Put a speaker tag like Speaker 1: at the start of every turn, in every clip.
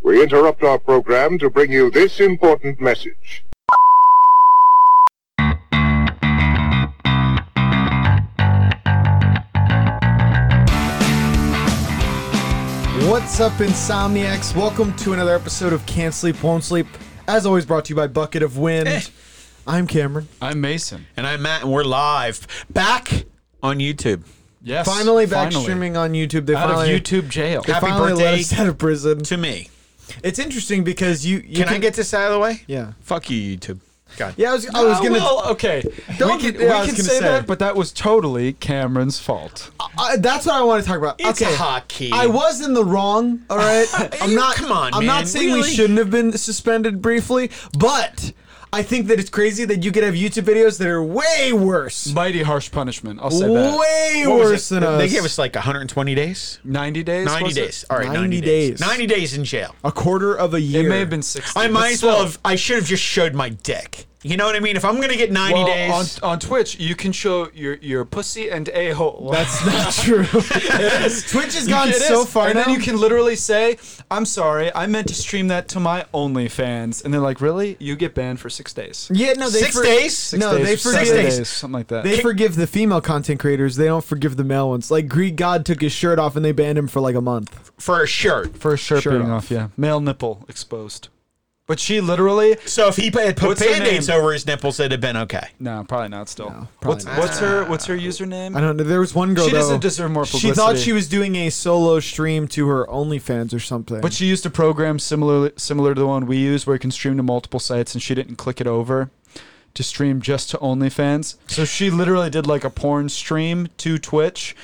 Speaker 1: we interrupt our program to bring you this important message.
Speaker 2: What's up, Insomniacs? Welcome to another episode of Can't Sleep, Won't Sleep. As always, brought to you by Bucket of Wind. I'm Cameron.
Speaker 3: I'm Mason.
Speaker 4: And I'm Matt, and we're live back on YouTube.
Speaker 3: Yes.
Speaker 2: Finally back streaming on YouTube. They
Speaker 3: out
Speaker 2: finally,
Speaker 3: of YouTube jail.
Speaker 2: They
Speaker 4: Happy
Speaker 2: finally let
Speaker 4: birthday.
Speaker 2: us out of prison.
Speaker 4: To me,
Speaker 2: It's interesting because you, you
Speaker 4: can, I get this out of the way?
Speaker 2: yeah
Speaker 4: Fuck you, YouTube. God.
Speaker 2: yeah I was, I
Speaker 4: Uh,
Speaker 2: was gonna
Speaker 3: well, okay.
Speaker 2: Don't-
Speaker 3: we can,
Speaker 2: yeah, I was
Speaker 3: we can
Speaker 2: gonna
Speaker 3: say,
Speaker 2: say.
Speaker 3: that, but that was totally Cameron's fault.
Speaker 2: I- that's what I want to talk about.
Speaker 4: It's
Speaker 2: okay.
Speaker 4: hockey.
Speaker 2: I was in the wrong. All right. I'm not.
Speaker 4: Come on,
Speaker 2: I'm not
Speaker 4: man,
Speaker 2: saying we
Speaker 4: really?
Speaker 2: shouldn't have been suspended briefly, but I think that it's crazy that you could have YouTube videos that are way worse,
Speaker 3: Mighty harsh punishment. I'll say that.
Speaker 2: way
Speaker 4: What was
Speaker 2: worse
Speaker 4: it?
Speaker 2: than us.
Speaker 4: They gave us like 120 days?
Speaker 3: 90 days?
Speaker 4: 90
Speaker 3: was it?
Speaker 4: days. All right, 90,
Speaker 2: 90
Speaker 4: days.
Speaker 2: days.
Speaker 4: 90 days in jail.
Speaker 2: a quarter of a
Speaker 3: It
Speaker 2: year.
Speaker 3: may have been 60.
Speaker 4: I
Speaker 3: but
Speaker 4: might as well
Speaker 3: still.
Speaker 4: have, I should have just showed my dick. You know what I mean? If I'm going to get 90
Speaker 3: Well,
Speaker 4: days.
Speaker 3: On, on Twitch, you can show your, your pussy and a hole.
Speaker 2: That's not true. Twitch has gone
Speaker 3: It
Speaker 2: so
Speaker 3: is.
Speaker 2: far
Speaker 3: and
Speaker 2: now.
Speaker 3: then you can literally say, "I'm sorry, I meant to stream that to my OnlyFans," and they're like, "Really? You get banned for six days?
Speaker 2: yeah, no, they
Speaker 4: Six days? Six
Speaker 2: no,
Speaker 3: days
Speaker 2: they
Speaker 3: or seven
Speaker 2: forgive.
Speaker 4: days.
Speaker 3: something like that."
Speaker 2: They forgive the female content creators. They don't forgive the male ones. Like Greek God took his shirt off and they banned him for like a month.
Speaker 4: for a shirt.
Speaker 3: for sure
Speaker 2: Shirt
Speaker 3: being
Speaker 2: off.
Speaker 3: off. Yeah, male nipple exposed. But she literally,
Speaker 4: So if he had put
Speaker 3: What's her
Speaker 4: band-aids
Speaker 3: name?
Speaker 4: over his nipples, it'd have been okay.
Speaker 3: no, probably not. Still,
Speaker 2: probably
Speaker 3: what's
Speaker 2: not.
Speaker 3: what's her what's her username?
Speaker 2: I don't know. There was one girl.
Speaker 3: She doesn't
Speaker 2: though,
Speaker 3: deserve more
Speaker 2: She thought
Speaker 3: publicity.
Speaker 2: she was doing a solo stream to her OnlyFans or something.
Speaker 3: But she used a program similar similar to the one we use, where you can stream to multiple sites, and she didn't click it over to stream just to OnlyFans. So she literally did like a porn stream to Twitch,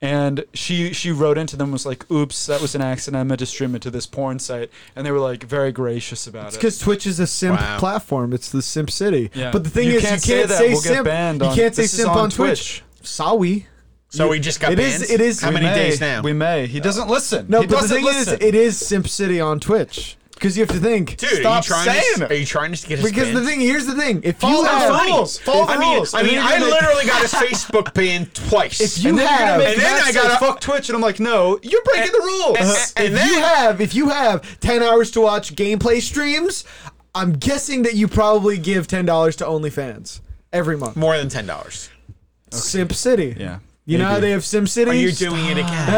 Speaker 3: and she she wrote into them and was like, "Oops, that was an accident. I meant to stream it to this porn site," and they were like very gracious about it.
Speaker 2: because Twitch is a simp
Speaker 4: Wow.
Speaker 2: platform, it's the simp city.
Speaker 3: Yeah.
Speaker 2: But the thing
Speaker 3: You
Speaker 2: is,
Speaker 3: can't
Speaker 2: you
Speaker 3: say
Speaker 2: can't
Speaker 3: that.
Speaker 2: say
Speaker 3: We'll get
Speaker 2: simp.
Speaker 3: banned
Speaker 2: you
Speaker 3: on-
Speaker 2: can't say
Speaker 3: this is
Speaker 2: simp
Speaker 3: on
Speaker 2: on Twitch.
Speaker 3: Twitch.
Speaker 2: Sawi.
Speaker 4: So we just got
Speaker 2: It is-
Speaker 4: banned?
Speaker 2: it is-
Speaker 4: How
Speaker 2: we
Speaker 4: many
Speaker 3: may,
Speaker 4: days now?
Speaker 3: We may. He doesn't listen.
Speaker 2: No,
Speaker 3: he
Speaker 2: but the
Speaker 3: doesn't
Speaker 2: thing
Speaker 3: listen.
Speaker 2: is, it is simp city on Twitch because you have to think.
Speaker 4: Dude,
Speaker 3: Stop
Speaker 4: are you trying
Speaker 3: saying
Speaker 4: to,
Speaker 3: it.
Speaker 4: Are you trying to get us
Speaker 2: Because
Speaker 4: banned?
Speaker 2: the thing, here's the thing: if
Speaker 4: Follow
Speaker 2: you
Speaker 4: the
Speaker 2: have,
Speaker 4: rules.
Speaker 3: Follow the
Speaker 4: I mean,
Speaker 3: rules.
Speaker 4: I,
Speaker 3: And
Speaker 4: mean,
Speaker 3: then
Speaker 4: I
Speaker 3: you're gonna-
Speaker 4: literally got his Facebook banned twice.
Speaker 2: if
Speaker 4: and
Speaker 2: you
Speaker 3: then you're gonna
Speaker 2: have,
Speaker 3: make
Speaker 4: And then
Speaker 3: Matt
Speaker 4: I gotta-
Speaker 3: say, fuck Twitch, and I'm like, no, you're breaking the rules.
Speaker 4: and-
Speaker 2: if
Speaker 4: then-
Speaker 2: you have, if you have ten hours to watch gameplay streams, I'm guessing that you probably give ten dollars to OnlyFans every month.
Speaker 4: more than ten dollars.
Speaker 2: Simp City.
Speaker 3: Yeah,
Speaker 2: You know how
Speaker 3: maybe.
Speaker 2: they have Sim City.
Speaker 4: Are you doing it again?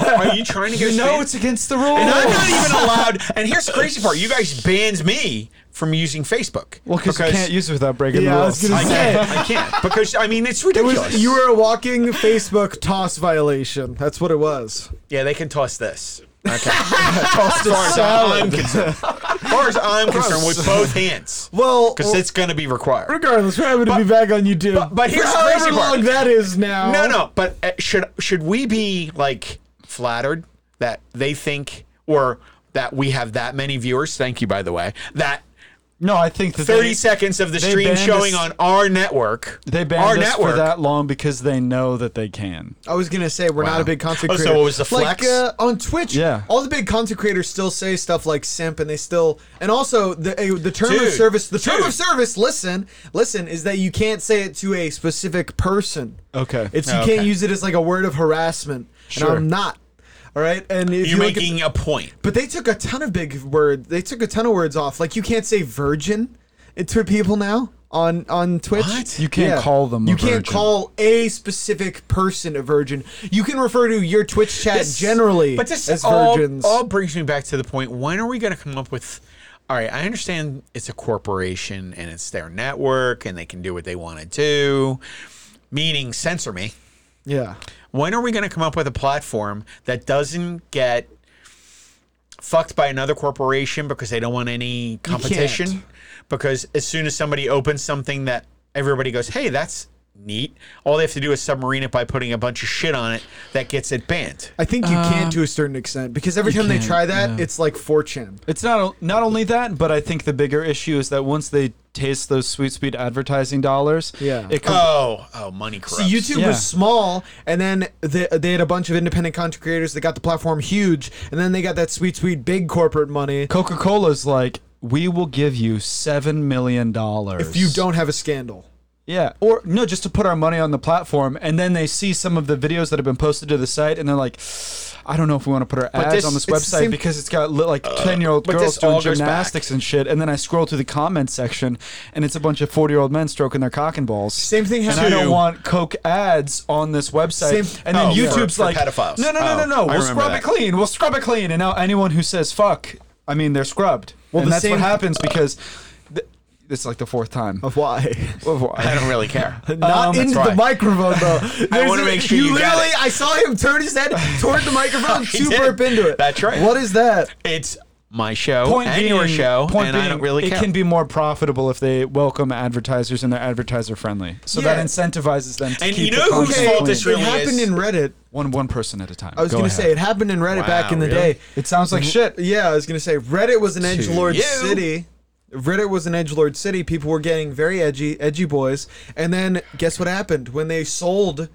Speaker 4: Are you trying to get
Speaker 3: you
Speaker 4: us
Speaker 3: know
Speaker 4: banned?
Speaker 3: it's against the rules.
Speaker 4: and I'm not even allowed. And here's the crazy part: you guys banned me from using Facebook.
Speaker 3: Well, because you can't use it without breaking
Speaker 2: Yeah,
Speaker 3: the
Speaker 2: I
Speaker 3: rules.
Speaker 2: was gonna
Speaker 4: I
Speaker 2: say.
Speaker 4: can't. I can't because I mean it's ridiculous.
Speaker 2: you were a walking Facebook toss violation. That's what it was.
Speaker 4: yeah, they can toss this. Okay. as far as I'm concerned, as far as I'm concerned, with both hands,
Speaker 2: Well,
Speaker 4: because it's going to be required.
Speaker 2: regardless, we're happy to be back on YouTube.
Speaker 4: but- but here's
Speaker 2: For
Speaker 4: the crazy
Speaker 2: however
Speaker 4: part.
Speaker 2: long that is now.
Speaker 4: No, no. But uh, should should we be like flattered that they think or that we have that many viewers? Thank you, by the way. That
Speaker 3: no, I think that
Speaker 4: thirty
Speaker 3: they,
Speaker 4: seconds of the
Speaker 3: they
Speaker 4: stream
Speaker 3: banned
Speaker 4: showing
Speaker 3: us-
Speaker 4: on our network.
Speaker 3: they
Speaker 4: our
Speaker 3: banned us
Speaker 4: network.
Speaker 3: for that long because they know that they can.
Speaker 2: I was gonna say we're not a big content
Speaker 4: Oh, so
Speaker 2: creator.
Speaker 4: what was the
Speaker 2: Like,
Speaker 4: flex?
Speaker 2: uh, on Twitch,
Speaker 3: Yeah.
Speaker 2: all the big content creators still say stuff like simp, and they still and also the uh, the term of
Speaker 4: Dude,
Speaker 2: service. The term
Speaker 4: dude.
Speaker 2: of service. Listen, listen, is that you can't say it to a specific person.
Speaker 3: Okay.
Speaker 2: it's you
Speaker 4: Oh,
Speaker 2: can't
Speaker 4: okay.
Speaker 2: use it as like a word of harassment.
Speaker 3: Sure.
Speaker 2: And I'm not. All right, and if you
Speaker 4: You're
Speaker 2: look at-
Speaker 4: making a point.
Speaker 2: but they took a ton of big words. They took a ton of words off. Like you can't say virgin to people now on on Twitch.
Speaker 4: What?
Speaker 3: You can't call them a
Speaker 2: you can't
Speaker 3: virgin.
Speaker 2: call a specific person a virgin. You can refer to your Twitch chat
Speaker 4: This-
Speaker 2: generally
Speaker 4: but this
Speaker 2: as
Speaker 4: all,
Speaker 2: virgins.
Speaker 4: all brings me back to the point when are we going to come up with all right i understand it's a corporation and it's their network and they can do what they want to do meaning censor me
Speaker 2: yeah.
Speaker 4: when are we going to come up with a platform that doesn't get fucked by another corporation because they don't want any competition because as soon as somebody opens something that everybody goes hey that's neat all they have to do is submarine it by putting a bunch of shit on it that gets it banned
Speaker 2: I think you can to a certain extent because every time they
Speaker 3: Uh, can't,
Speaker 2: try that,
Speaker 3: yeah.
Speaker 2: it's like 4chan.
Speaker 3: It's not not only that, but I think the bigger issue is that once they taste those sweet sweet advertising dollars,
Speaker 2: Yeah.
Speaker 3: it com-
Speaker 4: Oh, oh, money corrupts.
Speaker 2: So YouTube
Speaker 3: Yeah.
Speaker 2: was small, and then they, they had a bunch of independent content creators that got the platform huge, and then they got that sweet, sweet big corporate money.
Speaker 3: Coca Cola's like, we will give you seven million dollars
Speaker 2: If you don't have a scandal,
Speaker 3: Yeah, or no, just to put our money on the platform, and then they see some of the videos that have been posted to the site, and they're like, "I don't know if we want to put our ads
Speaker 4: this-
Speaker 3: on this
Speaker 4: it's the
Speaker 3: website
Speaker 4: same- Uh,
Speaker 3: because it's got li- like ten-year-old
Speaker 4: but
Speaker 3: girls
Speaker 4: this
Speaker 3: doing
Speaker 4: all goes
Speaker 3: gymnastics and shit." And then I scroll through the comments section, and it's a bunch of forty-year-old men stroking their cock and balls.
Speaker 2: Same thing
Speaker 3: And
Speaker 2: happened.
Speaker 3: I don't
Speaker 4: Two.
Speaker 3: want Coke ads on this website.
Speaker 2: Same-
Speaker 3: and then
Speaker 4: Oh, for-
Speaker 3: YouTube's
Speaker 4: for
Speaker 3: like,
Speaker 4: pedophiles.
Speaker 3: "No, no, no,
Speaker 4: Oh,
Speaker 3: no, no.
Speaker 4: I
Speaker 3: We'll
Speaker 4: remember
Speaker 3: scrub it
Speaker 4: that.
Speaker 3: clean. We'll scrub it clean." And now anyone who says "fuck," I mean, they're scrubbed. Well, and
Speaker 2: the
Speaker 3: that's what
Speaker 2: same-
Speaker 3: happens because. Th- it's like the fourth time.
Speaker 2: Why?
Speaker 4: I don't really care.
Speaker 2: Not in
Speaker 3: Um,
Speaker 4: that's
Speaker 2: the
Speaker 4: right.
Speaker 2: microphone though. There's
Speaker 4: wanna
Speaker 2: a-
Speaker 4: make sure you got
Speaker 2: literally.
Speaker 4: it.
Speaker 2: I saw him turn his head toward the microphone
Speaker 4: He
Speaker 2: to
Speaker 4: did.
Speaker 2: burp into it.
Speaker 4: That's right.
Speaker 2: What is that?
Speaker 4: It's my show
Speaker 3: point
Speaker 4: and
Speaker 3: being,
Speaker 4: your show,
Speaker 3: point
Speaker 4: and I
Speaker 3: being,
Speaker 4: don't really
Speaker 3: it
Speaker 4: care.
Speaker 3: can be more profitable if they welcome advertisers and they're advertiser friendly. So
Speaker 2: Yeah.
Speaker 3: that incentivizes them to
Speaker 4: And
Speaker 3: keep
Speaker 4: you
Speaker 3: the
Speaker 4: know whose
Speaker 3: content
Speaker 4: fault
Speaker 3: clean.
Speaker 4: this really
Speaker 2: it happened
Speaker 4: is-
Speaker 2: in Reddit.
Speaker 3: one one person at a time.
Speaker 2: I was
Speaker 3: Go
Speaker 2: gonna
Speaker 3: ahead.
Speaker 2: say it happened in Reddit back
Speaker 4: Wow,
Speaker 2: in the
Speaker 4: really? Mm-hmm.
Speaker 2: day.
Speaker 3: It sounds like shit.
Speaker 2: Yeah, I was gonna say Reddit was an edge lord
Speaker 4: you.
Speaker 2: city. Reddit was an edge lord city. People were getting very edgy, edgy boys. And then guess what happened when they sold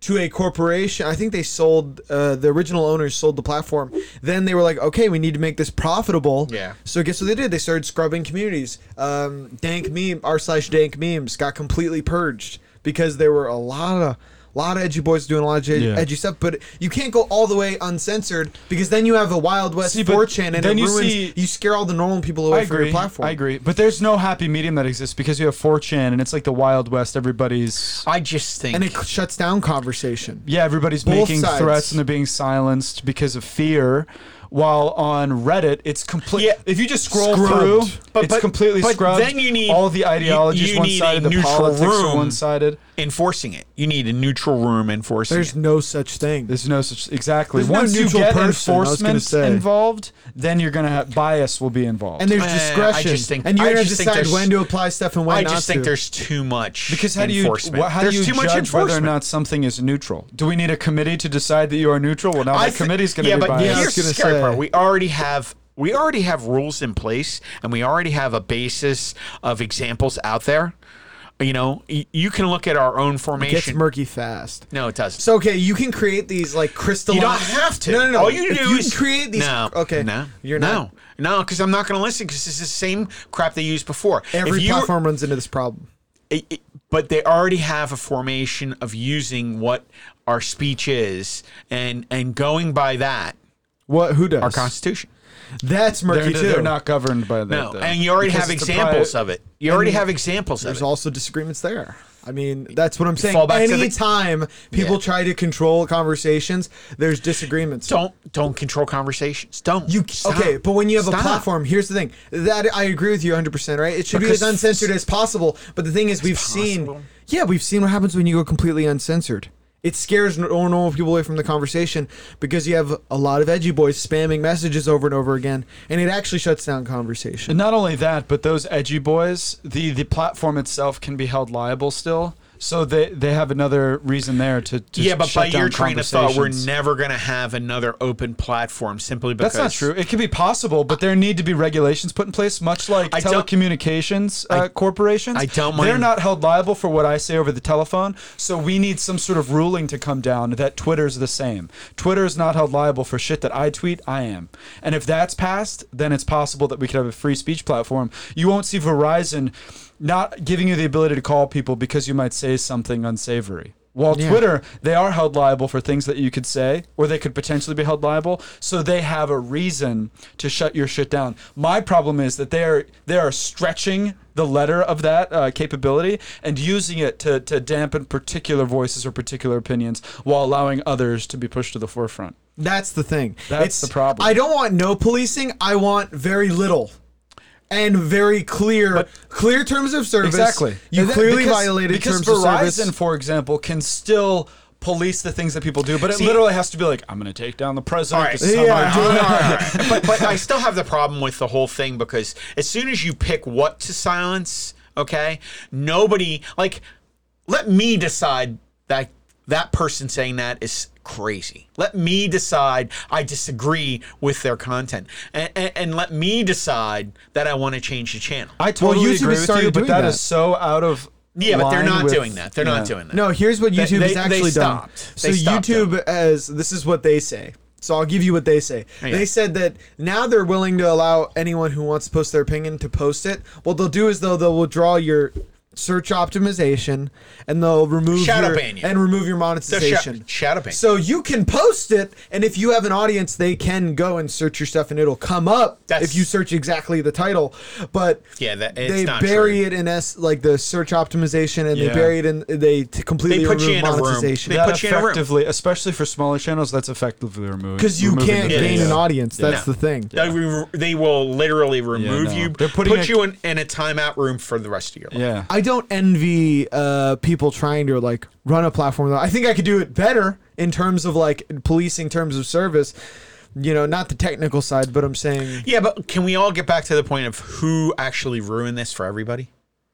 Speaker 2: to a corporation? I think they sold uh, the original owners sold the platform. Then they were like, okay, we need to make this profitable.
Speaker 4: Yeah.
Speaker 2: So guess what they did? They started scrubbing communities. Um, dank meme r slash dank memes got completely purged because there were a lot of lot of edgy boys doing a lot of edgy,
Speaker 3: Yeah.
Speaker 2: edgy stuff. But you can't go all the way uncensored because then you have a wild west
Speaker 3: See, but
Speaker 2: 4chan and it
Speaker 3: then you
Speaker 2: ruins,
Speaker 3: see-
Speaker 2: you scare all the normal people away
Speaker 3: I
Speaker 2: from
Speaker 3: agree.
Speaker 2: your platform.
Speaker 3: I agree. But there's no happy medium that exists because you have 4chan and it's like the Wild West. Everybody's
Speaker 4: I just think
Speaker 2: And it shuts down conversation.
Speaker 3: Yeah, everybody's
Speaker 2: Both
Speaker 3: making
Speaker 2: sides.
Speaker 3: threats and they're being silenced because of fear. While on Reddit, it's complete.
Speaker 4: Yeah.
Speaker 3: If you just scroll
Speaker 2: Scrubbed.
Speaker 3: through,
Speaker 4: But-
Speaker 3: it's
Speaker 4: but-
Speaker 3: completely
Speaker 4: but
Speaker 3: scrubbed.
Speaker 4: then you need-
Speaker 3: all the
Speaker 4: you-
Speaker 3: ideologies
Speaker 4: you
Speaker 3: one
Speaker 4: need
Speaker 3: sided,
Speaker 4: a
Speaker 3: the
Speaker 4: neutral
Speaker 3: politics are
Speaker 4: room.
Speaker 3: one sided.
Speaker 4: enforcing it. You need a neutral room enforcing
Speaker 2: There's
Speaker 4: it.
Speaker 2: no such thing.
Speaker 3: There's no such exactly.
Speaker 2: There's no
Speaker 3: Once you
Speaker 2: neutral
Speaker 3: get
Speaker 2: person, I was gonna
Speaker 3: enforcement
Speaker 2: say.
Speaker 3: involved, then you're gonna have bias will be involved.
Speaker 2: and there's
Speaker 4: Uh, I
Speaker 2: discretion.
Speaker 4: just think-
Speaker 2: and you
Speaker 4: I
Speaker 2: have to
Speaker 4: just think
Speaker 2: decide
Speaker 4: there's-
Speaker 2: when to apply stuff and when
Speaker 4: I
Speaker 2: not
Speaker 4: just think
Speaker 2: to.
Speaker 4: there's too much
Speaker 3: because how do you
Speaker 4: enforcement.
Speaker 3: wha- how do
Speaker 4: there's
Speaker 3: you
Speaker 4: too much
Speaker 3: judge whether or
Speaker 4: enforcement.
Speaker 3: not something is neutral? Do we need a committee to decide that you are neutral? Well, now
Speaker 4: I
Speaker 3: that
Speaker 4: thi-
Speaker 3: committee's gonna
Speaker 4: yeah,
Speaker 3: be
Speaker 4: but
Speaker 3: biased.
Speaker 2: I
Speaker 4: Here's
Speaker 2: was
Speaker 4: the
Speaker 2: gonna
Speaker 4: scary
Speaker 2: say-
Speaker 4: part. We already have we already have rules in place, and we already have a basis of examples out there. You know, y- you can look at our own
Speaker 2: it gets
Speaker 4: formation.
Speaker 2: murky fast.
Speaker 4: no, it doesn't.
Speaker 2: So okay, you can create these like crystalline.
Speaker 4: You don't have to.
Speaker 2: No, no, no.
Speaker 4: All you
Speaker 2: If
Speaker 4: do
Speaker 2: you
Speaker 4: is
Speaker 2: can create these.
Speaker 4: No,
Speaker 2: okay,
Speaker 4: no,
Speaker 2: you're not.
Speaker 4: no, no, because I'm not going to listen because it's the same crap they used before.
Speaker 2: Every
Speaker 4: If you-
Speaker 2: platform runs into this problem.
Speaker 4: it- it- but they already have a formation of using what our speech is and and going by that
Speaker 2: What? Who does?
Speaker 4: our Constitution.
Speaker 2: That's
Speaker 3: They're,
Speaker 2: murky too.
Speaker 3: they're not governed by that.
Speaker 4: No,
Speaker 3: though.
Speaker 4: and you already
Speaker 3: Because
Speaker 4: have
Speaker 3: it's a
Speaker 4: examples
Speaker 3: pri-
Speaker 4: of it. You already have examples of
Speaker 2: There's
Speaker 4: it.
Speaker 2: also disagreements there. I mean, that's what I'm saying.
Speaker 4: fall back to the-
Speaker 2: Anytime people
Speaker 4: Yeah.
Speaker 2: try to control conversations, there's disagreements.
Speaker 4: don't don't control conversations. Don't
Speaker 2: You
Speaker 4: Stop.
Speaker 2: okay? But when you have a
Speaker 4: Stop.
Speaker 2: platform, here's the thing that I agree with you 100. percent Right? It should
Speaker 4: Because-
Speaker 2: be as uncensored as possible. But the thing is, we've
Speaker 4: possible.
Speaker 2: seen, yeah, we've seen what happens when you go completely uncensored. It scares nor- normal people away from the conversation because you have a lot of edgy boys spamming messages over and over again, and it actually shuts down conversation.
Speaker 3: And not only that, but those edgy boys, the the platform itself can be held liable still. So they they have another reason there to, to
Speaker 4: Yeah, but
Speaker 3: shut
Speaker 4: by
Speaker 3: down
Speaker 4: your train of thought, we're
Speaker 3: conversations.
Speaker 4: never going to have another open platform simply because
Speaker 3: That's not true. It can be possible, but there need to be regulations put in place, much like
Speaker 4: I don't-
Speaker 3: telecommunications uh, corporations.
Speaker 4: I don't
Speaker 3: They're
Speaker 4: mind-
Speaker 3: not held liable for what I say over the telephone, so we need some sort of ruling to come down that Twitter's the same. Twitter's not held liable for shit that I tweet. I am, and if that's passed, then it's possible that we could have a free speech platform. You won't see Verizon not giving you the ability to call people because you might say something unsavory. While Twitter, they are held liable for things that you could say, or they could potentially be held liable. So they have a reason to shut your shit down. My problem is that they are they are stretching the letter of that uh, capability and using it to to dampen particular voices or particular opinions, while allowing others to be pushed to the forefront.
Speaker 2: That's the thing.
Speaker 3: That's the problem.
Speaker 2: I don't want no policing. I want very little. And very clear, clear terms of service.
Speaker 3: Exactly.
Speaker 2: You
Speaker 3: And that-
Speaker 2: clearly
Speaker 3: because-
Speaker 2: violated
Speaker 3: because
Speaker 2: terms
Speaker 3: Verizon,
Speaker 2: of service.
Speaker 3: for example, can still police the things that people do, but it literally has to be like, I'm going to take down the president.
Speaker 4: All right.
Speaker 3: this is how
Speaker 2: Yeah.
Speaker 3: I do it."
Speaker 4: All right, all right. but, but I still have the problem with the whole thing because as soon as you pick what to silence, okay, nobody like let me decide that that person saying that is crazy. Let me decide I disagree with their content, and and, and let me decide that I want to change the channel.
Speaker 3: I totally
Speaker 2: YouTube
Speaker 3: agree
Speaker 2: has
Speaker 3: with you,
Speaker 2: started
Speaker 3: but
Speaker 2: doing
Speaker 3: that
Speaker 2: that.
Speaker 3: is so out of
Speaker 4: yeah, but they're
Speaker 3: line
Speaker 4: not
Speaker 3: with-
Speaker 4: doing that. They're
Speaker 3: yeah.
Speaker 4: not doing that.
Speaker 2: No, here's what YouTube has
Speaker 4: they- they
Speaker 2: actually done.
Speaker 4: stopped.
Speaker 2: So
Speaker 4: They stopped
Speaker 2: YouTube has this is what they say. So I'll give you what they say.
Speaker 4: Yeah.
Speaker 2: They said that now they're willing to allow anyone who wants to post their opinion to post it. What they'll do is though they'll withdraw your search optimization, and they'll remove
Speaker 4: Shadow
Speaker 2: your,
Speaker 4: ban you.
Speaker 2: and remove your
Speaker 4: So
Speaker 2: monetization.
Speaker 4: shout, shout up.
Speaker 2: So you can post it, and if you have an audience, they can go and search your stuff, and it'll come up
Speaker 4: That's-
Speaker 2: if you search exactly the title. But
Speaker 4: Yeah, that- Uh, it's
Speaker 2: they
Speaker 4: not
Speaker 2: bury
Speaker 4: true.
Speaker 2: it in s like the search optimization, and
Speaker 3: Yeah.
Speaker 2: they bury it in they t- completely
Speaker 4: put you
Speaker 2: remove
Speaker 4: in a room.
Speaker 2: monetization.
Speaker 4: They
Speaker 3: That
Speaker 4: put you in a room.
Speaker 3: effectively, espectively for smaller channels, that's effectively removed.
Speaker 2: because you can't
Speaker 4: the
Speaker 2: gain
Speaker 4: video.
Speaker 2: an audience.
Speaker 3: Yeah.
Speaker 2: That's
Speaker 4: No.
Speaker 2: the thing.
Speaker 4: They, re- they will literally remove
Speaker 3: no.
Speaker 4: you,
Speaker 3: They're
Speaker 4: put
Speaker 3: putting a-
Speaker 4: you in, in a timeout room for the rest of your life.
Speaker 3: Yeah.
Speaker 2: I don't envy uh, people trying to like run a platform. though. I think I could do it better in terms of like policing terms of service. You know, not the technical side, but I'm saying
Speaker 4: Yeah, but can we all get back to the point of who actually ruined this for everybody?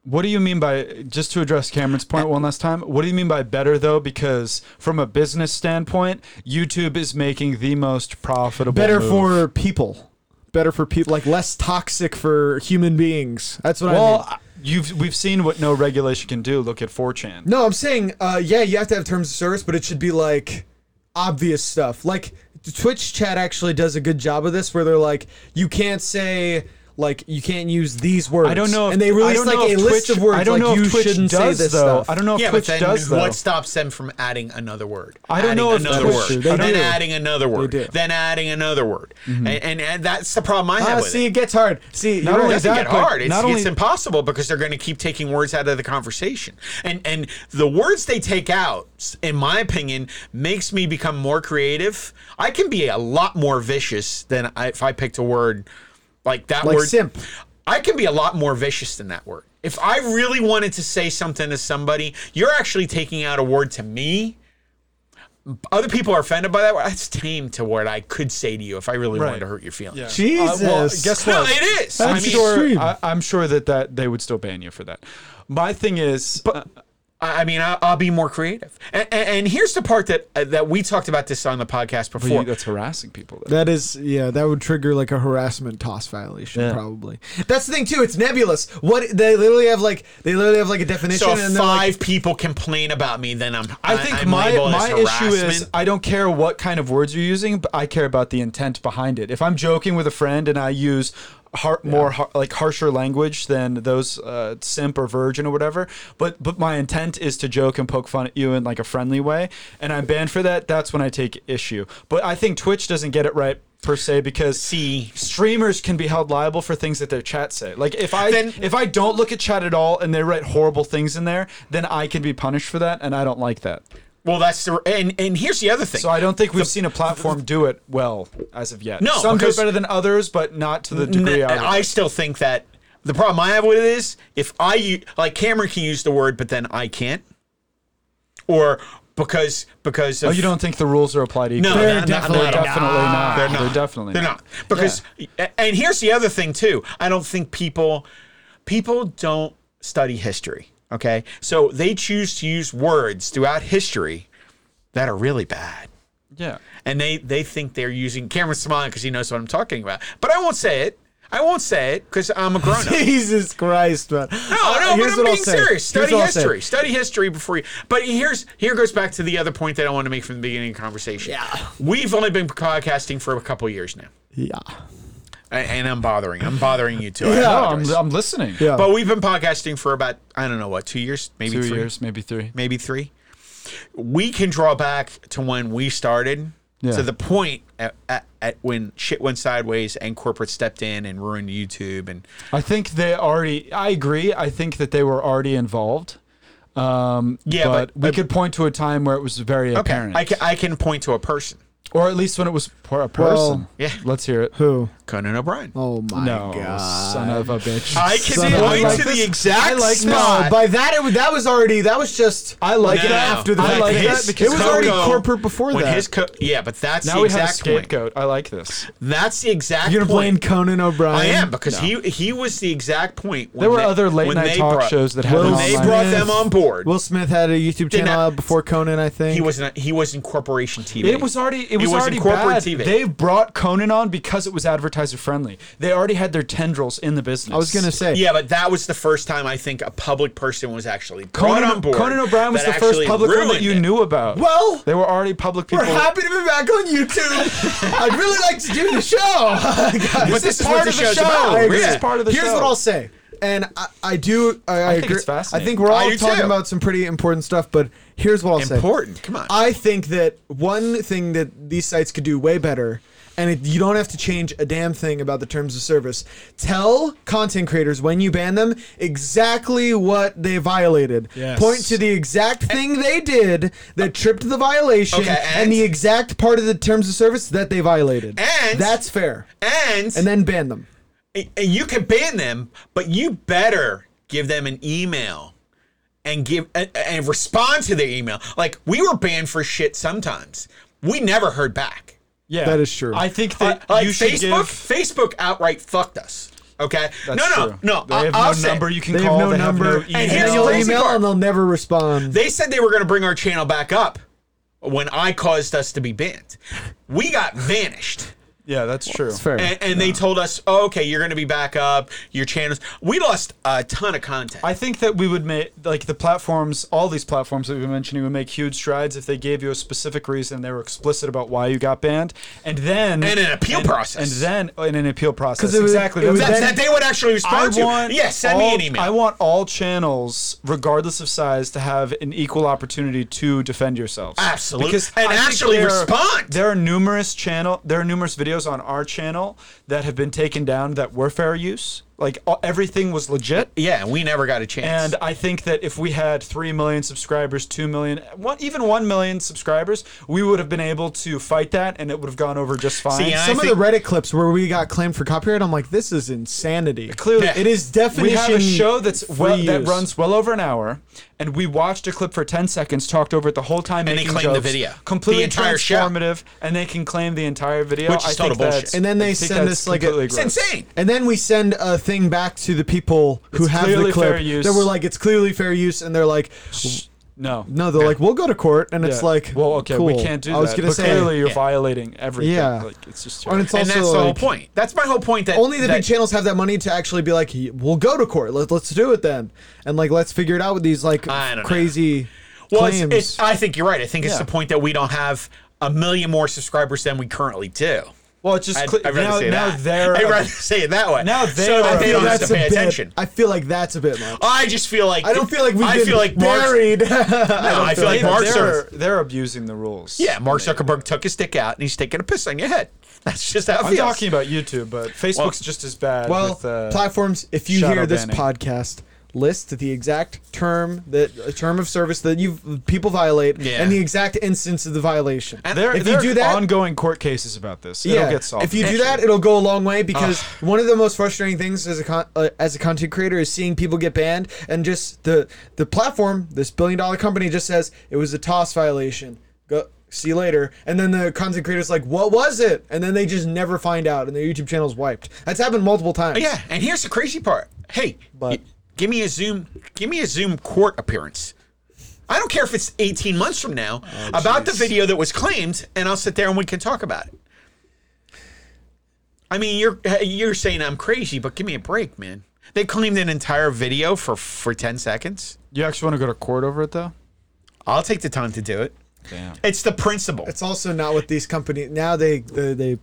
Speaker 3: What do you mean by just to address Cameron's point one last time? What do you mean by better though? Because from a business standpoint, YouTube is making the most profitable.
Speaker 2: better
Speaker 3: move.
Speaker 2: for people, better for people, like less toxic for human beings. That's what I mean.
Speaker 3: well, you've we've seen what no regulation can do. Look at 4chan.
Speaker 2: No, I'm saying, uh, yeah, you have to have terms of service, but it should be like obvious stuff. Like Twitch chat actually does a good job of this, where they're like, you can't say. Like you can't use these words.
Speaker 3: I don't know. If,
Speaker 2: and they
Speaker 3: I
Speaker 2: released
Speaker 3: don't
Speaker 2: like
Speaker 3: know
Speaker 2: a
Speaker 3: if
Speaker 2: list
Speaker 3: Twitch-
Speaker 2: of words.
Speaker 3: I
Speaker 2: like,
Speaker 3: don't know
Speaker 2: you
Speaker 3: if Twitch
Speaker 2: shouldn't
Speaker 3: does
Speaker 2: say this
Speaker 3: though.
Speaker 2: stuff.
Speaker 3: I don't know if
Speaker 4: yeah,
Speaker 3: Twitch
Speaker 4: but then
Speaker 3: does though.
Speaker 4: what stops them from adding another word?
Speaker 3: I don't
Speaker 4: Adding
Speaker 3: know if
Speaker 4: another
Speaker 3: Twitch
Speaker 4: word.
Speaker 2: do. They
Speaker 4: then
Speaker 2: do.
Speaker 4: adding another word.
Speaker 2: do.
Speaker 4: Then adding another word.
Speaker 3: Mm-hmm.
Speaker 4: And, and, and that's the problem I have
Speaker 2: Ah,
Speaker 4: with
Speaker 2: see,
Speaker 4: it.
Speaker 2: it gets hard. See,
Speaker 3: Not
Speaker 2: you're ah,
Speaker 3: only
Speaker 2: right.
Speaker 4: doesn't
Speaker 3: Exactly.
Speaker 4: get hard. It's,
Speaker 3: Not
Speaker 4: it's
Speaker 3: only-
Speaker 4: impossible because they're going to keep taking words out of the conversation, and and the words they take out, s- in my opinion, makes me become more creative. I can be a lot more vicious than I, if I picked a word like that
Speaker 2: Like
Speaker 4: word.
Speaker 2: simp.
Speaker 4: I can be a lot more vicious than that word. If I really wanted to say something to somebody, you're actually taking out a word to me. Other people are offended by that word. That's tame to what I could say to you if I really wanted
Speaker 3: Right.
Speaker 4: to hurt your feelings.
Speaker 3: Yeah.
Speaker 2: Jesus.
Speaker 3: Uh, well, guess
Speaker 4: No,
Speaker 3: what?
Speaker 4: it is.
Speaker 3: I'm
Speaker 4: I mean-
Speaker 3: sure.
Speaker 2: extreme.
Speaker 3: I, I'm sure that that they would still ban you for that. My thing is, uh,
Speaker 4: I I mean, I'll, I'll be more creative. And, and, and here's the part that uh, that we talked about this on the podcast before.
Speaker 3: that's harassing people. Though.
Speaker 2: That is, yeah, that would trigger like a harassment toss violation, probably. That's the thing too. It's nebulous. What they literally have like, they literally have like a definition,
Speaker 4: so if
Speaker 2: and
Speaker 4: five
Speaker 2: they're like,
Speaker 4: people complain about me, then I'm.
Speaker 3: I think
Speaker 4: I'm
Speaker 3: my
Speaker 4: labeled as
Speaker 3: my issue is
Speaker 4: harassment.
Speaker 3: I don't care what kind of words you're using, but I care about the intent behind it. If I'm joking with a friend and I use har- more har- like harsher language than those uh, simp or virgin or whatever, but but my intent is to joke and poke fun at you in like a friendly way, and I'm banned for that. That's when I take issue. But I think Twitch doesn't get it right per se because
Speaker 4: See.
Speaker 3: streamers can be held liable for things that their chat say. Like if I
Speaker 4: Then-
Speaker 3: if I don't look at chat at all and they write horrible things in there, then I can be punished for that, and I don't like that.
Speaker 4: Well, that's the and and here's the other thing.
Speaker 3: So I don't think we've seen a platform do it well as of yet.
Speaker 4: No,
Speaker 3: some do it
Speaker 4: because-
Speaker 3: better than others, but not to the degree
Speaker 4: N-
Speaker 3: I. would.
Speaker 4: I still think that the problem I have with it is if I u- like Cameron can use the word, but then I can't, or because because of,
Speaker 3: oh, you don't think the rules are applied equally?
Speaker 4: No,
Speaker 2: They're
Speaker 4: no, no,
Speaker 2: definitely
Speaker 4: no, no, no.
Speaker 3: definitely not.
Speaker 4: They're not.
Speaker 3: They're definitely
Speaker 4: They're
Speaker 3: not.
Speaker 4: not. Because and here's the other thing too. I don't think people people don't study history. Okay, so they choose to use words throughout history that are really bad,
Speaker 3: yeah.
Speaker 4: and they they think they're using Cameron smiling because he knows what I'm talking about. But I won't say it. I won't say it because I'm a Uh, grown up.
Speaker 2: Jesus Christ, man. No,
Speaker 4: No, no, but I'm being serious. Study history. Study history before you. But here's here goes back to the other point that I want to make from the beginning of the conversation.
Speaker 2: Yeah.
Speaker 4: we've only been podcasting for a couple years now,
Speaker 2: Yeah.
Speaker 4: A- and I'm bothering. I'm bothering you too. I
Speaker 2: Yeah.
Speaker 3: No,
Speaker 4: apologize.
Speaker 3: I'm, I'm listening.
Speaker 2: Yeah.
Speaker 4: but we've been podcasting for about I don't know what two years, maybe
Speaker 3: two
Speaker 4: three,
Speaker 3: years, maybe three.
Speaker 4: maybe three. We can draw back to when we started.
Speaker 3: Yeah.
Speaker 4: To the point at, at, at when shit went sideways and corporate stepped in and ruined YouTube and
Speaker 3: I think they already. I agree. I think that they were already involved. Um,
Speaker 4: Yeah,
Speaker 3: but,
Speaker 4: but-
Speaker 3: we could point to a time where it was very apparent,
Speaker 4: I can, I can point to a person,
Speaker 3: or at least when it was for a person.
Speaker 4: Yeah.
Speaker 3: let's hear it.
Speaker 2: Who?
Speaker 4: Conan O'Brien.
Speaker 2: Oh my
Speaker 3: no,
Speaker 2: God.
Speaker 3: son of a bitch.
Speaker 4: I can
Speaker 2: Son of- I
Speaker 4: point
Speaker 2: like
Speaker 4: to the
Speaker 2: this.
Speaker 4: exact
Speaker 3: I like this.
Speaker 2: No,
Speaker 4: spot.
Speaker 2: by that it, was- that was already that was just
Speaker 3: I like
Speaker 4: No,
Speaker 3: it
Speaker 4: no, no.
Speaker 3: after the
Speaker 2: I
Speaker 3: fact.
Speaker 2: like
Speaker 3: that
Speaker 2: his- it was
Speaker 3: Coco-
Speaker 2: already corporate before
Speaker 4: when
Speaker 2: that.
Speaker 4: His co- yeah, but that's
Speaker 3: Now
Speaker 4: the
Speaker 3: we have a
Speaker 4: exact point.
Speaker 3: scapegoat. I like this.
Speaker 4: That's the exact.
Speaker 2: you're gonna blame
Speaker 4: point.
Speaker 2: Conan O'Brien.
Speaker 4: I am because he he was the exact point. When
Speaker 3: There were
Speaker 4: they-
Speaker 3: other late
Speaker 4: when
Speaker 3: night
Speaker 4: they
Speaker 3: talk
Speaker 4: brought-
Speaker 3: shows that had
Speaker 2: Will
Speaker 3: an
Speaker 4: When
Speaker 3: online
Speaker 4: they
Speaker 2: Smith.
Speaker 4: brought them on board.
Speaker 2: Will Smith had a YouTube
Speaker 4: Did not-
Speaker 2: channel out before Conan, I think.
Speaker 4: he was not he was in corporation TV.
Speaker 3: It was already it was, already
Speaker 4: in corporate
Speaker 3: bad.
Speaker 4: TV.
Speaker 3: They brought Conan on because it was advertiser friendly. They already had their tendrils in the business.
Speaker 2: I was gonna say.
Speaker 4: yeah, but that was the first time I think a public person was actually brought
Speaker 3: Conan,
Speaker 4: on board.
Speaker 3: Conan O'Brien was
Speaker 4: that
Speaker 3: the first
Speaker 4: actually
Speaker 3: public one that
Speaker 4: ruined
Speaker 3: you
Speaker 4: it.
Speaker 3: knew about.
Speaker 2: Well,
Speaker 3: they were already public people.
Speaker 2: We're happy to be back on YouTube. I'd really like to do the show. Guys,
Speaker 4: But this is what the show's about.
Speaker 2: I agree.
Speaker 4: Yeah.
Speaker 2: This is part of the
Speaker 3: Here's
Speaker 2: show.
Speaker 3: what I'll
Speaker 2: say. And I, I do. I, I,
Speaker 3: think
Speaker 2: agree.
Speaker 3: it's fascinating.
Speaker 2: I think we're
Speaker 4: I
Speaker 2: all
Speaker 4: do
Speaker 2: talking
Speaker 4: too.
Speaker 2: about some pretty important stuff, but here's what I'll say.
Speaker 4: Important. Come on.
Speaker 2: I think that one thing that these sites could do way better, and it, you don't have to change a damn thing about the terms of service. Tell content creators when you ban them exactly what they violated.
Speaker 4: Yes.
Speaker 2: Point to the exact thing they did that tripped the violation
Speaker 4: Okay,
Speaker 2: and,
Speaker 4: and-
Speaker 2: the exact part of the terms of service that they violated.
Speaker 4: And-
Speaker 2: that's fair.
Speaker 4: and
Speaker 2: And then ban them.
Speaker 4: and you can ban them, but you better give them an email and give and, and respond to their email. Like we were banned for shit sometimes. We never heard back.
Speaker 3: Yeah,
Speaker 2: That is true.
Speaker 3: I think
Speaker 4: Uh,
Speaker 3: that
Speaker 4: like
Speaker 3: you should
Speaker 4: Facebook,
Speaker 3: give.
Speaker 4: Facebook outright fucked us. Okay,
Speaker 3: That's
Speaker 4: no, no,
Speaker 3: true.
Speaker 4: no.
Speaker 3: They
Speaker 4: I-
Speaker 3: have
Speaker 4: I'll
Speaker 3: no
Speaker 4: say-
Speaker 3: number you can
Speaker 2: They
Speaker 3: call.
Speaker 2: have no
Speaker 3: they
Speaker 2: number.
Speaker 3: have no
Speaker 2: and
Speaker 4: And
Speaker 3: email.
Speaker 4: here's the
Speaker 2: you'll
Speaker 4: crazy
Speaker 2: email
Speaker 4: part.
Speaker 2: and they'll never respond.
Speaker 4: They said they were going to bring our channel back up when I caused us to be banned. We got vanished.
Speaker 3: yeah, that's true.
Speaker 2: It's fair.
Speaker 4: And, and they told us, oh, okay, you're going to be back up. Your channels. We lost a ton of content.
Speaker 3: I think that we would make like the platforms, all these platforms that we've been mentioning, would make huge strides if they gave you a specific reason. They were explicit about why you got banned, and then
Speaker 4: And an appeal
Speaker 3: and-
Speaker 4: process.
Speaker 3: and then in an appeal process.
Speaker 2: 'Cause it was-
Speaker 3: exactly.
Speaker 2: it
Speaker 3: That's
Speaker 2: was
Speaker 3: what
Speaker 4: that,
Speaker 3: I'm
Speaker 2: then-
Speaker 4: that they would actually respond
Speaker 3: I want
Speaker 4: to. Yeah, send
Speaker 3: all,
Speaker 4: me an email.
Speaker 3: I want all channels, regardless of size, to have an equal opportunity to defend yourselves.
Speaker 4: Absolute- and
Speaker 3: think
Speaker 4: actually
Speaker 3: there-
Speaker 4: respond.
Speaker 3: There are numerous channel. There are numerous videos on our channel that have been taken down that were fair use. Like all, everything was legit.
Speaker 4: yeah, we never got a chance.
Speaker 3: And I think that if we had 3 million subscribers, 2 million, one, even 1 million subscribers, we would have been able to fight that and it would have gone over just fine.
Speaker 4: See, I-
Speaker 2: Some of
Speaker 4: think-
Speaker 2: the Reddit clips where we got claimed for copyright, I'm like, this is insanity.
Speaker 3: Clearly-
Speaker 4: Yeah.
Speaker 2: it is definition.
Speaker 3: we have a show that's
Speaker 2: free
Speaker 3: well, that
Speaker 2: use.
Speaker 3: runs well over an hour, and we watched a clip for ten seconds, talked over it the whole time,
Speaker 4: And they
Speaker 3: making
Speaker 4: claim the
Speaker 3: jokes,
Speaker 4: video.
Speaker 3: completely
Speaker 4: The entire show.
Speaker 3: transformative, and they can claim the entire video,
Speaker 4: Which is
Speaker 3: I think
Speaker 4: total bullshit.
Speaker 3: that's-
Speaker 2: And then they
Speaker 3: I think
Speaker 2: send
Speaker 3: that's
Speaker 2: us, like, a-
Speaker 3: completely
Speaker 4: it's
Speaker 3: gross.
Speaker 4: insane.
Speaker 2: And then we send a thing back to the people who
Speaker 3: It's
Speaker 2: have the
Speaker 3: clearly
Speaker 2: clip.
Speaker 3: fair use.
Speaker 2: That were like, it's clearly fair use, and they're like,
Speaker 3: No,
Speaker 2: no, they're like, we'll go to court, and it's
Speaker 3: Yeah.
Speaker 2: like,
Speaker 3: well, okay, we
Speaker 2: cool.
Speaker 3: can't do
Speaker 2: I was
Speaker 3: that.
Speaker 2: gonna
Speaker 3: but
Speaker 2: say,
Speaker 3: clearly, you're
Speaker 4: Yeah.
Speaker 3: violating everything.
Speaker 2: Yeah.
Speaker 3: like, it's just
Speaker 2: and it's also
Speaker 4: and that's the whole
Speaker 2: like,
Speaker 4: point. That's my whole point. That
Speaker 2: Only the
Speaker 4: that,
Speaker 2: big channels have that money to actually be like, we'll go to court. Let, let's do it then, and like, let's figure it out with these like
Speaker 4: I don't know.
Speaker 2: crazy
Speaker 4: Well, it's,
Speaker 2: claims.
Speaker 4: it's, I think you're right. I think it's
Speaker 3: Yeah.
Speaker 4: the point that we don't have a million more subscribers than we currently do.
Speaker 3: Well, it's just
Speaker 4: I'd,
Speaker 3: cle-
Speaker 4: I'd rather
Speaker 3: now,
Speaker 4: say
Speaker 3: now
Speaker 4: that.
Speaker 3: they're
Speaker 4: I'd rather say it that way.
Speaker 3: Now they
Speaker 4: so
Speaker 3: are-
Speaker 4: that
Speaker 2: I
Speaker 4: they
Speaker 2: feel
Speaker 4: don't have to
Speaker 2: that's a
Speaker 4: pay
Speaker 2: bit.
Speaker 4: attention.
Speaker 2: I feel like that's a bit much.
Speaker 4: I just feel like
Speaker 2: I don't feel like we've
Speaker 4: I
Speaker 2: been
Speaker 4: feel like Mark-
Speaker 2: buried. I
Speaker 4: No,
Speaker 2: don't
Speaker 4: I feel like
Speaker 3: They-
Speaker 4: Mark
Speaker 3: they're,
Speaker 4: Zuckerberg.
Speaker 3: they're abusing the rules.
Speaker 4: Yeah, Mark Zuckerberg took his dick out and he's taking a piss on your head. That's just how it
Speaker 3: I'm
Speaker 4: feels.
Speaker 3: talking about YouTube, but Facebook's just as bad.
Speaker 2: well,
Speaker 3: with, uh,
Speaker 2: platforms. If you
Speaker 3: shadow
Speaker 2: hear this
Speaker 3: banning.
Speaker 2: podcast, list the exact term that a term of service that you people violate
Speaker 4: Yeah.
Speaker 2: and the exact instance of the violation.
Speaker 3: There,
Speaker 2: if
Speaker 3: there
Speaker 2: you
Speaker 3: are
Speaker 2: do that,
Speaker 3: ongoing court cases about this.
Speaker 2: yeah,
Speaker 3: It'll get solved. Ah.
Speaker 2: if you do that, it'll go a long way because one of the most frustrating things as a con- uh, as a content creator is seeing people get banned and just the the platform, this billion dollar company, just says it was a toss violation. Go. See you later, and then the content creator's like, "What was it?" And then they just never find out, and their YouTube channel's wiped. That's happened multiple times.
Speaker 4: Yeah, and here's the crazy part. Hey,
Speaker 2: But-
Speaker 4: y- give me a Zoom, give me a Zoom court appearance. I don't care if it's 18 months from now
Speaker 2: Oh,
Speaker 4: about the video that was claimed, and I'll sit there and we can talk about it. I mean, you're you're saying I'm crazy, but give me a break, man. They claimed an entire video for for 10 seconds.
Speaker 3: you actually want to go to court over it, though?
Speaker 4: I'll take the time to do it.
Speaker 3: Damn.
Speaker 4: It's the principle.
Speaker 2: It's also not what these companies now they they they,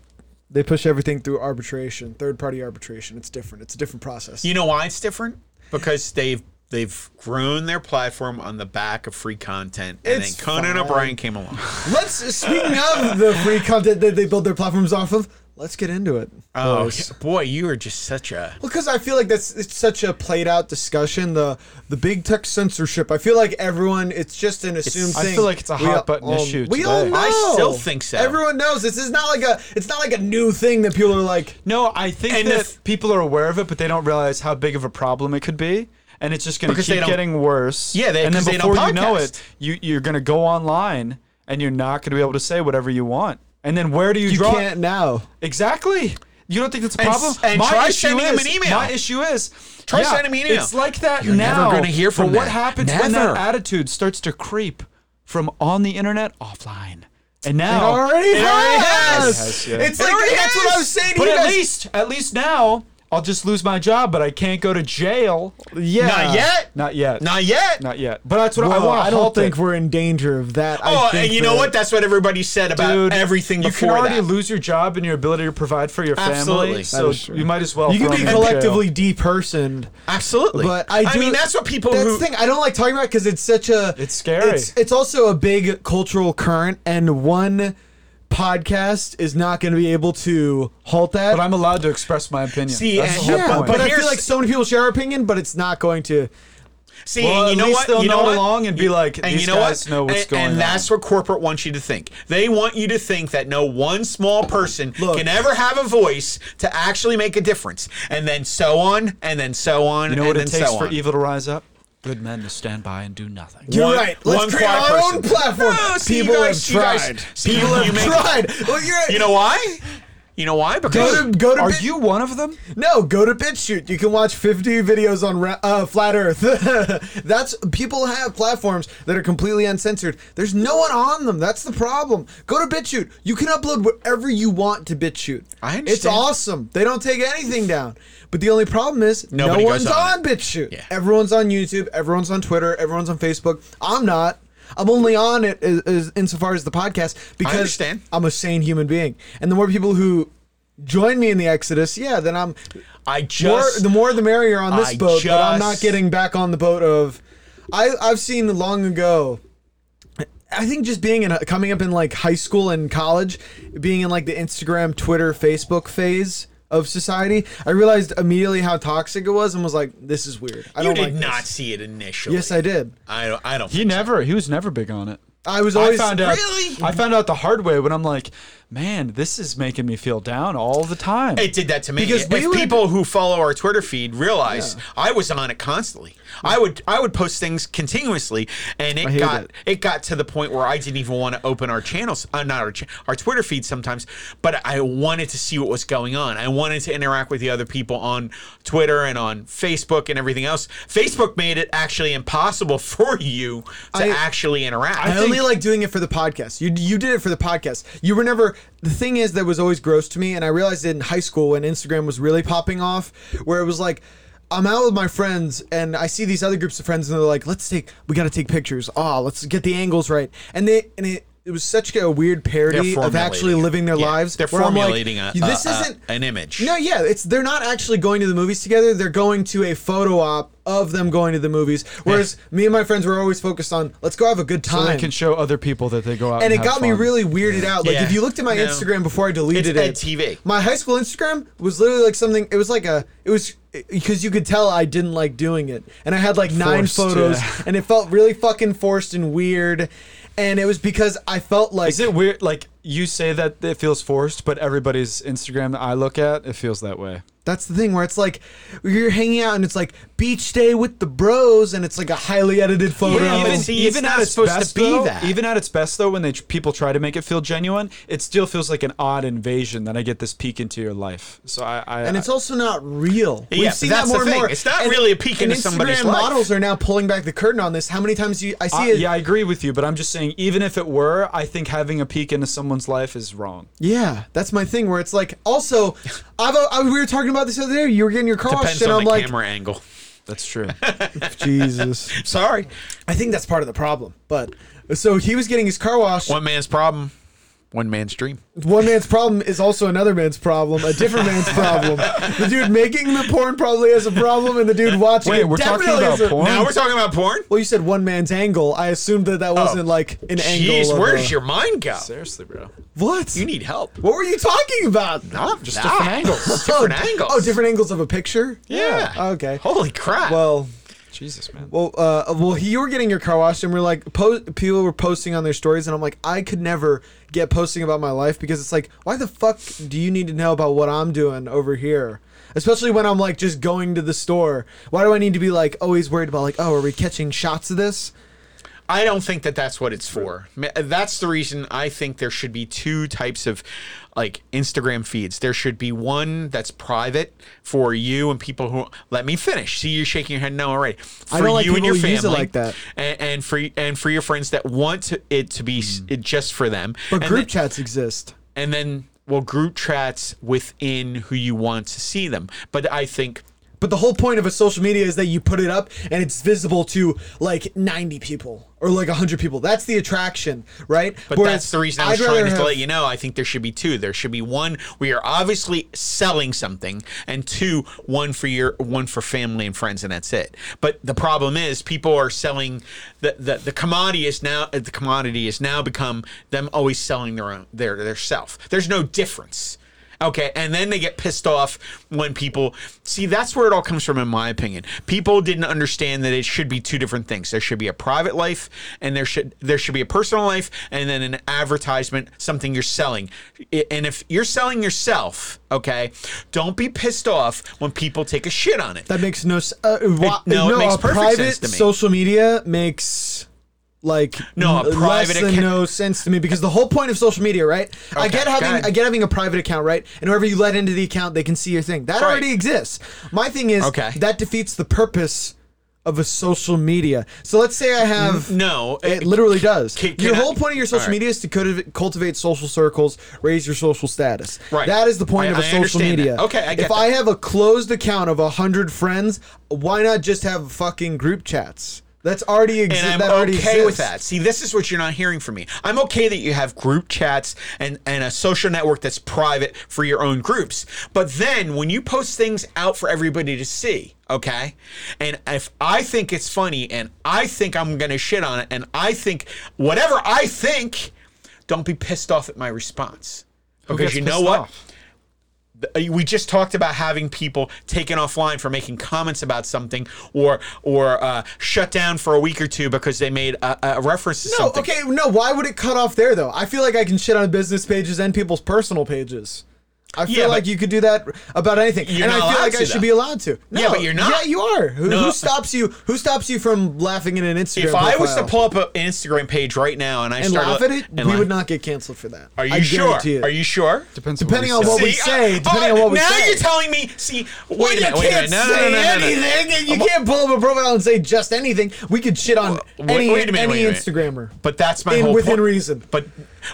Speaker 2: they push everything through arbitration, third party arbitration. It's different. It's a different process.
Speaker 4: You know why it's different? Because they've they've grown their platform on the back of free content, and
Speaker 2: It's
Speaker 4: then Conan
Speaker 2: fine.
Speaker 4: O'Brien came along.
Speaker 2: Let's speaking of the free content that they build their platforms off of. Let's get into it.
Speaker 4: Oh yeah. boy, you are just such a.
Speaker 2: Well, because I feel like that's it's such a played out discussion. The the big tech censorship. I feel like everyone. It's just an assumed
Speaker 3: I
Speaker 2: thing.
Speaker 3: feel like it's a
Speaker 2: We
Speaker 3: hot
Speaker 2: all-
Speaker 3: button issue
Speaker 2: We all
Speaker 3: today.
Speaker 2: know.
Speaker 4: I still think so.
Speaker 2: Everyone knows this is not like a. It's not like a new thing that people are like.
Speaker 3: No, I think
Speaker 4: And
Speaker 3: that
Speaker 4: if-
Speaker 3: people are aware of it, but they don't realize how big of a problem it could be. And it's just going to
Speaker 4: Because they
Speaker 3: keep
Speaker 4: don't-
Speaker 3: getting worse.
Speaker 4: Yeah, they-
Speaker 3: and then
Speaker 4: 'cause they
Speaker 3: before
Speaker 4: don't
Speaker 3: you know
Speaker 4: podcast.
Speaker 3: it, you, you're going to go online and you're not going to be able to say whatever you want. And then where do you,
Speaker 2: You
Speaker 3: draw?
Speaker 2: can't now.
Speaker 3: Exactly. You don't think that's a
Speaker 4: And s-
Speaker 3: problem?
Speaker 4: and
Speaker 3: my
Speaker 4: try
Speaker 3: issue
Speaker 4: sending
Speaker 3: is,
Speaker 4: him an email.
Speaker 3: My issue is
Speaker 4: Try
Speaker 3: yeah,
Speaker 4: sending him an email.
Speaker 3: It's like that
Speaker 4: You're never
Speaker 3: now.
Speaker 4: gonna hear from
Speaker 3: But what
Speaker 4: that.
Speaker 3: happens when that
Speaker 4: Never.
Speaker 3: attitude starts to creep from on the internet offline? And now
Speaker 2: already has.
Speaker 3: has, yeah.
Speaker 2: It's like
Speaker 4: already
Speaker 2: that's what I
Speaker 4: has.
Speaker 2: was saying. to
Speaker 3: But
Speaker 2: you
Speaker 3: at
Speaker 2: guys.
Speaker 3: least, at least now, I'll just lose my job, but I can't go to jail. Yeah.
Speaker 4: Not yet.
Speaker 3: Not yet.
Speaker 4: Not yet.
Speaker 3: Not yet. But
Speaker 2: But that's what I
Speaker 3: Whoa,
Speaker 2: want.
Speaker 3: I
Speaker 2: I
Speaker 3: don't
Speaker 2: don't think
Speaker 3: think-
Speaker 2: we're in danger of that. I
Speaker 4: Oh,
Speaker 2: think
Speaker 4: and you know
Speaker 2: that-
Speaker 4: what? That's what everybody said about
Speaker 3: dude,
Speaker 4: everything
Speaker 3: you can
Speaker 4: before
Speaker 3: already
Speaker 4: that.
Speaker 3: lose your job and your ability to provide for your
Speaker 4: Absolutely.
Speaker 3: family. So
Speaker 2: That is true.
Speaker 3: you might as well.
Speaker 2: You can
Speaker 3: throw
Speaker 2: be
Speaker 3: me in
Speaker 2: collectively depersoned.
Speaker 4: Absolutely.
Speaker 2: But I do-
Speaker 4: mean, that's what people
Speaker 2: That's
Speaker 4: who.
Speaker 2: the thing. I don't like talking about because it's such a.
Speaker 3: It's scary.
Speaker 2: It's, it's also a big cultural current, and one podcast is not going to be able to halt that.
Speaker 3: But I'm allowed to express my opinion.
Speaker 4: See,
Speaker 3: That's
Speaker 4: and-
Speaker 3: the whole
Speaker 2: yeah,
Speaker 3: point.
Speaker 2: but, I
Speaker 4: here's
Speaker 2: feel like
Speaker 4: the-
Speaker 2: so many people share our opinion, but it's not going to.
Speaker 4: See,
Speaker 3: Well,
Speaker 4: and
Speaker 3: at
Speaker 4: you know
Speaker 3: least
Speaker 4: what?
Speaker 3: they'll
Speaker 4: you know
Speaker 3: nod
Speaker 4: what?
Speaker 3: along and be
Speaker 4: You-
Speaker 3: like,
Speaker 4: and
Speaker 3: "These
Speaker 4: you know
Speaker 3: guys
Speaker 4: what?
Speaker 3: know what's
Speaker 4: and,
Speaker 3: going
Speaker 4: And
Speaker 3: on."
Speaker 4: that's what corporate wants you to think. They want you to think that no one small person
Speaker 2: Look.
Speaker 4: can ever have a voice to actually make a difference, and then so on, and then so on,
Speaker 3: you know
Speaker 4: and
Speaker 3: what
Speaker 4: then
Speaker 3: it takes
Speaker 4: so
Speaker 3: for
Speaker 4: on.
Speaker 3: evil to rise up? Good men to stand by and do nothing.
Speaker 2: You're
Speaker 4: One-
Speaker 2: right. Let's
Speaker 4: one
Speaker 2: create
Speaker 4: quiet
Speaker 2: our own
Speaker 4: person.
Speaker 2: platform.
Speaker 4: No, see, you
Speaker 2: people
Speaker 4: guys-
Speaker 2: have
Speaker 4: you guys-
Speaker 2: tried.
Speaker 4: see,
Speaker 2: people
Speaker 4: you
Speaker 2: have
Speaker 4: make-
Speaker 2: tried. Look, you're,
Speaker 4: You know why? You know why? Because
Speaker 2: go to go to
Speaker 3: Are
Speaker 2: Bit-
Speaker 3: you one of them?
Speaker 2: No, go to BitChute. You can watch 50 videos on ra- uh, flat Earth. That's people have platforms that are completely uncensored. There's no one on them. That's the problem. Go to BitChute. You can upload whatever you want to BitChute.
Speaker 4: I understand.
Speaker 2: It's awesome. They don't take anything down. But the only problem is
Speaker 4: Nobody
Speaker 2: no
Speaker 4: goes
Speaker 2: one's
Speaker 4: on
Speaker 2: on, BitChute.
Speaker 4: Yeah.
Speaker 2: Everyone's on YouTube. Everyone's on Twitter. Everyone's on Facebook. I'm not. I'm only on it as, as, insofar as the podcast because
Speaker 4: understand.
Speaker 2: I'm a sane human being. And the more people who join me in the exodus, yeah, then I'm
Speaker 4: I
Speaker 2: more,
Speaker 4: just
Speaker 2: the more the merrier on this
Speaker 4: I
Speaker 2: boat, but I'm not
Speaker 4: just-
Speaker 2: getting back on the boat of. I I've seen long ago. I think just being in a, coming up in like high school and college, being in like the Instagram, Twitter, Facebook phase of society, I realized immediately how toxic it was and was like, "This is weird." I
Speaker 4: you
Speaker 2: don't like
Speaker 4: did not
Speaker 2: This.
Speaker 4: see it initially.
Speaker 2: Yes, I did.
Speaker 4: I don't. I don't.
Speaker 3: He never. He was never big on it.
Speaker 2: I was always
Speaker 3: I found out.
Speaker 4: Really?
Speaker 3: I found out the hard way when I'm like, man, this is making me feel down all the time.
Speaker 4: It did that to me.
Speaker 2: Because
Speaker 4: if
Speaker 2: we would-
Speaker 4: people who follow our Twitter feed realize I was on it constantly, I would I would post things continuously, and it
Speaker 2: hate
Speaker 4: got
Speaker 2: it.
Speaker 4: it. got to the point where I didn't even want to open our channels, uh, not our cha- our Twitter feed sometimes, but I wanted to see what was going on. I wanted to interact with the other people on Twitter and on Facebook and everything else. Facebook made it actually impossible for you to
Speaker 2: I-
Speaker 4: actually interact.
Speaker 2: I, only like doing it for the podcast. You you did it for the podcast. You were never the thing is that was always gross to me, and I realized it in high school when Instagram was really popping off, where it was like. I'm out with my friends and I see these other groups of friends and they're like, "Let's take, we got to take pictures. Ah, let's get the angles right." And they and it, it was such a weird parody of actually
Speaker 4: formulating it.
Speaker 2: living their
Speaker 4: Yeah,
Speaker 2: lives.
Speaker 4: They're
Speaker 2: where I'm like,
Speaker 4: formulating a,
Speaker 2: This
Speaker 4: a- a-
Speaker 2: isn't
Speaker 4: an image.
Speaker 2: no, Uh, yeah, it's they're not actually going to the movies together. They're going to a photo op of them going to the movies. Whereas me and my friends were always focused on let's go have a good
Speaker 3: so
Speaker 2: time.
Speaker 3: they can show other people that they go out.
Speaker 2: and
Speaker 3: And,
Speaker 2: it
Speaker 3: have
Speaker 2: got me
Speaker 3: fun.
Speaker 2: really weirded out. Like
Speaker 4: Yeah.
Speaker 2: if you looked at my
Speaker 4: No.
Speaker 2: Instagram before I deleted
Speaker 4: It's
Speaker 2: it,
Speaker 4: EdTV.
Speaker 2: my high school Instagram was literally like something. It was like a. It was because you could tell I didn't like doing it, and I had like nine
Speaker 3: Forced,
Speaker 2: photos,
Speaker 3: yeah.
Speaker 2: and it felt really fucking forced and weird. And it was because I felt like
Speaker 3: Is it weird? Like you say that it feels forced, but everybody's Instagram that I look at, it feels that way.
Speaker 2: That's the thing where it's like you're hanging out and it's like beach day with the bros, and it's like a highly edited photo.
Speaker 4: Yeah,
Speaker 3: even,
Speaker 4: even- see, it's
Speaker 3: even
Speaker 4: not
Speaker 3: at its
Speaker 4: supposed to
Speaker 3: best,
Speaker 4: be
Speaker 3: though,
Speaker 4: that.
Speaker 3: Even at its best, though, when they people try to make it feel genuine, it still feels like an odd invasion that I get this peek into your life. So I, I
Speaker 2: and it's also not real.
Speaker 4: Yeah, but that's the thing. It's not really a peek
Speaker 2: and
Speaker 4: into somebody's
Speaker 2: Instagram
Speaker 4: life. Uh,
Speaker 2: models are now pulling back the curtain on this. How many times do you I see
Speaker 3: I-
Speaker 2: it?
Speaker 3: yeah, I agree with you, but I'm just saying, even if it were, I think having a peek into someone's life is wrong.
Speaker 2: Yeah, that's my thing. Where it's like, also, I've, uh, I, we were talking about this the other day. You were getting your car washed,
Speaker 4: Depends
Speaker 2: and
Speaker 4: on
Speaker 2: I'm
Speaker 4: the
Speaker 2: like,
Speaker 4: camera angle.
Speaker 3: That's true.
Speaker 2: Jesus.
Speaker 4: Sorry,
Speaker 2: I think that's part of the problem. But
Speaker 4: uh,
Speaker 2: so he was getting his car washed.
Speaker 4: one man's problem, one man's dream.
Speaker 2: One man's problem is also another man's problem, a different man's problem. The dude making the porn probably has a problem, and the dude watching
Speaker 3: Wait,
Speaker 2: it
Speaker 3: we're talking
Speaker 2: definitely
Speaker 3: about
Speaker 2: has a-
Speaker 3: porn?
Speaker 4: Now we're talking about porn.
Speaker 2: Well, you said one man's angle. I assumed that that wasn't like an
Speaker 4: Oh. Jeez,
Speaker 2: angle. of
Speaker 4: where
Speaker 2: a-
Speaker 4: does your mind go?
Speaker 3: Seriously, bro.
Speaker 2: what?
Speaker 4: You need help.
Speaker 2: what were you talking about?
Speaker 4: Not
Speaker 3: Just different angles.
Speaker 4: Different
Speaker 2: oh,
Speaker 4: angles.
Speaker 2: Oh, different angles of a picture.
Speaker 4: Yeah.
Speaker 2: Okay.
Speaker 4: Holy crap.
Speaker 2: Well,
Speaker 3: Jesus, man.
Speaker 2: well, uh, well. he- You were getting your car washed, and we're like, po- people were posting on their stories, and I'm like, I could never get posting about my life because it's like, why the fuck do you need to know about what I'm doing over here? Especially when I'm like just going to the store. Why do I need to be like always worried about like, oh, are we catching shots of this?
Speaker 4: I don't think that that's what it's for. Ma- That's the reason I think there should be two types of like Instagram feeds. There should be one that's private for you and people who let me finish. See, you're shaking your head no already. For
Speaker 2: I don't like
Speaker 4: you and
Speaker 2: people
Speaker 4: your
Speaker 2: who
Speaker 4: family,
Speaker 2: use it like that.
Speaker 4: And, and for and for your friends that want to, it to be s- it just for them.
Speaker 2: But
Speaker 4: and
Speaker 2: group
Speaker 4: then,
Speaker 2: chats exist.
Speaker 4: and then well group chats within who you want to see them. But I think
Speaker 2: But the whole point of a social media is that you put it up and it's visible to like 90 people or like 100 people. That's the attraction, right?
Speaker 4: But that's the reason I was trying to let you know. I think there should be two. There should be one where you're obviously selling something, and two, one for your one for family and friends, and that's it. But the problem is, people are selling the the, the commodity is now uh, the commodity is now become them always selling their own their their self. There's no difference. Okay, and then they get pissed off when people see that's where it all comes from, in my opinion. People didn't understand that it should be two different things. There should be a private life, and there should there should be a personal life, and then an advertisement, something you're selling. I- And if you're selling yourself, okay, don't be pissed off when people take a shit on it.
Speaker 2: That makes no s- uh, wha-
Speaker 4: no, it makes
Speaker 2: a
Speaker 4: perfect
Speaker 2: private
Speaker 4: sense to me.
Speaker 2: social media makes like
Speaker 4: No, a
Speaker 2: n-
Speaker 4: private
Speaker 2: less than
Speaker 4: account-
Speaker 2: no sense to me because the whole point of social media, right? I
Speaker 4: Okay,
Speaker 2: get
Speaker 4: go
Speaker 2: having
Speaker 4: ahead.
Speaker 2: I get having a private account, right? And whoever you let into the account, they can see your thing. That
Speaker 4: Right.
Speaker 2: already exists. My thing is
Speaker 4: Okay.
Speaker 2: that defeats the purpose of a social media. So let's say I have
Speaker 4: No,
Speaker 2: it literally does.
Speaker 4: Can-
Speaker 2: your
Speaker 4: can I-
Speaker 2: whole point of your social
Speaker 4: All right.
Speaker 2: media is to cultiv- cultivate social circles, raise your social status.
Speaker 4: Right.
Speaker 2: That is the point
Speaker 4: I-
Speaker 2: of a
Speaker 4: I
Speaker 2: social
Speaker 4: understand
Speaker 2: media.
Speaker 4: that. Okay, I get
Speaker 2: If
Speaker 4: that.
Speaker 2: I have a closed account of a hundred friends, why not just have fucking group chats? That's already exi-
Speaker 4: and
Speaker 2: that
Speaker 4: I'm
Speaker 2: already
Speaker 4: okay with
Speaker 2: exists.
Speaker 4: that. See, this is what you're not hearing from me. I'm okay that you have group chats and, and a social network that's private for your own groups. But then when you post things out for everybody to see, okay? And if I think it's funny and I think I'm going to shit on it and I think whatever I think, don't be pissed off at my response. Because
Speaker 3: gets
Speaker 4: you know
Speaker 3: pissed
Speaker 4: what?
Speaker 3: off?
Speaker 4: Uh, we just talked about having people taken offline for making comments about something or or uh, shut down for a week or two because they made a, a reference to
Speaker 2: No,
Speaker 4: something.
Speaker 2: okay, no. Why would it cut off there though? I feel like I can shit on business pages and people's personal pages. I feel
Speaker 4: Yeah, but-
Speaker 2: like you could do that about anything,
Speaker 4: You're
Speaker 2: and
Speaker 4: not
Speaker 2: I feel
Speaker 4: allowed
Speaker 2: like I
Speaker 4: to,
Speaker 2: should
Speaker 4: though.
Speaker 2: be allowed to. No,
Speaker 4: Yeah, but you're not.
Speaker 2: Yeah, you are. Who,
Speaker 4: No.
Speaker 2: who stops you? Who stops you from laughing at an Instagram?
Speaker 4: If I was to
Speaker 2: profile?
Speaker 4: pull up a- an Instagram page right now and I
Speaker 2: and
Speaker 4: started
Speaker 2: laugh at it,
Speaker 4: and
Speaker 2: we
Speaker 4: laugh-
Speaker 2: would not get canceled for that.
Speaker 4: Are you
Speaker 2: I
Speaker 4: sure?
Speaker 2: guarantee it.
Speaker 4: Are you sure? uh,
Speaker 3: Depends
Speaker 2: Depending on
Speaker 3: say.
Speaker 2: what we say, depending on what we
Speaker 4: now
Speaker 2: say.
Speaker 4: you're telling me. See, wait
Speaker 2: Well,
Speaker 4: a
Speaker 2: you
Speaker 4: minute, wait a
Speaker 2: can't
Speaker 4: minute. No, no,
Speaker 2: say
Speaker 4: no, no, no, no.
Speaker 2: anything, and you can't pull up a profile and say just anything. We could shit on
Speaker 4: Wait-
Speaker 2: any,
Speaker 4: wait a minute,
Speaker 2: any
Speaker 4: wait a minute.
Speaker 2: Instagrammer.
Speaker 4: But that's my
Speaker 2: In-
Speaker 4: whole
Speaker 2: within
Speaker 4: point.
Speaker 2: reason.
Speaker 4: But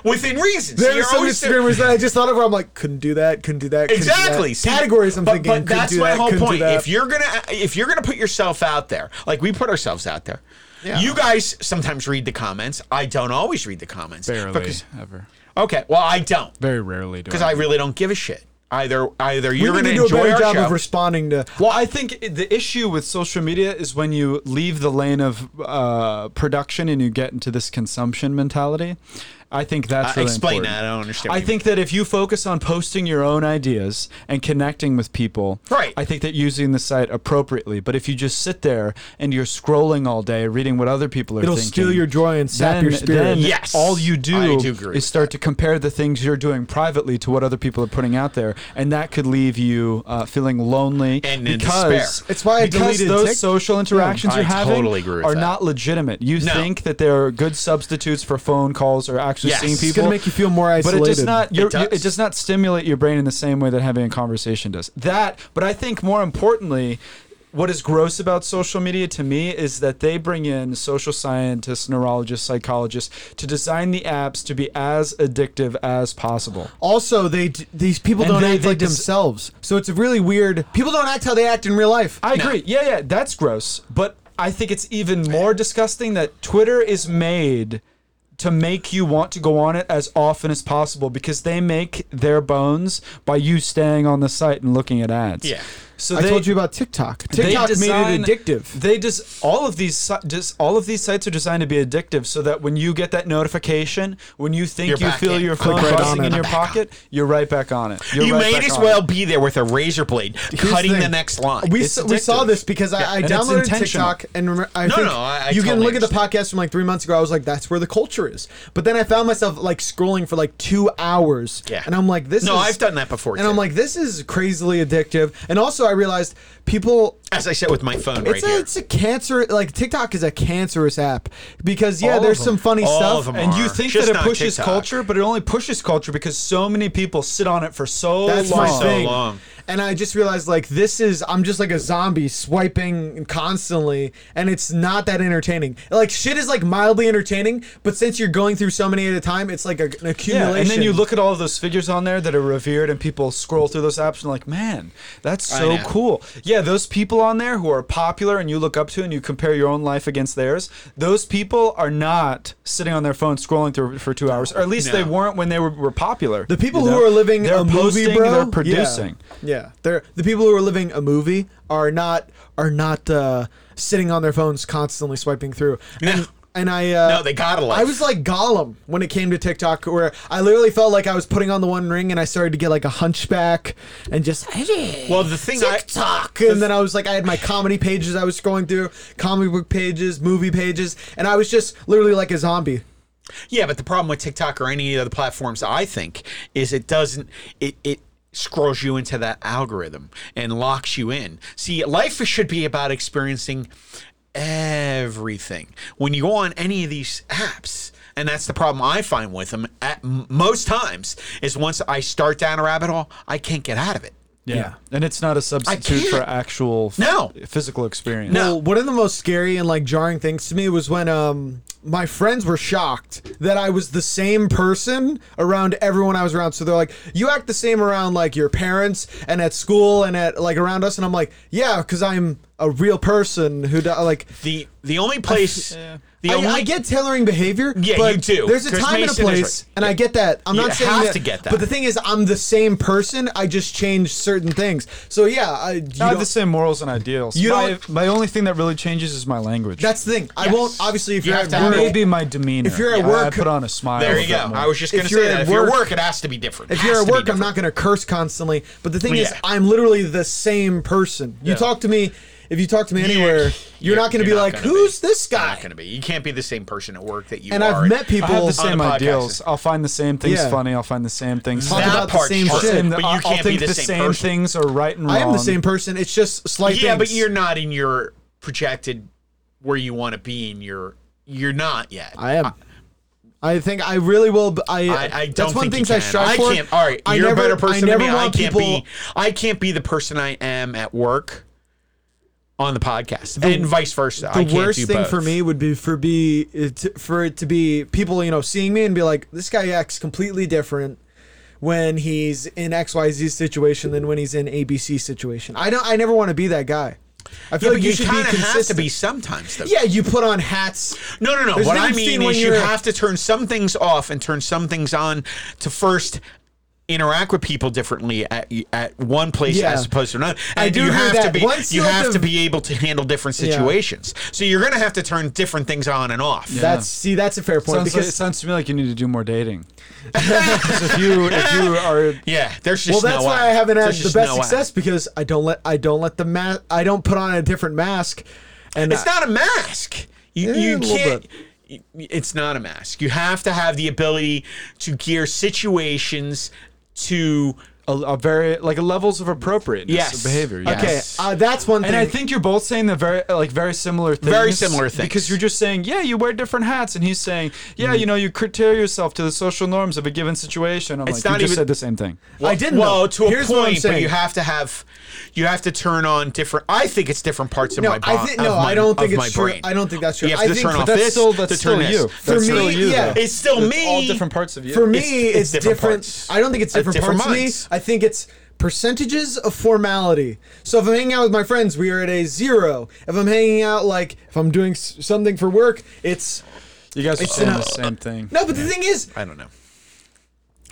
Speaker 4: within reason. So
Speaker 2: there are
Speaker 4: you're
Speaker 2: some
Speaker 4: always-
Speaker 2: Instagrammers that I just thought of where I'm like, couldn't do that, couldn't do that. couldn't do that.
Speaker 4: Exactly. See,
Speaker 2: Categories I'm
Speaker 4: but,
Speaker 2: thinking.
Speaker 4: But
Speaker 2: couldn't
Speaker 4: that's
Speaker 2: do
Speaker 4: my
Speaker 2: that,
Speaker 4: whole
Speaker 2: couldn't do
Speaker 4: point.
Speaker 2: that.
Speaker 4: If you're gonna if you're gonna put yourself out there, like we put ourselves out there.
Speaker 2: Yeah.
Speaker 4: You guys sometimes read the comments. I don't always read the comments.
Speaker 3: Barely
Speaker 4: Because,
Speaker 3: ever.
Speaker 4: okay. Well, I don't
Speaker 3: Very rarely do.
Speaker 4: because I really don't give a shit. Either either
Speaker 2: we
Speaker 4: you're
Speaker 2: need
Speaker 4: gonna
Speaker 2: to do a
Speaker 4: enjoy
Speaker 2: better
Speaker 4: our
Speaker 2: job
Speaker 4: show.
Speaker 2: of responding to.
Speaker 3: Well, I think i- the issue with social media is when you leave the lane of uh, production and you get into this consumption mentality. I think
Speaker 4: Uh,
Speaker 3: that's really
Speaker 4: explain
Speaker 3: important.
Speaker 4: that. I don't understand. what
Speaker 3: I
Speaker 4: you
Speaker 3: think that if you focus on posting your own ideas and connecting with people,
Speaker 4: Right.
Speaker 3: I think that using the site appropriately. But if you just sit there and you're scrolling all day, reading what other people are
Speaker 2: It'll
Speaker 3: thinking,
Speaker 2: steal your joy and sap
Speaker 3: then,
Speaker 2: your spirit.
Speaker 3: Then
Speaker 4: Yes.
Speaker 3: all you do,
Speaker 4: I do agree with
Speaker 3: is start to compare the things you're doing privately to what other people are putting out there, and that could leave you uh, feeling lonely
Speaker 4: And in
Speaker 3: because
Speaker 4: despair.
Speaker 2: It's why I
Speaker 3: because
Speaker 2: deleted
Speaker 3: those
Speaker 2: Tik-
Speaker 3: social interactions
Speaker 4: I
Speaker 3: you're having
Speaker 4: totally agree with
Speaker 3: are
Speaker 4: that.
Speaker 3: not legitimate. You think that they're good substitutes for phone calls or actually
Speaker 4: Yes.
Speaker 3: seeing
Speaker 4: It's
Speaker 3: people.
Speaker 4: gonna
Speaker 2: It's gonna make you feel more isolated.
Speaker 3: But it does not. You're,
Speaker 4: does.
Speaker 3: you- it does not stimulate your brain in the same way that having a conversation does. That. But I think more importantly. What is gross about social media to me is that they bring in social scientists, neurologists, psychologists to design the apps to be as addictive as possible.
Speaker 2: Also, they d- these people
Speaker 3: And
Speaker 2: don't
Speaker 3: they-
Speaker 2: act
Speaker 3: they
Speaker 2: like
Speaker 3: dis-
Speaker 2: themselves, so it's a really weird. People don't act how they act in real life.
Speaker 3: I agree. Yeah, yeah, that's gross. But I think it's even more disgusting that Twitter is made to make you want to go on it as often as possible because they make their bones by you staying on the site and looking at ads.
Speaker 4: Yeah.
Speaker 3: So
Speaker 2: I
Speaker 3: they,
Speaker 2: told you about TikTok.
Speaker 3: they
Speaker 2: TikTok
Speaker 3: design-
Speaker 2: made it addictive.
Speaker 3: They just all of these si- just all of these sites are designed to be addictive, so that when you get that notification, when you think
Speaker 4: You're
Speaker 3: you
Speaker 4: back
Speaker 3: feel
Speaker 4: in.
Speaker 3: your
Speaker 4: I'm
Speaker 3: phone
Speaker 2: back on
Speaker 3: buzzing
Speaker 2: it.
Speaker 3: in
Speaker 2: I'm
Speaker 3: your pocket, you're right back on it. You're
Speaker 4: you
Speaker 3: right
Speaker 4: may
Speaker 3: back
Speaker 4: as
Speaker 3: on
Speaker 4: well
Speaker 3: it.
Speaker 4: be there with a razor blade,
Speaker 2: Here's
Speaker 4: cutting
Speaker 2: the
Speaker 4: the,
Speaker 2: thing.
Speaker 4: next line.
Speaker 2: We,
Speaker 3: It's
Speaker 2: s- we saw
Speaker 3: addictive.
Speaker 2: this because I, I
Speaker 3: and it's
Speaker 2: downloaded
Speaker 3: intentional.
Speaker 2: TikTok and rem- I
Speaker 4: No,
Speaker 2: think
Speaker 4: no, I- I
Speaker 2: you can
Speaker 4: totally
Speaker 2: look at the podcast from like three months ago. I was like, that's where the culture is. But then I found myself like scrolling for like two hours,
Speaker 4: Yeah.
Speaker 2: and I'm like, this.
Speaker 4: No,
Speaker 2: is-
Speaker 4: I've done that before,
Speaker 2: and
Speaker 4: too.
Speaker 2: I'm like, this is crazily addictive. And also, I realized people
Speaker 4: as I said with my phone right
Speaker 2: It's a,
Speaker 4: here.
Speaker 2: it's a cancer like TikTok is a cancerous app because yeah,
Speaker 3: All of
Speaker 2: there's
Speaker 3: them.
Speaker 2: some funny
Speaker 4: All
Speaker 2: stuff.
Speaker 4: of them
Speaker 3: And you
Speaker 4: are.
Speaker 3: think
Speaker 4: Just
Speaker 3: that it
Speaker 4: not
Speaker 3: pushes
Speaker 4: TikTok.
Speaker 3: culture, but it only pushes culture because so many people sit on it for so
Speaker 2: That's
Speaker 3: long.
Speaker 2: my
Speaker 4: So
Speaker 2: thing.
Speaker 4: long.
Speaker 2: And I just realized like this is I'm just like a zombie swiping constantly and it's not that entertaining. Like shit is like mildly entertaining, but since you're going through so many at a time, it's like a, an accumulation.
Speaker 3: Yeah, and then you look at all of those figures on there that are revered, and people scroll through those apps and like, man, that's so
Speaker 4: know.
Speaker 3: cool. Yeah, those people on there who are popular and you look up to, and you compare your own life against theirs. Those people are not sitting on their phone scrolling through for two hours, or at least they
Speaker 4: No.
Speaker 3: weren't when they were, were popular.
Speaker 2: The people
Speaker 3: you know?
Speaker 2: who are living
Speaker 3: they're
Speaker 2: a
Speaker 3: posting,
Speaker 2: movie, bro,
Speaker 3: they're
Speaker 2: yeah.
Speaker 3: producing.
Speaker 2: Yeah, they're the people who are living a movie are not are not uh, sitting on their phones constantly swiping through.
Speaker 4: No.
Speaker 2: And, and I uh,
Speaker 4: No, they gotta life.
Speaker 2: I was like Gollum when it came to TikTok, where I literally felt like I was putting on the One Ring, and I started to get like a hunchback, and just
Speaker 4: Well, the thing I-
Speaker 2: TikTok, and then I was like, I had my comedy pages I was scrolling through, comic book pages, movie pages, and I was just literally like a zombie.
Speaker 4: Yeah, but the problem with TikTok or any of the other platforms, I think, is it doesn't it it scrolls you into that algorithm and locks you in. See, life should be about experiencing everything. When you go on any of these apps, and that's the problem I find with them at m- most times is once I start down a rabbit hole, I can't get out of it.
Speaker 3: Yeah. and it's not a substitute
Speaker 4: can't.
Speaker 3: for actual f-
Speaker 4: No.
Speaker 3: physical experience.
Speaker 4: No.
Speaker 2: Well, one of the most scary and like jarring things to me was when um my friends were shocked that I was the same person around everyone I was around. So they're like, "You act the same around like your parents and at school and at like around us." And I'm like, "Yeah, because I'm a real person who do- like."
Speaker 4: The the only place the
Speaker 2: I,
Speaker 4: only
Speaker 2: I get tailoring behavior.
Speaker 4: Yeah,
Speaker 2: but
Speaker 4: you do,
Speaker 2: There's a
Speaker 4: 'cause
Speaker 2: time and a
Speaker 4: Mason is
Speaker 2: place,
Speaker 4: right.
Speaker 2: and I get that. I'm
Speaker 4: You
Speaker 2: not saying
Speaker 4: have
Speaker 2: that,
Speaker 4: to get that.
Speaker 2: But the thing is, I'm the same person. I just change certain things. So yeah, I, you
Speaker 3: I have
Speaker 2: don't-
Speaker 3: the same morals and ideals.
Speaker 2: You
Speaker 3: my,
Speaker 2: don't-
Speaker 3: my only thing that really changes is my language.
Speaker 2: that's the thing. I
Speaker 4: Yes.
Speaker 2: won't obviously if
Speaker 4: You
Speaker 2: you're
Speaker 4: have
Speaker 2: at
Speaker 4: to have
Speaker 2: work-
Speaker 4: it.
Speaker 3: maybe my demeanor.
Speaker 2: If you're at
Speaker 3: I- I
Speaker 2: work-
Speaker 3: put on a smile.
Speaker 4: There
Speaker 3: a
Speaker 4: you
Speaker 3: bit
Speaker 4: go.
Speaker 3: more.
Speaker 4: I was just
Speaker 2: If
Speaker 4: going to
Speaker 2: you're
Speaker 4: say that.
Speaker 2: at
Speaker 4: If you're at
Speaker 2: work-
Speaker 4: work, it has to be different.
Speaker 2: If
Speaker 4: Has
Speaker 2: you're at
Speaker 4: to be
Speaker 2: work, I'm
Speaker 4: different.
Speaker 2: not going to curse constantly. But the thing
Speaker 4: Well,
Speaker 2: is,
Speaker 4: yeah.
Speaker 2: I'm literally the same person. You talk to me, if you talk to me anywhere, you're, not going to be
Speaker 4: not
Speaker 2: like,
Speaker 4: gonna
Speaker 2: "Who's
Speaker 4: be.
Speaker 2: this
Speaker 4: You're not
Speaker 2: guy?"
Speaker 4: gonna be. You can't be the same person at work that you
Speaker 2: And
Speaker 4: are.
Speaker 2: I've met
Speaker 3: I
Speaker 2: people.
Speaker 3: have the same
Speaker 4: the podcast.
Speaker 3: ideals. I'll find the same things
Speaker 2: Yeah.
Speaker 3: funny. I'll find the same things.
Speaker 2: Talk
Speaker 4: That
Speaker 2: about the
Speaker 4: part's
Speaker 2: same
Speaker 4: true.
Speaker 2: shit.
Speaker 3: same,
Speaker 4: But you
Speaker 3: I'll- I'll
Speaker 4: can't be
Speaker 3: think
Speaker 4: the
Speaker 3: the
Speaker 4: same
Speaker 3: same
Speaker 4: person.
Speaker 3: things are right and wrong.
Speaker 2: I am the same person. It's just slight.
Speaker 4: Yeah, but
Speaker 2: things.
Speaker 4: you're not in your projected where you want to be in your. You're not yet.
Speaker 2: I am. I think I really will. b- I
Speaker 4: I, I don't
Speaker 2: that's one
Speaker 4: think
Speaker 2: things
Speaker 4: you
Speaker 2: I
Speaker 4: can.
Speaker 2: strive for.
Speaker 4: can't. All right,
Speaker 2: I
Speaker 4: you're
Speaker 2: never-
Speaker 4: a better person
Speaker 2: I never
Speaker 4: than me. I
Speaker 2: want
Speaker 4: can't
Speaker 2: people.
Speaker 4: be. I can't be the person I am at work. On the podcast and vice versa. I
Speaker 2: the
Speaker 4: can't
Speaker 2: worst
Speaker 4: do
Speaker 2: thing
Speaker 4: both.
Speaker 2: for me would be for be it to, for it to be people you know seeing me and be like this guy acts completely different when he's in XYZ situation than when he's in ABC situation. I don't I never want to be that guy. I
Speaker 4: Yeah,
Speaker 2: feel
Speaker 4: but
Speaker 2: like
Speaker 4: you,
Speaker 2: you, should be
Speaker 4: kind of have to
Speaker 2: consistent.
Speaker 4: be sometimes. Though.
Speaker 2: yeah, you put on hats.
Speaker 4: No, no, no.
Speaker 2: There's
Speaker 4: what
Speaker 2: a
Speaker 4: I
Speaker 2: difference
Speaker 4: mean
Speaker 2: between
Speaker 4: is
Speaker 2: when
Speaker 4: you
Speaker 2: you're-
Speaker 4: have to turn some things off and turn some things on to first interact with people differently at, at one place
Speaker 2: Yeah.
Speaker 4: as opposed to another.
Speaker 2: I
Speaker 4: And
Speaker 2: do
Speaker 4: you
Speaker 2: hear
Speaker 4: have
Speaker 2: that.
Speaker 4: to be
Speaker 2: Once
Speaker 4: you
Speaker 2: you have
Speaker 4: have
Speaker 2: to-
Speaker 4: to be able to handle different situations. So you're going to have to turn different things on and off.
Speaker 2: That's see that's a fair point
Speaker 3: Sounds like-
Speaker 2: because
Speaker 3: it sounds to me like you need to do more dating. 'Cause if you if you are
Speaker 4: Yeah, there's
Speaker 2: well
Speaker 4: just
Speaker 2: that's
Speaker 4: no
Speaker 2: why
Speaker 4: way.
Speaker 2: I haven't had
Speaker 4: There's
Speaker 2: the
Speaker 4: just
Speaker 2: best
Speaker 4: no way.
Speaker 2: success because I don't let I don't let the ma- I don't put on a different mask and
Speaker 4: It's not a mask. You,
Speaker 2: Yeah,
Speaker 4: you
Speaker 2: a little
Speaker 4: can't. y- It's not a mask. You have to have the ability to gear situations to
Speaker 3: a, a very like levels of appropriateness
Speaker 4: Yes.
Speaker 3: of behavior.
Speaker 4: Okay.
Speaker 2: okay. Uh, that's one thing.
Speaker 3: And I think you're both saying the very like very similar things.
Speaker 4: Very similar things. Mm-hmm.
Speaker 3: Because you're just saying, yeah, you wear different hats, and he's saying, yeah, you know, you criteer yourself to the social norms of a given situation. I'm
Speaker 4: It's
Speaker 3: like, you
Speaker 4: not
Speaker 3: just
Speaker 4: even-
Speaker 3: said the same thing.
Speaker 2: I didn't.
Speaker 4: Well,
Speaker 2: though.
Speaker 4: to a
Speaker 2: Here's what I'm
Speaker 4: point, but
Speaker 2: saying.
Speaker 4: you have to have, you have to turn on different. I think it's different parts of
Speaker 2: No,
Speaker 4: my
Speaker 2: I
Speaker 4: body.
Speaker 2: think- no, I don't think it's true.
Speaker 4: Brain.
Speaker 2: I don't think that's true.
Speaker 4: You have to
Speaker 2: I think-
Speaker 4: turn
Speaker 2: but
Speaker 4: off
Speaker 2: that's
Speaker 4: this.
Speaker 3: still- that's
Speaker 4: to turn
Speaker 3: still
Speaker 4: this.
Speaker 3: you.
Speaker 2: For
Speaker 3: That's
Speaker 2: me,
Speaker 3: really you,
Speaker 2: yeah.
Speaker 3: though.
Speaker 4: It's still
Speaker 3: It's
Speaker 4: me.
Speaker 3: all different parts of you.
Speaker 2: For me, it's,
Speaker 4: It's- it's different
Speaker 2: different.
Speaker 4: parts.
Speaker 2: I don't think it's
Speaker 4: It's
Speaker 2: different,
Speaker 4: different
Speaker 2: parts of me.
Speaker 4: minds.
Speaker 2: I think it's percentages of formality. So if I'm hanging out with my friends, we are at a zero. If I'm hanging out, like if I'm doing s- something for work, it's
Speaker 3: You guys are
Speaker 2: It's
Speaker 3: saying
Speaker 2: an-
Speaker 3: the same thing.
Speaker 2: no. But the thing is,
Speaker 4: I don't know.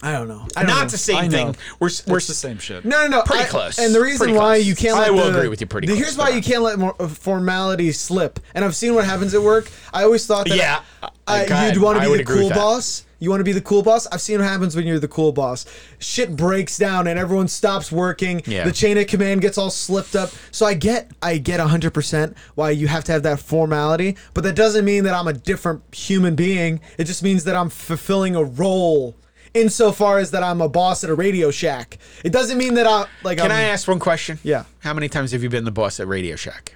Speaker 2: I don't know. I don't
Speaker 4: Not
Speaker 2: know.
Speaker 4: the
Speaker 3: I know.
Speaker 4: same thing. We're we're
Speaker 3: it's the same shit.
Speaker 2: No, no, no.
Speaker 4: Pretty
Speaker 2: I-
Speaker 4: close.
Speaker 2: And the reason
Speaker 4: Pretty
Speaker 2: why
Speaker 4: close.
Speaker 2: you can't
Speaker 4: I
Speaker 2: let
Speaker 4: will
Speaker 2: the-
Speaker 4: agree with you pretty
Speaker 2: the-
Speaker 4: close,
Speaker 2: Here's why
Speaker 4: but-
Speaker 2: you can't let more, uh, formality slip. And I've seen what happens at work. I always thought that
Speaker 4: Yeah,
Speaker 2: uh,
Speaker 4: I- I-
Speaker 2: you'd want
Speaker 4: I
Speaker 2: to
Speaker 4: would
Speaker 2: be the
Speaker 4: agree with
Speaker 2: cool
Speaker 4: that.
Speaker 2: boss. You want to be the cool boss. I've seen what happens when you're the cool boss. Shit breaks down and everyone stops working.
Speaker 4: Yeah.
Speaker 2: The chain of command gets all slipped up. So I get, I get 100% why you have to have that formality, but that doesn't mean that I'm a different human being. It just means that I'm fulfilling a role insofar as that I'm a boss at a Radio Shack. It doesn't mean that I like.
Speaker 4: Can
Speaker 2: I'm,
Speaker 4: I ask one question?
Speaker 2: Yeah.
Speaker 4: How many times have you been the boss at Radio Shack?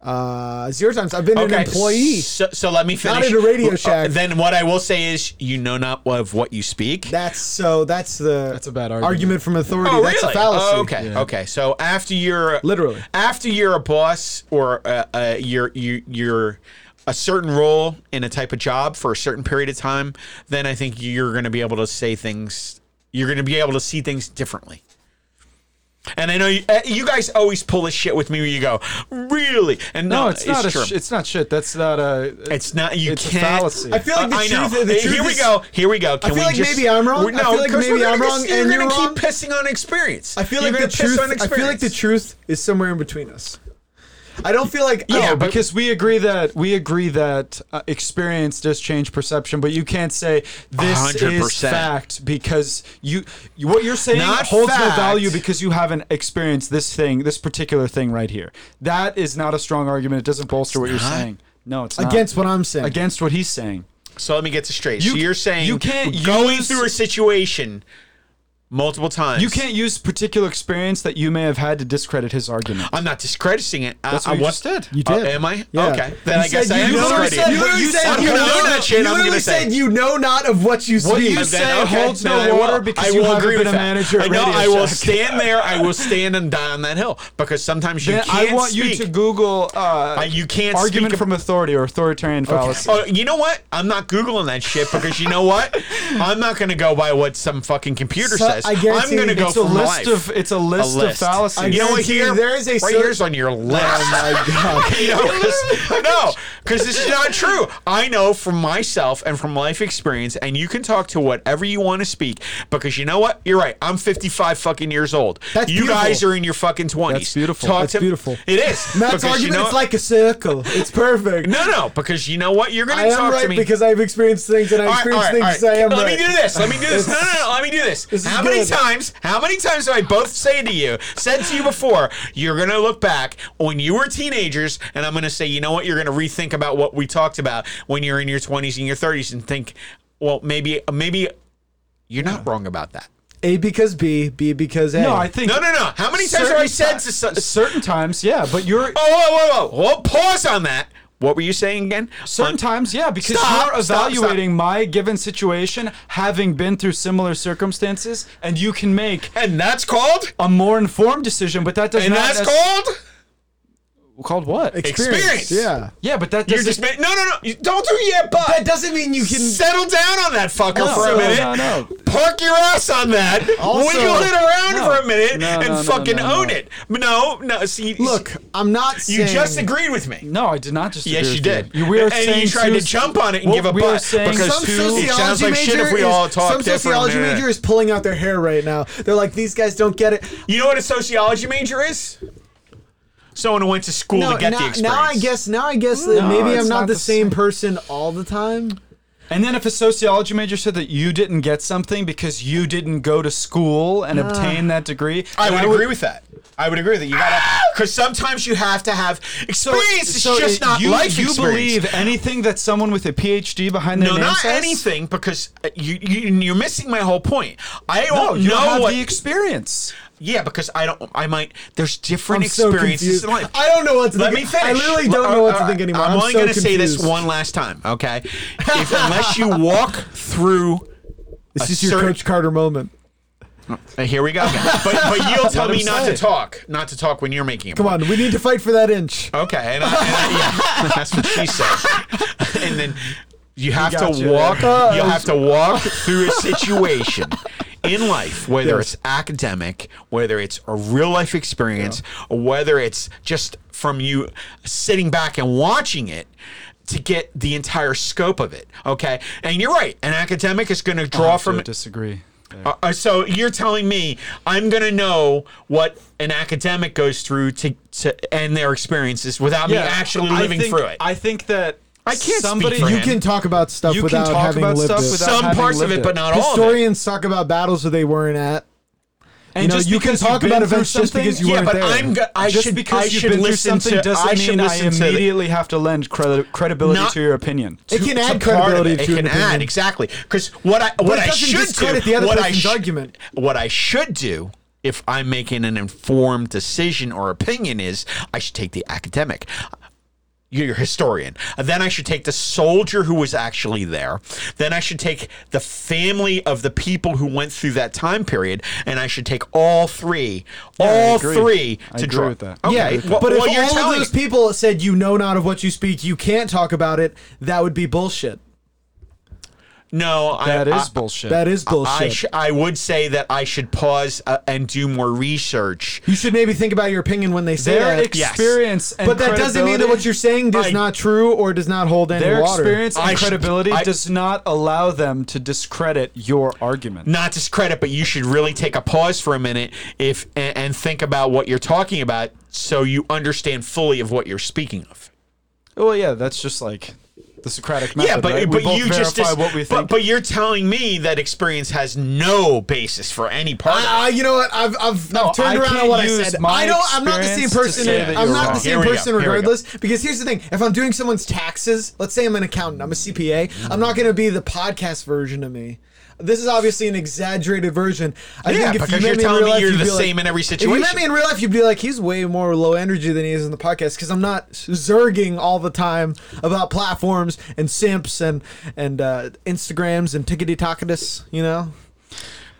Speaker 2: Uh, zero times. I've been an employee.
Speaker 4: So, so let me
Speaker 2: Not at
Speaker 4: finish.
Speaker 2: a Radio
Speaker 4: Uh,
Speaker 2: Shack.
Speaker 4: then what I will say is, you know not of what you speak.
Speaker 2: That's so. That's the.
Speaker 3: That's a bad argument.
Speaker 2: from authority.
Speaker 4: oh,
Speaker 2: that's
Speaker 4: really?
Speaker 2: a fallacy.
Speaker 4: Oh, okay. Okay. So after you're
Speaker 2: Literally.
Speaker 4: after you're a boss or uh, uh, you're you you're a certain role in a type of job for a certain period of time, then I think you're going to be able to say things. You're going to be able to see things differently. And I know you, uh, you guys always pull this shit with me where you go, really? And no,
Speaker 3: No, it's not.
Speaker 4: true.
Speaker 3: a sh- it's not shit. That's not a.
Speaker 4: It's not. You
Speaker 3: It's a
Speaker 4: can't.
Speaker 3: fallacy. I
Speaker 2: feel like the
Speaker 4: I know.
Speaker 2: truth- the
Speaker 4: Hey,
Speaker 2: truth
Speaker 4: Here we
Speaker 2: is-
Speaker 4: go. Here we go. Can
Speaker 2: feel
Speaker 4: we
Speaker 2: like
Speaker 4: just,
Speaker 2: maybe I'm wrong.
Speaker 4: we're- No,
Speaker 2: I feel like
Speaker 4: 'cause we're
Speaker 2: maybe
Speaker 4: gonna
Speaker 2: I'm
Speaker 4: just-
Speaker 2: wrong
Speaker 4: You're
Speaker 2: and
Speaker 4: gonna
Speaker 2: you're
Speaker 4: keep
Speaker 2: wrong.
Speaker 4: pissing on experience.
Speaker 2: I feel like
Speaker 4: You're
Speaker 2: the
Speaker 4: gonna piss
Speaker 2: truth.
Speaker 4: on
Speaker 2: I feel like the
Speaker 4: experience.
Speaker 2: truth is somewhere in between us. I don't feel like.
Speaker 3: yeah,
Speaker 2: oh,
Speaker 4: but-
Speaker 3: because we agree that we agree that uh, experience does change perception, but you can't say this is
Speaker 4: 100%.
Speaker 3: fact because you, you what you're saying
Speaker 4: Not
Speaker 3: holds no
Speaker 4: fact.
Speaker 3: value because you haven't experienced this thing, this particular thing right here. That is not a strong argument. It doesn't bolster what you're saying. No, it's not.
Speaker 2: against what I'm saying.
Speaker 3: against what he's saying.
Speaker 4: So let me get this straight.
Speaker 3: You-
Speaker 4: so you're saying
Speaker 3: you can't
Speaker 4: going
Speaker 3: use-
Speaker 4: through a situation multiple times.
Speaker 3: You can't use particular experience that you may have had to discredit his argument.
Speaker 4: I'm not discrediting it.
Speaker 3: That's
Speaker 4: I,
Speaker 3: what
Speaker 4: I
Speaker 3: you
Speaker 4: want-
Speaker 3: just did.
Speaker 2: You did.
Speaker 4: Uh, am I?
Speaker 2: Yeah.
Speaker 4: Okay. Then
Speaker 2: You
Speaker 4: I guess
Speaker 2: said
Speaker 4: I am
Speaker 2: you literally
Speaker 3: discrediting
Speaker 2: said- you
Speaker 3: it. What
Speaker 4: discrediting.
Speaker 2: literally
Speaker 3: you
Speaker 2: said
Speaker 3: said-
Speaker 4: I'm
Speaker 2: you
Speaker 4: gonna
Speaker 2: know
Speaker 4: own that
Speaker 2: not-
Speaker 4: shit.
Speaker 2: You
Speaker 4: I'm
Speaker 2: literally
Speaker 4: gonna say.
Speaker 2: said you know not of what you speak.
Speaker 3: What you
Speaker 4: Then-
Speaker 3: say
Speaker 4: okay,
Speaker 3: holds
Speaker 4: then
Speaker 3: no
Speaker 4: I will.
Speaker 3: water because
Speaker 4: I
Speaker 3: you
Speaker 4: will
Speaker 3: haven't
Speaker 4: agree
Speaker 3: been
Speaker 4: with
Speaker 3: a
Speaker 4: that.
Speaker 3: manager at
Speaker 4: I know.
Speaker 3: Radio
Speaker 4: I will
Speaker 3: Shack.
Speaker 4: stand there. I will stand and die on that hill because sometimes you
Speaker 3: Then
Speaker 4: can't
Speaker 3: I want
Speaker 4: speak.
Speaker 3: you to Google uh,
Speaker 4: Uh, you can't
Speaker 3: argument
Speaker 4: speak
Speaker 3: from authority or authoritarian fallacy.
Speaker 4: Oh, you know what? I'm not googling that shit because you know what? I'm not gonna go by what some fucking computer
Speaker 2: So,
Speaker 4: says.
Speaker 2: I
Speaker 4: I'm
Speaker 2: guarantee
Speaker 4: gonna go
Speaker 3: it's a
Speaker 4: from
Speaker 3: list
Speaker 4: life.
Speaker 3: of it's a list,
Speaker 4: a list.
Speaker 3: of fallacies.
Speaker 4: I You know what?
Speaker 2: guarantee you
Speaker 4: Here,
Speaker 2: there is a
Speaker 4: right
Speaker 2: certain-
Speaker 4: here's on your list.
Speaker 2: Oh my god.
Speaker 4: You know, 'cause- no, because this is not true. I know from myself and from life experience, and you can talk to whatever you want to speak because you know what? You're right. I'm 55 fucking years old.
Speaker 2: That's
Speaker 4: you
Speaker 2: beautiful.
Speaker 4: guys are in your fucking 20s.
Speaker 3: That's beautiful.
Speaker 4: Talk
Speaker 2: That's
Speaker 4: to-
Speaker 2: beautiful.
Speaker 4: It is.
Speaker 2: Matt's
Speaker 4: because you
Speaker 2: argument
Speaker 4: know
Speaker 2: is
Speaker 4: what?
Speaker 2: like a circle. It's perfect.
Speaker 4: No, no, because you know what? You're going
Speaker 2: I
Speaker 4: to
Speaker 2: am
Speaker 4: talk to
Speaker 2: right
Speaker 4: me.
Speaker 2: because I've experienced things and I
Speaker 4: All right,
Speaker 2: experienced
Speaker 4: all right,
Speaker 2: things.
Speaker 4: all
Speaker 2: I
Speaker 4: right.
Speaker 2: am
Speaker 4: let
Speaker 2: right.
Speaker 4: me do this. Let me do this. No, no, no. Let me do this.
Speaker 2: This is
Speaker 4: how many
Speaker 2: good.
Speaker 4: times? How many times have I both said to you, said to you before, you're gonna look back when you were teenagers, and I'm gonna say, you know what? You're gonna rethink about what we talked about when you're in your 20s and your 30s, and think, well, maybe, maybe you're not wrong about that.
Speaker 2: A because B, B because A.
Speaker 3: no, I think
Speaker 4: No, no, no. How many times have I said to some?
Speaker 3: ti- certain times? Yeah, but you're
Speaker 4: Oh, whoa, whoa, whoa, whoa! Pause on that. What were you saying again?
Speaker 3: certain
Speaker 4: On-
Speaker 3: times. Yeah, because
Speaker 4: Stop,
Speaker 3: you're
Speaker 4: stop, stop.
Speaker 3: evaluating my given situation, having been through similar circumstances, and you can make
Speaker 4: and that's called.
Speaker 3: a more informed decision. But that does
Speaker 4: And
Speaker 3: not
Speaker 4: that's
Speaker 3: nec-
Speaker 4: called.
Speaker 3: called what?
Speaker 4: Experience.
Speaker 2: Yeah.
Speaker 3: yeah, but that
Speaker 4: You're
Speaker 3: doesn't.
Speaker 4: just ma- no, no, no. You- Don't do yeah, but
Speaker 2: That doesn't mean you can.
Speaker 4: settle down on that fucker
Speaker 3: No,
Speaker 4: for a
Speaker 3: no,
Speaker 4: minute.
Speaker 3: no, no.
Speaker 4: Park your ass on that.
Speaker 2: Also-
Speaker 4: wiggle it around
Speaker 3: No.
Speaker 4: for a minute
Speaker 3: No,
Speaker 4: and
Speaker 3: no, no,
Speaker 4: fucking
Speaker 3: no, no.
Speaker 4: own it. No, no. See,
Speaker 2: Look, I'm not
Speaker 4: you
Speaker 2: saying.
Speaker 4: just agreed with me.
Speaker 3: no, I did not just.
Speaker 4: Yes,
Speaker 3: agree
Speaker 4: you
Speaker 3: with
Speaker 4: did.
Speaker 3: You, we are
Speaker 4: and
Speaker 3: saying
Speaker 4: you tried
Speaker 3: two-
Speaker 4: to jump on it and
Speaker 3: what
Speaker 4: give a
Speaker 3: we are
Speaker 4: butt
Speaker 3: saying-
Speaker 4: because
Speaker 2: Some
Speaker 4: two-
Speaker 2: sociology
Speaker 4: it sounds like shit
Speaker 2: major
Speaker 4: if we
Speaker 2: is,
Speaker 4: all talk
Speaker 2: Some
Speaker 4: different.
Speaker 2: sociology
Speaker 4: Yeah.
Speaker 2: major is pulling out their hair right now. They're like, these guys don't get it.
Speaker 4: You know what a sociology major is? Someone who went to school
Speaker 2: No,
Speaker 4: to get
Speaker 2: now,
Speaker 4: the experience.
Speaker 2: now I guess. Now I guess that
Speaker 3: No,
Speaker 2: maybe
Speaker 3: it's
Speaker 2: I'm not,
Speaker 3: not
Speaker 2: the
Speaker 3: the
Speaker 2: same
Speaker 3: same.
Speaker 2: person all the time.
Speaker 3: And then if a sociology major said that you didn't get something because you didn't go to school and obtain that degree,
Speaker 4: I
Speaker 3: then
Speaker 4: would agree with that. I would agree with that. You gotta, because sometimes you have to have experience. It's
Speaker 3: so
Speaker 4: just
Speaker 3: it-
Speaker 4: not
Speaker 3: you,
Speaker 4: life
Speaker 3: you
Speaker 4: experience.
Speaker 3: believe anything that someone with a PhD behind their
Speaker 4: No,
Speaker 3: name
Speaker 4: not
Speaker 3: says?
Speaker 4: anything because uh, you, you you're missing my whole point. I
Speaker 3: No,
Speaker 4: don't
Speaker 3: you don't
Speaker 4: know
Speaker 3: have
Speaker 4: what.
Speaker 3: the experience.
Speaker 4: yeah, because I don't. I might. There's different
Speaker 2: I'm so
Speaker 4: experiences
Speaker 2: confused.
Speaker 4: in life.
Speaker 2: I don't know what to
Speaker 4: Let me
Speaker 2: think.
Speaker 4: finish.
Speaker 2: I literally don't
Speaker 4: All
Speaker 2: know what
Speaker 4: right,
Speaker 2: to think anymore.
Speaker 4: I'm, only
Speaker 2: so
Speaker 4: gonna say this
Speaker 2: confused.
Speaker 4: one last time, okay? If, unless you walk through.
Speaker 2: This
Speaker 4: a
Speaker 2: is your
Speaker 4: certain-
Speaker 2: Coach Carter moment.
Speaker 4: uh, here we go. Again. But but you'll tell
Speaker 3: him
Speaker 4: me not
Speaker 3: say
Speaker 4: to
Speaker 3: it.
Speaker 4: talk, not to talk when you're making. a
Speaker 2: Come on, we need to fight for that inch.
Speaker 4: Okay, and, I, and I- yeah, that's what she said. And then you have
Speaker 3: got
Speaker 4: to
Speaker 3: you
Speaker 4: walk.
Speaker 2: there.
Speaker 4: You have to walk through a situation in life, whether
Speaker 2: Yes.
Speaker 4: it's academic, whether it's a real life experience, or whether it's just from you sitting back and watching it. To get the entire scope of it, okay, and you're right. An academic is going to draw from
Speaker 3: disagree.
Speaker 4: uh, uh, so you're telling me I'm gonna know what an academic goes through to to end their experiences without me actually living
Speaker 3: I think,
Speaker 4: through it.
Speaker 3: I think that
Speaker 4: I can't speak
Speaker 3: somebody
Speaker 4: for
Speaker 2: You
Speaker 4: him.
Speaker 2: can talk about stuff
Speaker 3: You can
Speaker 2: without
Speaker 3: talk
Speaker 2: having
Speaker 3: about
Speaker 2: lived
Speaker 3: stuff
Speaker 2: it.
Speaker 3: without
Speaker 4: Some
Speaker 3: having
Speaker 4: parts of
Speaker 3: lived
Speaker 4: it, but
Speaker 3: it.
Speaker 4: not all of it.
Speaker 2: Historians talk about battles that they weren't at.
Speaker 3: And
Speaker 2: you know,
Speaker 3: just
Speaker 2: you can
Speaker 3: because you've
Speaker 2: talk
Speaker 3: been
Speaker 2: about
Speaker 3: through
Speaker 2: events just
Speaker 3: something-
Speaker 2: because you
Speaker 4: yeah,
Speaker 2: weren't
Speaker 4: but
Speaker 2: there.
Speaker 4: I'm. Go- I
Speaker 3: just
Speaker 4: should.
Speaker 3: because
Speaker 4: I
Speaker 3: you've
Speaker 4: should
Speaker 3: been through
Speaker 4: listen
Speaker 3: something
Speaker 4: to.
Speaker 3: doesn't
Speaker 4: I should
Speaker 3: mean I
Speaker 4: listen to the-
Speaker 3: immediately have to lend credi- credibility
Speaker 4: Not-
Speaker 3: to your opinion.
Speaker 2: it can add
Speaker 4: to part of
Speaker 2: credibility
Speaker 4: It,
Speaker 2: to
Speaker 4: it
Speaker 2: an
Speaker 4: can add
Speaker 2: opinion.
Speaker 4: exactly because what I what
Speaker 2: it
Speaker 4: I
Speaker 2: doesn't
Speaker 4: should do
Speaker 2: discredit the other
Speaker 4: what I
Speaker 2: person's argument.
Speaker 4: What I should do if I'm making an informed decision or opinion is I should take the academic. You're a historian. Then I should take the soldier who was actually there. Then I should take the family of the people who went through that time period, and I should take all three, all
Speaker 3: agree.
Speaker 4: three to
Speaker 3: I agree
Speaker 4: draw.
Speaker 3: with that. I
Speaker 4: Okay,
Speaker 2: Yeah,
Speaker 4: well,
Speaker 2: but if
Speaker 4: well, you're
Speaker 2: all
Speaker 4: telling
Speaker 2: of those
Speaker 4: me-
Speaker 2: people said you know not of what you speak, you can't talk about it, that would be bullshit.
Speaker 4: no,
Speaker 3: That
Speaker 4: I,
Speaker 3: is
Speaker 4: I,
Speaker 3: bullshit.
Speaker 2: That is bullshit.
Speaker 4: I, sh- I would say that I should pause uh, and do more research.
Speaker 2: you should maybe think about your opinion when they say
Speaker 3: their
Speaker 2: that.
Speaker 4: yes.
Speaker 3: experience and
Speaker 2: but that doesn't mean that
Speaker 3: credibility-
Speaker 2: what you're saying is
Speaker 4: I-
Speaker 2: not true or does not hold any
Speaker 3: their
Speaker 2: water.
Speaker 3: experience and
Speaker 4: I should-
Speaker 3: credibility
Speaker 4: I-
Speaker 3: does not allow them to discredit your argument.
Speaker 4: Not discredit, but you should really take a pause for a minute if and, and think about what you're talking about, so you understand fully of what you're speaking of.
Speaker 3: Well, yeah, that's just like the Socratic method.
Speaker 4: yeah, but
Speaker 3: right? we
Speaker 4: but
Speaker 3: both
Speaker 4: you just
Speaker 3: verify
Speaker 4: dis-
Speaker 3: what we
Speaker 4: but-
Speaker 3: think.
Speaker 4: But, you're telling me that experience has no basis for any part. of it.
Speaker 2: I, I- you know what? I've I've, I've turned
Speaker 3: I
Speaker 2: around on
Speaker 3: can't
Speaker 2: what I
Speaker 3: use
Speaker 2: said.
Speaker 3: my
Speaker 2: I don't. I'm not the same
Speaker 3: experience to
Speaker 2: person.
Speaker 3: say that
Speaker 2: I'm
Speaker 3: you're
Speaker 2: not the
Speaker 3: wrong.
Speaker 2: same
Speaker 4: Here we go,
Speaker 2: person
Speaker 4: here we go.
Speaker 2: regardless. Because here's the thing: if I'm doing someone's taxes, let's say I'm an accountant, I'm a CPA, I'm not going to be the podcast version of me. This is obviously an exaggerated version. I
Speaker 4: Yeah,
Speaker 2: think if
Speaker 4: because
Speaker 2: you
Speaker 4: you're
Speaker 2: met me in
Speaker 4: telling
Speaker 2: real
Speaker 4: me
Speaker 2: life,
Speaker 4: you're
Speaker 2: you'd
Speaker 4: the
Speaker 2: be like-
Speaker 4: same in every
Speaker 2: If you
Speaker 4: situation.
Speaker 2: met me in real life, you'd be like, he's way more low energy than he is in the podcast because I'm not zerging all the time about platforms and simps and and uh, Instagrams and tickety tocketus, you know.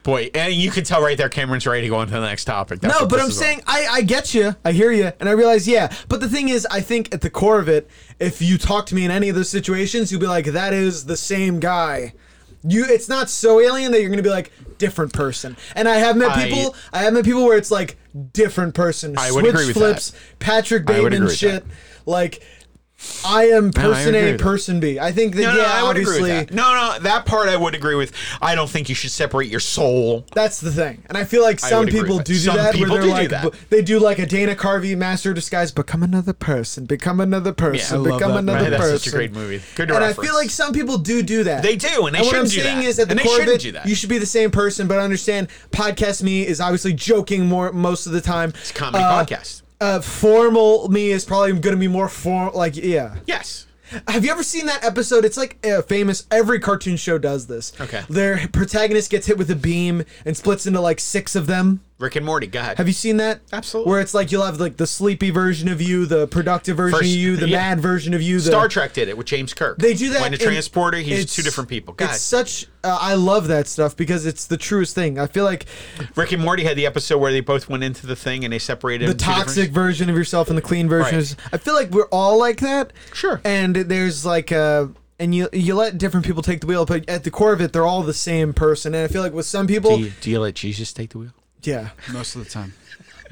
Speaker 4: Boy, and you can tell right there, Cameron's ready to go on to the next topic. That's
Speaker 2: No,
Speaker 4: what
Speaker 2: but
Speaker 4: this
Speaker 2: I'm
Speaker 4: is all-
Speaker 2: saying I, I get you, I hear you, and I realize yeah. But the thing is, I think at the core of it, if you talk to me in any of those situations, you'll be like, that is the same guy. You, it's not so alien that you're gonna be like different person. And I have met
Speaker 4: I-
Speaker 2: people, I have met people where it's like different person.
Speaker 4: I would
Speaker 2: Switch
Speaker 4: agree with
Speaker 2: flips, Patrick
Speaker 4: I would agree
Speaker 2: Bateman
Speaker 4: with
Speaker 2: shit. Like, I am person
Speaker 4: agree
Speaker 2: A,
Speaker 4: with that.
Speaker 2: person B. I think that
Speaker 4: No,
Speaker 2: yeah,
Speaker 4: no, I would agree
Speaker 2: obviously.
Speaker 4: with that. No, no, that part I would agree with. I don't think you should separate your soul
Speaker 2: That's the thing, and I feel like
Speaker 4: I
Speaker 2: some
Speaker 4: would agree
Speaker 2: people
Speaker 4: with
Speaker 2: do
Speaker 4: that.
Speaker 2: do
Speaker 4: Some
Speaker 2: that. Where
Speaker 4: people
Speaker 2: they're
Speaker 4: do do
Speaker 2: like,
Speaker 4: that.
Speaker 2: b- they do like a Dana Carvey master of disguise, become another person, become another person,
Speaker 3: I love
Speaker 2: become
Speaker 3: that
Speaker 2: another
Speaker 3: movie.
Speaker 4: That's
Speaker 2: person.
Speaker 4: such a great movie. Good
Speaker 2: And
Speaker 4: reference.
Speaker 2: I feel like some people do do that.
Speaker 4: They do, and they
Speaker 2: what I'm
Speaker 4: shouldn't do
Speaker 2: saying
Speaker 4: that.
Speaker 2: is, at the
Speaker 4: And they
Speaker 2: core of
Speaker 4: shouldn't
Speaker 2: it,
Speaker 4: do that.
Speaker 2: you should be the same person. But understand, podcast me is obviously joking more most of the time. It's
Speaker 4: comedy podcast.
Speaker 2: Uh, formal me is probably going to be more formal. Like, yeah.
Speaker 4: yes.
Speaker 2: Have you ever seen that episode? It's like uh, famous. Every cartoon show does this.
Speaker 4: Okay.
Speaker 2: Their protagonist gets hit with a beam and splits into like six of them.
Speaker 4: Rick and Morty. Go ahead.
Speaker 2: Have you seen that?
Speaker 4: Absolutely.
Speaker 2: Where it's like you'll have like the sleepy version of you, the productive version
Speaker 4: First-
Speaker 2: of you, the
Speaker 4: yeah.
Speaker 2: mad version of you. The,
Speaker 4: Star Trek did it with James Kirk.
Speaker 2: They do that.
Speaker 4: When the
Speaker 2: in-
Speaker 4: transporter, he's
Speaker 2: it's-
Speaker 4: two different people. God,
Speaker 2: It's such. Uh, I love that stuff because it's the truest thing. I feel like
Speaker 4: Rick and Morty had the episode where they both went into the thing and they separated
Speaker 2: the
Speaker 4: into two different-
Speaker 2: toxic version of yourself and the clean version.
Speaker 4: Right.
Speaker 2: Is, I feel like we're all like that.
Speaker 4: Sure.
Speaker 2: And there's like a. And you, you let different people take the wheel, but at the core of it, they're all the same person. And I feel like with some people,
Speaker 4: Do you, do you let Jesus take the wheel?
Speaker 2: yeah.
Speaker 3: most of the time.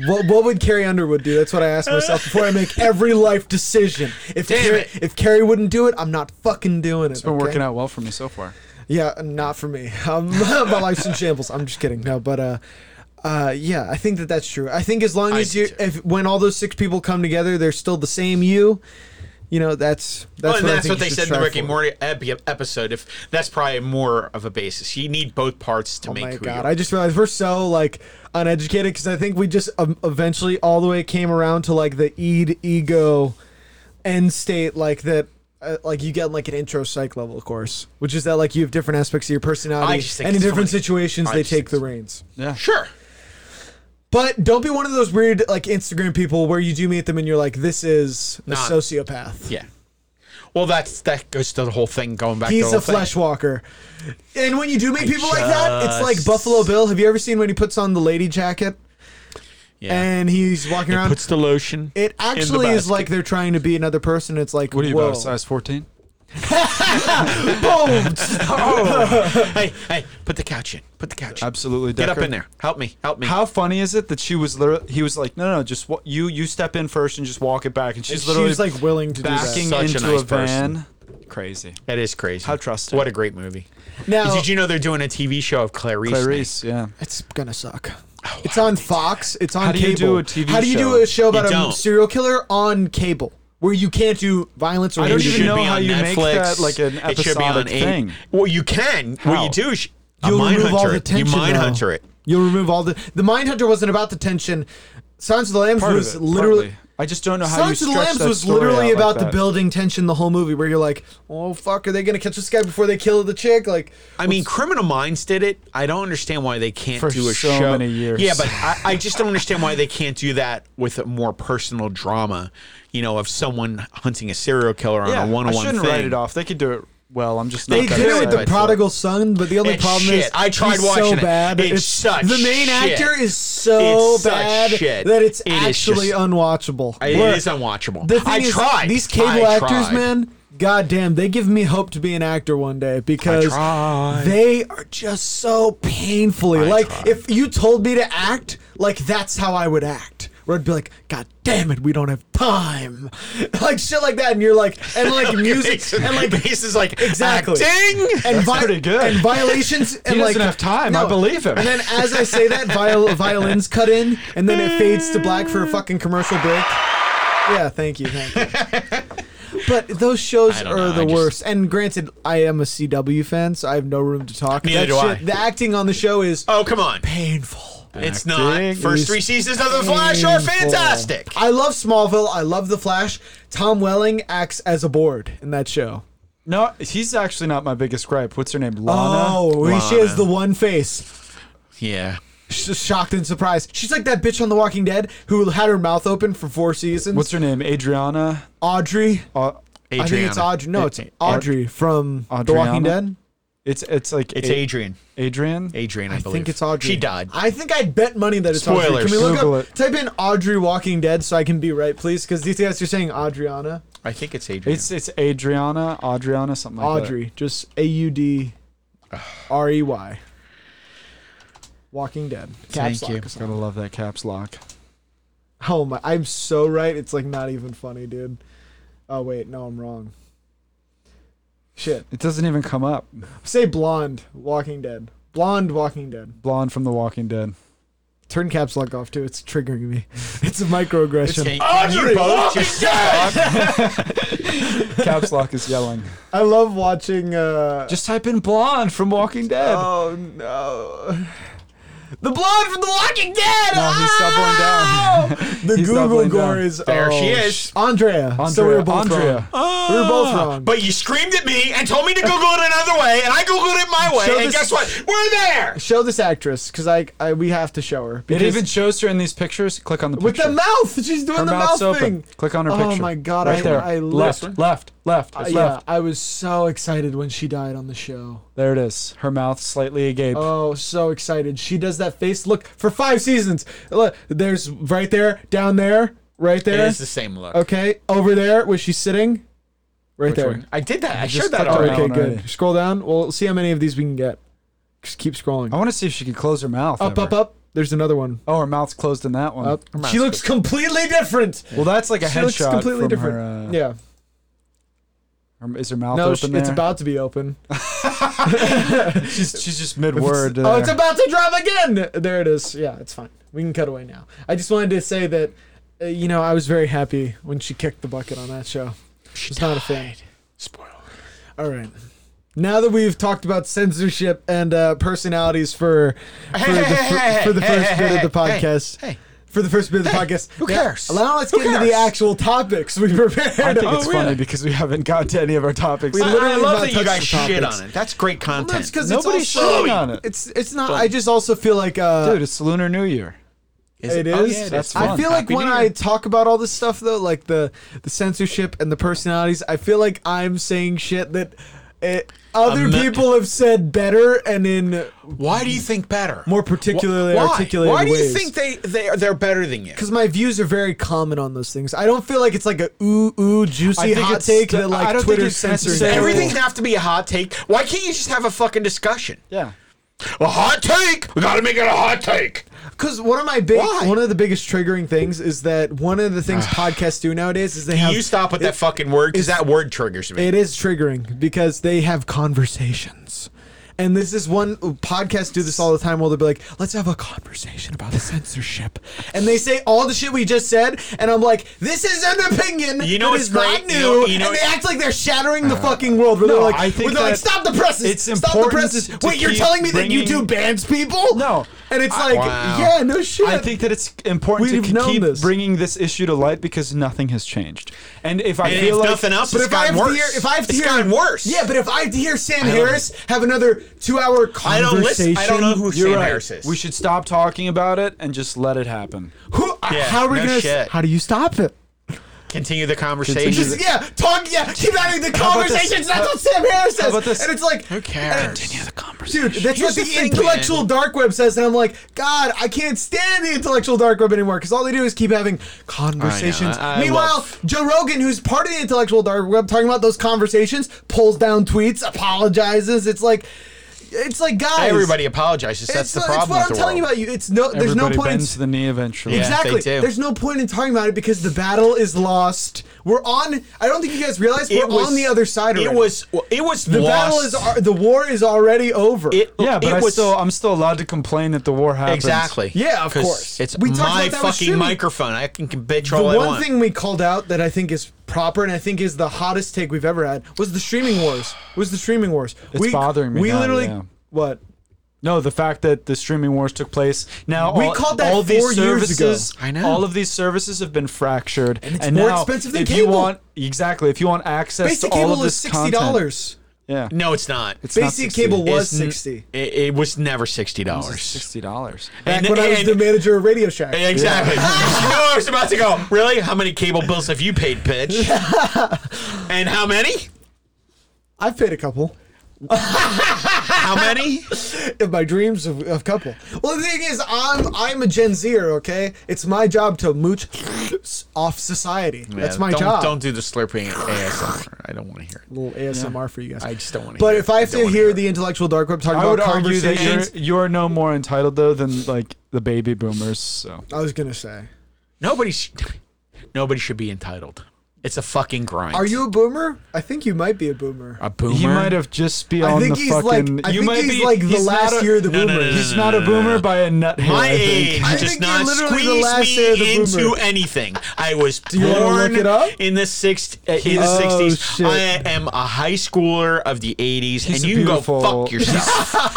Speaker 2: What, what would Carrie Underwood do? That's what I ask myself before I make every life decision. If
Speaker 4: Damn
Speaker 2: Carrie,
Speaker 4: it.
Speaker 2: if Carrie wouldn't do it, I'm not fucking doing it.
Speaker 3: It's been working out well for me so far.
Speaker 2: Yeah, not for me. Um, my life's in shambles. I'm just kidding. No, but uh, uh, yeah, I think that that's true. I think as long
Speaker 4: I
Speaker 2: as
Speaker 4: do
Speaker 2: you,
Speaker 4: too.
Speaker 2: if when all those six people come together, they're still the same you. You know, that's that's
Speaker 4: Well,
Speaker 2: what,
Speaker 4: Oh, and that's
Speaker 2: I think you
Speaker 4: what they
Speaker 2: should
Speaker 4: said in the
Speaker 2: strive
Speaker 4: Rick and
Speaker 2: for.
Speaker 4: Morty ep- episode. If that's probably more of a basis, you need both parts to
Speaker 2: Oh
Speaker 4: make.
Speaker 2: my
Speaker 4: who
Speaker 2: god!
Speaker 4: you
Speaker 2: I just realized we're so like uneducated because I think we just um, eventually all the way came around to like the id ego end state, like that. Uh, like you get like an intro psych level course, which is that like you have different aspects of your
Speaker 4: I
Speaker 2: personality,
Speaker 4: just think
Speaker 2: and in
Speaker 4: it's
Speaker 2: different
Speaker 4: funny.
Speaker 2: situations
Speaker 4: I
Speaker 2: they
Speaker 4: just think
Speaker 2: take the
Speaker 4: it's-
Speaker 2: reins.
Speaker 3: Yeah.
Speaker 4: are. sure.
Speaker 2: But don't be one of those weird like Instagram people where you do meet them and you're like, this is a
Speaker 4: Not-
Speaker 2: sociopath.
Speaker 4: Yeah. Well, that's that goes to the whole thing going back. to
Speaker 2: He's
Speaker 4: the
Speaker 2: a
Speaker 4: whole thing.
Speaker 2: flesh walker. And when you do meet people like that, it's like
Speaker 4: just-
Speaker 2: Buffalo Bill. Have you ever seen when he puts on the lady jacket
Speaker 4: Yeah.
Speaker 2: and he's walking
Speaker 4: He
Speaker 2: around?
Speaker 4: puts the lotion.
Speaker 2: it actually is
Speaker 4: basket.
Speaker 2: like they're trying to be another person. It's like,
Speaker 3: What are you
Speaker 2: whoa.
Speaker 3: about? Size 14?
Speaker 2: Boom!
Speaker 4: hey, hey, put the couch in. Put the couch. in.
Speaker 3: Absolutely.
Speaker 4: Get up
Speaker 3: Decker.
Speaker 4: in there. Help me. Help me.
Speaker 3: How funny is it that she was literally? He was like, no, no, just wa- you, you step in first and just walk it back, and she's
Speaker 2: She's
Speaker 3: literally
Speaker 2: like willing to do that.
Speaker 3: backing
Speaker 4: Such a
Speaker 3: into a,
Speaker 4: nice person.
Speaker 3: van. Crazy.
Speaker 4: That is crazy.
Speaker 3: How trusting.
Speaker 4: What a great movie.
Speaker 2: Now,
Speaker 4: Did you know they're doing a TV show of Clarice? now?
Speaker 3: Clarice, yeah.
Speaker 2: It's gonna suck.
Speaker 3: Oh,
Speaker 2: it's on Fox. It's on
Speaker 3: How do
Speaker 2: cable.
Speaker 3: you do a TV
Speaker 2: How do you
Speaker 3: show?
Speaker 2: do a show about a
Speaker 4: don't.
Speaker 2: serial killer on cable where you can't do violence or
Speaker 3: I don't
Speaker 4: It
Speaker 3: even
Speaker 4: should
Speaker 3: know
Speaker 4: be
Speaker 3: how
Speaker 4: on
Speaker 3: you make
Speaker 4: Netflix.
Speaker 3: that, like, an
Speaker 4: it should be on
Speaker 3: episodic
Speaker 4: a-
Speaker 3: thing.
Speaker 4: Well, you can.
Speaker 3: How?
Speaker 4: What you do is
Speaker 2: You'll
Speaker 4: you
Speaker 2: remove all
Speaker 4: hunter
Speaker 2: the
Speaker 4: it. You
Speaker 2: tension, though.
Speaker 4: mind hunter it.
Speaker 2: You'll remove all the the Mindhunter wasn't about the tension. Silence of the Lambs
Speaker 3: Part of
Speaker 2: was
Speaker 3: it,
Speaker 2: literally
Speaker 3: partly. I just don't know how
Speaker 2: Silence
Speaker 3: you
Speaker 2: of the
Speaker 3: stretch
Speaker 2: Lambs
Speaker 3: that
Speaker 2: was
Speaker 3: story
Speaker 2: literally
Speaker 3: out like
Speaker 2: about the
Speaker 3: that.
Speaker 2: building tension the whole movie, where you're like, oh fuck, are they gonna catch this guy before they kill the chick? Like,
Speaker 4: I mean, Criminal Minds did it. I don't understand why they can't
Speaker 3: For
Speaker 4: do a
Speaker 3: so
Speaker 4: show.
Speaker 3: many years.
Speaker 4: Yeah, but I, I just don't understand why they can't do that with a more personal drama. You know, of someone hunting a serial killer on
Speaker 3: Yeah,
Speaker 4: a one-on-one
Speaker 3: I shouldn't
Speaker 4: thing.
Speaker 3: write it off. They could do it well. I'm just not
Speaker 2: they
Speaker 3: that
Speaker 2: did it with
Speaker 3: excited for
Speaker 2: the
Speaker 3: it.
Speaker 2: Prodigal Son, but the only
Speaker 4: It's
Speaker 2: problem is
Speaker 4: shit. I tried
Speaker 2: he's
Speaker 4: watching
Speaker 2: so
Speaker 4: it.
Speaker 2: bad.
Speaker 4: It's such
Speaker 2: the main
Speaker 4: shit.
Speaker 2: actor is so
Speaker 4: It's such
Speaker 2: bad
Speaker 4: shit.
Speaker 2: that it's
Speaker 4: It is
Speaker 2: actually
Speaker 4: just-
Speaker 2: unwatchable.
Speaker 4: I-
Speaker 2: Look,
Speaker 4: it is unwatchable.
Speaker 2: The thing
Speaker 4: I
Speaker 2: is,
Speaker 4: tried.
Speaker 2: These cable
Speaker 4: I
Speaker 2: actors,
Speaker 4: tried.
Speaker 2: man, goddamn, they give me hope to be an actor one day because
Speaker 4: tried.
Speaker 2: they are just so painfully. like,
Speaker 4: tried.
Speaker 2: if you told me to act, like that's how I would act. Where I'd be like, God damn it, we don't have time, like shit like that, and you're like, and like music,
Speaker 4: Mason-
Speaker 2: and like
Speaker 4: Mason's like
Speaker 2: Exactly.
Speaker 4: Acting?
Speaker 2: and vi-
Speaker 3: pretty good.
Speaker 2: And violations. And
Speaker 3: doesn't
Speaker 2: like,
Speaker 3: have time. I believe him.
Speaker 2: And then as I say that, viol- violins cut in, and then it fades to black for a fucking commercial break. Yeah, thank you, thank you. But those shows
Speaker 4: I
Speaker 2: are
Speaker 4: don't know,
Speaker 2: the
Speaker 4: I just-
Speaker 2: worst. And granted, I am a CW fan, so I have no room to talk.
Speaker 4: Neither
Speaker 2: that
Speaker 4: do
Speaker 2: shit,
Speaker 4: I.
Speaker 2: The acting on the show is
Speaker 4: Oh come on!
Speaker 2: painful.
Speaker 4: It's not.
Speaker 3: Acting
Speaker 4: First
Speaker 3: is
Speaker 4: three seasons of The Flash are
Speaker 2: Painful.
Speaker 4: fantastic.
Speaker 2: I love Smallville. I love The Flash. Tom Welling acts as a board in that show.
Speaker 3: No, he's actually not my biggest gripe. What's her name? Lana.
Speaker 2: oh, she has the one face.
Speaker 4: Yeah.
Speaker 2: She's shocked and surprised. She's like that bitch on The Walking Dead who had her mouth open for four seasons.
Speaker 3: What's her name? Adriana.
Speaker 2: Audrey?
Speaker 3: Uh,
Speaker 2: I think it's
Speaker 4: Adriana.
Speaker 2: Audrey. No, it's
Speaker 3: Ad-
Speaker 2: Audrey from The
Speaker 3: Adriana?
Speaker 2: Walking Dead.
Speaker 3: it's it's like
Speaker 4: It's
Speaker 3: A-
Speaker 4: Adrian.
Speaker 3: Adrian.
Speaker 4: Adrian, I,
Speaker 2: I
Speaker 4: believe.
Speaker 2: think it's Audrey.
Speaker 4: She died.
Speaker 2: I think I'd bet money that it's Audrey.
Speaker 4: Spoilers.
Speaker 2: Can we look
Speaker 3: Google
Speaker 2: up?
Speaker 3: it.
Speaker 2: Type in Audrey Walking Dead so I can be right, please, because these guys are saying Adriana.
Speaker 4: I think it's Adrian.
Speaker 3: It's it's Adriana, Adriana, something like that.
Speaker 2: Audrey. Just A U D R E Y. Walking Dead. Caps
Speaker 4: Thank you.
Speaker 2: lock.
Speaker 3: Gotta love that caps lock.
Speaker 2: Oh my! I'm so right. It's like not even funny, dude. Oh wait, no, I'm wrong. Shit.
Speaker 3: It doesn't even come up.
Speaker 2: Say blonde Walking Dead. Blonde Walking Dead.
Speaker 3: Blonde from The Walking Dead.
Speaker 2: Turn caps lock off too. It's triggering me. It's a microaggression.
Speaker 4: Can- can you both just stop?
Speaker 3: Caps lock is yelling.
Speaker 2: I love watching. uh
Speaker 3: Just type in blonde from Walking Dead.
Speaker 2: Oh no. The blonde from The Walking Dead.
Speaker 3: No, he's doubling
Speaker 2: Oh! The
Speaker 3: He's
Speaker 2: Google
Speaker 3: doubling down.
Speaker 2: gore is
Speaker 4: There
Speaker 2: oh,
Speaker 4: she is.
Speaker 2: Andrea. So we were both
Speaker 3: Andrea. Ah!
Speaker 2: wrong. We were both wrong.
Speaker 4: But you screamed at me and told me to Google it another way, and I Googled it my way,
Speaker 2: Show
Speaker 4: and
Speaker 2: this-
Speaker 4: guess what? We're there!
Speaker 2: show this actress because I, I we have to show her.
Speaker 3: It
Speaker 2: because-
Speaker 3: even shows her in these pictures. Click on the
Speaker 2: With
Speaker 3: picture.
Speaker 2: the mouth, she's doing
Speaker 3: her
Speaker 2: the mouth
Speaker 3: mouth's open.
Speaker 2: thing.
Speaker 3: Click on her
Speaker 2: Oh
Speaker 3: picture.
Speaker 2: my God,
Speaker 3: Right
Speaker 2: I-
Speaker 3: there.
Speaker 2: I
Speaker 3: left,
Speaker 2: left-
Speaker 3: left, left,
Speaker 2: Uh,
Speaker 3: left.
Speaker 2: yeah, I was so excited when she died on the show.
Speaker 3: There it is. Her mouth slightly agape.
Speaker 2: Oh, so excited! She does that face look for five seasons. Look, there's right there, down there, right
Speaker 4: It
Speaker 2: there.
Speaker 4: is the same look.
Speaker 2: Okay, over there was she sitting? Right there.
Speaker 4: I did that. I
Speaker 3: just
Speaker 4: showed that
Speaker 3: clicked on
Speaker 4: already.
Speaker 3: it.
Speaker 2: Okay,
Speaker 3: Down
Speaker 2: good.
Speaker 3: already.
Speaker 2: Scroll down. We'll see how many of these we can get. Just keep scrolling.
Speaker 3: I want to see if she can close her mouth.
Speaker 2: Up,
Speaker 3: ever.
Speaker 2: up, up. There's another one.
Speaker 3: Oh, her mouth's closed in that one.
Speaker 2: Up.
Speaker 4: mouth's
Speaker 2: She looks completely different.
Speaker 3: Well, that's like a
Speaker 2: She
Speaker 3: headshot.
Speaker 2: looks completely
Speaker 3: from
Speaker 2: different.
Speaker 3: Her, uh,
Speaker 2: yeah.
Speaker 3: her- is her mouth
Speaker 2: No,
Speaker 3: open
Speaker 2: sh- it's
Speaker 3: there?
Speaker 2: about to be open.
Speaker 3: She's, she's just uh, mid word.
Speaker 2: Oh, it's about to drop again. There it is. Yeah, it's fine. We can cut away now. I just wanted to say that, uh, you know, I was very happy when she kicked the bucket on that show. She's not a fan.
Speaker 4: Spoiler.
Speaker 2: All right. Now that we've talked about censorship and uh, personalities for for,
Speaker 4: Hey,
Speaker 2: the,
Speaker 4: hey,
Speaker 2: fir-
Speaker 4: hey, hey,
Speaker 2: for the
Speaker 4: hey,
Speaker 2: first
Speaker 4: hey,
Speaker 2: bit
Speaker 4: hey,
Speaker 2: of the
Speaker 4: hey,
Speaker 2: podcast,
Speaker 4: hey.
Speaker 2: for the first bit of the
Speaker 4: Hey,
Speaker 2: podcast,
Speaker 4: who
Speaker 2: now-
Speaker 4: cares?
Speaker 2: now let's
Speaker 4: Who
Speaker 2: get into the
Speaker 4: cares?
Speaker 2: actual topics we prepared.
Speaker 3: I think
Speaker 2: Oh,
Speaker 3: it's
Speaker 4: really?
Speaker 3: funny because we haven't gotten to any of our topics.
Speaker 2: We
Speaker 4: I,
Speaker 2: literally
Speaker 4: I love
Speaker 2: not
Speaker 4: that you
Speaker 2: touched
Speaker 4: guys
Speaker 2: the
Speaker 4: shit
Speaker 2: topics.
Speaker 4: on it. That's great content.
Speaker 2: That's because
Speaker 3: Nobody's
Speaker 2: it's also,
Speaker 3: shitting on it.
Speaker 2: It's it's not. I just also feel like uh,
Speaker 3: Dude, it's the Lunar New Year.
Speaker 4: Is
Speaker 2: it
Speaker 4: Oh,
Speaker 2: is.
Speaker 4: yeah, it
Speaker 3: That's
Speaker 4: is.
Speaker 3: fun.
Speaker 2: I feel like
Speaker 4: Happy
Speaker 2: when
Speaker 4: New
Speaker 2: I
Speaker 4: Year.
Speaker 2: talk about all this stuff though, like the the censorship and the personalities, I feel like I'm saying shit that uh other
Speaker 4: I'm not-
Speaker 2: people have said better and in
Speaker 4: Why do you think better?
Speaker 2: more particularly
Speaker 4: Why?
Speaker 2: articulated
Speaker 4: Why do
Speaker 2: ways.
Speaker 4: you think they, they are, they're better than you?
Speaker 2: because my views are very common on those things. I don't feel like it's like a ooh ooh
Speaker 3: I
Speaker 2: juicy
Speaker 3: think
Speaker 2: hot
Speaker 3: it's
Speaker 2: take
Speaker 3: the-
Speaker 2: that
Speaker 3: I
Speaker 2: like
Speaker 3: don't think
Speaker 2: Twitter
Speaker 3: it's
Speaker 2: censors.
Speaker 3: necessary.
Speaker 2: people.
Speaker 4: Everything have to be a hot take. Why can't you just have a fucking discussion?
Speaker 3: Yeah.
Speaker 4: A hot take. We gotta make it a hot take.
Speaker 2: Because one of my big,
Speaker 4: Why?
Speaker 2: one of the biggest triggering things is that one of the things podcasts do nowadays is they have
Speaker 4: you stop with that fucking word because that word triggers me.
Speaker 2: It is triggering because they have conversations. And this is one podcast do this all the time where they'll be like, let's have a conversation about censorship. And they say all the shit we just said, and I'm like, this is an opinion
Speaker 4: You know
Speaker 2: that
Speaker 4: what's
Speaker 2: is not
Speaker 4: great?
Speaker 2: new.
Speaker 4: You know- you know-
Speaker 2: and they act like they're shattering the fucking world. Where they're
Speaker 3: Uh, no,
Speaker 2: like,
Speaker 3: I think
Speaker 2: where they're like,
Speaker 3: that
Speaker 2: stop the presses.
Speaker 3: it's
Speaker 2: stop the
Speaker 3: important
Speaker 2: presses.
Speaker 3: to
Speaker 2: Wait, you're
Speaker 3: keep
Speaker 2: telling me that you
Speaker 3: bringing-
Speaker 2: do bans people?
Speaker 3: No,
Speaker 2: And it's like,
Speaker 4: wow.
Speaker 2: yeah, no shit.
Speaker 3: I think that it's important
Speaker 2: We've
Speaker 3: to k-
Speaker 2: known
Speaker 3: keep
Speaker 2: this.
Speaker 3: bringing this issue to light because nothing has changed. And if I
Speaker 4: And
Speaker 3: feel
Speaker 4: if
Speaker 3: like
Speaker 4: nothing else,
Speaker 2: But
Speaker 4: it's
Speaker 2: if I
Speaker 4: gotten
Speaker 2: have
Speaker 4: worse.
Speaker 2: to hear, if I have to
Speaker 4: it's
Speaker 2: hear,
Speaker 4: gotten worse.
Speaker 2: Yeah, but if I have to hear Sam
Speaker 4: don't
Speaker 2: Harris have another two-hour
Speaker 4: I
Speaker 2: conversation,
Speaker 4: don't listen. I don't know who
Speaker 3: you're
Speaker 4: Sam
Speaker 3: right.
Speaker 4: Harris is.
Speaker 3: We should stop talking about it and just let it happen.
Speaker 2: Who,
Speaker 4: Yeah,
Speaker 2: how are we
Speaker 4: no
Speaker 2: gonna?
Speaker 4: shit.
Speaker 2: How do you stop it?
Speaker 4: continue the conversation.
Speaker 3: Continue
Speaker 2: Just yeah, talk. Yeah, keep having the
Speaker 3: How about this?
Speaker 2: conversations. That's
Speaker 3: How-
Speaker 2: what Sam Harris says.
Speaker 3: about this?
Speaker 2: And it's like,
Speaker 4: who cares?
Speaker 3: Continue the conversation.
Speaker 2: dude, that's
Speaker 4: Here's
Speaker 2: what the,
Speaker 4: the thing,
Speaker 2: intellectual
Speaker 4: man.
Speaker 2: dark web says, and I'm like, God, I can't stand the intellectual dark web anymore because all they do is keep having conversations.
Speaker 4: I- I
Speaker 2: Meanwhile,
Speaker 4: love-
Speaker 2: Joe Rogan, who's part of the intellectual dark web, talking about those conversations, pulls down tweets, apologizes. It's like, it's like guys,
Speaker 4: Everybody apologizes. That's
Speaker 2: it's,
Speaker 4: the
Speaker 2: it's
Speaker 4: problem.
Speaker 2: what
Speaker 4: with
Speaker 2: I'm
Speaker 4: the
Speaker 2: telling you
Speaker 4: world.
Speaker 2: about. You, it's no, there's
Speaker 3: Everybody
Speaker 2: no point. in
Speaker 3: bends the knee eventually.
Speaker 4: Yeah.
Speaker 2: Exactly.
Speaker 4: do.
Speaker 2: There's no point in talking about it because the battle is lost. We're on. I don't think you guys realize we're on the other side.
Speaker 4: It
Speaker 2: already.
Speaker 4: was. It was
Speaker 2: the battle is al- the war is already over.
Speaker 4: It,
Speaker 3: Yeah, but
Speaker 4: it
Speaker 3: I
Speaker 4: was
Speaker 3: still, I'm still allowed to complain that the war happens.
Speaker 4: exactly.
Speaker 2: Yeah, of
Speaker 4: 'Cause
Speaker 2: course.
Speaker 4: It's
Speaker 2: We talked
Speaker 4: my
Speaker 2: about that with
Speaker 4: fucking
Speaker 2: Shumi.
Speaker 4: microphone. I can bitch
Speaker 2: the
Speaker 4: all I
Speaker 2: one
Speaker 4: want.
Speaker 2: thing we called out that I think is proper and I think is the hottest take we've ever had was the streaming wars. Was the streaming wars? It's we,
Speaker 3: bothering me
Speaker 2: We
Speaker 3: now,
Speaker 2: literally
Speaker 3: yeah.
Speaker 2: what?
Speaker 3: No, the fact that the streaming wars took place. Now
Speaker 2: We
Speaker 3: all,
Speaker 2: called that
Speaker 3: all
Speaker 2: four
Speaker 3: these
Speaker 2: years ago.
Speaker 3: services,
Speaker 4: I know.
Speaker 3: All of these services have been fractured, and
Speaker 2: it's more
Speaker 3: now,
Speaker 2: expensive than
Speaker 3: if
Speaker 2: cable.
Speaker 3: You want, exactly. If you want access
Speaker 2: Basic
Speaker 3: to all of
Speaker 2: cable
Speaker 3: this
Speaker 2: is sixty
Speaker 3: content-
Speaker 2: dollars.
Speaker 3: yeah,
Speaker 4: no, it's not. It's
Speaker 3: not
Speaker 2: Basic
Speaker 3: 60.
Speaker 2: cable was
Speaker 4: n-
Speaker 2: sixty.
Speaker 4: It, it was never sixty dollars.
Speaker 3: sixty dollars.
Speaker 2: Back when I was the manager of Radio Shack.
Speaker 4: Exactly. you know, I was about to go. Really? How many cable bills have you paid, bitch? and how many?
Speaker 2: I've paid a couple.
Speaker 4: How many?
Speaker 2: of my dreams of, of couple. Well, the thing is, I'm I'm a Gen Zer. Okay, it's my job to mooch off society. That's
Speaker 4: Yeah,
Speaker 2: my
Speaker 4: don't,
Speaker 2: job.
Speaker 4: Don't do the slurping ASMR. I don't want to hear it.
Speaker 2: little ASMR for you guys.
Speaker 4: I just don't want to.
Speaker 2: but
Speaker 4: hear
Speaker 2: if I have
Speaker 4: don't
Speaker 2: to
Speaker 4: wanna
Speaker 2: hear
Speaker 4: it.
Speaker 2: the intellectual dark web talk
Speaker 3: I would
Speaker 2: about
Speaker 3: argue that you're
Speaker 2: conversations,
Speaker 3: you're no more entitled though than like the baby boomers. So
Speaker 2: I was gonna say,
Speaker 4: nobody, sh- nobody should be entitled. It's a fucking grind.
Speaker 2: are you a boomer? I think you might be a boomer.
Speaker 4: a boomer?
Speaker 3: he might have just be on
Speaker 2: I think
Speaker 3: the
Speaker 2: he's
Speaker 3: fucking.
Speaker 2: like I
Speaker 3: you
Speaker 2: think
Speaker 3: might
Speaker 2: he's
Speaker 3: be
Speaker 2: like the
Speaker 3: he's
Speaker 2: last
Speaker 3: not a-
Speaker 2: year of the
Speaker 4: No, no,
Speaker 2: boomer.
Speaker 4: no, no,
Speaker 3: He's not a boomer by a nut hair.
Speaker 4: My
Speaker 3: I think.
Speaker 4: age
Speaker 2: I
Speaker 4: does
Speaker 2: think you're
Speaker 4: not
Speaker 2: literally the
Speaker 4: squeeze
Speaker 2: last day of the
Speaker 4: me into
Speaker 2: boomer.
Speaker 4: anything. I was
Speaker 2: you wanna
Speaker 4: born
Speaker 2: look it up?
Speaker 4: in the six, uh, in
Speaker 2: Oh,
Speaker 4: the sixties.
Speaker 2: shit.
Speaker 4: I am a high schooler of the eighties, and
Speaker 3: a
Speaker 4: you can go
Speaker 3: beautiful-
Speaker 4: fuck yourself.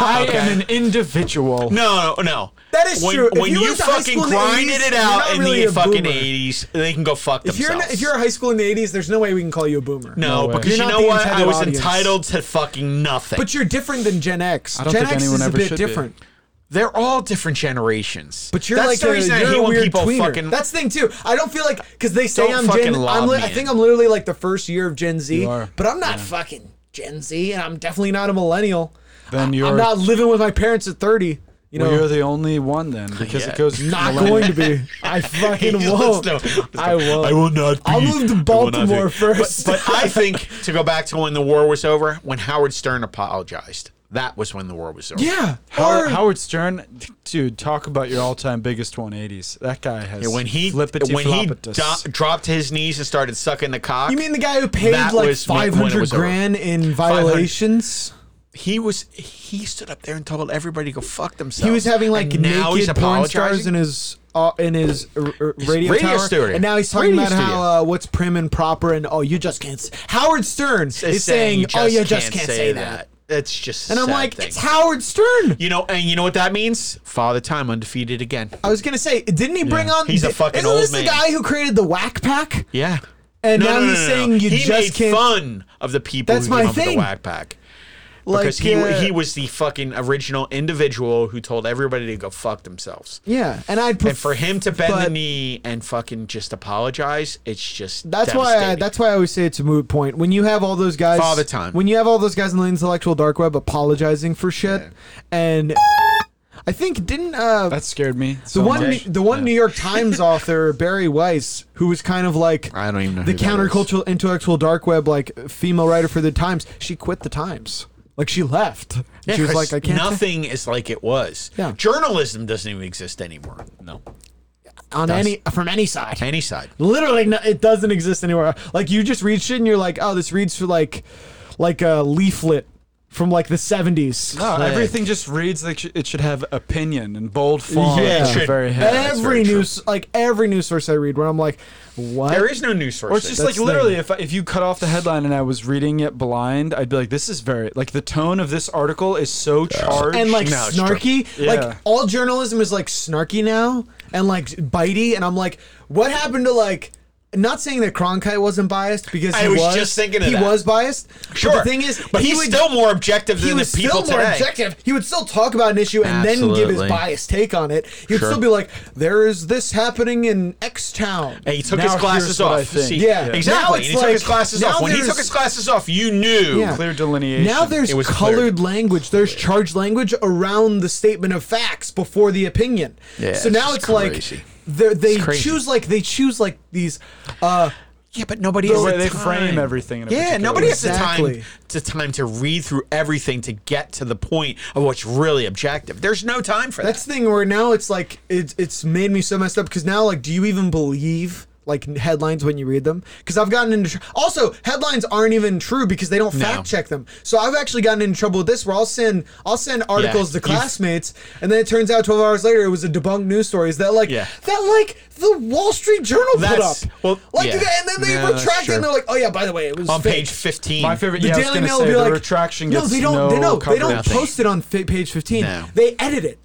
Speaker 3: I am an individual.
Speaker 4: No, no, no.
Speaker 2: That is
Speaker 4: when,
Speaker 2: true. If
Speaker 4: When
Speaker 2: you
Speaker 4: you,
Speaker 2: went to high
Speaker 4: fucking
Speaker 2: school in the
Speaker 4: grinded
Speaker 2: 80s,
Speaker 4: it
Speaker 2: you're
Speaker 4: out
Speaker 2: not
Speaker 4: in
Speaker 2: really a
Speaker 4: the fucking
Speaker 2: boomer.
Speaker 4: eighties, they can go fuck
Speaker 2: If you're
Speaker 4: themselves.
Speaker 2: if you're a high school in the '80s, there's no way we can call you a boomer.
Speaker 4: no,
Speaker 3: No way.
Speaker 4: because
Speaker 2: You're
Speaker 4: you
Speaker 2: not
Speaker 4: know
Speaker 2: the
Speaker 4: what? I
Speaker 2: intended
Speaker 4: was
Speaker 2: audience.
Speaker 4: entitled to fucking nothing.
Speaker 2: But you're different than Gen X.
Speaker 3: don't
Speaker 2: Gen
Speaker 3: think
Speaker 2: X
Speaker 3: anyone
Speaker 2: is a
Speaker 3: ever
Speaker 2: bit
Speaker 3: should be.
Speaker 2: different.
Speaker 4: They're all different generations.
Speaker 2: But you're
Speaker 4: That's
Speaker 2: like
Speaker 4: the
Speaker 2: a,
Speaker 4: reason I
Speaker 2: you're
Speaker 4: hate
Speaker 2: a
Speaker 4: when
Speaker 2: weird
Speaker 4: people
Speaker 2: tweener.
Speaker 4: fucking
Speaker 2: That's the thing too. I don't feel like because they say
Speaker 4: Don't
Speaker 2: I'm
Speaker 4: fucking
Speaker 2: Gen.
Speaker 4: lob
Speaker 2: I'm li-
Speaker 4: me
Speaker 2: I
Speaker 4: in.
Speaker 2: think I'm literally like the first year of Gen Z,
Speaker 3: You are.
Speaker 2: but I'm not fucking Gen Z, and I'm definitely not a millennial.
Speaker 3: Then you're
Speaker 2: I'm not living with my parents at 30. You
Speaker 3: well,
Speaker 2: know,
Speaker 3: you're the only one then because
Speaker 4: Yeah.
Speaker 3: it goes
Speaker 2: not
Speaker 3: millennial.
Speaker 2: going to be. I fucking
Speaker 4: Let's
Speaker 2: won't.
Speaker 4: go. Let's go.
Speaker 2: I won't.
Speaker 4: I will not be.
Speaker 2: I'll move to
Speaker 4: I will not be.
Speaker 2: Baltimore first.
Speaker 4: But, but I think to go back to when the war was over, when Howard Stern apologized, that was when the war was over.
Speaker 2: yeah.
Speaker 3: Howard,
Speaker 2: or-
Speaker 3: Howard Stern, dude, talk about your all-time biggest 180s. That guy has
Speaker 4: And when he
Speaker 3: flippity
Speaker 4: when he
Speaker 3: floppitus.
Speaker 4: do- dropped his knees and started sucking the cock,
Speaker 2: you mean the guy who paid
Speaker 4: That
Speaker 2: like
Speaker 4: was when- when it
Speaker 2: 500
Speaker 4: was over.
Speaker 2: grand in violations?
Speaker 4: he was he stood up there and told everybody to go fuck themselves.
Speaker 2: He was having like
Speaker 4: and now he's
Speaker 2: naked porn stars
Speaker 4: apologizing.
Speaker 2: in his uh, in his uh, uh, radio,
Speaker 4: radio
Speaker 2: tower,
Speaker 4: studio.
Speaker 2: and now he's talking
Speaker 4: Radio
Speaker 2: about
Speaker 4: studio.
Speaker 2: how uh, what's prim and proper, and oh, you just can't. s Howard Stern is saying, oh, you just can't, say that.
Speaker 4: That's just. a
Speaker 2: And I'm
Speaker 4: sad
Speaker 2: like,
Speaker 4: thing.
Speaker 2: it's Howard Stern.
Speaker 4: You know, and you know what that means? Father Time undefeated again.
Speaker 2: I was gonna say, didn't he bring on?
Speaker 4: He's a fucking
Speaker 2: Isn't this
Speaker 4: old man.
Speaker 2: the guy who created the Whack Pack?
Speaker 4: Yeah.
Speaker 2: And now he's saying you
Speaker 4: he
Speaker 2: just
Speaker 4: made
Speaker 2: can't-
Speaker 4: fun of the people
Speaker 2: That's
Speaker 4: who
Speaker 2: my
Speaker 4: came up with the
Speaker 2: thing.
Speaker 4: whack pack.
Speaker 2: Like
Speaker 4: Because he
Speaker 2: uh,
Speaker 4: he was the fucking original individual who told everybody to go fuck themselves.
Speaker 2: yeah, and I'd
Speaker 4: And for him to bend
Speaker 2: but-
Speaker 4: the knee and fucking just apologize, it's just
Speaker 2: That's why I,
Speaker 4: devastating.
Speaker 2: that's why I always say it's a moot point. When you have all those guys
Speaker 4: Father time.
Speaker 2: When you have all those guys in the intellectual dark web apologizing for shit and I think didn't uh
Speaker 3: that scared me.
Speaker 2: the one the one New York Times author Barry Weiss who was kind of like
Speaker 4: I don't even know
Speaker 2: the
Speaker 4: who that is.
Speaker 2: countercultural intellectual dark web like female writer for the Times she quit the Times like she left
Speaker 4: Yeah,
Speaker 2: she was like
Speaker 4: 'cause
Speaker 2: I can't
Speaker 4: nothing is like it was.
Speaker 2: Yeah.
Speaker 4: Journalism doesn't even exist anymore. No.
Speaker 2: on any from any side
Speaker 4: Any side.
Speaker 2: Literally, no, it doesn't exist anywhere. Like you just read shit and you're like, oh, this reads for like, like a leaflet
Speaker 5: from like the 70s.
Speaker 3: No,
Speaker 4: Click.
Speaker 3: everything just reads like sh- it should have opinion and bold font.
Speaker 5: Yeah. It
Speaker 3: at the
Speaker 4: should.
Speaker 3: very head.
Speaker 4: that's
Speaker 5: every
Speaker 4: very true.
Speaker 5: news, like every news source I read, where I'm like, what?
Speaker 4: There is no news source.
Speaker 3: Or it's just
Speaker 5: That's
Speaker 3: like
Speaker 5: the
Speaker 3: literally,
Speaker 5: thing.
Speaker 3: if I, if you cut off the headline and I was reading it blind, I'd be like, "This is very like the tone of this article is so charged
Speaker 2: and like
Speaker 4: No, it's true.
Speaker 2: snarky.
Speaker 3: Yeah.
Speaker 2: Like all journalism is like snarky now and like bitey. And I'm like, what happened to like? Not saying that Cronkite wasn't biased because he
Speaker 4: I was just thinking of
Speaker 2: he
Speaker 4: that.
Speaker 2: was biased.
Speaker 4: sure.
Speaker 2: but the thing is,
Speaker 4: but
Speaker 2: he
Speaker 4: he's
Speaker 2: would,
Speaker 4: still more objective
Speaker 2: he
Speaker 4: than the
Speaker 2: was
Speaker 4: people
Speaker 2: still more
Speaker 4: today.
Speaker 2: objective. He would still talk about an issue and then give
Speaker 4: Absolutely.
Speaker 2: his biased take on it. He would
Speaker 4: Sure.
Speaker 2: still be like, "There is this happening in X town."
Speaker 4: And he took
Speaker 3: Now
Speaker 4: his glasses
Speaker 3: here's what I
Speaker 4: off.
Speaker 3: think.
Speaker 4: See,
Speaker 2: Yeah. Now
Speaker 4: exactly. And
Speaker 2: it's
Speaker 4: he took
Speaker 2: like-
Speaker 4: his glasses
Speaker 2: now
Speaker 4: off. When he
Speaker 2: there's-
Speaker 4: took his glasses off, you knew.
Speaker 2: Yeah.
Speaker 3: clear delineation.
Speaker 2: Now there's
Speaker 4: It was
Speaker 2: colored language. There's charged language around the statement of facts before the opinion.
Speaker 4: Yeah,
Speaker 2: so
Speaker 4: it's
Speaker 2: now
Speaker 4: just
Speaker 2: it's
Speaker 4: crazy.
Speaker 2: like they're- they
Speaker 4: It's crazy.
Speaker 2: choose like they choose like these. Uh,
Speaker 4: Yeah, but nobody
Speaker 3: The
Speaker 4: has
Speaker 3: way
Speaker 4: the
Speaker 3: they
Speaker 4: time.
Speaker 3: frame everything in a
Speaker 4: yeah,
Speaker 3: particular
Speaker 4: nobody
Speaker 3: way.
Speaker 4: has the time
Speaker 2: Exactly.
Speaker 4: to time to read through everything to get to the point of what's really objective. There's no time for
Speaker 2: that's the thing where now it's like it's it's made me so messed up because now like do you even believe? Like headlines when you read them, because I've gotten into tr- also headlines aren't even true because they don't fact check them. So I've actually gotten in trouble with this, where I'll send I'll send articles to
Speaker 4: You've-
Speaker 2: classmates, and then it turns out 12 hours later it was a debunked news story. Is that like
Speaker 4: Yeah.
Speaker 2: that like the Wall Street Journal
Speaker 4: That's-
Speaker 2: put up?
Speaker 4: well,
Speaker 2: like,
Speaker 4: yeah.
Speaker 2: and then they
Speaker 3: Yeah, that's
Speaker 2: retract it.
Speaker 3: true.
Speaker 2: And they're like, oh yeah, by the way, it was
Speaker 4: that. On
Speaker 2: fake."
Speaker 4: page 15.
Speaker 3: my favorite.
Speaker 2: The
Speaker 3: yeah, I was
Speaker 2: Daily
Speaker 3: gonna
Speaker 2: Mail
Speaker 3: say,
Speaker 2: will be
Speaker 3: the
Speaker 2: like,
Speaker 3: retraction
Speaker 2: no,
Speaker 3: gets
Speaker 2: they don't. they
Speaker 3: no
Speaker 2: don't. They
Speaker 3: coverage.
Speaker 2: don't
Speaker 4: Nothing.
Speaker 2: post it on fa- page 15.
Speaker 4: No.
Speaker 2: They edit it.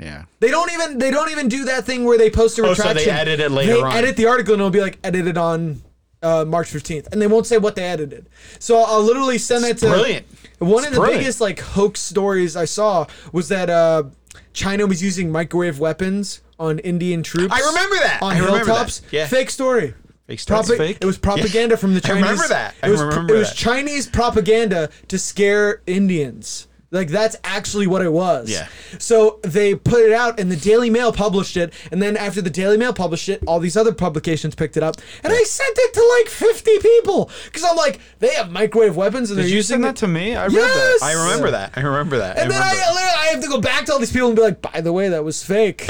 Speaker 4: Yeah.
Speaker 2: They don't even they don't even do that thing where they post a
Speaker 4: Oh, so they
Speaker 2: retraction.
Speaker 4: edit it later
Speaker 2: They
Speaker 4: on.
Speaker 2: edit the article and it'll be like edited on uh, March fifteenth, and they won't say what they edited. So I'll literally send that to
Speaker 4: brilliant.
Speaker 2: One
Speaker 4: It's
Speaker 2: of the
Speaker 4: brilliant.
Speaker 2: biggest like hoax stories I saw was that uh, China was using microwave weapons on Indian troops.
Speaker 4: I remember that.
Speaker 2: on
Speaker 4: I remember that.
Speaker 2: hilltops.
Speaker 4: Yeah.
Speaker 2: Fake story.
Speaker 4: Fake story. It's
Speaker 2: Propa-
Speaker 3: fake?
Speaker 2: It was propaganda from the
Speaker 4: I
Speaker 2: Chinese.
Speaker 4: remember that. I
Speaker 2: it was, pr-
Speaker 4: remember
Speaker 2: It was
Speaker 4: that.
Speaker 2: Chinese propaganda to scare Indians. Like that's actually what it was.
Speaker 4: Yeah.
Speaker 2: So they put it out, and the Daily Mail published it, and then after the Daily Mail published it, all these other publications picked it up, and I sent it to like fifty people because I'm like, they have microwave weapons, and
Speaker 3: Did
Speaker 2: they're
Speaker 3: you
Speaker 2: using
Speaker 3: send that to me? I read
Speaker 2: Yes!
Speaker 3: that. Oh,
Speaker 4: I remember that. I remember that.
Speaker 2: And
Speaker 4: I
Speaker 2: then I,
Speaker 4: remember that.
Speaker 2: literally, I have to go back to all these people and be like, by the way, that was fake.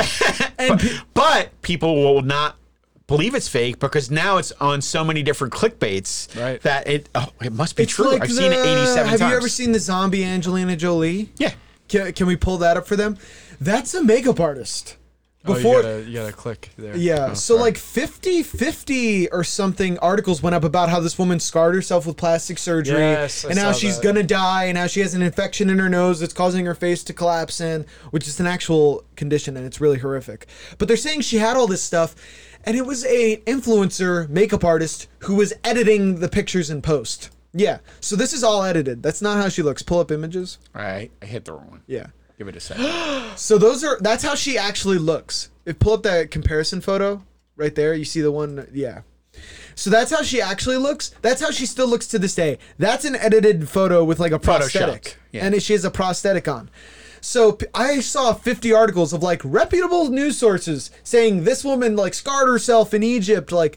Speaker 2: and pe-
Speaker 4: But people will not believe it's fake because now it's on so many different clickbaits
Speaker 3: Right.
Speaker 4: that it oh, it must be
Speaker 2: it's
Speaker 4: true.
Speaker 2: like
Speaker 4: I've seen it
Speaker 2: the-
Speaker 4: 87
Speaker 2: Have
Speaker 4: times.
Speaker 2: you ever seen the zombie Angelina Jolie?
Speaker 4: Yeah.
Speaker 2: Can, can we pull that up for them? That's a makeup artist.
Speaker 3: oh,
Speaker 2: Before,
Speaker 3: you, gotta, you gotta click there.
Speaker 2: yeah. so like 50, 50 or something articles went up about how this woman scarred herself with plastic surgery
Speaker 3: Yes, I
Speaker 2: and how
Speaker 3: saw
Speaker 2: she's
Speaker 3: that.
Speaker 2: gonna die and how she has an infection in her nose that's causing her face to collapse in, which is an actual condition and it's really horrific. But they're saying she had all this stuff, and it was a influencer makeup artist who was editing the pictures in post. Yeah. So this is all edited. That's not how she looks. Pull up images.
Speaker 4: All right. I hit the wrong one.
Speaker 2: Yeah.
Speaker 4: Give it a second.
Speaker 2: So those are that's how she actually looks. If pull up that comparison photo right there, you see the one yeah. So that's how she actually looks. That's how she still looks to this day. That's an edited photo with like a prosthetic.
Speaker 4: yeah.
Speaker 2: And she has a prosthetic on. So p- I saw 50 articles of like reputable news sources saying this woman like scarred herself in Egypt like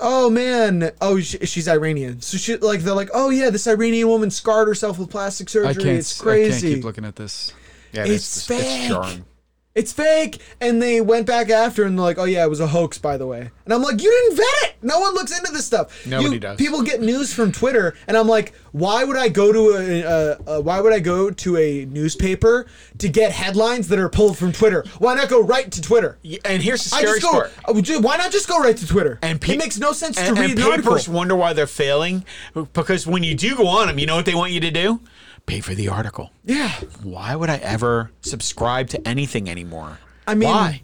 Speaker 2: oh man oh sh she's Iranian. So she like they're like oh yeah this Iranian woman scarred herself with plastic surgery.
Speaker 3: Oh. I can't.
Speaker 2: it's
Speaker 3: s-
Speaker 2: crazy.
Speaker 3: I can't keep looking at this.
Speaker 4: Yeah,
Speaker 2: It's fake. It's fake. And they went back after and they're like, oh, yeah, it was a hoax, by the way. And I'm like, you didn't vet it. No one looks into this stuff.
Speaker 4: Nobody
Speaker 2: You-
Speaker 4: does.
Speaker 2: People get news from Twitter. And I'm like, why would I go to a, uh, uh, why would I go to a newspaper to get headlines that are pulled from Twitter? Why not go right to Twitter?
Speaker 4: Yeah, And here's the
Speaker 2: I
Speaker 4: scary
Speaker 2: just go,
Speaker 4: part.
Speaker 2: I would ju- why not just go right to Twitter?
Speaker 4: And pe-
Speaker 2: it makes no sense
Speaker 4: and,
Speaker 2: to read
Speaker 4: and
Speaker 2: an article.
Speaker 4: papers wonder why they're failing because when you do go on them, you know what they want you to do? Pay for the article.
Speaker 2: Yeah.
Speaker 4: Why would I ever subscribe to anything anymore?
Speaker 2: I mean,
Speaker 4: why?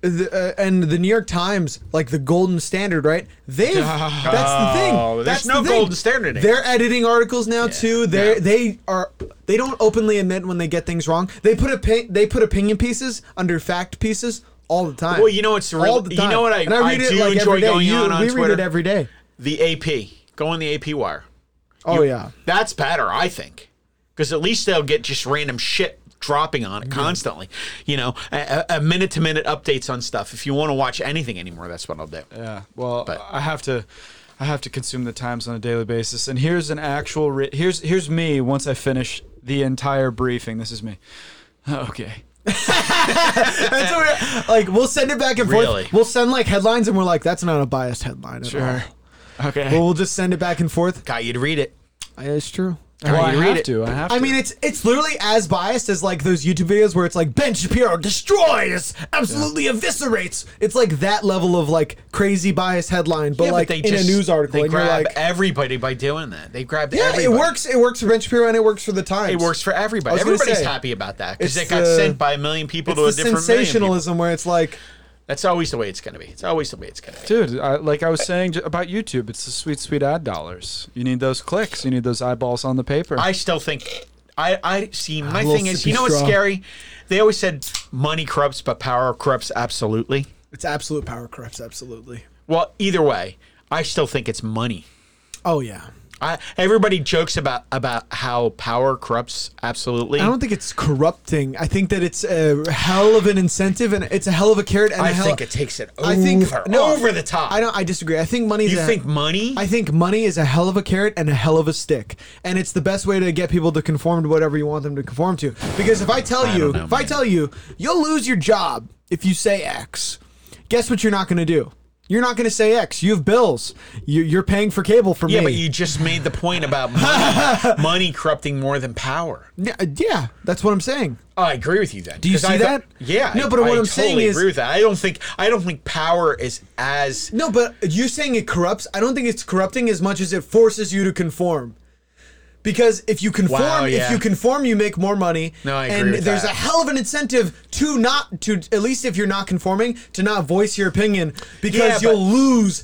Speaker 2: The, uh, and the New York Times, like the golden standard, right? They've that's the thing.
Speaker 4: Oh, there's
Speaker 2: That's the
Speaker 4: no
Speaker 2: thing.
Speaker 4: golden standard anymore.
Speaker 2: They're editing articles now too. They are they are they don't openly admit when they get things wrong. They put opi- they put opinion pieces under fact pieces all the time.
Speaker 4: Well, you know what's
Speaker 2: all
Speaker 4: real-
Speaker 2: the
Speaker 4: you
Speaker 2: time.
Speaker 4: know what I-
Speaker 2: and
Speaker 4: I
Speaker 2: read it
Speaker 4: do
Speaker 2: like
Speaker 4: enjoy
Speaker 2: every day.
Speaker 4: going
Speaker 2: You-
Speaker 4: on on
Speaker 2: we read it
Speaker 4: Twitter?
Speaker 2: every day.
Speaker 4: The AP. Go on the AP wire.
Speaker 2: Oh yeah.
Speaker 4: That's better, I think, because at least they'll get just random shit dropping on it constantly. You know, a, a- a minute to minute updates on stuff. If you want to watch anything anymore, that's what I'll do. Uh,
Speaker 3: Yeah. Well, I have to, I have to consume the Times on a daily basis. And here's an actual. Re- here's here's me once I finish the entire briefing. This is me. Okay.
Speaker 2: That's what we like we'll send it back and
Speaker 4: Really?
Speaker 2: forth. We'll send like headlines and we're like that's not a biased headline at all.
Speaker 3: Okay.
Speaker 2: But we'll just send it back and forth.
Speaker 4: Got you to read it.
Speaker 2: Yeah, It's true.
Speaker 3: Well,
Speaker 4: Alright,
Speaker 3: I
Speaker 4: you read
Speaker 3: have
Speaker 4: it.
Speaker 3: to. I have
Speaker 2: I
Speaker 3: to.
Speaker 2: mean, it's it's literally as biased as like those YouTube videos where it's like Ben Shapiro destroys, absolutely eviscerates. It's like that level of like crazy bias headline, but
Speaker 4: Yeah,
Speaker 2: like in a news article,
Speaker 4: they
Speaker 2: and you're
Speaker 4: grab
Speaker 2: like,
Speaker 4: everybody by doing that. They grabbed
Speaker 2: yeah,
Speaker 4: everybody.
Speaker 2: it works. It works for Ben Shapiro and it works for the Times.
Speaker 4: It works for
Speaker 2: I
Speaker 4: everybody.
Speaker 2: was gonna
Speaker 4: Everybody's
Speaker 2: say,
Speaker 4: happy about that because
Speaker 2: it's
Speaker 4: it got
Speaker 2: the-
Speaker 4: sent by a million people to a
Speaker 2: It's the
Speaker 4: different sensationalism.
Speaker 2: sensationalism where it's like,
Speaker 4: That's always the way it's going to be. It's always the way it's going to be.
Speaker 3: Dude, I, like I was saying j- about YouTube, it's the sweet, sweet ad dollars. You need those clicks. You need those eyeballs on the paper.
Speaker 4: I still think. I, I see. My
Speaker 2: little
Speaker 4: thing is, you
Speaker 2: sippy
Speaker 4: know what's
Speaker 2: straw.
Speaker 4: scary? They always said money corrupts, but power corrupts absolutely.
Speaker 5: It's absolute power corrupts absolutely.
Speaker 4: Well, either way, I still think it's money.
Speaker 5: Oh yeah.
Speaker 4: I, everybody jokes about about how power corrupts absolutely.
Speaker 2: I don't think it's corrupting. I think that it's a hell of an incentive and it's a hell of a carrot. And
Speaker 4: I
Speaker 2: a hell
Speaker 4: think it takes it over,
Speaker 2: I think no,
Speaker 4: over the top.
Speaker 2: I don't. I disagree. I think money's.
Speaker 4: You
Speaker 2: a,
Speaker 4: think money?
Speaker 2: I think money is a hell of a carrot and a hell of a stick, and it's the best way to get people to conform to whatever you want them to conform to. Because if I tell you,
Speaker 4: know,
Speaker 2: if I
Speaker 4: man.
Speaker 2: tell you, you'll lose your job if you say X. Guess what? You're not going to do. You're not going to say X. You have bills. You, you're paying for cable for
Speaker 4: yeah,
Speaker 2: me.
Speaker 4: but you just made the point about money, money corrupting more than power.
Speaker 2: Yeah, yeah, that's what I'm saying.
Speaker 4: I agree with you then. Do
Speaker 2: you see that?
Speaker 4: yeah.
Speaker 2: No, but
Speaker 4: I,
Speaker 2: what
Speaker 4: I
Speaker 2: I'm
Speaker 4: totally
Speaker 2: saying is-
Speaker 4: agree with that. I don't think I don't think power is as
Speaker 2: No, but you saying it corrupts. I don't think it's corrupting as much as it forces you to conform. Because if you conform,
Speaker 4: Wow, yeah.
Speaker 2: if you conform, you make more money.
Speaker 4: No, I agree
Speaker 2: And
Speaker 4: with
Speaker 2: there's
Speaker 4: that.
Speaker 2: a hell of an incentive to not to at least if you're not conforming to not voice your opinion because
Speaker 4: Yeah, but-
Speaker 2: you'll lose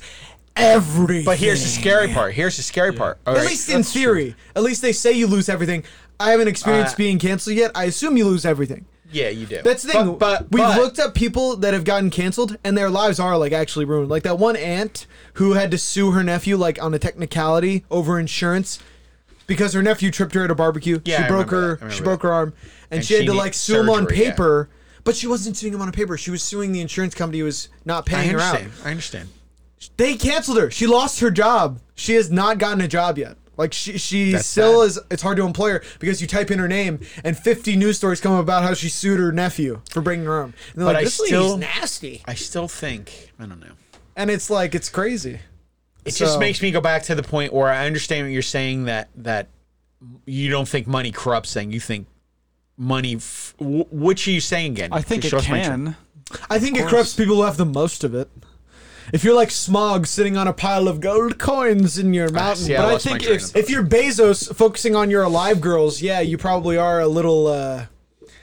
Speaker 2: everything.
Speaker 4: But here's the scary part. Here's the scary part. All
Speaker 2: at
Speaker 4: right.
Speaker 2: least in theory, at least they say you lose everything. I haven't experienced
Speaker 4: Uh,
Speaker 2: being canceled yet. I assume you lose everything.
Speaker 4: yeah, you do.
Speaker 2: That's the thing.
Speaker 4: But, but
Speaker 2: we've
Speaker 4: but-
Speaker 2: looked up people that have gotten canceled, and their lives are like actually ruined. Like that one aunt who had to sue her nephew like on a technicality over insurance because her nephew tripped her at a barbecue.
Speaker 4: Yeah,
Speaker 2: she
Speaker 4: I
Speaker 2: broke
Speaker 4: remember
Speaker 2: her.
Speaker 4: that. I
Speaker 2: She
Speaker 4: remember
Speaker 2: broke her arm, and,
Speaker 4: And
Speaker 2: she had
Speaker 4: she
Speaker 2: to
Speaker 4: need
Speaker 2: like sue him on
Speaker 4: surgery, yeah.
Speaker 2: paper. But she wasn't suing him on paper. She was suing the insurance company who was not
Speaker 4: I
Speaker 2: paying her out.
Speaker 4: understand. I understand.
Speaker 2: They canceled her. She lost her job. She has not gotten a job yet. Like she, she
Speaker 4: That's
Speaker 2: still
Speaker 4: sad.
Speaker 2: is. It's hard to employ her because you type in her name and 50 news stories come about how she sued her nephew for bringing her home. And they're
Speaker 4: But
Speaker 2: like,
Speaker 4: I
Speaker 2: this
Speaker 4: still-
Speaker 2: lady's nasty.
Speaker 4: I still think I don't know.
Speaker 2: And it's like it's crazy.
Speaker 4: It
Speaker 2: So-
Speaker 4: just makes me go back to the point where I understand what you're saying that that you don't think money corrupts thing. You think money. F- w- which are you saying again?
Speaker 3: I think
Speaker 4: Just
Speaker 3: it
Speaker 4: show us my chart.
Speaker 3: can.
Speaker 2: I think it corrupts people who have the most of it. If you're like Smog sitting on a pile of gold coins in your mountain,
Speaker 4: Ah, see, I
Speaker 2: but I
Speaker 4: lost my
Speaker 2: think
Speaker 4: train of
Speaker 2: if,
Speaker 4: thought.
Speaker 2: if you're Bezos focusing on your alive girls, yeah, you probably are a little. uh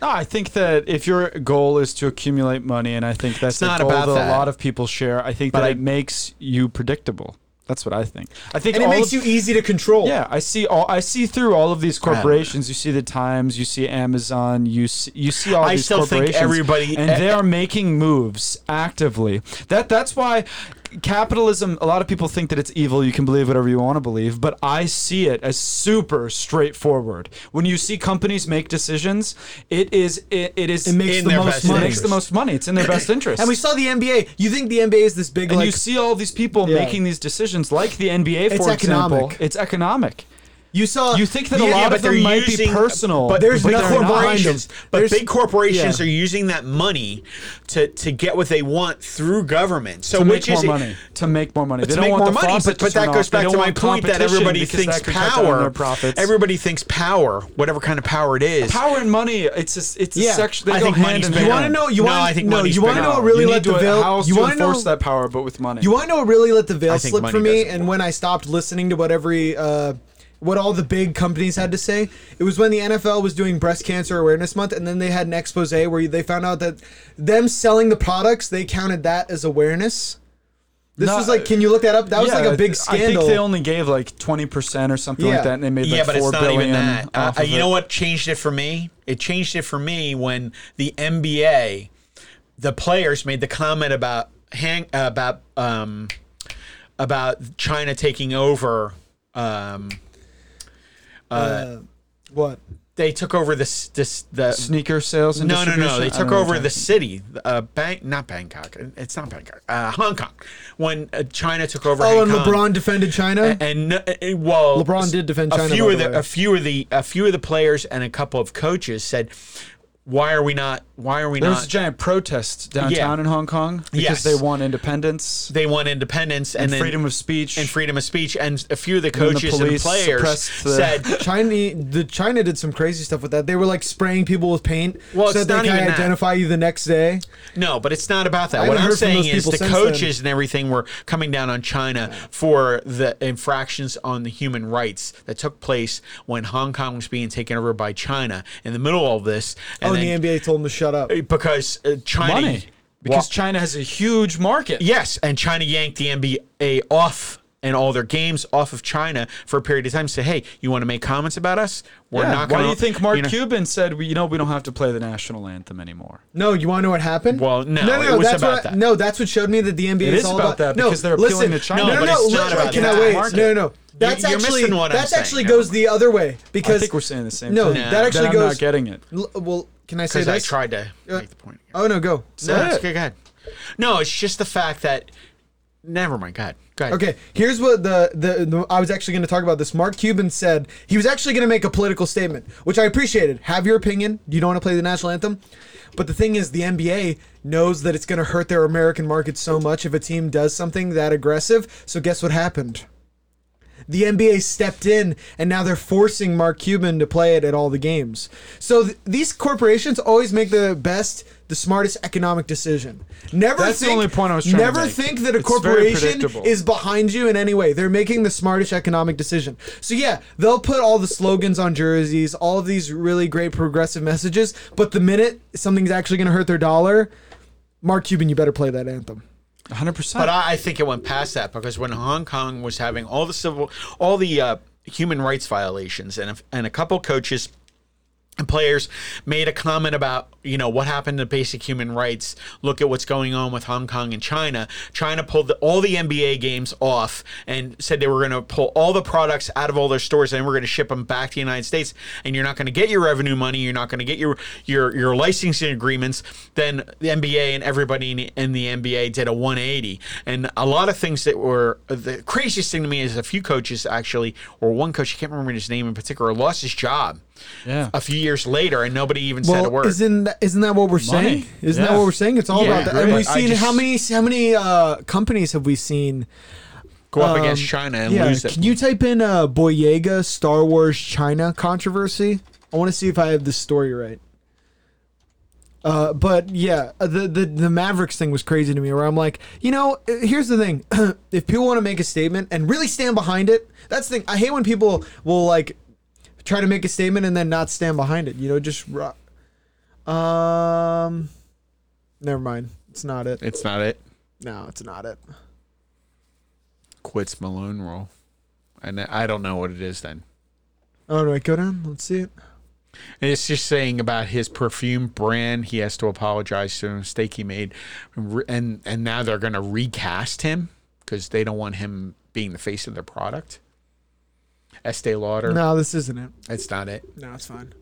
Speaker 3: No, I think that if your goal is to accumulate money, and I think that's
Speaker 4: It's
Speaker 3: a
Speaker 4: not
Speaker 3: goal
Speaker 4: about
Speaker 3: that, a
Speaker 4: that.
Speaker 3: lot of people share, I think
Speaker 4: But
Speaker 3: that
Speaker 4: I-
Speaker 3: it makes you predictable. That's what I think. I think
Speaker 2: And it
Speaker 3: all
Speaker 2: makes
Speaker 3: of-
Speaker 2: you easy to control.
Speaker 3: Yeah, I see all. I see through all of these corporations. You see the Times. You see Amazon. You see, you see all
Speaker 4: I
Speaker 3: these
Speaker 4: still think
Speaker 3: corporations.
Speaker 4: everybody-
Speaker 3: and they are making moves actively. That that's why capitalism. A lot of people think that it's evil. You can believe whatever you want to believe, but I see it as super straightforward. When you see companies make decisions, it is it, it is it
Speaker 2: makes
Speaker 4: In the their most best money.
Speaker 3: It makes the most money. It's in their best interest.
Speaker 2: And we saw the NBA. You think the NBA is this big?
Speaker 3: And
Speaker 2: like,
Speaker 3: you see all these people
Speaker 2: Yeah.
Speaker 3: making these decisions, like the NBA, for example.
Speaker 2: economic.
Speaker 3: It's economic.
Speaker 2: You saw.
Speaker 3: You think that a
Speaker 2: Yeah,
Speaker 3: lot
Speaker 2: yeah,
Speaker 3: of
Speaker 2: but
Speaker 3: them
Speaker 2: they're
Speaker 3: might be personal,
Speaker 4: But
Speaker 2: there's
Speaker 4: there's big
Speaker 2: nothing behind
Speaker 4: corporations.
Speaker 2: them.
Speaker 4: But
Speaker 2: There's-
Speaker 4: big corporations
Speaker 2: yeah.
Speaker 4: are using that money to to get what they want through government. So
Speaker 3: to make
Speaker 4: which
Speaker 3: more
Speaker 4: is it-
Speaker 3: money. To make more money. They
Speaker 4: to
Speaker 3: don't
Speaker 4: make
Speaker 3: want
Speaker 4: more
Speaker 3: the
Speaker 4: money.
Speaker 3: faucet
Speaker 4: But,
Speaker 3: to
Speaker 4: but
Speaker 3: turn
Speaker 4: that goes
Speaker 3: off. They
Speaker 4: back
Speaker 3: don't
Speaker 4: to my
Speaker 3: want
Speaker 4: point that
Speaker 3: competition
Speaker 4: everybody
Speaker 3: because
Speaker 4: thinks
Speaker 3: that could cut down on
Speaker 4: power.
Speaker 3: Their profits.
Speaker 4: Everybody thinks power, whatever kind of power it is.
Speaker 3: power and money. It's a, it's a
Speaker 2: Yeah.
Speaker 3: section. They
Speaker 4: I
Speaker 3: go
Speaker 4: think
Speaker 3: hand
Speaker 4: money's
Speaker 3: in
Speaker 4: bigger.
Speaker 3: hand.
Speaker 2: You want to know? You
Speaker 4: No,
Speaker 2: want
Speaker 4: I
Speaker 2: to
Speaker 4: think
Speaker 2: no,
Speaker 4: money's
Speaker 2: You want to
Speaker 4: bigger.
Speaker 2: know what really
Speaker 3: you
Speaker 2: let
Speaker 3: need
Speaker 2: the
Speaker 3: to
Speaker 2: veil?
Speaker 3: house
Speaker 2: You
Speaker 3: to
Speaker 2: want to know?
Speaker 3: enforce that power, but with money.
Speaker 2: You want to know what really let the veil
Speaker 4: think
Speaker 2: slip for
Speaker 4: money
Speaker 2: me?
Speaker 4: doesn't
Speaker 2: And when I stopped listening to what every uh, what all the big companies had to say, it was when the NFL was doing Breast Cancer Awareness Month, and then they had an expose where they found out that them selling the products they counted that as awareness. This
Speaker 3: No,
Speaker 2: was like, can you look that up? That was
Speaker 3: Yeah,
Speaker 2: like a big
Speaker 3: I
Speaker 2: scandal.
Speaker 3: think they only gave like twenty percent or something
Speaker 2: Yeah.
Speaker 3: like that, and they made like
Speaker 4: yeah, but it's
Speaker 3: four
Speaker 4: not even
Speaker 3: billion
Speaker 4: that. Uh,
Speaker 3: off of
Speaker 4: you
Speaker 3: it.
Speaker 4: know what changed it for me? It changed it for me when the NBA, the players made the comment about hang about um about China taking over. Um,
Speaker 2: what?
Speaker 4: they took over this this the
Speaker 3: Sneaker sales and
Speaker 4: no no no
Speaker 3: distribution?
Speaker 4: they
Speaker 3: I don't
Speaker 4: took
Speaker 3: know what
Speaker 4: over
Speaker 3: you're
Speaker 4: the
Speaker 3: talking-
Speaker 4: city uh bank not Bangkok it's not Bangkok uh, Hong Kong when uh, China took over
Speaker 2: Oh,
Speaker 4: Hong
Speaker 2: and
Speaker 4: Kong.
Speaker 2: LeBron defended China.
Speaker 4: and uh, uh, well,
Speaker 2: LeBron did defend
Speaker 4: a
Speaker 2: China,
Speaker 4: Few
Speaker 2: by
Speaker 4: of
Speaker 2: the
Speaker 4: the,
Speaker 2: way.
Speaker 4: a few of the a few of the players and a couple of coaches said why are we not? Why are we
Speaker 3: There
Speaker 4: not?
Speaker 3: was a giant protest downtown in Hong Kong
Speaker 4: Yes.
Speaker 3: because they want independence
Speaker 4: they want independence and,
Speaker 3: and,
Speaker 4: then
Speaker 3: freedom of speech.
Speaker 4: and freedom of speech. And a few of the
Speaker 3: then the
Speaker 4: coaches and,
Speaker 3: police
Speaker 4: players
Speaker 3: suppressed the-
Speaker 4: said,
Speaker 2: China, the China did some crazy stuff with that. They were like spraying people with paint
Speaker 4: Well,
Speaker 2: so that
Speaker 4: it's
Speaker 2: they
Speaker 4: not
Speaker 2: can
Speaker 4: even that.
Speaker 2: identify you the next day.
Speaker 4: No, but it's not about
Speaker 2: I
Speaker 4: that. What
Speaker 2: haven't
Speaker 4: I'm
Speaker 2: heard from
Speaker 4: saying
Speaker 2: those
Speaker 4: is
Speaker 2: people
Speaker 4: the
Speaker 2: since
Speaker 4: coaches and everything were coming down on China for the infractions on the human rights that took place when Hong Kong was being taken over by China in the middle of all this. And
Speaker 2: oh,
Speaker 4: then,
Speaker 2: and the NBA told them to shut up.
Speaker 4: because uh, China
Speaker 3: money because
Speaker 4: Wa-
Speaker 3: China has a huge market.
Speaker 4: Yes, and China yanked the NBA off and all their games off of China for a period of time. Say, hey, you want to make comments about us? We're
Speaker 3: Yeah.
Speaker 4: not.
Speaker 3: Why
Speaker 4: Gonna,
Speaker 3: do you think Mark
Speaker 4: know-
Speaker 3: Cuban said, "We- you know, we don't have to play the national anthem anymore?
Speaker 2: No, you want to know what happened?
Speaker 4: Well, no, it was
Speaker 2: that's
Speaker 4: about
Speaker 2: what I-
Speaker 4: that.
Speaker 2: No, that's what showed me that the NBA
Speaker 3: It
Speaker 2: is,
Speaker 3: is
Speaker 2: all
Speaker 3: about
Speaker 2: about,
Speaker 3: that
Speaker 2: no,
Speaker 3: because they're
Speaker 2: listen,
Speaker 3: appealing to China.
Speaker 2: No, no,
Speaker 4: No,
Speaker 2: no,
Speaker 4: but it's not
Speaker 2: listen,
Speaker 4: about
Speaker 2: can
Speaker 4: that
Speaker 2: I wait?
Speaker 3: market.
Speaker 2: No, no, no. That's
Speaker 4: you're
Speaker 2: actually
Speaker 4: missing what I'm
Speaker 2: that's
Speaker 4: saying.
Speaker 2: actually
Speaker 4: Never
Speaker 2: goes
Speaker 4: mind.
Speaker 2: the other way
Speaker 3: I
Speaker 2: because
Speaker 3: think we're saying the same
Speaker 2: no,
Speaker 3: thing.
Speaker 2: that
Speaker 4: No.
Speaker 2: actually
Speaker 3: Then I'm
Speaker 2: goes.
Speaker 3: not getting it.
Speaker 2: L- well, can I say
Speaker 4: Because I
Speaker 2: this?
Speaker 4: tried to
Speaker 3: Uh,
Speaker 4: make the point.
Speaker 2: Oh no, go.
Speaker 4: No,
Speaker 3: Say
Speaker 4: it's
Speaker 3: it.
Speaker 4: good. Go ahead. No, it's just the fact that. Never mind. Go ahead. Go ahead.
Speaker 2: Okay, here's what the, the, the I was actually going to talk about this. Mark Cuban said he was actually going to make a political statement, which I appreciated. Have your opinion. You don't want to play the national anthem, but the thing is, the NBA knows that it's going to hurt their American market so much if a team does something that aggressive. So guess what happened? The NBA stepped in, and now they're forcing Mark Cuban to play it at all the games. So th- these corporations always make the best, the smartest economic decision. Never.
Speaker 3: That's the
Speaker 2: think-
Speaker 3: only point I was trying to
Speaker 2: Never
Speaker 3: make.
Speaker 2: think that a
Speaker 3: It's very
Speaker 2: corporation
Speaker 3: predictable.
Speaker 2: is behind you in any way. They're making the smartest economic decision. So yeah, they'll put all the slogans on jerseys, all of these really great progressive messages, but the minute something's actually going to hurt their dollar, Mark Cuban, you better play that anthem.
Speaker 3: 100.
Speaker 4: But
Speaker 3: percent
Speaker 4: I, I think it went past that because when Hong Kong was having all the civil, all the uh, human rights violations, and a, and a couple coaches and players made a comment about you know what happened to basic human rights. Look at what's going on with Hong Kong and China. China pulled the, all the NBA games off and said they were going to pull all the products out of all their stores and we're going to ship them back to the United States. And you're not going to get your revenue money. You're not going to get your your your licensing agreements. Then the NBA and everybody in the, in the NBA did a 180. And a lot of things that were the craziest thing to me is a few coaches actually, or one coach I can't remember his name in particular, lost his job
Speaker 3: Yeah.
Speaker 4: a few years later, and nobody even said a word.
Speaker 2: isn't that, isn't that what we're saying? Isn't
Speaker 3: Yeah.
Speaker 2: that what we're saying? It's all
Speaker 4: Yeah,
Speaker 2: about that. And
Speaker 4: agree.
Speaker 2: we've
Speaker 4: I
Speaker 2: seen
Speaker 4: just-
Speaker 2: how many how many uh, companies have we seen?
Speaker 4: Go up against
Speaker 2: um,
Speaker 4: China and
Speaker 2: Yeah,
Speaker 4: lose that.
Speaker 2: can you type in uh, Boyega Star Wars China controversy? I want to see if I have this story right. Uh, but yeah, uh, the, the the Mavericks thing was crazy to me. Where I'm like, you know, uh, here's the thing: if people want to make a statement and really stand behind it, that's the thing. I hate when people will like try to make a statement and then not stand behind it. You know, just rock. Um, never mind. It's not it.
Speaker 4: it's not it.
Speaker 2: No, it's not it.
Speaker 4: Quits Malone rule, and I don't know what it is. Then
Speaker 2: All right, Oh, go down. Let's see it.
Speaker 4: it's just saying about his perfume brand. He has to apologize to the mistake he made, and re- and, and now they're going to recast him because they don't want him being the face of their product. Estee Lauder.
Speaker 2: No, this isn't it.
Speaker 4: It's not it.
Speaker 5: No, it's fine.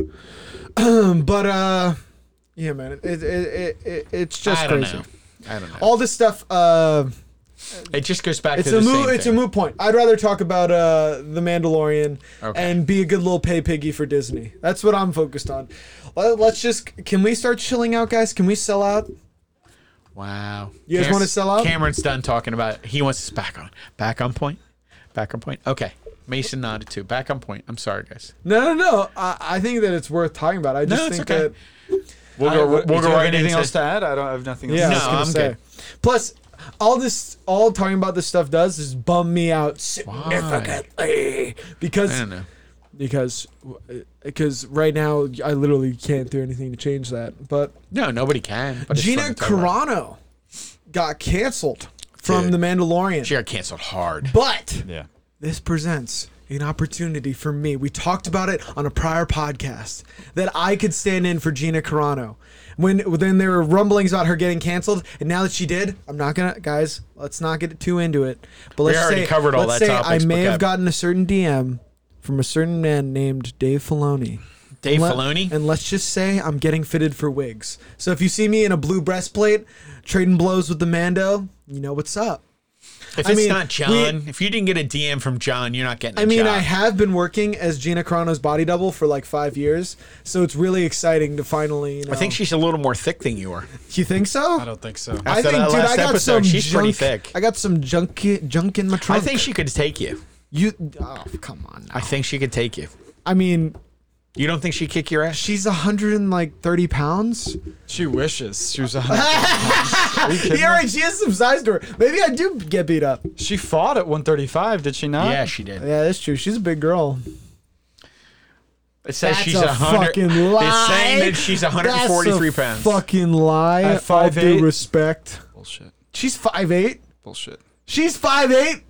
Speaker 2: but uh yeah man it, it, it, it it's just
Speaker 4: I don't
Speaker 2: crazy
Speaker 4: know. I don't know.
Speaker 2: all this stuff uh
Speaker 4: it just goes back
Speaker 2: it's
Speaker 4: to
Speaker 2: a
Speaker 4: the
Speaker 2: moot
Speaker 4: same
Speaker 2: it's a
Speaker 4: thing.
Speaker 2: moot point i'd rather talk about uh the mandalorian
Speaker 4: Okay.
Speaker 2: and be a good little pay piggy for disney that's what i'm focused on Let- let's just can we start chilling out guys can we sell out
Speaker 4: Wow.
Speaker 2: You guys wanna sell out?
Speaker 4: Cameron's done talking about it. He wants us back on. Back on point. Back on point. Okay. Mason nodded too. Back on point. I'm sorry, guys.
Speaker 2: no no no i, I think that it's worth talking about i just
Speaker 4: it's
Speaker 2: think
Speaker 4: okay.
Speaker 2: that
Speaker 4: We'll
Speaker 3: I-
Speaker 4: go,
Speaker 3: what-
Speaker 4: we'll
Speaker 3: do you
Speaker 4: go
Speaker 3: have
Speaker 4: right
Speaker 3: anything
Speaker 4: into
Speaker 3: else to add? I don't have nothing else.
Speaker 2: Yeah,
Speaker 4: No,
Speaker 2: I was gonna
Speaker 4: I'm
Speaker 2: say.
Speaker 4: good.
Speaker 2: Plus, all this, all talking about this stuff does is bum me out significantly
Speaker 4: I
Speaker 2: because
Speaker 4: don't know.
Speaker 2: because because right now I literally can't do anything to change that. But
Speaker 4: No, nobody can. But it's
Speaker 2: Gina
Speaker 4: fun to talk about.
Speaker 2: Carano got canceled from
Speaker 4: Dude.
Speaker 2: The Mandalorian,
Speaker 4: She got canceled hard.
Speaker 2: but
Speaker 3: Yeah.
Speaker 2: this presents an opportunity for me. We talked about it on a prior podcast that I could stand in for Gina Carano. When then there were rumblings about her getting canceled, and now that she did, I'm not gonna, guys. Let's not get too into it. But let's
Speaker 4: already
Speaker 2: say,
Speaker 4: covered all
Speaker 2: let's
Speaker 4: that
Speaker 2: say
Speaker 4: topics,
Speaker 2: I may
Speaker 4: but
Speaker 2: have
Speaker 4: God.
Speaker 2: gotten a certain DM from a certain man named Dave Filoni.
Speaker 4: Dave
Speaker 2: Let-
Speaker 4: Filoni.
Speaker 2: And let's just say I'm getting fitted for wigs. So if you see me in a blue breastplate, trading blows with the Mando, you know what's up.
Speaker 4: If it's
Speaker 2: I mean,
Speaker 4: not
Speaker 2: we-
Speaker 4: John, if you didn't get a DM from John, you're not getting. I
Speaker 2: I mean, I have been working as Gina Carano's body double for like five years, so it's really exciting to finally. You know,
Speaker 4: I think she's a little more thick than you are.
Speaker 2: You think so?
Speaker 3: I don't think so.
Speaker 2: I
Speaker 4: After
Speaker 2: think,
Speaker 4: that
Speaker 2: dude,
Speaker 4: last
Speaker 2: I got
Speaker 4: episode,
Speaker 2: some.
Speaker 4: she's
Speaker 2: junk,
Speaker 4: pretty thick.
Speaker 2: I got some junk, junk in my
Speaker 4: I
Speaker 2: trunk.
Speaker 4: think she could take you.
Speaker 2: you. Oh, come on.
Speaker 4: I
Speaker 2: Now.
Speaker 4: think she could take you.
Speaker 2: I mean,
Speaker 4: You don't think she'd kick your ass?
Speaker 2: she's a hundred and like thirty pounds.
Speaker 3: She wishes she was. a hundred. Are you kidding
Speaker 2: Yeah,
Speaker 3: me?
Speaker 2: right. She has some size to her. Maybe I do get beat up.
Speaker 3: She fought at 135, did she not?
Speaker 4: yeah, she did.
Speaker 2: Yeah, that's true. She's a big girl.
Speaker 4: It says
Speaker 2: That's
Speaker 4: she's
Speaker 2: a
Speaker 4: a hundred.
Speaker 2: fucking
Speaker 4: It's saying
Speaker 2: lie.
Speaker 4: that she's 143
Speaker 2: That's a
Speaker 4: pounds.
Speaker 2: Fucking lie.
Speaker 3: At
Speaker 2: All due
Speaker 3: 5'8"?
Speaker 2: respect.
Speaker 3: Bullshit.
Speaker 2: She's five eight.
Speaker 3: Bullshit.
Speaker 2: She's five eight.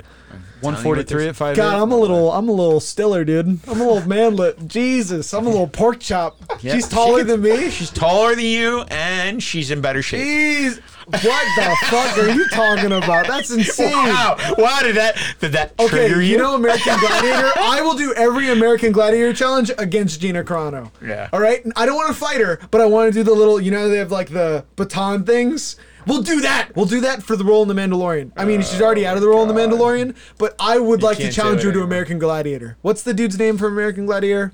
Speaker 3: 143 at 5
Speaker 2: God, I'm a little, I'm a little stiller, dude. I'm a little manlet. Jesus, I'm a little pork chop.
Speaker 4: Yeah.
Speaker 2: She's taller
Speaker 4: She-
Speaker 2: than me.
Speaker 4: She's taller than you, and she's in better shape.
Speaker 2: Jeez, what the fuck are you talking about? That's insane.
Speaker 4: Wow! Wow! Did that did that
Speaker 2: Okay,
Speaker 4: trigger you?
Speaker 2: you know American Gladiator. I will do every American Gladiator challenge against Gina Carano.
Speaker 4: Yeah.
Speaker 2: All right. I don't want to fight her, but I want to do the little. You know, they have like the baton things. We'll do that. We'll do that for the role in The Mandalorian. I mean, she's already out of the role in The Mandalorian, but I would like to
Speaker 4: Oh, can't
Speaker 2: challenge
Speaker 4: do
Speaker 2: her
Speaker 4: it
Speaker 2: to
Speaker 4: anymore.
Speaker 2: American Gladiator. What's the dude's name for American Gladiator?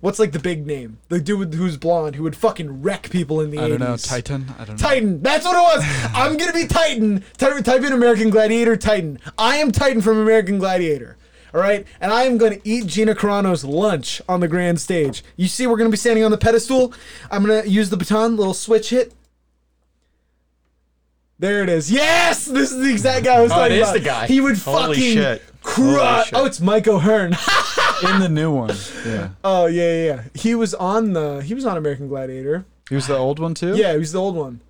Speaker 2: What's like the big name? The dude who's blonde who would fucking wreck people in the
Speaker 3: I don't
Speaker 2: 80s.
Speaker 3: know. Titan? I don't know.
Speaker 2: Titan. That's what it was. I'm gonna be Titan. Type, type in American Gladiator Titan. I am Titan from American Gladiator. All right, and I am going to eat Gina Carano's lunch on the grand stage. You see, we're going to be standing on the pedestal. I'm going to use the baton, little switch hit. There it is. Yes, this is the exact guy I was
Speaker 4: Oh, it
Speaker 2: talking
Speaker 4: is
Speaker 2: about.
Speaker 4: the guy.
Speaker 2: He would
Speaker 4: Holy
Speaker 2: fucking
Speaker 4: shit. Holy
Speaker 2: crush.
Speaker 4: shit.
Speaker 2: Oh, it's Mike O'Hearn.
Speaker 3: In the new one. Yeah.
Speaker 2: oh yeah, yeah, yeah. He was on the. He was on American Gladiator.
Speaker 3: He was the old one too?
Speaker 2: Yeah, he was the old one.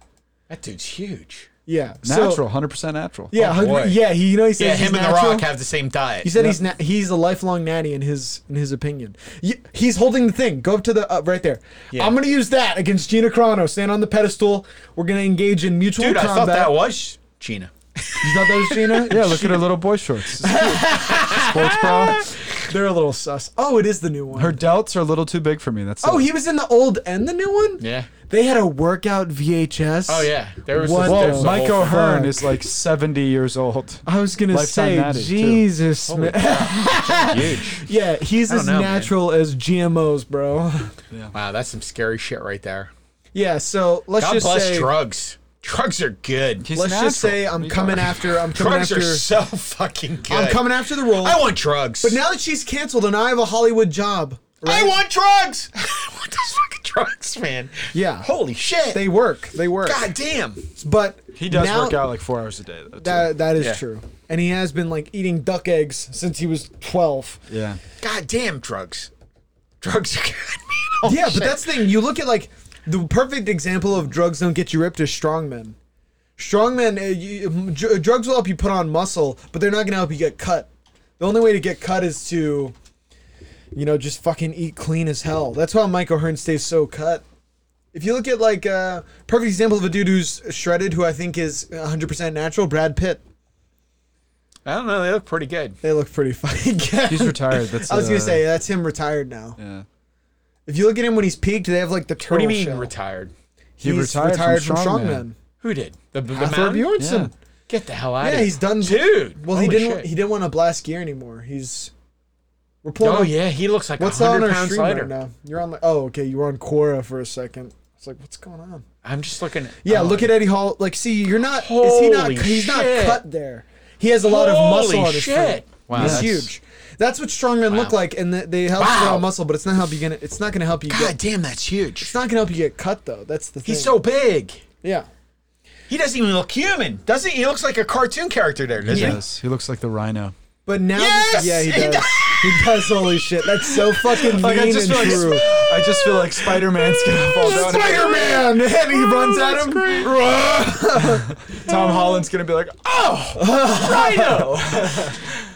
Speaker 4: that dude's huge.
Speaker 2: Yeah, so-
Speaker 3: Natural, 100% natural.
Speaker 2: Yeah,
Speaker 4: Oh,
Speaker 2: 100
Speaker 4: boy.
Speaker 2: yeah. He, you know, he said
Speaker 4: Yeah,
Speaker 2: he's
Speaker 4: him and
Speaker 2: natural.
Speaker 4: The Rock have the same diet.
Speaker 2: He said he's na- he's a lifelong natty in his in his opinion. Y- He's holding the thing. Go up to the uh, right there.
Speaker 4: Yeah.
Speaker 2: I'm gonna use that against Gina Carano. Stand on the pedestal. We're gonna engage in mutual
Speaker 4: Dude, I
Speaker 2: combat.
Speaker 4: thought that was Gina.
Speaker 2: you thought that was Gina?
Speaker 3: Yeah, look at her little boy shorts. It's cute. Sports bra.
Speaker 2: They're a little sus. Oh, it is the new one.
Speaker 3: Her delts are a little too big for me. That's
Speaker 2: oh, he was in the old and the new one.
Speaker 4: Yeah.
Speaker 2: They had a workout VHS.
Speaker 4: Oh yeah, there was.
Speaker 2: What
Speaker 4: this- there
Speaker 2: the-
Speaker 4: was
Speaker 3: Whoa,
Speaker 4: a
Speaker 3: Mike
Speaker 4: whole-
Speaker 3: O'Hearn
Speaker 2: fuck.
Speaker 3: is like 70 years old.
Speaker 2: I was gonna
Speaker 3: Lifetime
Speaker 2: say,
Speaker 3: natty, too.
Speaker 2: Jesus, man.
Speaker 4: huge.
Speaker 2: yeah, he's
Speaker 4: I don't
Speaker 2: as
Speaker 4: know, man.
Speaker 2: natural as GMOs, bro.
Speaker 4: Wow, that's some scary shit right there.
Speaker 2: Yeah, so let's
Speaker 4: God
Speaker 2: just
Speaker 4: bless
Speaker 2: say,
Speaker 4: drugs. Drugs are good.
Speaker 2: let's just say I'm coming after. I'm coming
Speaker 4: drugs
Speaker 2: after.
Speaker 4: are so fucking good.
Speaker 2: I'm coming after the role.
Speaker 4: I want drugs.
Speaker 2: But now that she's canceled and I have a Hollywood job, right?
Speaker 4: I want drugs. I want those fucking drugs, man.
Speaker 2: Yeah.
Speaker 4: Holy shit.
Speaker 2: they work. They work.
Speaker 4: God damn.
Speaker 2: But
Speaker 3: He does
Speaker 2: now,
Speaker 3: work out like four hours a day, though. too.
Speaker 2: That that is
Speaker 4: Yeah.
Speaker 2: true. And he has been like eating duck eggs since he was twelve.
Speaker 3: yeah.
Speaker 4: God damn drugs. Drugs are good, man. Holy
Speaker 2: yeah,
Speaker 4: shit.
Speaker 2: but that's the thing. You look at like the perfect example of drugs don't get you ripped is strongmen. Strongmen, uh, you, m- dr- drugs will help you put on muscle, but they're not gonna help you get cut. The only way to get cut is to, you know, just fucking eat clean as hell. That's why Mike O'Hearn stays so cut. If you look at like uh, perfect example of a dude who's shredded, who I think is 100% natural, Brad Pitt.
Speaker 4: I don't know. They look pretty good.
Speaker 2: They look pretty fucking good.
Speaker 3: He's retired. That's
Speaker 2: I was gonna
Speaker 3: uh,
Speaker 2: say that's him retired now.
Speaker 3: Yeah.
Speaker 2: If you look at him when he's peaked, they have like the turtle
Speaker 4: What do you mean
Speaker 2: shell.
Speaker 4: retired?
Speaker 3: He
Speaker 2: He's
Speaker 3: retired from Strongman.
Speaker 4: Who did? The, the
Speaker 2: Hathor
Speaker 4: mountain?
Speaker 2: Bjornsson.
Speaker 4: Get the hell out
Speaker 2: Yeah,
Speaker 4: of here.
Speaker 2: he's done.
Speaker 4: Dude.
Speaker 2: Well, he
Speaker 4: holy
Speaker 2: didn't.
Speaker 4: shit.
Speaker 2: He didn't want a blast gear anymore. He's. We're pulling.
Speaker 4: oh,
Speaker 2: up-
Speaker 4: yeah. He looks like a
Speaker 2: What's on
Speaker 4: 100
Speaker 2: our
Speaker 4: pounds
Speaker 2: stream
Speaker 4: lighter.
Speaker 2: right now? You're on. The, oh, okay. You were on Quora for a second. It's like, what's going on?
Speaker 4: I'm just looking.
Speaker 2: Yeah,
Speaker 4: oh.
Speaker 2: look at Eddie Hall. Like, see, you're not. is he not?
Speaker 4: Holy
Speaker 2: He's not
Speaker 4: shit.
Speaker 2: cut there. He has a lot of
Speaker 4: Holy
Speaker 2: muscle on his
Speaker 4: shit.
Speaker 2: front.
Speaker 4: Wow,
Speaker 2: he's
Speaker 4: that's-
Speaker 2: huge. That's what strongmen look
Speaker 4: Wow.
Speaker 2: like, and th- they help you
Speaker 4: Wow.
Speaker 2: grow muscle, but it's not help you get. It's not gonna help you.
Speaker 4: God
Speaker 2: Get,
Speaker 4: damn, that's huge.
Speaker 2: it's not gonna help you get cut though. That's the thing.
Speaker 4: He's so big.
Speaker 2: yeah.
Speaker 4: He doesn't even look human, does he? He looks like a cartoon character there, doesn't he?
Speaker 3: Yes. He looks like the rhino.
Speaker 2: But now,
Speaker 4: Yes!
Speaker 2: yeah, he
Speaker 4: He
Speaker 2: does.
Speaker 4: does.
Speaker 2: He does. Holy shit! That's so fucking mean
Speaker 3: Like, I just
Speaker 2: and
Speaker 3: feel
Speaker 2: true.
Speaker 3: like I just feel like Spider Man's gonna fall down.
Speaker 2: Spider-Man! And he runs at him.
Speaker 3: Tom Holland's gonna be like, oh,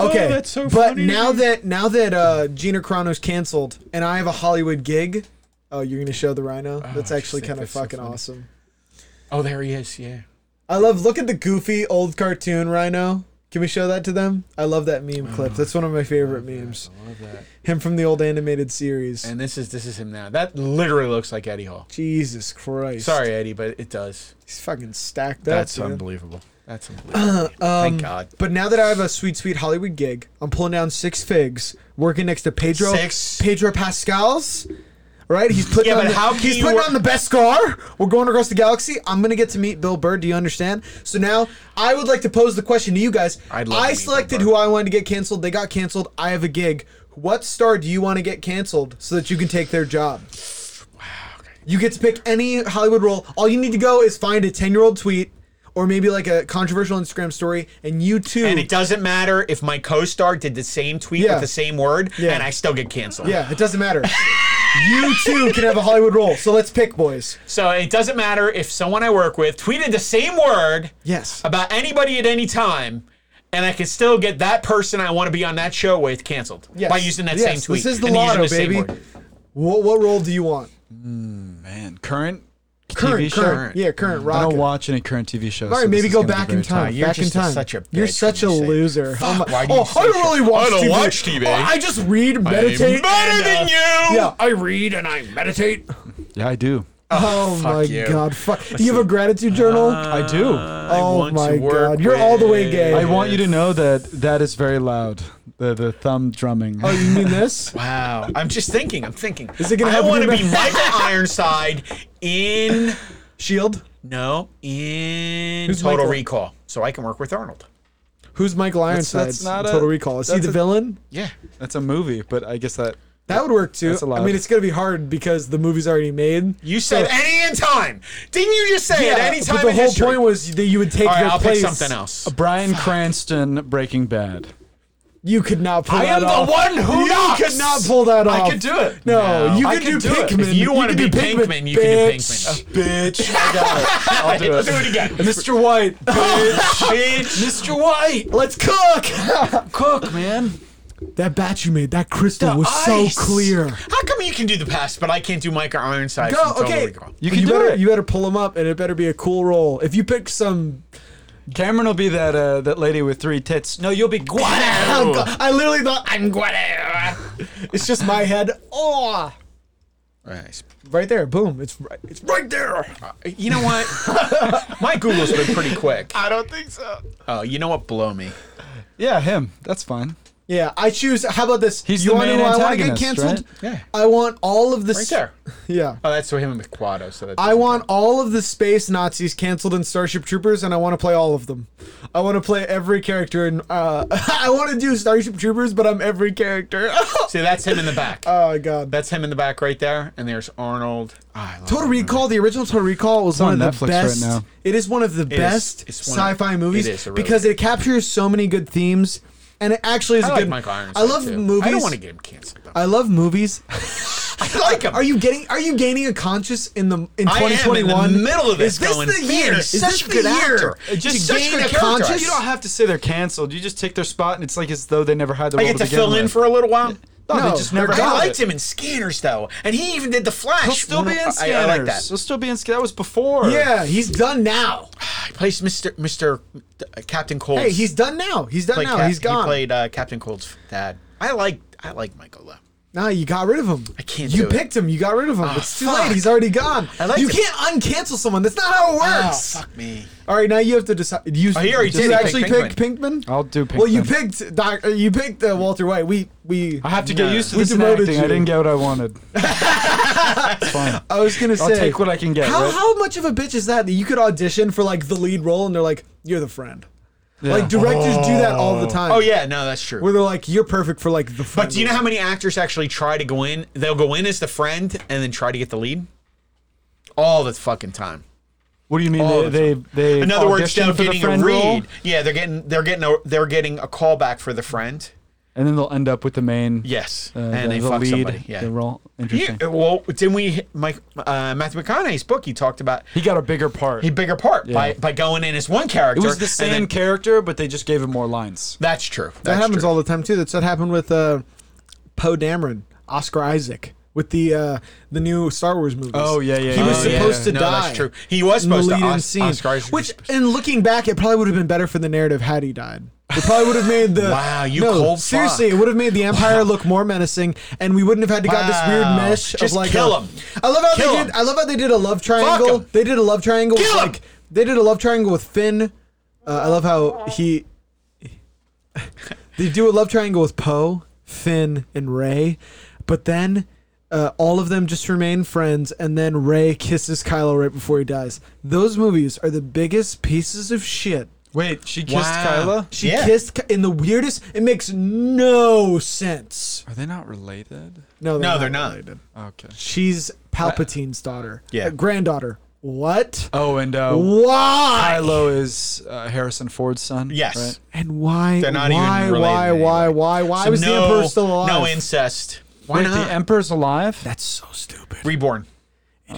Speaker 2: Okay,
Speaker 3: Oh, that's so
Speaker 2: but
Speaker 3: funny.
Speaker 2: now that now that uh, Gina Carano's canceled and I have a Hollywood gig, oh, you're gonna show the Rhino? that's actually
Speaker 4: think
Speaker 2: kind of
Speaker 4: that's so
Speaker 2: fucking
Speaker 4: funny.
Speaker 2: awesome.
Speaker 4: Oh, there he is. Yeah.
Speaker 2: I love. Look at the goofy old cartoon Rhino. Can we show that to them? I love that meme clip. That's one of my favorite memes. Him from the old animated series.
Speaker 4: And this is this is him now. That literally looks like Eddie Hall.
Speaker 2: Jesus Christ!
Speaker 4: Sorry, Eddie, but it does.
Speaker 2: he's fucking stacked up.
Speaker 4: That's
Speaker 2: dude.
Speaker 4: unbelievable. That's unbelievable.
Speaker 2: Uh, um,
Speaker 4: Thank God.
Speaker 2: But now that I have a sweet, sweet Hollywood gig, I'm pulling down six figs, working next to Pedro
Speaker 4: Six?
Speaker 2: Pedro Pascal's. Right, he's putting
Speaker 4: Yeah,
Speaker 2: on
Speaker 4: but
Speaker 2: the,
Speaker 4: how can
Speaker 2: he's
Speaker 4: you
Speaker 2: putting
Speaker 4: work-
Speaker 2: on the best car. We're going across the galaxy. I'm gonna get to meet Bill Burr. Do you understand? So now I would like to pose the question to you guys.
Speaker 4: I'd love to
Speaker 2: I
Speaker 4: meet Bill
Speaker 2: selected
Speaker 4: Burr.
Speaker 2: who I wanted to get canceled. They got canceled. I have a gig. What star do you want to get canceled so that you can take their job? You get to pick any Hollywood role. All you need to go is find a 10 year old tweet or maybe like a controversial Instagram story, and you too.
Speaker 4: And it doesn't matter if my co-star did the same tweet
Speaker 2: Yeah.
Speaker 4: with the same word,
Speaker 2: Yeah.
Speaker 4: and I still get canceled.
Speaker 2: yeah, it doesn't matter. you too can have a Hollywood role. So let's pick, boys.
Speaker 4: So it doesn't matter if someone I work with tweeted the same word
Speaker 2: Yes.
Speaker 4: about anybody at any time, and I can still get that person I want to be on that show with canceled
Speaker 2: Yes.
Speaker 4: by using that
Speaker 2: Yes,
Speaker 4: same tweet.
Speaker 2: This is the
Speaker 4: and using
Speaker 2: lotto,
Speaker 4: same
Speaker 2: baby.
Speaker 4: word.
Speaker 2: What, what role do you want?
Speaker 3: Man, current
Speaker 2: Current,
Speaker 3: TV show.
Speaker 2: current. Yeah, current
Speaker 3: I
Speaker 2: rock.
Speaker 3: don't
Speaker 2: it.
Speaker 3: watch any current TV shows.
Speaker 2: All
Speaker 3: so
Speaker 2: right,
Speaker 3: this
Speaker 2: maybe
Speaker 3: is
Speaker 2: go
Speaker 3: gonna be
Speaker 2: back
Speaker 3: very
Speaker 2: in time.
Speaker 3: tough.
Speaker 4: You're
Speaker 2: back
Speaker 4: just
Speaker 2: in
Speaker 4: a-
Speaker 2: time.
Speaker 4: such a
Speaker 2: You're
Speaker 4: bitch
Speaker 2: such a
Speaker 4: when you say it.
Speaker 2: loser. oh, my-
Speaker 4: why do you
Speaker 2: oh
Speaker 4: say
Speaker 2: I don't really watch
Speaker 4: I don't
Speaker 2: TV.
Speaker 4: watch TV.
Speaker 2: Oh, I just read, meditate.
Speaker 4: better
Speaker 2: and,
Speaker 4: than
Speaker 2: uh,
Speaker 4: you.
Speaker 2: Yeah.
Speaker 5: I read and I meditate.
Speaker 3: Yeah, I do.
Speaker 2: Oh, my
Speaker 4: you. Uh,
Speaker 2: god. Fuck. you have a gratitude journal?
Speaker 3: I do.
Speaker 2: oh
Speaker 4: want to
Speaker 2: my
Speaker 4: work
Speaker 2: god. You're all the way gay.
Speaker 3: I want you to know that that is very loud. The the thumb drumming.
Speaker 2: Oh, you mean this?
Speaker 4: Wow. I'm just thinking. I'm thinking.
Speaker 2: Is it gonna
Speaker 4: I
Speaker 2: happen
Speaker 4: want
Speaker 2: to
Speaker 4: to
Speaker 2: me?
Speaker 4: be Michael Ironside in
Speaker 2: Shield?
Speaker 4: no in
Speaker 2: Who's
Speaker 4: Total
Speaker 2: Michael?
Speaker 4: Recall, so I can work with Arnold.
Speaker 2: Who's Michael Ironside?
Speaker 3: that's not
Speaker 2: in
Speaker 3: a-
Speaker 2: Total Recall. Is he
Speaker 3: that's
Speaker 2: the
Speaker 3: a-
Speaker 2: villain?
Speaker 4: Yeah.
Speaker 3: That's a movie, but I guess that
Speaker 2: That would work too.
Speaker 3: That's allowed.
Speaker 2: I mean, it's gonna be hard because the movie's already made.
Speaker 4: You said any in time. Didn't you just say at any time
Speaker 2: but the
Speaker 4: in
Speaker 2: whole
Speaker 4: history?
Speaker 2: point was that you would take
Speaker 4: All right,
Speaker 2: their
Speaker 4: I'll
Speaker 2: place.
Speaker 4: pick something else.
Speaker 3: Brian Cranston Breaking Bad.
Speaker 2: You could not pull
Speaker 4: I
Speaker 2: that
Speaker 4: am the
Speaker 2: off.
Speaker 4: one who
Speaker 2: you
Speaker 4: knocks.
Speaker 2: could not pull that
Speaker 3: I
Speaker 2: off.
Speaker 3: could do it.
Speaker 2: No,
Speaker 4: No.
Speaker 2: you
Speaker 3: I
Speaker 2: could do
Speaker 3: could do it.
Speaker 2: Pikmin.
Speaker 4: If you wanna
Speaker 2: could
Speaker 4: be
Speaker 2: do
Speaker 4: Pinkman, you can do
Speaker 2: bitch. Uh,
Speaker 4: Pinkman.
Speaker 3: Bitch, I got it. I'll do
Speaker 4: Let's
Speaker 3: it.
Speaker 4: do it again.
Speaker 3: Mr. White.
Speaker 4: Bitch.
Speaker 3: Mr. White.
Speaker 2: Let's cook.
Speaker 3: Cook, man.
Speaker 2: that batch you made, that crystal was
Speaker 4: Ice.
Speaker 2: so clear.
Speaker 4: How come you can do the past, but I can't do Michael Ironside?
Speaker 2: Go,
Speaker 4: from Total
Speaker 2: okay.
Speaker 4: Recall?
Speaker 3: You can do
Speaker 2: better,
Speaker 3: it.
Speaker 2: You better pull him up, and it better be a cool role. If you pick some
Speaker 3: Cameron will be that uh, that lady with three tits.
Speaker 4: Oh,
Speaker 3: No, you'll be Guado.
Speaker 2: Oh, God. I literally thought I'm gonna. It's just my head. Oh,
Speaker 4: Nice.
Speaker 2: right there. Boom. It's right. It's right there.
Speaker 4: You know what? My Google's been pretty quick.
Speaker 3: I don't think so.
Speaker 4: Oh, you know what? Blow me.
Speaker 3: Yeah, him. That's fine.
Speaker 2: Yeah, I choose. How about this?
Speaker 3: He's the
Speaker 2: wanna
Speaker 3: main
Speaker 2: know who I wanna get
Speaker 3: antagonist,
Speaker 2: canceled.
Speaker 4: right? Yeah.
Speaker 2: I want all of this.
Speaker 4: Right there.
Speaker 2: Yeah.
Speaker 4: Oh, that's him with Quado. So that
Speaker 2: I want all of the space Nazis canceled in Starship Troopers, and I want to play all of them. I want to play every character, and uh, I want to do Starship Troopers, but I'm every character.
Speaker 4: See, that's him in the back.
Speaker 2: oh God!
Speaker 4: that's him in the back right there. And there's Arnold. Oh, I love
Speaker 2: Total
Speaker 4: that movie.
Speaker 2: Recall, the original Total Recall was
Speaker 3: on
Speaker 2: one of
Speaker 3: Netflix
Speaker 2: the
Speaker 3: right
Speaker 2: best.
Speaker 3: now.
Speaker 2: It is one of the best
Speaker 4: it's one of-
Speaker 2: sci-fi movies
Speaker 4: it is, it really
Speaker 2: because it captures so many good themes, and it actually is
Speaker 4: I
Speaker 2: a
Speaker 4: like
Speaker 2: good.
Speaker 4: Michael Ironside.
Speaker 2: I love
Speaker 4: too.
Speaker 2: movies.
Speaker 4: I don't want to get him canceled. Though.
Speaker 2: I love movies.
Speaker 4: I like him.
Speaker 2: Are you getting? Are you gaining a conscious in the in
Speaker 4: I am in the
Speaker 2: 2021?
Speaker 4: middle of
Speaker 2: Is
Speaker 4: this
Speaker 2: this
Speaker 4: going,
Speaker 2: the year?
Speaker 4: "Man,
Speaker 2: Is
Speaker 4: he's
Speaker 2: this
Speaker 4: such a
Speaker 2: the
Speaker 4: good
Speaker 2: year
Speaker 4: actor. Just
Speaker 2: to
Speaker 4: such
Speaker 2: gain a
Speaker 4: good character
Speaker 2: conscious?
Speaker 4: actor."
Speaker 3: You don't have to say they're canceled. You just take their spot, and it's like as though they never had the
Speaker 4: I
Speaker 3: role
Speaker 4: get to
Speaker 3: begin
Speaker 4: fill in
Speaker 3: with.
Speaker 4: for a little while.
Speaker 3: No,
Speaker 2: No,
Speaker 3: they just
Speaker 2: they're
Speaker 3: never
Speaker 4: I
Speaker 2: got
Speaker 3: got
Speaker 4: liked
Speaker 3: it.
Speaker 4: him in Scanners though, and he even did the Flash.
Speaker 3: He'll still be
Speaker 4: I-
Speaker 3: in scanners.
Speaker 4: I, like that.
Speaker 3: He'll still be in scanners. That was before.
Speaker 2: yeah, he's done now.
Speaker 4: He plays Mister Mister uh, Captain Cold.
Speaker 2: Hey, he's done now. He's done now. he's gone.
Speaker 4: He played uh, Captain Cold's dad. I like I like Michael though.
Speaker 2: No, you got rid of him. I
Speaker 4: can't
Speaker 2: You
Speaker 4: do it. Ah,
Speaker 2: picked him. You got rid of him. it's too
Speaker 4: fuck.
Speaker 2: late. He's already gone.
Speaker 4: I liked
Speaker 2: you
Speaker 4: it. Ah.
Speaker 2: can't uncancel someone. That's not how it works.
Speaker 4: fuck me.
Speaker 2: All right, now you have to decide. You,
Speaker 4: he already
Speaker 2: did
Speaker 4: Oh, did.
Speaker 2: you
Speaker 4: He
Speaker 2: actually
Speaker 4: picked
Speaker 2: pick Pinkman?
Speaker 3: I'll do
Speaker 2: Well, you
Speaker 3: Pinkman.
Speaker 2: picked Doc. uh, You picked uh, Walter White. We we.
Speaker 3: I have to get used to
Speaker 2: We
Speaker 3: this in
Speaker 2: demoted
Speaker 3: acting.
Speaker 2: you.
Speaker 3: I didn't get what I wanted. it's fine.
Speaker 2: I was gonna say.
Speaker 3: I'll take what I can get.
Speaker 2: How
Speaker 3: right?
Speaker 2: how much of a bitch is that that you could audition for like the lead role and they're like, you're the friend. Like directors do that all the time.
Speaker 4: Oh yeah, no, that's true.
Speaker 2: Where they're like, you're perfect for like the friend.
Speaker 4: But do you know how many actors actually try to go in? They'll go in as the friend and then try to get the lead. All the fucking time.
Speaker 3: What do you mean?
Speaker 4: All the
Speaker 3: they,
Speaker 4: time.
Speaker 3: they they
Speaker 4: In other words,
Speaker 3: audition
Speaker 4: they're
Speaker 3: for the
Speaker 4: getting a
Speaker 3: friend
Speaker 4: read.
Speaker 3: role,
Speaker 4: Yeah, they're getting they're getting a they're getting a callback for the friend.
Speaker 3: and then they'll end up with the main.
Speaker 4: Yes,
Speaker 3: uh,
Speaker 4: and
Speaker 3: the,
Speaker 4: they
Speaker 3: the
Speaker 4: fuck
Speaker 3: lead.
Speaker 4: somebody. Yeah.
Speaker 3: The role.
Speaker 4: Yeah,
Speaker 3: Interesting.
Speaker 4: well, didn't we? Mike uh, Matthew McConaughey's book. He talked about
Speaker 3: He got a bigger part.
Speaker 4: a bigger part by, by going in as one character.
Speaker 3: it was the
Speaker 4: and
Speaker 3: same
Speaker 4: then-
Speaker 3: character, but they just gave him more lines.
Speaker 4: that's true. That's
Speaker 2: that happens
Speaker 4: true.
Speaker 2: all the time too. That's what happened with uh, Poe Dameron, Oscar Isaac, with the uh, the new Star Wars movies.
Speaker 3: Oh, yeah, yeah,
Speaker 2: He
Speaker 3: yeah,
Speaker 2: was
Speaker 3: yeah.
Speaker 2: supposed to
Speaker 4: No,
Speaker 2: die.
Speaker 4: that's true. He was
Speaker 2: in the
Speaker 4: supposed to
Speaker 2: lead-in
Speaker 4: Os- Oscar Isaac was
Speaker 2: Which, in looking back, it probably would have been better for the narrative had he died. It probably would have made the
Speaker 4: Wow, you
Speaker 2: no,
Speaker 4: cold
Speaker 2: seriously.
Speaker 4: fuck.
Speaker 2: It would have made the Empire look more menacing, and we wouldn't have had to got this weird
Speaker 4: Wow.
Speaker 2: mesh of
Speaker 4: Just
Speaker 2: like
Speaker 4: kill
Speaker 2: a-
Speaker 4: him.
Speaker 2: I love how
Speaker 4: Kill
Speaker 2: they
Speaker 4: him.
Speaker 2: did. I love how they did a love triangle.
Speaker 4: him.
Speaker 2: They did a love triangle. with
Speaker 4: Kill him.
Speaker 2: like they did a love triangle with Finn, Uh, I love how he. they do a love triangle with Poe, Finn, and Ray, but then uh, all of them just remain friends, and then Ray kisses Kylo right before he dies. Those movies are the biggest pieces of shit.
Speaker 3: Wait, she kissed
Speaker 4: Wow.
Speaker 3: Kyla?
Speaker 2: She
Speaker 4: Yeah.
Speaker 2: kissed Ky- in the weirdest. It makes no sense.
Speaker 3: Are they not related?
Speaker 2: No,
Speaker 4: No, they're not.
Speaker 2: related.
Speaker 3: Okay.
Speaker 2: She's Palpatine's daughter.
Speaker 4: Yeah.
Speaker 2: Uh, granddaughter. What?
Speaker 3: Oh, and uh,
Speaker 2: why?
Speaker 3: Kylo is uh, Harrison Ford's son.
Speaker 4: Yes.
Speaker 3: right?
Speaker 2: And why?
Speaker 4: They're not
Speaker 2: why,
Speaker 4: even related
Speaker 2: Why?
Speaker 4: anyway.
Speaker 2: Why? Why? Why
Speaker 4: So
Speaker 2: was the
Speaker 4: no-
Speaker 2: emperor still alive?
Speaker 4: No incest.
Speaker 3: Wait, the Emperor's alive?
Speaker 2: That's so stupid.
Speaker 4: Reborn.
Speaker 3: I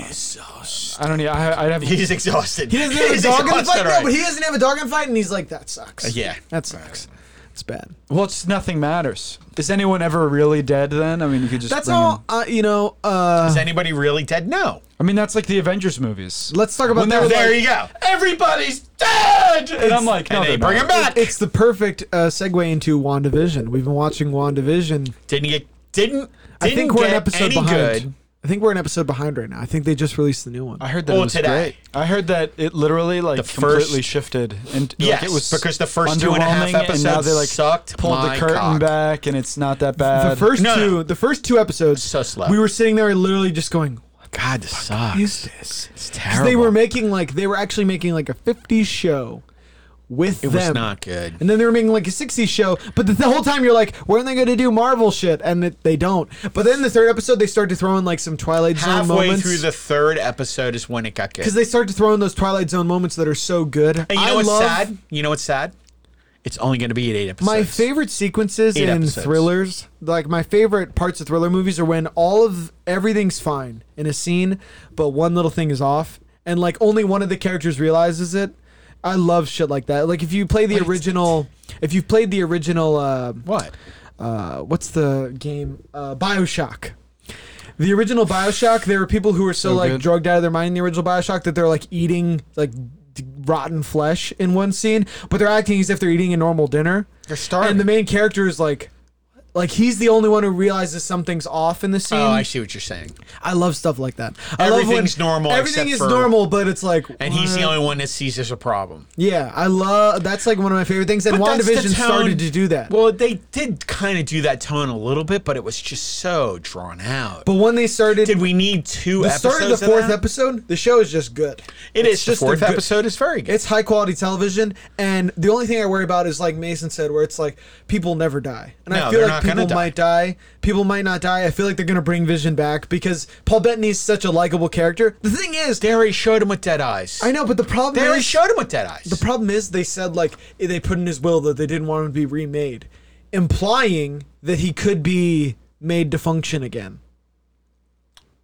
Speaker 3: don't. e- I, I'd have.
Speaker 4: He's exhausted.
Speaker 2: He doesn't have
Speaker 4: He's
Speaker 2: a Uh, dog in the
Speaker 4: exhausted
Speaker 2: fight. No,
Speaker 4: already.
Speaker 2: but he doesn't have a dog in the fight, and he's like, that sucks.
Speaker 4: yeah.
Speaker 2: that sucks. It's bad.
Speaker 3: Well, it's nothing matters. Is anyone ever really dead? Then I mean, you could just.
Speaker 2: That's
Speaker 3: bring
Speaker 2: all.
Speaker 3: him-
Speaker 2: Uh, you know. Uh,
Speaker 4: Is anybody really dead? No.
Speaker 3: I mean, that's like the Avengers movies.
Speaker 2: let's talk about
Speaker 3: When they're
Speaker 2: that.
Speaker 4: There you go. Everybody's dead.
Speaker 3: and I'm like, no,
Speaker 4: and they
Speaker 3: they're
Speaker 4: bring
Speaker 3: not.
Speaker 4: him back.
Speaker 2: It's the perfect uh, segue into Wandavision. We've been watching Wandavision.
Speaker 4: didn't get. Didn't. Didn't
Speaker 2: I think we're
Speaker 4: get
Speaker 2: an episode
Speaker 4: any
Speaker 2: behind.
Speaker 4: good.
Speaker 2: I think we're an episode behind right now. I think they just released the new one.
Speaker 3: I heard that
Speaker 4: Well,
Speaker 3: it was
Speaker 4: Oh, today.
Speaker 3: great. I heard that it literally like
Speaker 4: The first-
Speaker 3: completely shifted, and
Speaker 4: Yes,
Speaker 3: like, it was
Speaker 4: because the first two and a half
Speaker 3: underwhelming, and now
Speaker 4: episodes
Speaker 3: they like
Speaker 4: sucked
Speaker 3: pulled the
Speaker 4: my
Speaker 3: curtain
Speaker 4: cock.
Speaker 3: back, and it's not that bad.
Speaker 2: the first
Speaker 4: No,
Speaker 2: two,
Speaker 4: no.
Speaker 2: the first two episodes,
Speaker 4: So slow.
Speaker 2: we were sitting there literally just going,
Speaker 4: God, this sucks.
Speaker 2: is this? 'Cause
Speaker 4: It's terrible.
Speaker 2: They were making like they were actually making like a 50s show with
Speaker 4: It
Speaker 2: them.
Speaker 4: was not good.
Speaker 2: And then they were making like a 60s show, but the, the whole time you're like, when are they going to do Marvel shit? And it, they don't. But then the third episode, they start to throw in like some Twilight Zone
Speaker 4: Halfway
Speaker 2: moments.
Speaker 4: through the third episode is when it got good.
Speaker 2: because they start to throw in those Twilight Zone moments that are so good.
Speaker 4: And you know
Speaker 2: I
Speaker 4: what's
Speaker 2: love
Speaker 4: sad? You know what's sad? It's only going to be at eight episodes.
Speaker 2: My favorite sequences
Speaker 4: Eight
Speaker 2: in
Speaker 4: episodes.
Speaker 2: thrillers, like my favorite parts of thriller movies, are when all of everything's fine in a scene, but one little thing is off, and like only one of the characters realizes it. I love shit like that. Like if you play the original, if you've played the original, uh,
Speaker 4: What?
Speaker 2: uh, what's the game? Uh, Bioshock. The original Bioshock, there were people who were so,
Speaker 3: So
Speaker 2: like
Speaker 3: good.
Speaker 2: drugged out of their mind in the original Bioshock that they're like eating like d- rotten flesh in one scene, but they're acting as if they're eating a normal dinner.
Speaker 4: They're starving.
Speaker 2: And the main character is like, like he's the only one who realizes something's off in the scene.
Speaker 4: Oh, I
Speaker 2: I,
Speaker 4: see what you're saying.
Speaker 2: love stuff like that. I love when
Speaker 4: Everything's normal
Speaker 2: Everything
Speaker 4: except
Speaker 2: is
Speaker 4: for-
Speaker 2: normal, but it's like,
Speaker 4: And he's the
Speaker 2: what?
Speaker 4: only one that sees there's a problem.
Speaker 2: Yeah, I love. That's like one of my favorite things. And
Speaker 4: But that's the
Speaker 2: WandaVision
Speaker 4: tone-
Speaker 2: started to do that.
Speaker 4: Well, they did kind of do that tone a little bit, but it was just so drawn out.
Speaker 2: but when they started,
Speaker 4: did we need two
Speaker 2: the
Speaker 4: episodes?
Speaker 2: start of the
Speaker 4: of
Speaker 2: fourth
Speaker 4: that?
Speaker 2: episode, the show is just good.
Speaker 4: It
Speaker 2: It's
Speaker 4: is. The
Speaker 2: a
Speaker 4: fourth
Speaker 2: good-
Speaker 4: episode is very good.
Speaker 2: It's high quality television, and the only thing I worry about is like Mason said, where it's like people never die, and I
Speaker 4: No,
Speaker 2: feel
Speaker 4: they're
Speaker 2: like
Speaker 4: not gonna
Speaker 2: people
Speaker 4: die.
Speaker 2: might die, people might not die. I feel like they're gonna bring Vision back because Paul Bettany is such a likable character. The thing is,
Speaker 4: they already showed him with dead eyes.
Speaker 2: I know, but the problem
Speaker 4: They already
Speaker 2: is
Speaker 4: showed him with dead eyes.
Speaker 2: the problem is they said like they put in his will that they didn't want him to be remade, implying that he could be made to function again.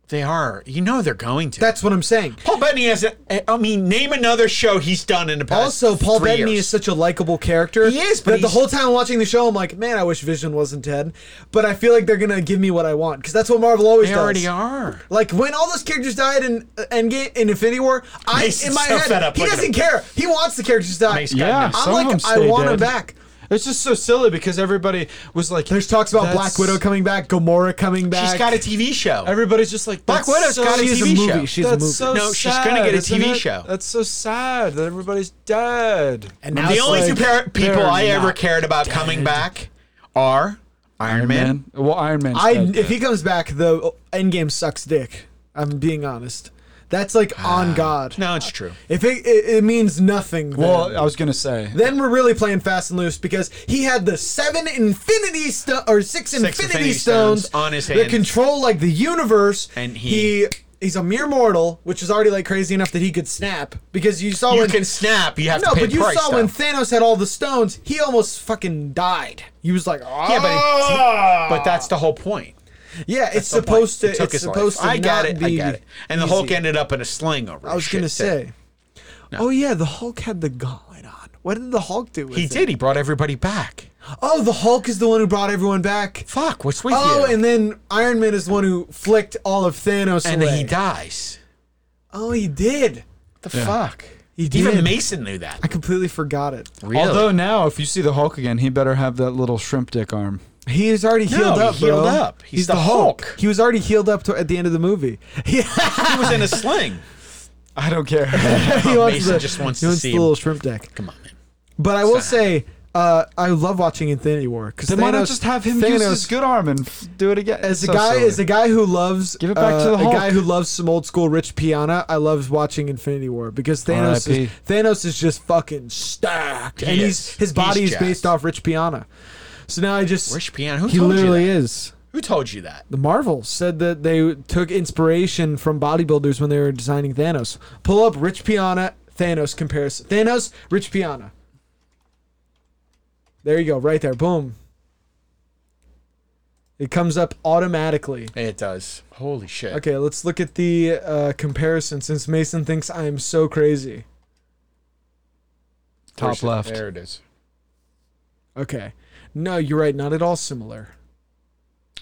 Speaker 4: they are. You know they're going to.
Speaker 2: That's what I'm saying.
Speaker 4: Paul Bettany has. A, I mean, name another show he's done in the past.
Speaker 2: Also, Paul
Speaker 4: three
Speaker 2: Bettany
Speaker 4: years.
Speaker 2: is such a likable character.
Speaker 4: He is, but
Speaker 2: that the
Speaker 4: he's-
Speaker 2: whole time I'm watching the show, I'm like, man, I wish Vision wasn't dead. But I feel like they're gonna give me what I want because that's what Marvel always
Speaker 4: They
Speaker 2: does.
Speaker 4: already are.
Speaker 2: Like when all those characters died in uh, Endgame, in Infinity War, I
Speaker 4: Mason's
Speaker 2: in my
Speaker 4: so
Speaker 2: head,
Speaker 4: fed up.
Speaker 2: he
Speaker 4: Look at
Speaker 2: doesn't
Speaker 4: him.
Speaker 2: care. He wants the characters to die.
Speaker 4: Mason.
Speaker 3: yeah,
Speaker 4: I'm
Speaker 3: some of
Speaker 2: like,
Speaker 3: them
Speaker 2: I
Speaker 3: stay
Speaker 2: want 'em
Speaker 3: dead.
Speaker 2: back.
Speaker 3: It's just so silly because everybody was like,
Speaker 2: There's talks about
Speaker 3: that's-
Speaker 2: Black Widow coming back, Gamora coming back.
Speaker 4: She's got a TV show.
Speaker 3: Everybody's just like
Speaker 4: Black
Speaker 3: that's
Speaker 4: Widow's
Speaker 3: so
Speaker 4: got a
Speaker 2: She's
Speaker 4: TV
Speaker 2: a movie.
Speaker 4: show.
Speaker 2: She's a
Speaker 3: That's
Speaker 2: movie.
Speaker 3: so
Speaker 4: No, she's
Speaker 3: sad,
Speaker 4: gonna get a
Speaker 3: isn't
Speaker 4: TV
Speaker 3: it?
Speaker 4: show.
Speaker 3: That's so sad that everybody's dead.
Speaker 2: and
Speaker 4: the only
Speaker 2: it's
Speaker 4: two
Speaker 2: like-
Speaker 4: par- people
Speaker 3: they're
Speaker 4: I ever
Speaker 3: not
Speaker 4: cared about coming back are Iron Man.
Speaker 3: Well, Iron Man.
Speaker 2: I if he comes back, the uh, Endgame sucks dick. I'm being honest. That's like
Speaker 4: Ah.
Speaker 2: on God.
Speaker 4: No, it's true.
Speaker 2: If it, it, it means nothing, then,
Speaker 3: Well, I was gonna say.
Speaker 2: then we're really playing fast and loose because he had the seven infinity sto- or six, infinity,
Speaker 4: Infinity
Speaker 2: stones,
Speaker 4: Stones on his
Speaker 2: that
Speaker 4: hand.
Speaker 2: control like the universe.
Speaker 4: And he-
Speaker 2: he's a mere mortal, which is already like crazy enough that he could snap because you saw
Speaker 4: You
Speaker 2: when
Speaker 4: can snap. You have
Speaker 2: no,
Speaker 4: to pay
Speaker 2: but you
Speaker 4: price.
Speaker 2: saw
Speaker 4: though.
Speaker 2: when Thanos had all the stones, he almost fucking died. He was like, oh.
Speaker 4: yeah, but, it- but that's the whole point.
Speaker 2: Yeah, it's
Speaker 4: The
Speaker 2: supposed
Speaker 4: point. It
Speaker 2: to.
Speaker 4: took
Speaker 2: It's
Speaker 4: his life.
Speaker 2: supposed to.
Speaker 4: I got
Speaker 2: not
Speaker 4: it.
Speaker 2: Be
Speaker 4: I got it. And the Hulk
Speaker 2: easy.
Speaker 4: ended up in a sling over.
Speaker 2: I was
Speaker 4: his
Speaker 2: gonna
Speaker 4: shit, too.
Speaker 2: say. Oh yeah, the Hulk had the gauntlet on. What did the Hulk do? With
Speaker 4: he
Speaker 2: it?
Speaker 4: did. He brought everybody back.
Speaker 2: Oh, the Hulk is the one who brought everyone back.
Speaker 4: Fuck. What's with
Speaker 2: Oh,
Speaker 4: you?
Speaker 2: and then Iron Man is the one who flicked all of Thanos
Speaker 4: and
Speaker 2: away.
Speaker 4: he dies.
Speaker 2: Oh, he did.
Speaker 4: The fuck.
Speaker 2: He did.
Speaker 4: Even Mason knew that.
Speaker 2: I completely forgot it.
Speaker 4: Really?
Speaker 3: Although now, if you see the Hulk again, he better have that little shrimp dick arm.
Speaker 2: He is already healed
Speaker 4: he
Speaker 2: up, bro.
Speaker 4: healed up. He's the Hulk.
Speaker 2: He was already healed up to, at the end of the movie. Yeah,
Speaker 4: he was in a sling.
Speaker 3: I don't care.
Speaker 2: he wants
Speaker 4: Mason just wants
Speaker 2: he
Speaker 4: to
Speaker 2: wants
Speaker 4: see
Speaker 2: the
Speaker 4: him.
Speaker 2: little shrimp deck.
Speaker 4: Come on, man.
Speaker 2: But I will say, uh, I love watching Infinity War because
Speaker 3: Then why not just have him use his good arm and f- do it again?
Speaker 2: as a
Speaker 3: It's so
Speaker 2: guy
Speaker 3: silly.
Speaker 2: as a guy who loves uh,
Speaker 3: Give it back to the
Speaker 2: a
Speaker 3: Hulk.
Speaker 2: guy who loves some old school rich piana. I love watching Infinity War because Thanos
Speaker 3: R.I.P..
Speaker 2: is, Thanos is just fucking stacked, and he's
Speaker 4: is.
Speaker 2: his body
Speaker 4: He's
Speaker 2: is based
Speaker 4: jacked.
Speaker 2: off rich piana. So now I just
Speaker 4: Rich Piana? Who
Speaker 2: he
Speaker 4: told you
Speaker 2: literally
Speaker 4: that?
Speaker 2: is.
Speaker 4: Who told you that?
Speaker 2: The Marvel said that they took inspiration from bodybuilders when they were designing Thanos. Pull up Rich Piana Thanos comparison. Thanos Rich Piana. There you go, right there. Boom. It comes up automatically.
Speaker 4: It does. Holy shit.
Speaker 2: Okay, let's look at the uh, comparison since Mason thinks I am so crazy.
Speaker 3: top
Speaker 4: Where's it?
Speaker 3: left.
Speaker 4: There it is.
Speaker 2: Okay. No, you're right. Not at all similar.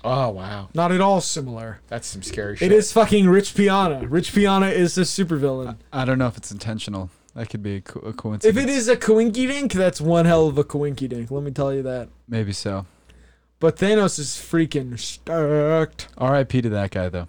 Speaker 4: Oh wow,
Speaker 2: Not at all similar.
Speaker 4: that's some scary shit.
Speaker 2: It is fucking Rich Piana. Rich Piana is the
Speaker 4: Uh,
Speaker 2: supervillain.
Speaker 3: I don't know if it's intentional. That could be a, co- a
Speaker 2: If
Speaker 3: coincidence.
Speaker 2: it is a coinky dink, that's one hell of a coinky dink. Let me tell you that.
Speaker 3: maybe so.
Speaker 2: But Thanos is freaking stacked.
Speaker 3: R.I.P. to that guy though.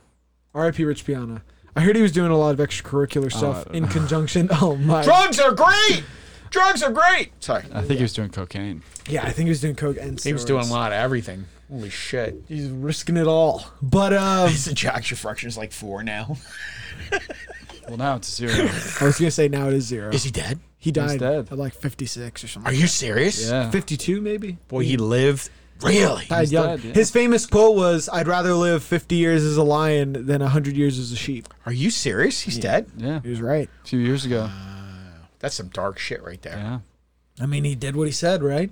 Speaker 2: R.I.P. Rich Piana. I heard he was doing a lot of
Speaker 4: Oh,
Speaker 2: extracurricular
Speaker 3: I
Speaker 2: stuff
Speaker 3: don't
Speaker 2: in
Speaker 3: know.
Speaker 2: conjunction. Oh my.
Speaker 4: Drugs are great. Drugs are great. Sorry.
Speaker 3: I think he was doing cocaine.
Speaker 2: Yeah, I think he was doing coke and
Speaker 4: He was doing a lot of everything. Holy shit.
Speaker 2: He's risking it all. But um,
Speaker 4: His ejaculation fraction is like four now.
Speaker 3: Well, now it's zero.
Speaker 2: I was gonna say now it is zero.
Speaker 4: he dead? Uh,
Speaker 2: He died
Speaker 3: dead.
Speaker 2: at like 56 or something.
Speaker 4: Are you serious?
Speaker 3: yeah.
Speaker 2: 52 maybe?
Speaker 4: Boy, he lived. Really?
Speaker 2: Died
Speaker 3: He's
Speaker 2: young.
Speaker 3: dead, yeah.
Speaker 2: His famous quote was, "I'd rather live 50 years as a lion than 100 years as a sheep."
Speaker 4: Are you serious? He's dead?
Speaker 3: Yeah.
Speaker 2: He was right.
Speaker 3: A few years ago.
Speaker 4: That's some dark shit right there.
Speaker 3: Yeah.
Speaker 2: I mean, he did what he said, right?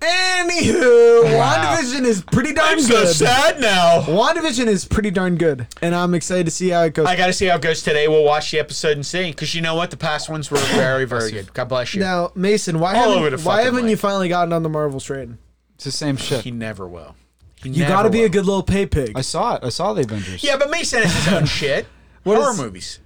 Speaker 2: Anywho,
Speaker 4: Wow.
Speaker 2: WandaVision is pretty darn good.
Speaker 4: now.
Speaker 2: WandaVision is pretty darn good, and I'm excited to see how it goes.
Speaker 4: I got to see how it goes today. We'll watch the episode and see. Because you know what? The past ones were very, very good. God bless you.
Speaker 2: now, Mason, why
Speaker 4: All over the
Speaker 2: haven't, why
Speaker 4: fucking
Speaker 2: haven't you
Speaker 4: mic.
Speaker 2: finally gotten on the Marvel train?
Speaker 3: It's the same shit.
Speaker 4: He never will. He
Speaker 2: You
Speaker 4: never
Speaker 2: got to be
Speaker 4: will.
Speaker 2: a good little pay pig.
Speaker 3: I saw it. I saw the Avengers.
Speaker 4: Yeah, but Mason has his own shit.
Speaker 2: What
Speaker 4: Horror
Speaker 2: is-
Speaker 4: movies.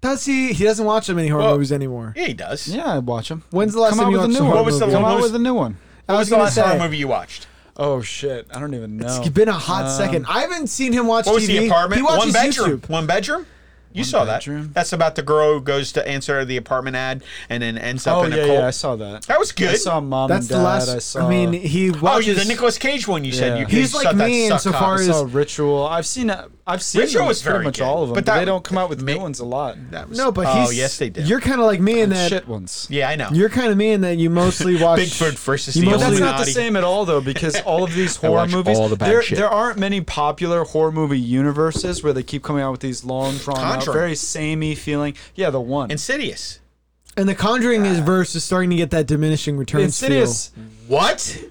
Speaker 2: Does he? He doesn't watch that many horror
Speaker 4: Well,
Speaker 2: movies anymore.
Speaker 4: Yeah, he does.
Speaker 3: Yeah, I'd watch them.
Speaker 2: When's the last
Speaker 3: Come
Speaker 2: time
Speaker 3: out
Speaker 2: you
Speaker 3: with a
Speaker 2: watched
Speaker 3: new
Speaker 2: a
Speaker 3: one?
Speaker 2: horror
Speaker 4: What was the
Speaker 2: movie?
Speaker 4: one-
Speaker 3: Come
Speaker 4: what
Speaker 3: out
Speaker 4: was-
Speaker 3: with a new one.
Speaker 2: I was
Speaker 4: What was the
Speaker 2: gonna
Speaker 4: last
Speaker 2: say,
Speaker 4: horror movie you watched?
Speaker 3: Oh shit! I don't even know.
Speaker 2: It's been a hot second. I haven't seen him watch
Speaker 4: What was
Speaker 2: TV.
Speaker 4: the apartment?
Speaker 2: He
Speaker 4: One
Speaker 2: watches
Speaker 4: bedroom.
Speaker 2: YouTube.
Speaker 4: One bedroom. You saw
Speaker 3: bedroom.
Speaker 4: that. That's about the girl who goes to answer the apartment ad and then ends up
Speaker 3: Oh
Speaker 4: in
Speaker 3: yeah,
Speaker 4: a cult.
Speaker 3: yeah. I saw that.
Speaker 4: That was
Speaker 3: I
Speaker 4: good.
Speaker 3: saw mom
Speaker 2: That's
Speaker 3: and dad.
Speaker 2: the last.
Speaker 3: I
Speaker 2: I,
Speaker 3: saw.
Speaker 2: mean, he
Speaker 4: oh, you
Speaker 2: watches.
Speaker 4: the Nicolas Cage one you said.
Speaker 3: Yeah.
Speaker 4: You,
Speaker 2: He's
Speaker 4: you
Speaker 2: like
Speaker 4: suck that
Speaker 2: me
Speaker 4: suck
Speaker 2: insofar
Speaker 4: cock.
Speaker 2: as-
Speaker 3: I saw Ritual. I've seen. I've seen
Speaker 4: Ritual
Speaker 3: them
Speaker 4: was
Speaker 3: pretty
Speaker 4: very
Speaker 3: much
Speaker 4: good,
Speaker 3: all of them,
Speaker 4: but
Speaker 3: but,
Speaker 4: that-
Speaker 3: they don't come out with
Speaker 4: ma-
Speaker 3: new ones a lot.
Speaker 4: That was-
Speaker 2: no, but
Speaker 4: oh
Speaker 2: he's.
Speaker 4: yes, they did.
Speaker 2: You're kind of like me in that.
Speaker 3: shit ones.
Speaker 4: yeah, I know.
Speaker 2: You're kind of me in that you mostly watch
Speaker 4: Bigfoot versus
Speaker 2: you
Speaker 4: the
Speaker 2: must-
Speaker 3: But that's not the
Speaker 4: Illuminati.
Speaker 3: same at all, though, because all of these horror
Speaker 4: watch
Speaker 3: movies,
Speaker 4: all the bad
Speaker 3: there,
Speaker 4: shit.
Speaker 3: there aren't many popular horror movie universes where they keep coming out with these long, drawn out,
Speaker 4: Conjuring.
Speaker 3: very samey feeling. Yeah, the one.
Speaker 4: Insidious.
Speaker 2: And the Conjuring is verse is starting to get that diminishing returns.
Speaker 3: Insidious.
Speaker 2: feel.
Speaker 4: What?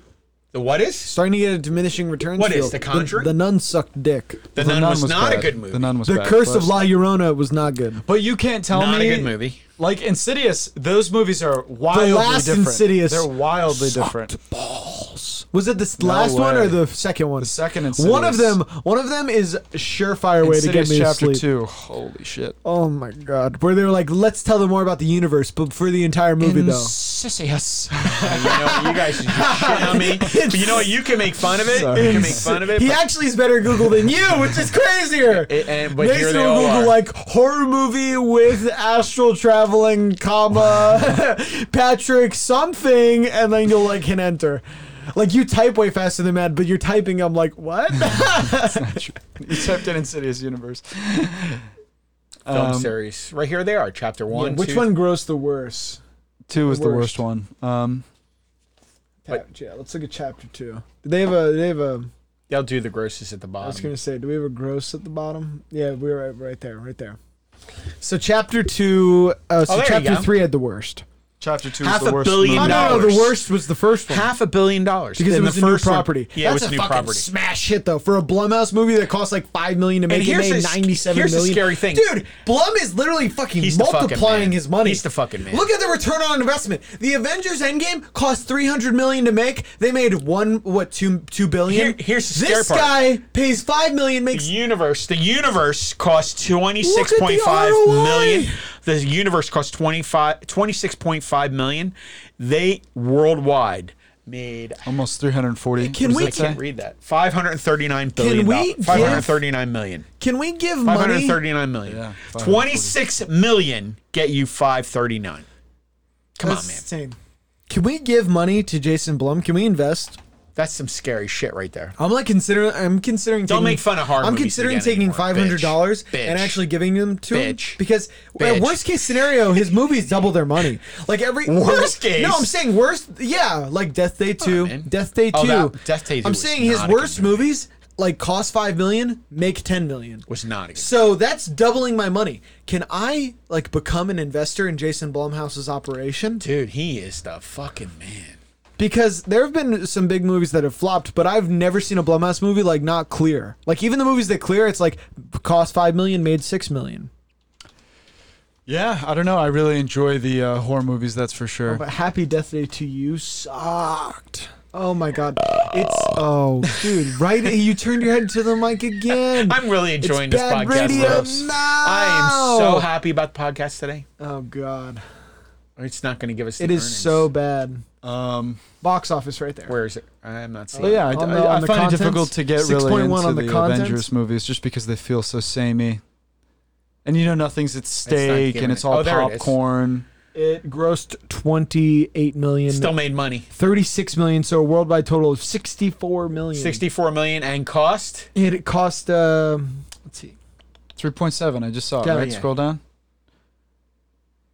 Speaker 4: The what is?
Speaker 2: starting to get a diminishing returns.
Speaker 4: What is
Speaker 2: feel.
Speaker 4: The Conjuring?
Speaker 2: The, nun sucked dick.
Speaker 4: The, Nun, was, not
Speaker 3: bad.
Speaker 4: a good movie.
Speaker 3: The Nun was
Speaker 2: The
Speaker 3: bad,
Speaker 2: Curse
Speaker 3: but-
Speaker 2: of La Llorona was not good.
Speaker 3: But you can't tell
Speaker 4: not
Speaker 3: me
Speaker 4: a good movie.
Speaker 3: Like Insidious, those movies are wildly
Speaker 2: last
Speaker 3: different.
Speaker 2: Insidious
Speaker 3: They're wildly different.
Speaker 2: Was it the s- last one or
Speaker 3: way.
Speaker 2: the second one? The
Speaker 3: second
Speaker 2: One of
Speaker 3: Insidious.
Speaker 2: them. One of them is surefire way
Speaker 3: Insidious
Speaker 2: to get me
Speaker 3: chapter
Speaker 2: to sleep.
Speaker 3: two. Holy shit.
Speaker 2: Oh my god! Where they were like, let's tell them more about the universe, but for the entire movie though.
Speaker 3: Insidious.
Speaker 4: you know, you guys should just shit on me. But you know what? You can make fun of it. You can make fun of it.
Speaker 2: He
Speaker 4: but-
Speaker 2: actually is better at Google than you, which is crazier.
Speaker 4: A- and- but
Speaker 2: Mason
Speaker 4: here they
Speaker 2: will
Speaker 4: all
Speaker 2: Google
Speaker 4: are.
Speaker 2: like horror movie with astral traveling, comma Patrick something, and then you'll like hit enter. Like you type way faster than Matt, but you're typing. I'm like, what?
Speaker 3: Except in Insidious universe. Um,
Speaker 4: film series. Right here they are. Chapter one.
Speaker 2: Um, Which
Speaker 4: two,
Speaker 2: one grossed the worst?
Speaker 3: Two was the
Speaker 2: Worst.
Speaker 3: worst one. Um,
Speaker 2: yeah, let's look at chapter two. Do they have a? do They have a.
Speaker 4: They'll do the grossest at the
Speaker 2: I was
Speaker 4: bottom.
Speaker 2: gonna say, do we have a gross at the bottom? Yeah, we were right, right there, right there. So chapter two, uh, so
Speaker 4: Oh, there you
Speaker 2: chapter
Speaker 4: go.
Speaker 2: three had the worst.
Speaker 3: chapter two
Speaker 4: Half
Speaker 3: was the
Speaker 4: a
Speaker 3: worst.
Speaker 4: billion
Speaker 2: Oh,
Speaker 3: movie.
Speaker 2: no, no,
Speaker 4: dollars.
Speaker 2: the worst was the first one.
Speaker 4: Half a billion dollars
Speaker 2: because
Speaker 4: In
Speaker 2: it
Speaker 4: the
Speaker 2: was a new
Speaker 4: first one-
Speaker 2: property.
Speaker 4: Yeah,
Speaker 2: That's
Speaker 4: it
Speaker 2: a
Speaker 4: was new
Speaker 2: fucking
Speaker 4: property.
Speaker 2: smash hit though for a Blumhouse movie that cost like five million to make. it
Speaker 4: here's
Speaker 2: made
Speaker 4: the sc-
Speaker 2: ninety-seven
Speaker 4: here's the
Speaker 2: million.
Speaker 4: scary thing.
Speaker 2: dude. Blum is literally fucking
Speaker 4: He's the fucking
Speaker 2: multiplying
Speaker 4: man.
Speaker 2: his money.
Speaker 4: He's the fucking man.
Speaker 2: Look at the return on investment. The Avengers Endgame cost three hundred million to make. They made one what two two billion.
Speaker 4: Here- here's the
Speaker 2: this
Speaker 4: scary part.
Speaker 2: guy pays five million,
Speaker 4: The
Speaker 2: makes
Speaker 4: universe. The universe costs twenty six point five
Speaker 2: ROI.
Speaker 4: million. The universe costs 25, 26.5 million. They worldwide made.
Speaker 3: Almost 340.
Speaker 2: Can
Speaker 3: What
Speaker 2: we-
Speaker 4: I
Speaker 3: does that
Speaker 4: can't
Speaker 3: say?
Speaker 4: read that. Five hundred thirty nine billion.
Speaker 2: we
Speaker 4: dollars.
Speaker 2: give-
Speaker 4: 539 million.
Speaker 2: Can we give money?
Speaker 4: 539 million.
Speaker 3: Yeah, 540.
Speaker 4: 26 million get you 539. Come
Speaker 2: That's
Speaker 4: on, man.
Speaker 2: insane. Can we give money to Jason Blum? Can we invest?
Speaker 4: That's some scary shit right there.
Speaker 2: I'm like considering. I'm considering.
Speaker 4: Don't
Speaker 2: taking-
Speaker 4: make fun of horror
Speaker 2: I'm
Speaker 4: movies
Speaker 2: considering
Speaker 4: again
Speaker 2: taking
Speaker 4: anymore,
Speaker 2: five hundred dollars
Speaker 4: bitch.
Speaker 2: and
Speaker 4: Bitch.
Speaker 2: actually giving them to him
Speaker 4: Bitch.
Speaker 2: because
Speaker 4: Bitch.
Speaker 2: at worst case scenario, his movies double their money. Like every
Speaker 4: Worst case?
Speaker 2: No, I'm saying worst. Yeah, like Death Day two,
Speaker 4: man.
Speaker 2: Death Day two,
Speaker 4: Oh, that- Death Day 2
Speaker 2: I'm
Speaker 4: was
Speaker 2: saying his
Speaker 4: not a good
Speaker 2: worst movies like cost five million, make ten million.
Speaker 4: Was not a good-
Speaker 2: So that's doubling my money. Can I like become an investor in Jason Blumhouse's operation?
Speaker 4: Dude, he is the fucking man.
Speaker 2: Because there have been some big movies that have flopped, but I've never seen a Blumhouse movie like not clear. Like even the movies that clear, it's like cost five million, made six million.
Speaker 3: Yeah, I don't know. I really enjoy the uh, horror movies. That's for sure.
Speaker 2: But Happy Death Day to you sucked. Oh my god, it's oh dude, right? You turned your head to the mic again.
Speaker 4: I'm really
Speaker 2: It's
Speaker 4: enjoying this
Speaker 2: bad
Speaker 4: podcast.
Speaker 2: radio
Speaker 4: Rose.
Speaker 2: now.
Speaker 4: I am so happy about the podcast today.
Speaker 2: Oh god,
Speaker 4: It's not going to give us. The
Speaker 2: it is
Speaker 4: earnings.
Speaker 2: so bad.
Speaker 3: Um,
Speaker 2: Box office right there.
Speaker 4: Where is it? I'm not seeing.
Speaker 3: but yeah, I,
Speaker 2: On the-
Speaker 3: I- I
Speaker 2: on the
Speaker 3: find it
Speaker 2: contents?
Speaker 3: difficult to get really
Speaker 2: 6.1
Speaker 3: into
Speaker 2: on
Speaker 3: the,
Speaker 2: the contents?
Speaker 3: Avengers movies just because they feel so samey. And you know, nothing's at stake,
Speaker 4: giving
Speaker 3: and
Speaker 4: it-
Speaker 3: it's all
Speaker 4: Oh, there it is.
Speaker 3: popcorn.
Speaker 2: It grossed twenty eight million.
Speaker 4: it. Still made money.
Speaker 2: 36 million, so a worldwide total of 64 million.
Speaker 4: Sixty-four million and cost.
Speaker 2: It, it cost, um let's see.
Speaker 3: Three point seven. I just saw it.
Speaker 2: Yeah,
Speaker 3: right,
Speaker 4: yeah.
Speaker 3: scroll down.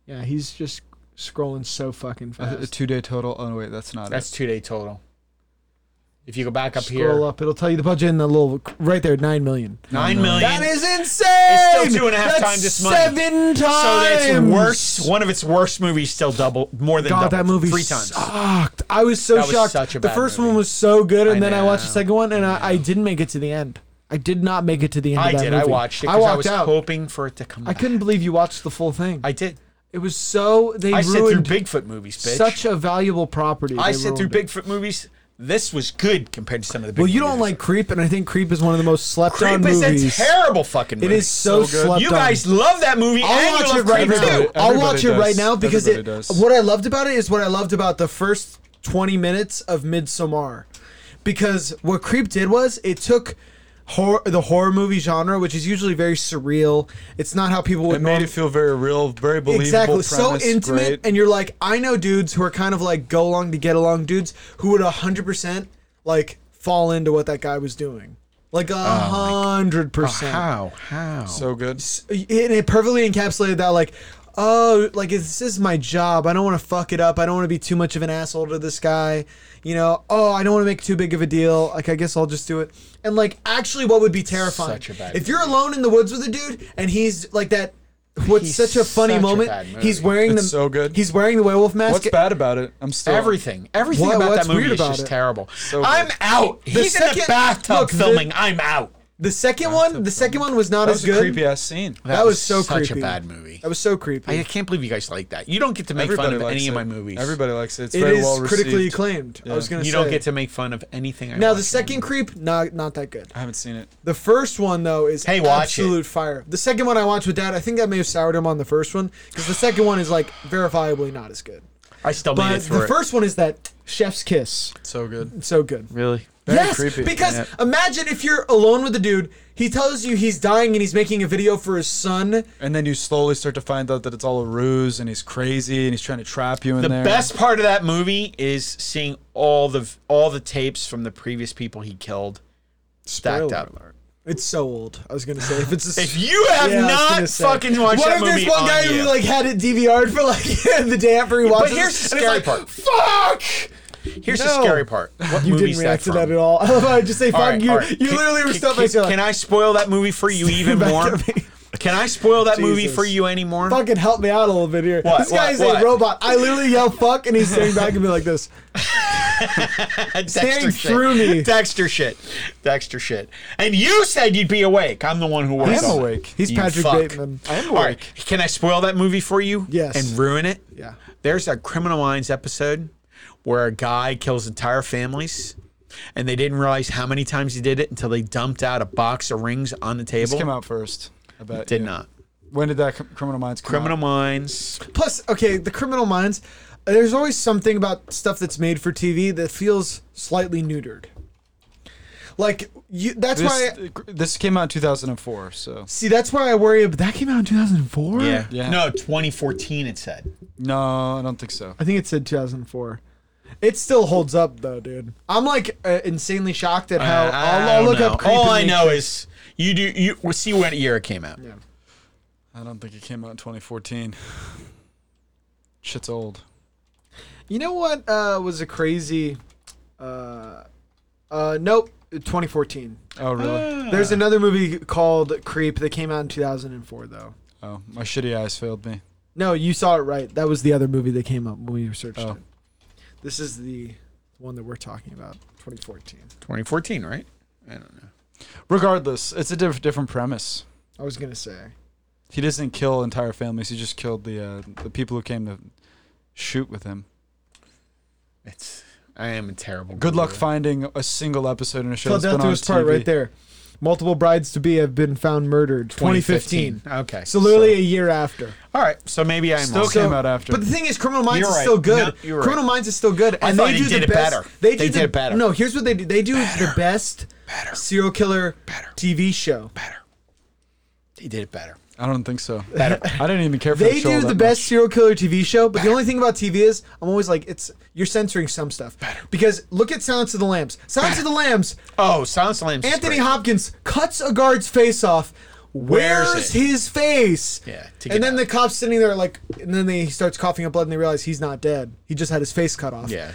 Speaker 2: Yeah, he's just scrolling so fucking
Speaker 4: Uh,
Speaker 3: A, a
Speaker 2: fast.
Speaker 3: two day total. Oh wait, that's not
Speaker 4: That's two-day total. If you go back up
Speaker 2: Scroll
Speaker 4: here,
Speaker 2: up. It'll tell you the budget in the little right there, nine million.
Speaker 4: nine million.
Speaker 2: That is insane.
Speaker 4: It's still two and a half
Speaker 2: That's
Speaker 4: times this money.
Speaker 2: Seven times.
Speaker 4: so that's worse. One of its worst movies still double more than
Speaker 2: God,
Speaker 4: doubled,
Speaker 2: that movie
Speaker 4: three times.
Speaker 2: sucked. I was so
Speaker 4: That was
Speaker 2: shocked.
Speaker 4: such a
Speaker 2: the
Speaker 4: bad
Speaker 2: first
Speaker 4: movie.
Speaker 2: one was so good, and
Speaker 4: I
Speaker 2: then I watched the
Speaker 4: know.
Speaker 2: second one, and I, I didn't make it to the end. I did not make it to the end.
Speaker 4: I
Speaker 2: of that
Speaker 4: did. I
Speaker 2: movie.
Speaker 4: watched it.
Speaker 2: I
Speaker 4: because I
Speaker 2: walked
Speaker 4: was
Speaker 2: out.
Speaker 4: hoping for it to come.
Speaker 2: I
Speaker 4: Back.
Speaker 2: couldn't believe you watched the full thing.
Speaker 4: I did.
Speaker 2: it was so they
Speaker 4: I sit through
Speaker 2: ruined
Speaker 4: Bigfoot movies, bitch.
Speaker 2: such a valuable property.
Speaker 4: I
Speaker 2: They
Speaker 4: sit through
Speaker 2: ruined it.
Speaker 4: Bigfoot movies. This was good compared to some of the. Big
Speaker 2: Well, you don't
Speaker 4: movies.
Speaker 2: like Creep, and I think Creep is one of the most slept on
Speaker 4: Creep is a
Speaker 2: movies.
Speaker 4: terrible fucking
Speaker 2: It
Speaker 4: movie.
Speaker 2: is so, slept
Speaker 4: You
Speaker 2: on.
Speaker 4: guys love that movie
Speaker 2: I'll
Speaker 4: and
Speaker 2: watch
Speaker 4: you
Speaker 2: it
Speaker 4: love
Speaker 2: right
Speaker 4: Creep
Speaker 2: now.
Speaker 4: too.
Speaker 2: I'll
Speaker 3: Everybody
Speaker 2: watch it right
Speaker 3: does.
Speaker 2: now because it.
Speaker 3: Everybody does.
Speaker 2: What I loved about it is what I loved about the first twenty minutes of Midsommar, because what Creep did was it took. Horror, the horror movie genre, which is usually very surreal, it's not how people would
Speaker 3: It made
Speaker 2: norm-
Speaker 3: it feel very real, very believable.
Speaker 2: exactly so
Speaker 3: premise,
Speaker 2: intimate
Speaker 3: great.
Speaker 2: and you're like i know dudes who are kind of like go along to get along dudes who would 100% like fall into what that guy was doing like
Speaker 3: Oh
Speaker 2: a hundred percent
Speaker 4: How? How?
Speaker 3: so good.
Speaker 2: and it perfectly encapsulated that like oh like is this is my job i don't want to fuck it up i don't want to be too much of an asshole to this guy you know oh i don't want to make too big of a deal like i guess i'll just do it and like actually what would be terrifying
Speaker 4: Such a bad
Speaker 2: if you're alone in the woods with a dude and he's like that what's
Speaker 4: He's
Speaker 2: such a funny
Speaker 4: such a
Speaker 2: moment
Speaker 4: bad movie.
Speaker 2: he's wearing
Speaker 3: It's
Speaker 2: the
Speaker 3: so good.
Speaker 2: he's wearing the werewolf mask
Speaker 3: What's bad about it? I'm still
Speaker 4: Everything, everything
Speaker 2: What-
Speaker 4: about
Speaker 2: what's
Speaker 4: that movie
Speaker 2: weird
Speaker 4: is
Speaker 2: about
Speaker 4: just
Speaker 2: it?
Speaker 4: terrible.
Speaker 3: good.
Speaker 4: I'm out. He's in the
Speaker 2: second-
Speaker 4: bathtub
Speaker 2: look, the-
Speaker 4: filming. I'm out.
Speaker 2: the second one the second one was not
Speaker 3: That
Speaker 2: as
Speaker 3: was a
Speaker 2: good
Speaker 3: creepy ass scene.
Speaker 2: that, was, so
Speaker 4: such
Speaker 2: creepy
Speaker 4: a bad movie.
Speaker 2: that was so creepy
Speaker 4: I can't believe you guys like that. You don't get to make
Speaker 3: Everybody
Speaker 4: fun of
Speaker 3: likes
Speaker 4: any
Speaker 3: it.
Speaker 4: of my movies.
Speaker 3: Everybody likes it. It's
Speaker 2: it
Speaker 3: very
Speaker 2: is
Speaker 3: well received.
Speaker 2: critically acclaimed i was gonna say
Speaker 4: you don't get to make fun of anything. I
Speaker 2: now
Speaker 4: watch
Speaker 2: the second creep not not that good
Speaker 3: I haven't seen it.
Speaker 2: The first one though is
Speaker 4: Hey, watch it.
Speaker 2: absolute fire. The second one I watched with dad, I think that may have soured him on the first one because the second one is like verifiably not as good.
Speaker 4: I still made it
Speaker 2: But
Speaker 4: through
Speaker 2: the
Speaker 4: it.
Speaker 2: first one is that chef's kiss.
Speaker 3: So good.
Speaker 2: It's so good.
Speaker 4: really?
Speaker 2: yes,
Speaker 3: creepy.
Speaker 2: because
Speaker 3: Yeah.
Speaker 2: imagine if you're alone with the dude. He tells you he's dying and he's making a video for his son.
Speaker 3: And then you slowly start to find out that it's all a ruse and he's crazy and he's trying to trap you in
Speaker 4: The
Speaker 3: there.
Speaker 4: best part of that movie is seeing all the all the tapes from the previous people he killed stacked
Speaker 2: Spoiler
Speaker 4: up.
Speaker 2: It's so old. I was gonna say if it's a,
Speaker 4: If you have
Speaker 2: Yeah, I was gonna
Speaker 4: not
Speaker 2: say.
Speaker 4: fucking watched
Speaker 2: what
Speaker 4: that
Speaker 2: if there's
Speaker 4: movie,
Speaker 2: one
Speaker 4: on
Speaker 2: guy
Speaker 4: you.
Speaker 2: who like had it DVR'd for like the day after he watched
Speaker 4: but
Speaker 2: it?
Speaker 4: here's the
Speaker 2: and it's
Speaker 4: scary
Speaker 2: like,
Speaker 4: part. Fuck. Here's
Speaker 2: No.
Speaker 4: the scary part. What
Speaker 2: You
Speaker 4: movie
Speaker 2: didn't
Speaker 4: is
Speaker 2: react to
Speaker 4: from?
Speaker 2: that at all. I love how I just say fuck
Speaker 4: All right,
Speaker 2: you.
Speaker 4: all right.
Speaker 2: You
Speaker 4: Can-
Speaker 2: literally were
Speaker 4: can-
Speaker 2: stuck
Speaker 4: can,
Speaker 2: myself.
Speaker 4: can I spoil that movie for you even
Speaker 2: Back
Speaker 4: more?
Speaker 2: at me.
Speaker 4: Can I spoil that movie for
Speaker 2: Jesus.
Speaker 4: you anymore?
Speaker 2: fucking help me out a little bit here.
Speaker 4: What,
Speaker 2: This guy
Speaker 4: what,
Speaker 2: is
Speaker 4: what?
Speaker 2: a robot. I literally yell fuck and he's staring back at me like this. staring
Speaker 4: shit.
Speaker 2: through me.
Speaker 4: Dexter shit. Dexter shit. And you said you'd be awake. I'm the one who works.
Speaker 3: am
Speaker 4: on it.
Speaker 3: awake.
Speaker 2: He's
Speaker 4: You
Speaker 2: Patrick
Speaker 4: fuck.
Speaker 2: Bateman.
Speaker 3: I am
Speaker 4: All right. Can I spoil that movie for you?
Speaker 2: Yes.
Speaker 4: And ruin it?
Speaker 2: Yeah.
Speaker 4: There's a Criminal Minds episode where a guy kills entire families. And they didn't realize how many times he did it until they dumped out a box of rings on the
Speaker 3: This
Speaker 4: table.
Speaker 3: came out first. I bet.
Speaker 4: Did
Speaker 3: yeah.
Speaker 4: not.
Speaker 3: When did that Cr- Criminal Minds come
Speaker 4: Criminal
Speaker 3: out?
Speaker 4: Minds.
Speaker 2: Plus, okay, the criminal minds. uh, There's always something about stuff that's made for TV that feels slightly neutered. Like you, that's
Speaker 3: This,
Speaker 2: why. I,
Speaker 3: this came out in 2004, so
Speaker 2: see, that's why I worry. About, that came out in 2004.
Speaker 4: Yeah.
Speaker 3: Yeah.
Speaker 4: No, 2014 it said.
Speaker 3: no, I don't think so.
Speaker 2: I think it said 2004. It still holds up though, dude. I'm like uh, insanely shocked at how
Speaker 4: Uh,
Speaker 2: I'll,
Speaker 4: I
Speaker 2: I'll
Speaker 4: don't
Speaker 2: look
Speaker 4: know.
Speaker 2: up. Creep
Speaker 4: All
Speaker 2: and
Speaker 4: I
Speaker 2: make
Speaker 4: know
Speaker 2: sure-
Speaker 4: is you do you we'll see when year it came out.
Speaker 2: Yeah.
Speaker 3: I don't think it came out in 2014. Shit's old.
Speaker 2: You know what uh, was a crazy? Uh, uh, nope, 2014.
Speaker 3: Oh really?
Speaker 4: Uh.
Speaker 2: There's another movie called Creep that came out in 2004 though.
Speaker 3: oh, my shitty eyes failed me.
Speaker 2: No, you saw it right. That was the other movie that came up when we researched
Speaker 3: Oh.
Speaker 2: it. This is the one that we're talking about, 2014.
Speaker 4: 2014, right? I don't know.
Speaker 3: Regardless, it's a diff- different premise.
Speaker 2: I was gonna say.
Speaker 3: He doesn't kill entire families. He just killed the uh, the people who came to shoot with him.
Speaker 4: It's I am a terrible.
Speaker 3: Good luck
Speaker 4: Googler.
Speaker 3: finding a single episode in a show
Speaker 2: Tell
Speaker 3: that's been
Speaker 2: death to
Speaker 3: on
Speaker 2: his part
Speaker 3: TV.
Speaker 2: right there. Multiple brides to be have been found murdered. 2015.
Speaker 4: 2015. Okay.
Speaker 2: So literally a year after.
Speaker 4: all right. So maybe I'm
Speaker 3: Still
Speaker 4: wrong.
Speaker 3: came out after.
Speaker 2: But the thing is, Criminal Minds
Speaker 4: You're
Speaker 2: is
Speaker 4: right.
Speaker 2: still good.
Speaker 4: No, you're right.
Speaker 2: Criminal Minds is still good, and
Speaker 4: thought
Speaker 2: they
Speaker 4: he
Speaker 2: do
Speaker 4: did
Speaker 2: the
Speaker 4: it
Speaker 2: best.
Speaker 4: better.
Speaker 2: They, do
Speaker 4: They
Speaker 2: the,
Speaker 4: did it better.
Speaker 2: No, here's what they do. They do the best serial killer TV show.
Speaker 4: he did it better.
Speaker 3: I don't think so. I didn't even care for
Speaker 2: They
Speaker 3: the show
Speaker 2: do
Speaker 3: that
Speaker 2: the
Speaker 3: much.
Speaker 2: best serial killer TV show, but the only thing about TV is I'm always like, it's you're censoring some stuff because look at Silence of the Lambs. Silence of the Lambs.
Speaker 4: Oh, Silence of the Lambs. is
Speaker 2: Anthony
Speaker 4: great.
Speaker 2: Hopkins cuts a guard's face off. Wears
Speaker 4: Wears it.
Speaker 2: his face.
Speaker 4: Yeah, to get
Speaker 2: And then
Speaker 4: out.
Speaker 2: the cops sitting there like, and then they, he starts coughing up blood, and they realize he's not dead. He just had his face cut off.
Speaker 4: Yeah.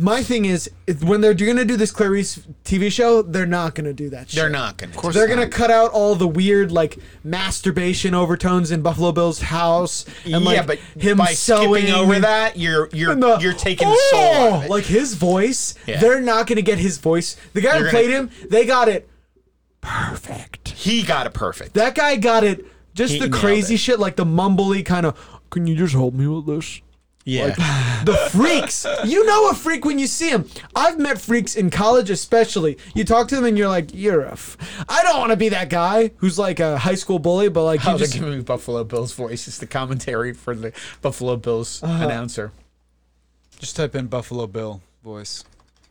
Speaker 2: My thing is, if- when they're going to do this Clarice TV show, they're not going to do that shit.
Speaker 4: They're not gonna. Of course
Speaker 2: They're going to cut out all the weird, like, masturbation overtones in Buffalo Bill's house. And,
Speaker 4: yeah,
Speaker 2: like,
Speaker 4: but
Speaker 2: him
Speaker 4: by
Speaker 2: sewing
Speaker 4: skipping over that, you're you're
Speaker 2: and the-
Speaker 4: you're taking the soul out
Speaker 2: Oh,
Speaker 4: of it.
Speaker 2: Like, his voice,
Speaker 4: Yeah.
Speaker 2: they're not going to get his voice. The guy who
Speaker 4: You're gonna-
Speaker 2: played him, they got it perfect.
Speaker 4: he got it perfect.
Speaker 2: That guy got it. Just
Speaker 4: He
Speaker 2: the
Speaker 4: nailed
Speaker 2: crazy
Speaker 4: it.
Speaker 2: shit, like the mumbly kind of. Can you just help me with this?
Speaker 4: yeah.
Speaker 2: The freaks. you know a freak when you see him. I've met freaks in college, especially. You talk to them and you're like, you're a. F- I don't want to be that guy who's like a high school bully, but like
Speaker 4: How
Speaker 2: you
Speaker 4: they're
Speaker 2: just.
Speaker 4: giving me Buffalo Bills voice is the commentary for the Buffalo Bills
Speaker 2: Uh-huh.
Speaker 4: announcer.
Speaker 3: Just type in Buffalo Bill voice.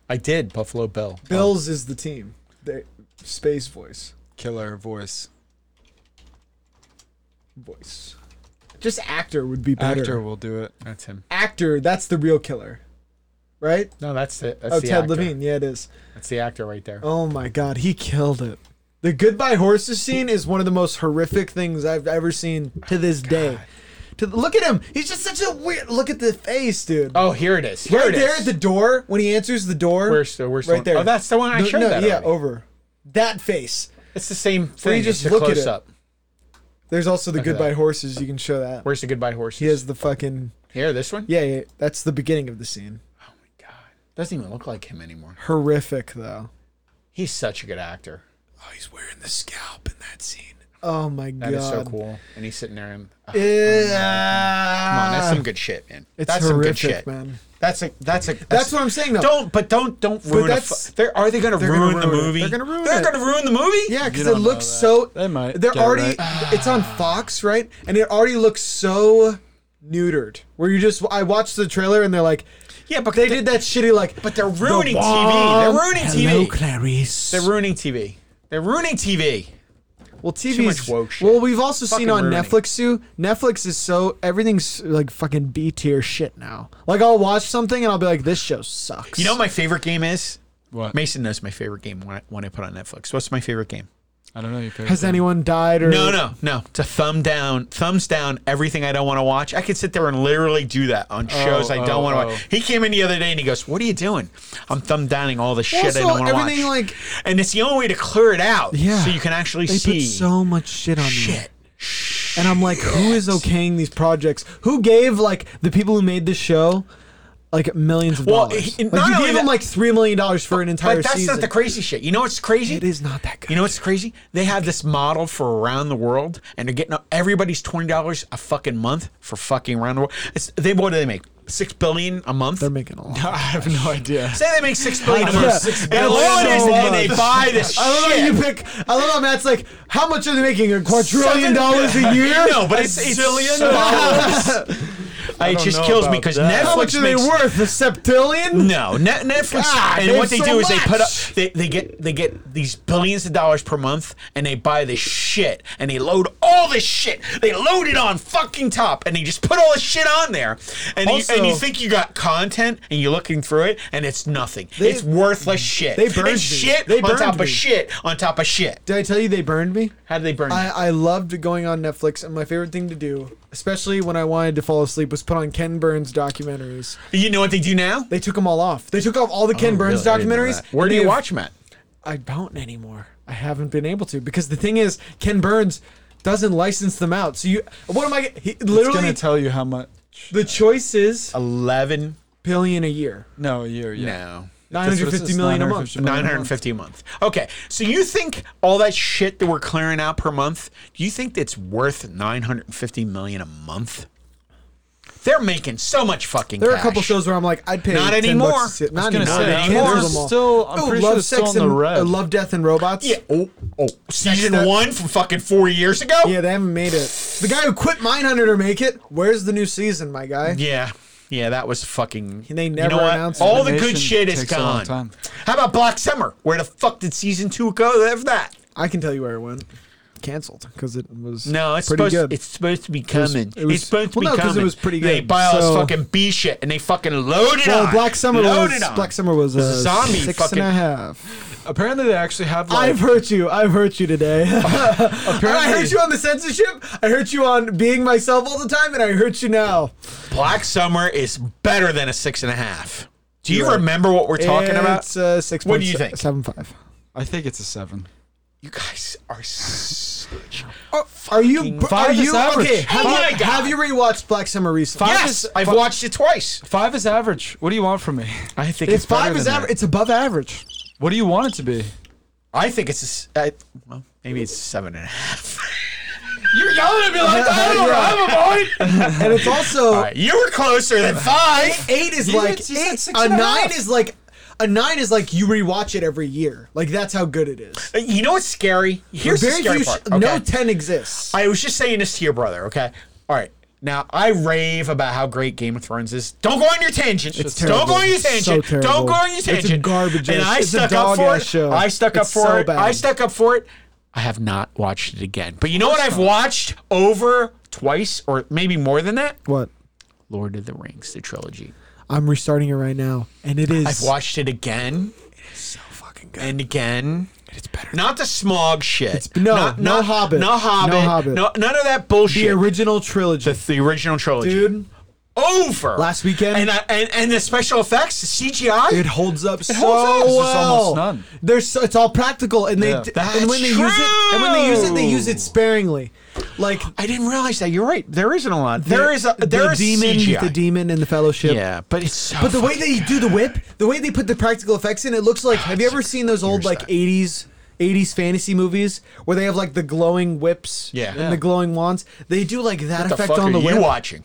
Speaker 4: I did Buffalo Bill. Oh,
Speaker 2: Bills is the team. They, space voice.
Speaker 3: Killer voice.
Speaker 2: Voice. Just actor would be better.
Speaker 3: Actor
Speaker 2: Actor.
Speaker 3: will do it.
Speaker 4: That's him.
Speaker 2: that's the real killer. Right?
Speaker 4: No, that's it. That's
Speaker 2: Oh,
Speaker 4: the
Speaker 2: Ted
Speaker 4: actor.
Speaker 2: Levine. Yeah, it is.
Speaker 4: That's the actor right there.
Speaker 2: Oh my god, he killed it. The goodbye horses scene is one of the most horrific things I've ever seen
Speaker 4: Oh
Speaker 2: to this day. To look at him, he's just such a weird. Look at the face, dude.
Speaker 4: Oh, here it is. Here
Speaker 2: right
Speaker 4: it
Speaker 2: there
Speaker 4: is.
Speaker 2: at the door when he answers the door.
Speaker 4: Where's the- where's the
Speaker 2: right
Speaker 4: one-
Speaker 2: there?
Speaker 4: oh, that's the one I showed that
Speaker 2: Yeah,
Speaker 4: already.
Speaker 2: over that face.
Speaker 4: it's the same
Speaker 2: Where
Speaker 4: thing.
Speaker 2: you
Speaker 4: You
Speaker 2: just
Speaker 4: just
Speaker 2: look at
Speaker 4: close
Speaker 2: it.
Speaker 4: up.
Speaker 2: There's also the
Speaker 4: Look at
Speaker 2: goodbye
Speaker 4: that.
Speaker 2: horses. You can show that.
Speaker 4: Where's the goodbye horse?
Speaker 2: he has the fucking
Speaker 4: Here, this one.
Speaker 2: yeah, yeah. That's the beginning of the scene.
Speaker 4: Oh my god, doesn't even look like him anymore.
Speaker 2: Horrific though.
Speaker 4: He's such a good actor.
Speaker 5: Oh, he's wearing the scalp in that scene.
Speaker 2: Oh my
Speaker 4: That
Speaker 2: god.
Speaker 4: is so cool. And he's sitting there. And, oh,
Speaker 2: Yeah.
Speaker 4: come on, that's some good shit, man.
Speaker 2: It's
Speaker 4: that's some
Speaker 2: horrific,
Speaker 4: good shit,
Speaker 2: man.
Speaker 4: That's a. That's a.
Speaker 2: That's what I'm saying though.
Speaker 4: Don't, but don't, don't ruin. a
Speaker 2: that's-
Speaker 4: fu- they're, are they going to
Speaker 2: they're gonna
Speaker 4: ruin, the
Speaker 2: ruin it.
Speaker 4: movie?
Speaker 2: They're gonna ruin
Speaker 4: They're
Speaker 2: it.
Speaker 4: going to ruin the movie.
Speaker 2: Yeah, because
Speaker 3: don't
Speaker 2: it
Speaker 3: know
Speaker 2: looks
Speaker 3: that.
Speaker 2: so.
Speaker 3: They might
Speaker 2: They're
Speaker 3: get it
Speaker 2: already. It's on Fox, right? And it already looks so neutered. Where you just, I watched the trailer and they're like,
Speaker 4: yeah, but
Speaker 2: they did that shitty like.
Speaker 4: But they're ruining TV.
Speaker 2: bomb.
Speaker 4: They're ruining
Speaker 5: Hello,
Speaker 4: TV.
Speaker 5: Clarice.
Speaker 4: They're ruining TV. They're ruining TV.
Speaker 2: Well, TV
Speaker 4: much woke shit.
Speaker 2: Well, we've also seen
Speaker 4: Fucking
Speaker 2: on
Speaker 4: ruining.
Speaker 2: Netflix too. Netflix is so everything's like fucking B tier shit now. Like I'll watch something and I'll be like, this show sucks.
Speaker 4: You know what my favorite game is?
Speaker 3: What?
Speaker 4: Mason knows my favorite game when I, when I put on Netflix. What's my favorite game?
Speaker 3: I don't know. Your favorite
Speaker 2: has
Speaker 3: thing.
Speaker 2: anyone died or
Speaker 4: No, no, no. To thumb down, thumbs down everything I don't want to watch. I could sit there and literally do that on shows I don't
Speaker 3: oh,
Speaker 4: want to
Speaker 3: oh.
Speaker 4: watch. He came in the other day and he goes, "What are you doing?" I'm thumb downing all the shit I
Speaker 2: Also,
Speaker 4: don't want to watch.
Speaker 2: everything, like-
Speaker 4: and it's the only way to clear it out,
Speaker 2: Yeah.
Speaker 4: so you can actually
Speaker 2: They
Speaker 4: see
Speaker 2: put so much shit on me.
Speaker 4: shit.
Speaker 2: And I'm like, who is okaying these projects? Who gave like the people who made this show like millions of
Speaker 4: Well,
Speaker 2: dollars?
Speaker 4: he-
Speaker 2: like,
Speaker 4: not
Speaker 2: you
Speaker 4: only
Speaker 2: gave them
Speaker 4: that-
Speaker 2: like three million dollars for an entire
Speaker 4: But that's
Speaker 2: season.
Speaker 4: not the crazy shit. You know what's crazy?
Speaker 2: it is not that good.
Speaker 4: You know what's crazy? They have this model for around the world, and they're getting everybody's twenty dollars a fucking month for fucking around the world. It's, they what do they make? Six billion a month.
Speaker 2: They're making a lot.
Speaker 3: I have no idea.
Speaker 4: Say they make six billion a
Speaker 2: Yeah.
Speaker 4: month.
Speaker 2: Six
Speaker 4: and all it
Speaker 2: billion
Speaker 4: is,
Speaker 2: a
Speaker 4: and they
Speaker 2: month.
Speaker 4: buy this
Speaker 2: I love
Speaker 4: shit.
Speaker 2: how you pick. I love how Matt's like, how much are they making? A quadrillion
Speaker 4: Seven-
Speaker 2: dollars a year?
Speaker 4: No, but it's, it's
Speaker 3: zillion
Speaker 4: so- I- it
Speaker 3: don't
Speaker 4: just
Speaker 3: know
Speaker 4: kills me
Speaker 3: about
Speaker 4: because
Speaker 3: that.
Speaker 2: How much
Speaker 4: Netflix
Speaker 2: are they
Speaker 4: makes
Speaker 2: worth? A septillion?
Speaker 4: No, Net- Netflix,
Speaker 2: God,
Speaker 4: and
Speaker 2: they
Speaker 4: what they
Speaker 2: have
Speaker 4: do
Speaker 2: so
Speaker 4: is they put up,
Speaker 2: much.
Speaker 4: they, they get they get these billions of dollars per month, and they buy this shit, and they load all this shit. They load it on fucking top, and they just put all this shit on there, and you, and you
Speaker 2: Also-
Speaker 4: think you got content, and you're looking through it, and it's nothing.
Speaker 2: They-
Speaker 4: it's worthless shit.
Speaker 2: they burned me.
Speaker 4: it's shit
Speaker 2: They
Speaker 4: on
Speaker 2: burned
Speaker 4: top
Speaker 2: me.
Speaker 4: of shit on top of shit.
Speaker 2: Did I tell you they burned me?
Speaker 4: How do they burn?
Speaker 2: I,
Speaker 4: you?
Speaker 2: I loved going on Netflix, and my favorite thing to do, especially when I wanted to fall asleep, was put on Ken Burns documentaries.
Speaker 4: you know what they do now?
Speaker 2: They took them all off. They took off all the Ken Burns
Speaker 4: Oh, Really? I didn't know
Speaker 2: documentaries.
Speaker 4: that. Where
Speaker 2: and
Speaker 4: do you
Speaker 2: they've-
Speaker 4: watch them at?
Speaker 2: I don't anymore. I haven't been able to because the thing is, Ken Burns doesn't license them out. So you, what am I? He,
Speaker 3: It's
Speaker 2: literally,
Speaker 3: gonna tell you how much.
Speaker 2: the choice is a
Speaker 4: Eleven.
Speaker 2: billion a year,
Speaker 3: No, a year. Yeah.
Speaker 4: No.
Speaker 2: nine hundred
Speaker 3: That's what it
Speaker 2: fifty
Speaker 3: says,
Speaker 2: million a month.
Speaker 3: 950
Speaker 4: Nine hundred fifty a month. Okay, so you think all that shit that we're clearing out per month? Do you think it's worth nine hundred fifty million a month? They're making so much fucking.
Speaker 2: There are a
Speaker 4: cash.
Speaker 2: couple shows where I'm like, I'd pay
Speaker 4: Not
Speaker 2: 10
Speaker 4: anymore.
Speaker 2: bucks to see it.
Speaker 4: I was
Speaker 2: Not
Speaker 3: gonna
Speaker 2: anymore.
Speaker 4: say,
Speaker 2: I can't
Speaker 4: not anymore.
Speaker 2: do them all.
Speaker 3: Still- I'm
Speaker 2: Ooh,
Speaker 3: pretty sure
Speaker 2: love,
Speaker 3: it's still
Speaker 2: sex,
Speaker 3: on the
Speaker 2: and
Speaker 3: red.
Speaker 2: uh, love, death, and robots.
Speaker 4: Yeah. Oh, oh. Season
Speaker 2: that-
Speaker 4: one from fucking four years ago.
Speaker 2: Yeah, they haven't made it. The guy who quit Mindhunter to make it, where's the new season, my guy?
Speaker 4: Yeah. Yeah, that was fucking.
Speaker 2: They
Speaker 4: you
Speaker 2: never
Speaker 4: know what?
Speaker 2: announced it.
Speaker 4: All the
Speaker 3: Animation
Speaker 4: good shit is
Speaker 3: takes a long
Speaker 4: gone.
Speaker 3: time.
Speaker 4: How about Black Summer? Where the fuck did season two go? Of that?
Speaker 2: I can tell you where it went. Canceled because it was
Speaker 4: No, it's
Speaker 2: pretty
Speaker 4: supposed.
Speaker 2: good.
Speaker 4: It's supposed to be coming.
Speaker 2: it was-
Speaker 4: it's supposed to
Speaker 2: well, no,
Speaker 4: be
Speaker 2: 'cause it
Speaker 4: coming.
Speaker 2: was pretty
Speaker 4: They
Speaker 2: good,
Speaker 4: buy all this
Speaker 2: so-
Speaker 4: fucking B shit and they fucking load it
Speaker 2: well,
Speaker 4: on.
Speaker 2: Black Summer
Speaker 4: load
Speaker 2: was
Speaker 4: it on.
Speaker 2: Black Summer was
Speaker 4: It's
Speaker 2: uh,
Speaker 4: a zombie
Speaker 2: six
Speaker 4: fucking-
Speaker 2: and a half.
Speaker 3: Apparently, they actually have like.
Speaker 2: I've hurt you. I've hurt you today. I hurt you on the censorship. I hurt you on being myself all the time, and I hurt you now.
Speaker 4: Black Summer is better than a six and a half. Do you remember what we're talking about?
Speaker 2: It's uh, six.
Speaker 4: What do you think?
Speaker 2: Seven five.
Speaker 3: I think it's a seven.
Speaker 4: You guys are. s-
Speaker 2: Are you?
Speaker 3: Five
Speaker 2: are
Speaker 3: is
Speaker 2: you
Speaker 3: average.
Speaker 2: okay? Have,
Speaker 4: Oh
Speaker 2: you-
Speaker 4: my God.
Speaker 2: have you rewatched Black Summer recently?
Speaker 3: Five
Speaker 4: yes,
Speaker 3: is-
Speaker 4: I've
Speaker 3: fi-
Speaker 4: watched it twice.
Speaker 3: Five is average. What do you want from me?
Speaker 4: I think
Speaker 2: It's five
Speaker 4: better
Speaker 2: is
Speaker 4: than
Speaker 2: average.
Speaker 4: that.
Speaker 2: It's above average.
Speaker 3: What do you want it to be?
Speaker 4: I think it's. a s- I- well, maybe it's seven and a half. You're yelling at me like
Speaker 2: Uh-huh.
Speaker 4: I don't know. I'm a boy.
Speaker 2: And it's also
Speaker 4: All right, you were closer than five.
Speaker 2: eight is like
Speaker 3: she said
Speaker 2: eight-
Speaker 3: six
Speaker 2: a
Speaker 3: and a
Speaker 2: nine
Speaker 3: half.
Speaker 2: is like a nine is like you rewatch it every year. Like that's how good it is.
Speaker 4: Uh, You know what's scary? Here's the
Speaker 2: Very
Speaker 4: scary
Speaker 2: few.
Speaker 4: part.
Speaker 2: sh-
Speaker 4: okay?
Speaker 2: No ten exists.
Speaker 4: I was just saying this to your brother. Okay. All right. Now I rave about how great Game of Thrones is. Don't go on your tangent.
Speaker 2: It's
Speaker 4: Don't go
Speaker 2: terrible.
Speaker 4: on your
Speaker 2: It's so
Speaker 4: tangent. Don't
Speaker 2: terrible.
Speaker 4: go on your
Speaker 2: It's a
Speaker 4: tangent.
Speaker 2: garbage
Speaker 4: And
Speaker 2: ass-
Speaker 4: I
Speaker 2: it's a
Speaker 4: stuck up for
Speaker 2: dog-ass
Speaker 4: it.
Speaker 2: show.
Speaker 4: I stuck up
Speaker 2: It's
Speaker 4: for
Speaker 2: so
Speaker 4: it. I
Speaker 2: bad.
Speaker 4: stuck up for it. I have not watched it again. But you know what I've watched over twice or maybe more than that?
Speaker 2: What?
Speaker 4: Lord of the Rings, the trilogy.
Speaker 2: I'm restarting it right now, and it
Speaker 4: I've
Speaker 2: is.
Speaker 4: watched it again
Speaker 5: Fucking good.
Speaker 4: and again.
Speaker 5: It's better.
Speaker 4: Not the smog shit.
Speaker 2: no,
Speaker 4: not,
Speaker 2: no
Speaker 4: not-
Speaker 2: Hobbit.
Speaker 4: No Hobbit.
Speaker 2: No Hobbit.
Speaker 4: No, none of that bullshit.
Speaker 2: the original trilogy,
Speaker 4: the, the original trilogy.
Speaker 2: dude.
Speaker 4: Over.
Speaker 2: Last weekend?
Speaker 4: And, I, and and the special effects, the CGI.
Speaker 2: It holds up so
Speaker 3: up. There's just
Speaker 2: well.
Speaker 3: almost none.
Speaker 2: There's so, it's all practical, and they
Speaker 3: Yeah.
Speaker 2: d- and when they
Speaker 4: That's
Speaker 2: use it, and when they use it, they
Speaker 4: true.
Speaker 2: use it sparingly. Like
Speaker 4: I didn't realize that. You're right. There isn't a lot. There
Speaker 2: the-
Speaker 4: is a
Speaker 2: the
Speaker 4: there is
Speaker 2: demon,
Speaker 4: CGI.
Speaker 2: the demon, and the fellowship.
Speaker 4: yeah, but it's so
Speaker 2: But the way they do the whip, the way they put the practical effects in, it looks like. Have you ever seen those old like '80s? 80s fantasy movies where they have like the glowing whips
Speaker 4: Yeah.
Speaker 2: and
Speaker 4: Yeah.
Speaker 2: the glowing wands. They do like that
Speaker 4: the
Speaker 2: effect
Speaker 4: fuck
Speaker 2: on
Speaker 4: are
Speaker 2: the
Speaker 4: you
Speaker 2: whip.
Speaker 4: watching?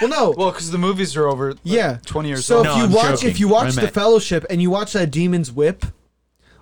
Speaker 2: Well, no,
Speaker 3: Well, because the movies are over. like,
Speaker 2: yeah,
Speaker 3: twenty years.
Speaker 2: So
Speaker 3: old.
Speaker 4: No,
Speaker 2: if you
Speaker 4: I'm
Speaker 2: watch
Speaker 4: joking.
Speaker 2: if you watch
Speaker 4: I'm
Speaker 2: the
Speaker 4: at-
Speaker 2: Fellowship and you watch that demon's whip,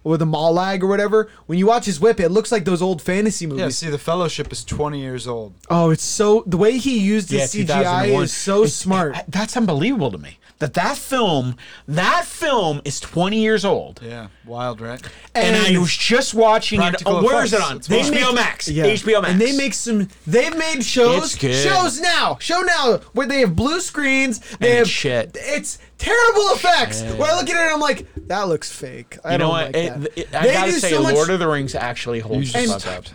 Speaker 2: or the Malag or whatever, when you watch his whip, it looks like those old fantasy movies.
Speaker 3: yeah. See, the Fellowship is twenty years old.
Speaker 2: Oh, it's so the way he used his CGI
Speaker 4: 2001.
Speaker 2: is so
Speaker 4: It's-
Speaker 2: smart.
Speaker 4: I- that's unbelievable to me. That that film, that film is 20 years old.
Speaker 3: Yeah, wild, right?
Speaker 4: And,
Speaker 2: And
Speaker 4: I was just watching it.
Speaker 3: practical
Speaker 4: Oh, where is it
Speaker 3: effects.
Speaker 4: on?
Speaker 3: It's
Speaker 4: HBO
Speaker 2: make-
Speaker 4: Max. HBO Max.
Speaker 2: And they make some. They've made shows.
Speaker 4: It's good.
Speaker 2: Shows now. Show now where they have blue screens. They
Speaker 4: And
Speaker 2: have
Speaker 4: shit.
Speaker 2: It's terrible effects. Where I look at it, and I'm like, that looks fake. I
Speaker 4: You
Speaker 2: don't
Speaker 4: know what?
Speaker 2: like
Speaker 4: It-
Speaker 2: that.
Speaker 4: it- I gotta say, Lord of the Rings actually holds
Speaker 3: You
Speaker 4: the
Speaker 3: just-
Speaker 4: fuck up.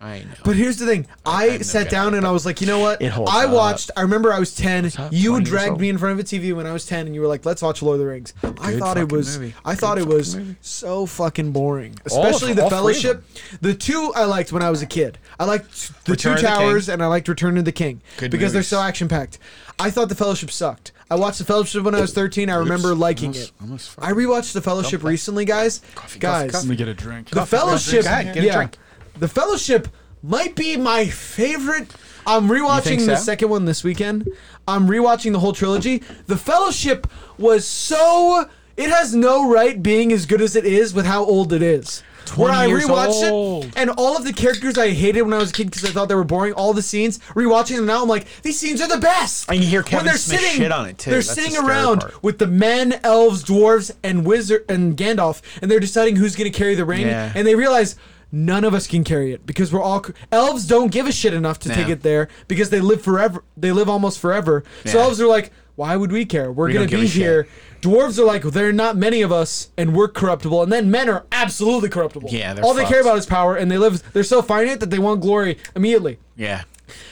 Speaker 4: I know.
Speaker 2: But here's the thing. I, sat down and I was like, you know what?
Speaker 4: It holds
Speaker 2: I
Speaker 4: up.
Speaker 2: watched. I remember I was ten.
Speaker 4: up,
Speaker 2: You
Speaker 4: 20 years
Speaker 2: dragged
Speaker 4: old.
Speaker 2: me in front of a TV when I was ten, and you were like, "Let's watch Lord of the Rings." I
Speaker 4: Good
Speaker 2: thought it
Speaker 4: fucking
Speaker 2: was.
Speaker 4: movie.
Speaker 2: I thought it was so fucking boring.
Speaker 4: of-
Speaker 2: Especially the
Speaker 4: all three of
Speaker 2: Fellowship. The two I liked when I was a kid. I liked the
Speaker 4: Return of
Speaker 2: Two
Speaker 4: the King.
Speaker 2: Towers and I liked Return of the King
Speaker 4: Good
Speaker 2: because
Speaker 4: movies.
Speaker 2: they're so action packed. I thought the Fellowship sucked. I watched the Fellowship when I was thirteen. I remember liking
Speaker 4: almost-
Speaker 2: it.
Speaker 4: almost
Speaker 2: I rewatched the Fellowship recently, guys. guys,
Speaker 3: Let me get a drink.
Speaker 2: the fellowship
Speaker 4: Go ahead, get a
Speaker 2: yeah,
Speaker 4: drink.
Speaker 2: the fellowship might be my favorite i'm rewatching
Speaker 4: think
Speaker 2: the
Speaker 4: so?
Speaker 2: second one this weekend i'm rewatching the whole trilogy the fellowship was so it has no right being as good as it is with how old it is where I
Speaker 6: 20 years
Speaker 2: rewatched
Speaker 6: old.
Speaker 2: it, and all of the characters I hated when I was a kid because I thought they were boring. All the scenes, rewatching them now, I'm like, these scenes are the best.
Speaker 4: And you hear Kevin Smith shit on it, too.
Speaker 2: They're
Speaker 4: That's the
Speaker 2: sitting
Speaker 4: scary
Speaker 2: around
Speaker 4: part.
Speaker 2: with the men, elves, dwarves, and wizard and Gandalf, and they're deciding who's gonna carry the ring.
Speaker 4: Yeah.
Speaker 2: And they realize none of us can carry it because we're all cr- elves. Don't give a shit enough to take it there because they live forever. They live almost forever. So
Speaker 4: Yeah.
Speaker 2: elves are like, why would we care? We're
Speaker 4: We
Speaker 2: gonna
Speaker 4: don't give
Speaker 2: be
Speaker 4: a shit.
Speaker 2: here. Dwarves are like, there are not many of us, and we're corruptible. And then men are absolutely corruptible.
Speaker 4: Yeah, they're
Speaker 2: all they care
Speaker 4: fucked.
Speaker 2: about is power, and they live. They're so finite that they want glory immediately.
Speaker 4: Yeah.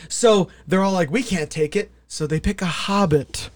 Speaker 2: So they're all like, we can't take it. So they pick a hobbit.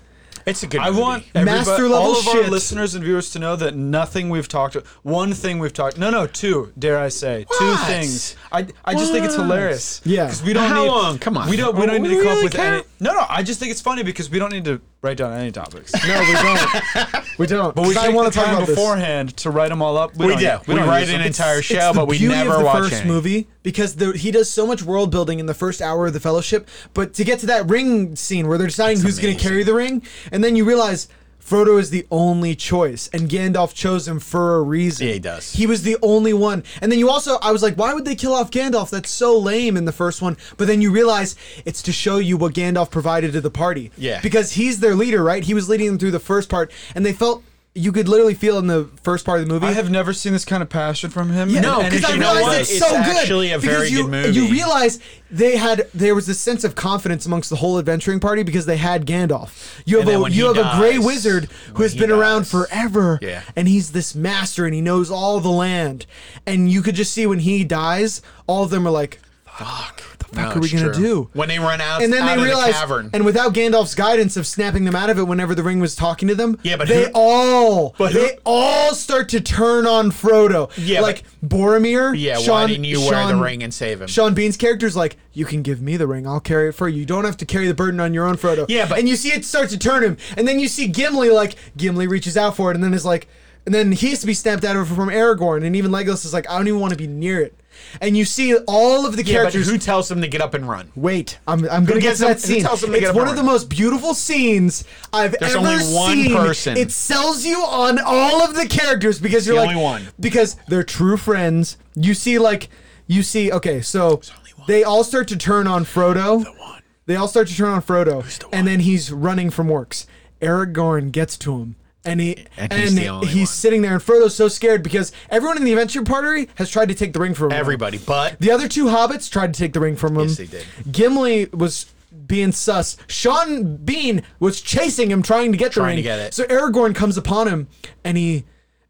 Speaker 4: It's a good
Speaker 3: I
Speaker 4: movie.
Speaker 3: want
Speaker 2: Master
Speaker 3: everybody-
Speaker 2: level
Speaker 3: all of
Speaker 2: shit.
Speaker 3: our listeners and viewers to know that nothing we've talked one thing we've talked no no two dare I say two
Speaker 4: What?
Speaker 3: things I, I just think it's
Speaker 4: What?
Speaker 3: hilarious
Speaker 2: Yeah.
Speaker 3: because we don't
Speaker 4: How
Speaker 3: need
Speaker 4: long? Come on.
Speaker 3: we don't we don't
Speaker 2: We
Speaker 3: need to come
Speaker 2: really
Speaker 3: up with
Speaker 2: care?
Speaker 3: any no no I just think it's funny because we don't need to write down any topics
Speaker 2: No, we don't. we don't.
Speaker 3: but we
Speaker 2: I
Speaker 3: take
Speaker 2: want
Speaker 3: the
Speaker 2: to talk
Speaker 3: time
Speaker 2: about this.
Speaker 3: beforehand to write them all up
Speaker 4: We
Speaker 3: don't
Speaker 4: do.
Speaker 3: need-
Speaker 4: We
Speaker 3: don't
Speaker 4: write
Speaker 3: need
Speaker 4: an
Speaker 3: them.
Speaker 4: entire
Speaker 2: It's
Speaker 4: show,
Speaker 2: the
Speaker 4: but we
Speaker 2: beauty
Speaker 4: never
Speaker 2: of the
Speaker 4: watch
Speaker 2: first
Speaker 4: any.
Speaker 2: movie because the, he does so much world building in the first hour of the Fellowship. But to get to that ring scene where they're deciding who's going to
Speaker 4: amazing.
Speaker 2: carry the ring, and then you realize Frodo is the only choice, and Gandalf chose him for a reason.
Speaker 4: Yeah, he does.
Speaker 2: He was the only one. And then you also, I was like, why would they kill off Gandalf? That's so lame in the first one. But then you realize it's to show you what Gandalf provided to the party.
Speaker 4: Yeah.
Speaker 2: Because because he's their leader, right? He was leading them through the first part, and they felt you could literally feel in the first part of the movie.
Speaker 3: I have never seen this kind of passion from him
Speaker 4: No,
Speaker 3: And
Speaker 2: because
Speaker 3: it's-
Speaker 2: I
Speaker 4: you know
Speaker 2: realized
Speaker 4: what?
Speaker 2: it's,
Speaker 4: It's
Speaker 2: so good.
Speaker 4: actually a
Speaker 2: because
Speaker 4: very
Speaker 2: you,
Speaker 4: good movie.
Speaker 2: You realize they had there was this sense of confidence amongst the whole adventuring party because they had Gandalf. You have
Speaker 4: And then
Speaker 2: a
Speaker 4: when
Speaker 2: you
Speaker 4: he
Speaker 2: have a gray
Speaker 4: dies-
Speaker 2: wizard who
Speaker 4: when
Speaker 2: has
Speaker 4: he
Speaker 2: been around
Speaker 4: dies.
Speaker 2: forever,
Speaker 4: Yeah.
Speaker 2: and he's this master and he knows all the land. And you could just see when he dies, all of them are like,
Speaker 4: No,
Speaker 2: fuck are we
Speaker 4: it's
Speaker 2: gonna do?
Speaker 4: When they run out,
Speaker 2: and then
Speaker 4: out
Speaker 2: they
Speaker 4: of
Speaker 2: realize,
Speaker 4: the cavern.
Speaker 2: and without Gandalf's guidance of snapping them out of it whenever the ring was talking to them,
Speaker 4: Yeah, but
Speaker 2: they
Speaker 4: who-
Speaker 2: all,
Speaker 4: but who-
Speaker 2: they all start to turn on Frodo.
Speaker 4: Yeah,
Speaker 2: like Boromir.
Speaker 4: yeah,
Speaker 2: Sean,
Speaker 4: why didn't you wear the
Speaker 2: Sean-
Speaker 4: ring and save him?
Speaker 2: Sean Bean's character's like, you can give me the ring, I'll carry it for you. You don't have to carry the burden on your own, Frodo.
Speaker 4: Yeah, but-
Speaker 2: and you see it start to turn him, and then you see Gimli like Gimli reaches out for it, and then is like, and then he has to be snapped out of it from Aragorn, and even Legolas is like, I don't even want to be near it. And you see all of the
Speaker 4: yeah, but
Speaker 2: characters
Speaker 4: who tells him to get up and run?
Speaker 2: Wait, I'm, I'm gonna get
Speaker 4: gets
Speaker 2: to that
Speaker 4: them- who
Speaker 2: scene.
Speaker 4: tells them to
Speaker 2: It's
Speaker 4: get up
Speaker 2: one
Speaker 4: and
Speaker 2: of the
Speaker 4: run?
Speaker 2: most beautiful scenes I've
Speaker 4: There's
Speaker 2: ever
Speaker 4: only one
Speaker 2: seen.
Speaker 4: person.
Speaker 2: It sells you on all of the characters because you're
Speaker 4: the
Speaker 2: like
Speaker 4: only one.
Speaker 2: because they're true friends. You see, like you see. Okay, so they all start to turn on Frodo. They all start to turn on Frodo, and then he's running from works. Aragorn gets to him. And he and,
Speaker 4: And he's the only
Speaker 2: he's
Speaker 4: one.
Speaker 2: sitting there, and Frodo's so scared because everyone in the adventure party has tried to take the ring from him.
Speaker 4: Everybody, but
Speaker 2: The other two hobbits tried to take the ring from him.
Speaker 4: Yes, they did.
Speaker 2: Gimli was being sus. Sean Bean was chasing him, trying to get the ring.
Speaker 4: to get it.
Speaker 2: So Aragorn comes upon him, and he.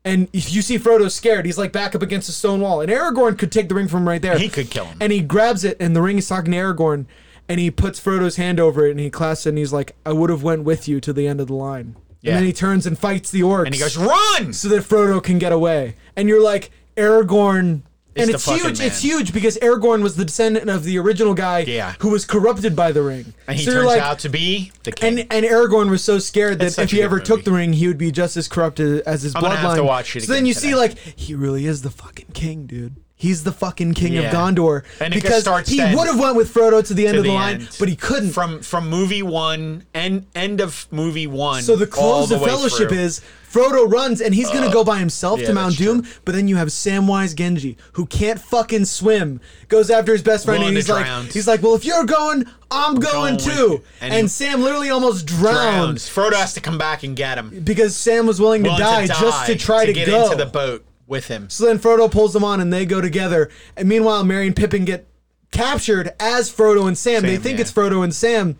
Speaker 2: And if you see Frodo scared, he's like back up against a stone wall. And Aragorn could take the ring from him right there.
Speaker 4: He could kill him.
Speaker 2: And he grabs it, and the ring is talking to Aragorn, and he puts Frodo's hand over it, and he clasps it, and he's like, "I would have went with you to the end of the line."
Speaker 4: Yeah.
Speaker 2: And then he turns and fights the orcs
Speaker 4: and he goes run.
Speaker 2: so that Frodo can get away. And you're like, Aragorn.
Speaker 4: It's
Speaker 2: and
Speaker 4: the
Speaker 2: it's
Speaker 4: fucking
Speaker 2: huge.
Speaker 4: man.
Speaker 2: It's huge because Aragorn was the descendant of the original guy
Speaker 4: Yeah.
Speaker 2: who was corrupted by the ring.
Speaker 4: And he
Speaker 2: So you're
Speaker 4: turns
Speaker 2: like-
Speaker 4: out to be the king.
Speaker 2: And and Aragorn was so scared that
Speaker 4: It's such
Speaker 2: if
Speaker 4: a
Speaker 2: he
Speaker 4: good
Speaker 2: ever took
Speaker 4: movie.
Speaker 2: the ring, he would be just as corrupted as his
Speaker 4: I'm
Speaker 2: bloodline.
Speaker 4: gonna have to watch it
Speaker 2: so then
Speaker 4: again
Speaker 2: you see,
Speaker 4: today.
Speaker 2: like, he really is the fucking king, dude. He's the fucking king
Speaker 4: Yeah.
Speaker 2: of Gondor
Speaker 4: And it
Speaker 2: because
Speaker 4: starts
Speaker 2: he
Speaker 4: then
Speaker 2: would have went with Frodo to the end
Speaker 4: to
Speaker 2: of the,
Speaker 4: the
Speaker 2: line,
Speaker 4: end.
Speaker 2: but he couldn't.
Speaker 4: from from movie one and end of movie one.
Speaker 2: So the
Speaker 4: all
Speaker 2: close of
Speaker 4: way
Speaker 2: Fellowship
Speaker 4: through. Uh,
Speaker 2: is Frodo runs and he's gonna go by himself
Speaker 4: yeah,
Speaker 2: to Mount
Speaker 4: that's
Speaker 2: Doom, but then you have Samwise Genji who can't fucking swim, goes after his best friend
Speaker 4: Willing
Speaker 2: and
Speaker 4: to
Speaker 2: he's like,
Speaker 4: drown.
Speaker 2: he's like, well, if you're going, I'm going,
Speaker 4: going with
Speaker 2: too,
Speaker 4: you.
Speaker 2: and,
Speaker 4: And he
Speaker 2: Sam literally almost drowned
Speaker 4: Drowns. Frodo has to come back and get him.
Speaker 2: because Sam was willing to,
Speaker 4: Willing
Speaker 2: die, just to try to,
Speaker 4: get
Speaker 2: go.
Speaker 4: into the boat with him.
Speaker 2: So then Frodo pulls them on and they go together. And meanwhile, Merry and Pippin get captured as Frodo and Sam. they
Speaker 4: Sam,
Speaker 2: think
Speaker 4: yeah.
Speaker 2: it's Frodo and Sam.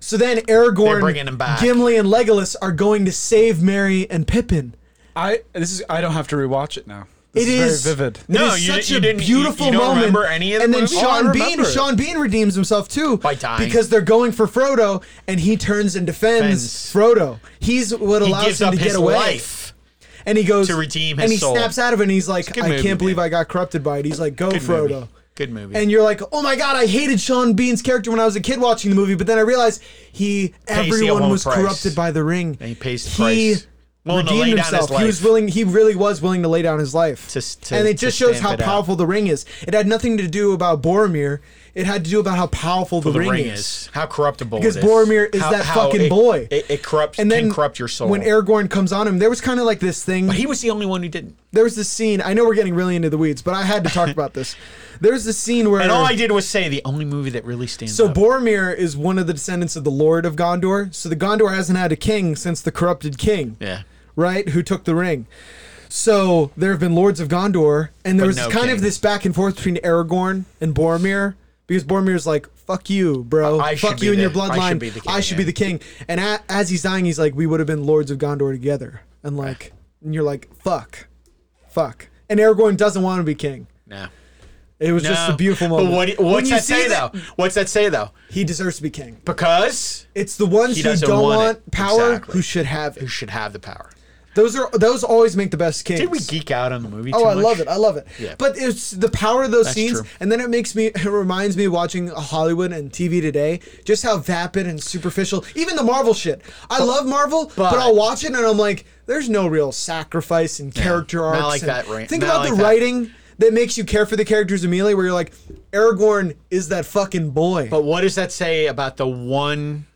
Speaker 2: So then
Speaker 4: They're
Speaker 2: Aragorn,
Speaker 4: bringing them back.
Speaker 2: Gimli, and Legolas are going to save Merry and Pippin.
Speaker 3: I this is I don't have to rewatch it now this
Speaker 2: It
Speaker 3: is
Speaker 2: is-
Speaker 3: very vivid
Speaker 4: No,
Speaker 2: it is
Speaker 4: you-
Speaker 2: such
Speaker 4: you
Speaker 2: a
Speaker 4: didn't- you-
Speaker 2: beautiful
Speaker 4: you don't
Speaker 2: moment.
Speaker 4: remember any of the
Speaker 2: and then
Speaker 4: movie? Oh, I
Speaker 2: Sean Bean,
Speaker 3: remember it.
Speaker 2: Sean Bean redeems himself too
Speaker 4: By dying.
Speaker 2: because they're going for Frodo, and he turns and defends
Speaker 4: Defends.
Speaker 2: Frodo. He's what
Speaker 4: He
Speaker 2: allows
Speaker 4: gives
Speaker 2: him
Speaker 4: up
Speaker 2: to
Speaker 4: his
Speaker 2: get away.
Speaker 4: life.
Speaker 2: And he goes
Speaker 4: to redeem his
Speaker 2: and he
Speaker 4: soul.
Speaker 2: snaps out of it. and He's like,
Speaker 4: good
Speaker 2: I
Speaker 4: movie,
Speaker 2: can't believe
Speaker 4: man.
Speaker 2: I got corrupted by it. He's like, Go,
Speaker 4: Good
Speaker 2: Frodo.
Speaker 4: movie. Good movie.
Speaker 2: And you're like, oh my god, I hated Sean Bean's character when I was a kid watching the movie, but then I realized he
Speaker 4: the
Speaker 2: everyone
Speaker 4: ultimate
Speaker 2: was
Speaker 4: price.
Speaker 2: corrupted by the ring.
Speaker 4: And he pays the
Speaker 2: He
Speaker 4: price. Willing to lay
Speaker 2: redeemed
Speaker 4: down his
Speaker 2: himself. He was
Speaker 4: life.
Speaker 2: willing. He really was willing to lay down his life.
Speaker 4: To s- to-
Speaker 2: and it
Speaker 4: to
Speaker 2: just shows
Speaker 4: stamp
Speaker 2: how
Speaker 4: it out.
Speaker 2: powerful the ring is. It had nothing to do about Boromir. It had to do about how powerful the,
Speaker 4: the
Speaker 2: ring,
Speaker 4: ring
Speaker 2: is.
Speaker 4: is how corruptible
Speaker 2: Because
Speaker 4: it is.
Speaker 2: Boromir is that fucking
Speaker 4: it-
Speaker 2: boy.
Speaker 4: It, it corrupts
Speaker 2: And then
Speaker 4: can corrupt your soul.
Speaker 2: When Aragorn comes on him, there was kind of like this thing.
Speaker 4: but he was the only one who didn't.
Speaker 2: there was this scene. I know we're getting really into the weeds, but I had to talk about this. There's this scene where
Speaker 4: And all I did was say the only movie that really stands
Speaker 2: So
Speaker 4: up.
Speaker 2: Boromir is one of the descendants of the Lord of Gondor. So the Gondor hasn't had a king since the corrupted king,
Speaker 4: yeah.
Speaker 2: right? Who took the ring. So there have been lords of Gondor, and there
Speaker 4: But
Speaker 2: was
Speaker 4: no
Speaker 2: kind of
Speaker 4: king.
Speaker 2: this back and forth between Aragorn and Boromir because Boromir's like, "Fuck you, bro.
Speaker 4: I- I should
Speaker 2: Fuck
Speaker 4: be
Speaker 2: you and
Speaker 4: the-
Speaker 2: your
Speaker 4: I
Speaker 2: bloodline.
Speaker 4: should be the king, yeah."
Speaker 2: king." And a, as he's dying, he's like, "We would have been lords of Gondor together." And like, and you're like, "Fuck, fuck." And Aragorn doesn't want to be king.
Speaker 4: No.
Speaker 2: It was just a beautiful moment.
Speaker 4: But what,
Speaker 2: When
Speaker 4: what's
Speaker 2: you
Speaker 4: that
Speaker 2: see
Speaker 4: say
Speaker 2: that-
Speaker 4: though? What's that say though?
Speaker 2: He deserves to be king.
Speaker 4: Because
Speaker 2: It's the ones
Speaker 4: He
Speaker 2: who
Speaker 4: doesn't
Speaker 2: don't want,
Speaker 4: want it.
Speaker 2: power
Speaker 4: Exactly.
Speaker 2: who should have
Speaker 4: who
Speaker 2: it.
Speaker 4: should have the power?
Speaker 2: Those are those always make the best kings.
Speaker 4: Did we geek out on the movie?
Speaker 2: Oh,
Speaker 4: too
Speaker 2: I
Speaker 4: much?
Speaker 2: love it! I love it.
Speaker 4: Yeah.
Speaker 2: But it's the power of those
Speaker 4: That's
Speaker 2: scenes,
Speaker 4: true.
Speaker 2: and then it makes me. It reminds me watching Hollywood and TV today, just how vapid and superficial. Even the Marvel shit. I love Marvel, but,
Speaker 4: but-
Speaker 2: I'll watch it and I'm like, there's no real sacrifice and character
Speaker 4: not
Speaker 2: arcs.
Speaker 4: like
Speaker 2: and-
Speaker 4: that, right?
Speaker 2: Think
Speaker 4: Not
Speaker 2: about
Speaker 4: like
Speaker 2: the
Speaker 4: that.
Speaker 2: writing that makes you care for the characters immediately, where you're like, Aragorn is that fucking boy.
Speaker 4: But what does that say about the one,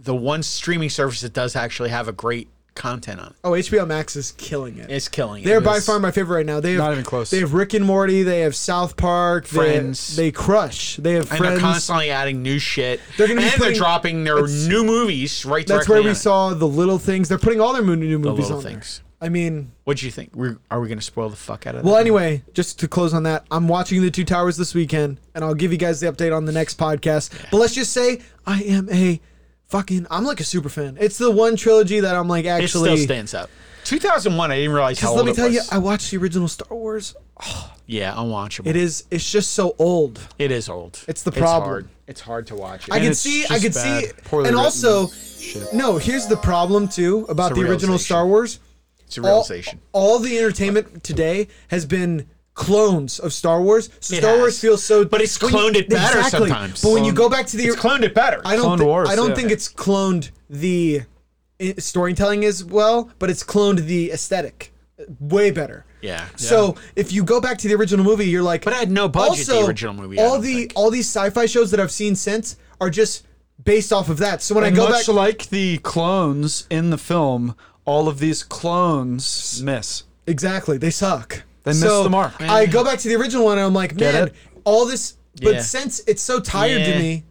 Speaker 4: the one streaming service that does actually have a great content on it?
Speaker 2: oh, HBO Max is killing it.
Speaker 4: It's killing. it.
Speaker 2: They're
Speaker 4: It
Speaker 2: by
Speaker 4: was-
Speaker 2: far my favorite right now. They have
Speaker 3: Not even close.
Speaker 2: They have Rick and Morty. They have South Park. they-
Speaker 4: Friends.
Speaker 2: They, crush. They have
Speaker 4: And they're
Speaker 2: friends.
Speaker 4: constantly adding new shit.
Speaker 2: They're gonna be
Speaker 4: and
Speaker 2: putting-
Speaker 4: they're dropping their
Speaker 2: that's-
Speaker 4: new movies right
Speaker 2: That's
Speaker 4: directly
Speaker 2: where
Speaker 4: on
Speaker 2: we
Speaker 4: it.
Speaker 2: saw the little things. They're putting all their mo- new movies
Speaker 4: Little
Speaker 2: on
Speaker 4: Things.
Speaker 2: there. I mean,
Speaker 4: What do you think? We're, are we going to spoil the fuck out of that?
Speaker 2: well, anyway, just to close on that, I'm watching The Two Towers this weekend, and I'll give you guys the update on the next podcast. But let's just say I am a fucking. I'm like a super fan. It's the one trilogy that I'm like
Speaker 4: it
Speaker 2: actually.
Speaker 4: still stands up. 2001. I didn't realize
Speaker 2: Because
Speaker 4: how old
Speaker 2: let me
Speaker 4: it
Speaker 2: tell you,
Speaker 4: was.
Speaker 2: I watched the original Star Wars.
Speaker 4: yeah, unwatchable.
Speaker 2: It is. It's just so old.
Speaker 4: It is old.
Speaker 2: It's the problem.
Speaker 4: hard. It's hard to watch. It.
Speaker 2: I
Speaker 3: And
Speaker 2: could
Speaker 3: it's
Speaker 2: see, I
Speaker 3: just
Speaker 2: could
Speaker 3: bad,
Speaker 2: see,
Speaker 3: poorly
Speaker 2: and
Speaker 3: written
Speaker 2: also,
Speaker 3: shit.
Speaker 2: no. Here's the problem too about
Speaker 4: It's a
Speaker 2: the original
Speaker 4: realization.
Speaker 2: Star Wars.
Speaker 4: it's a
Speaker 2: All,
Speaker 4: realization.
Speaker 2: all the entertainment today has been clones of Star Wars. So
Speaker 4: It
Speaker 2: Star
Speaker 4: has.
Speaker 2: Wars feels so,
Speaker 4: But it's
Speaker 2: when you-
Speaker 4: cloned it better
Speaker 2: exactly.
Speaker 4: sometimes.
Speaker 2: But when you
Speaker 4: Cloned-
Speaker 2: go back to the,
Speaker 4: it's cloned it better.
Speaker 2: I don't,
Speaker 3: Clone
Speaker 2: thi-
Speaker 3: Wars,
Speaker 2: I don't
Speaker 3: yeah.
Speaker 2: think it's cloned the i- storytelling as well, but it's cloned the aesthetic eh, way better.
Speaker 4: yeah.
Speaker 2: So if you go back to the original movie, you're like,
Speaker 4: But I had no budget, the original movie, I
Speaker 2: All
Speaker 4: don't
Speaker 2: the
Speaker 4: think.
Speaker 2: all these sci-fi shows that I've seen since are just based off of that. So when I go
Speaker 3: much
Speaker 2: back,
Speaker 3: like the clones in the film, all of these clones miss.
Speaker 2: exactly, they suck. They
Speaker 3: missed the mark.
Speaker 2: I go back to the original one, and I'm like, man,
Speaker 3: it?
Speaker 2: all this. But
Speaker 4: Yeah.
Speaker 2: since it's so tired
Speaker 4: Yeah. Mm.
Speaker 2: to me,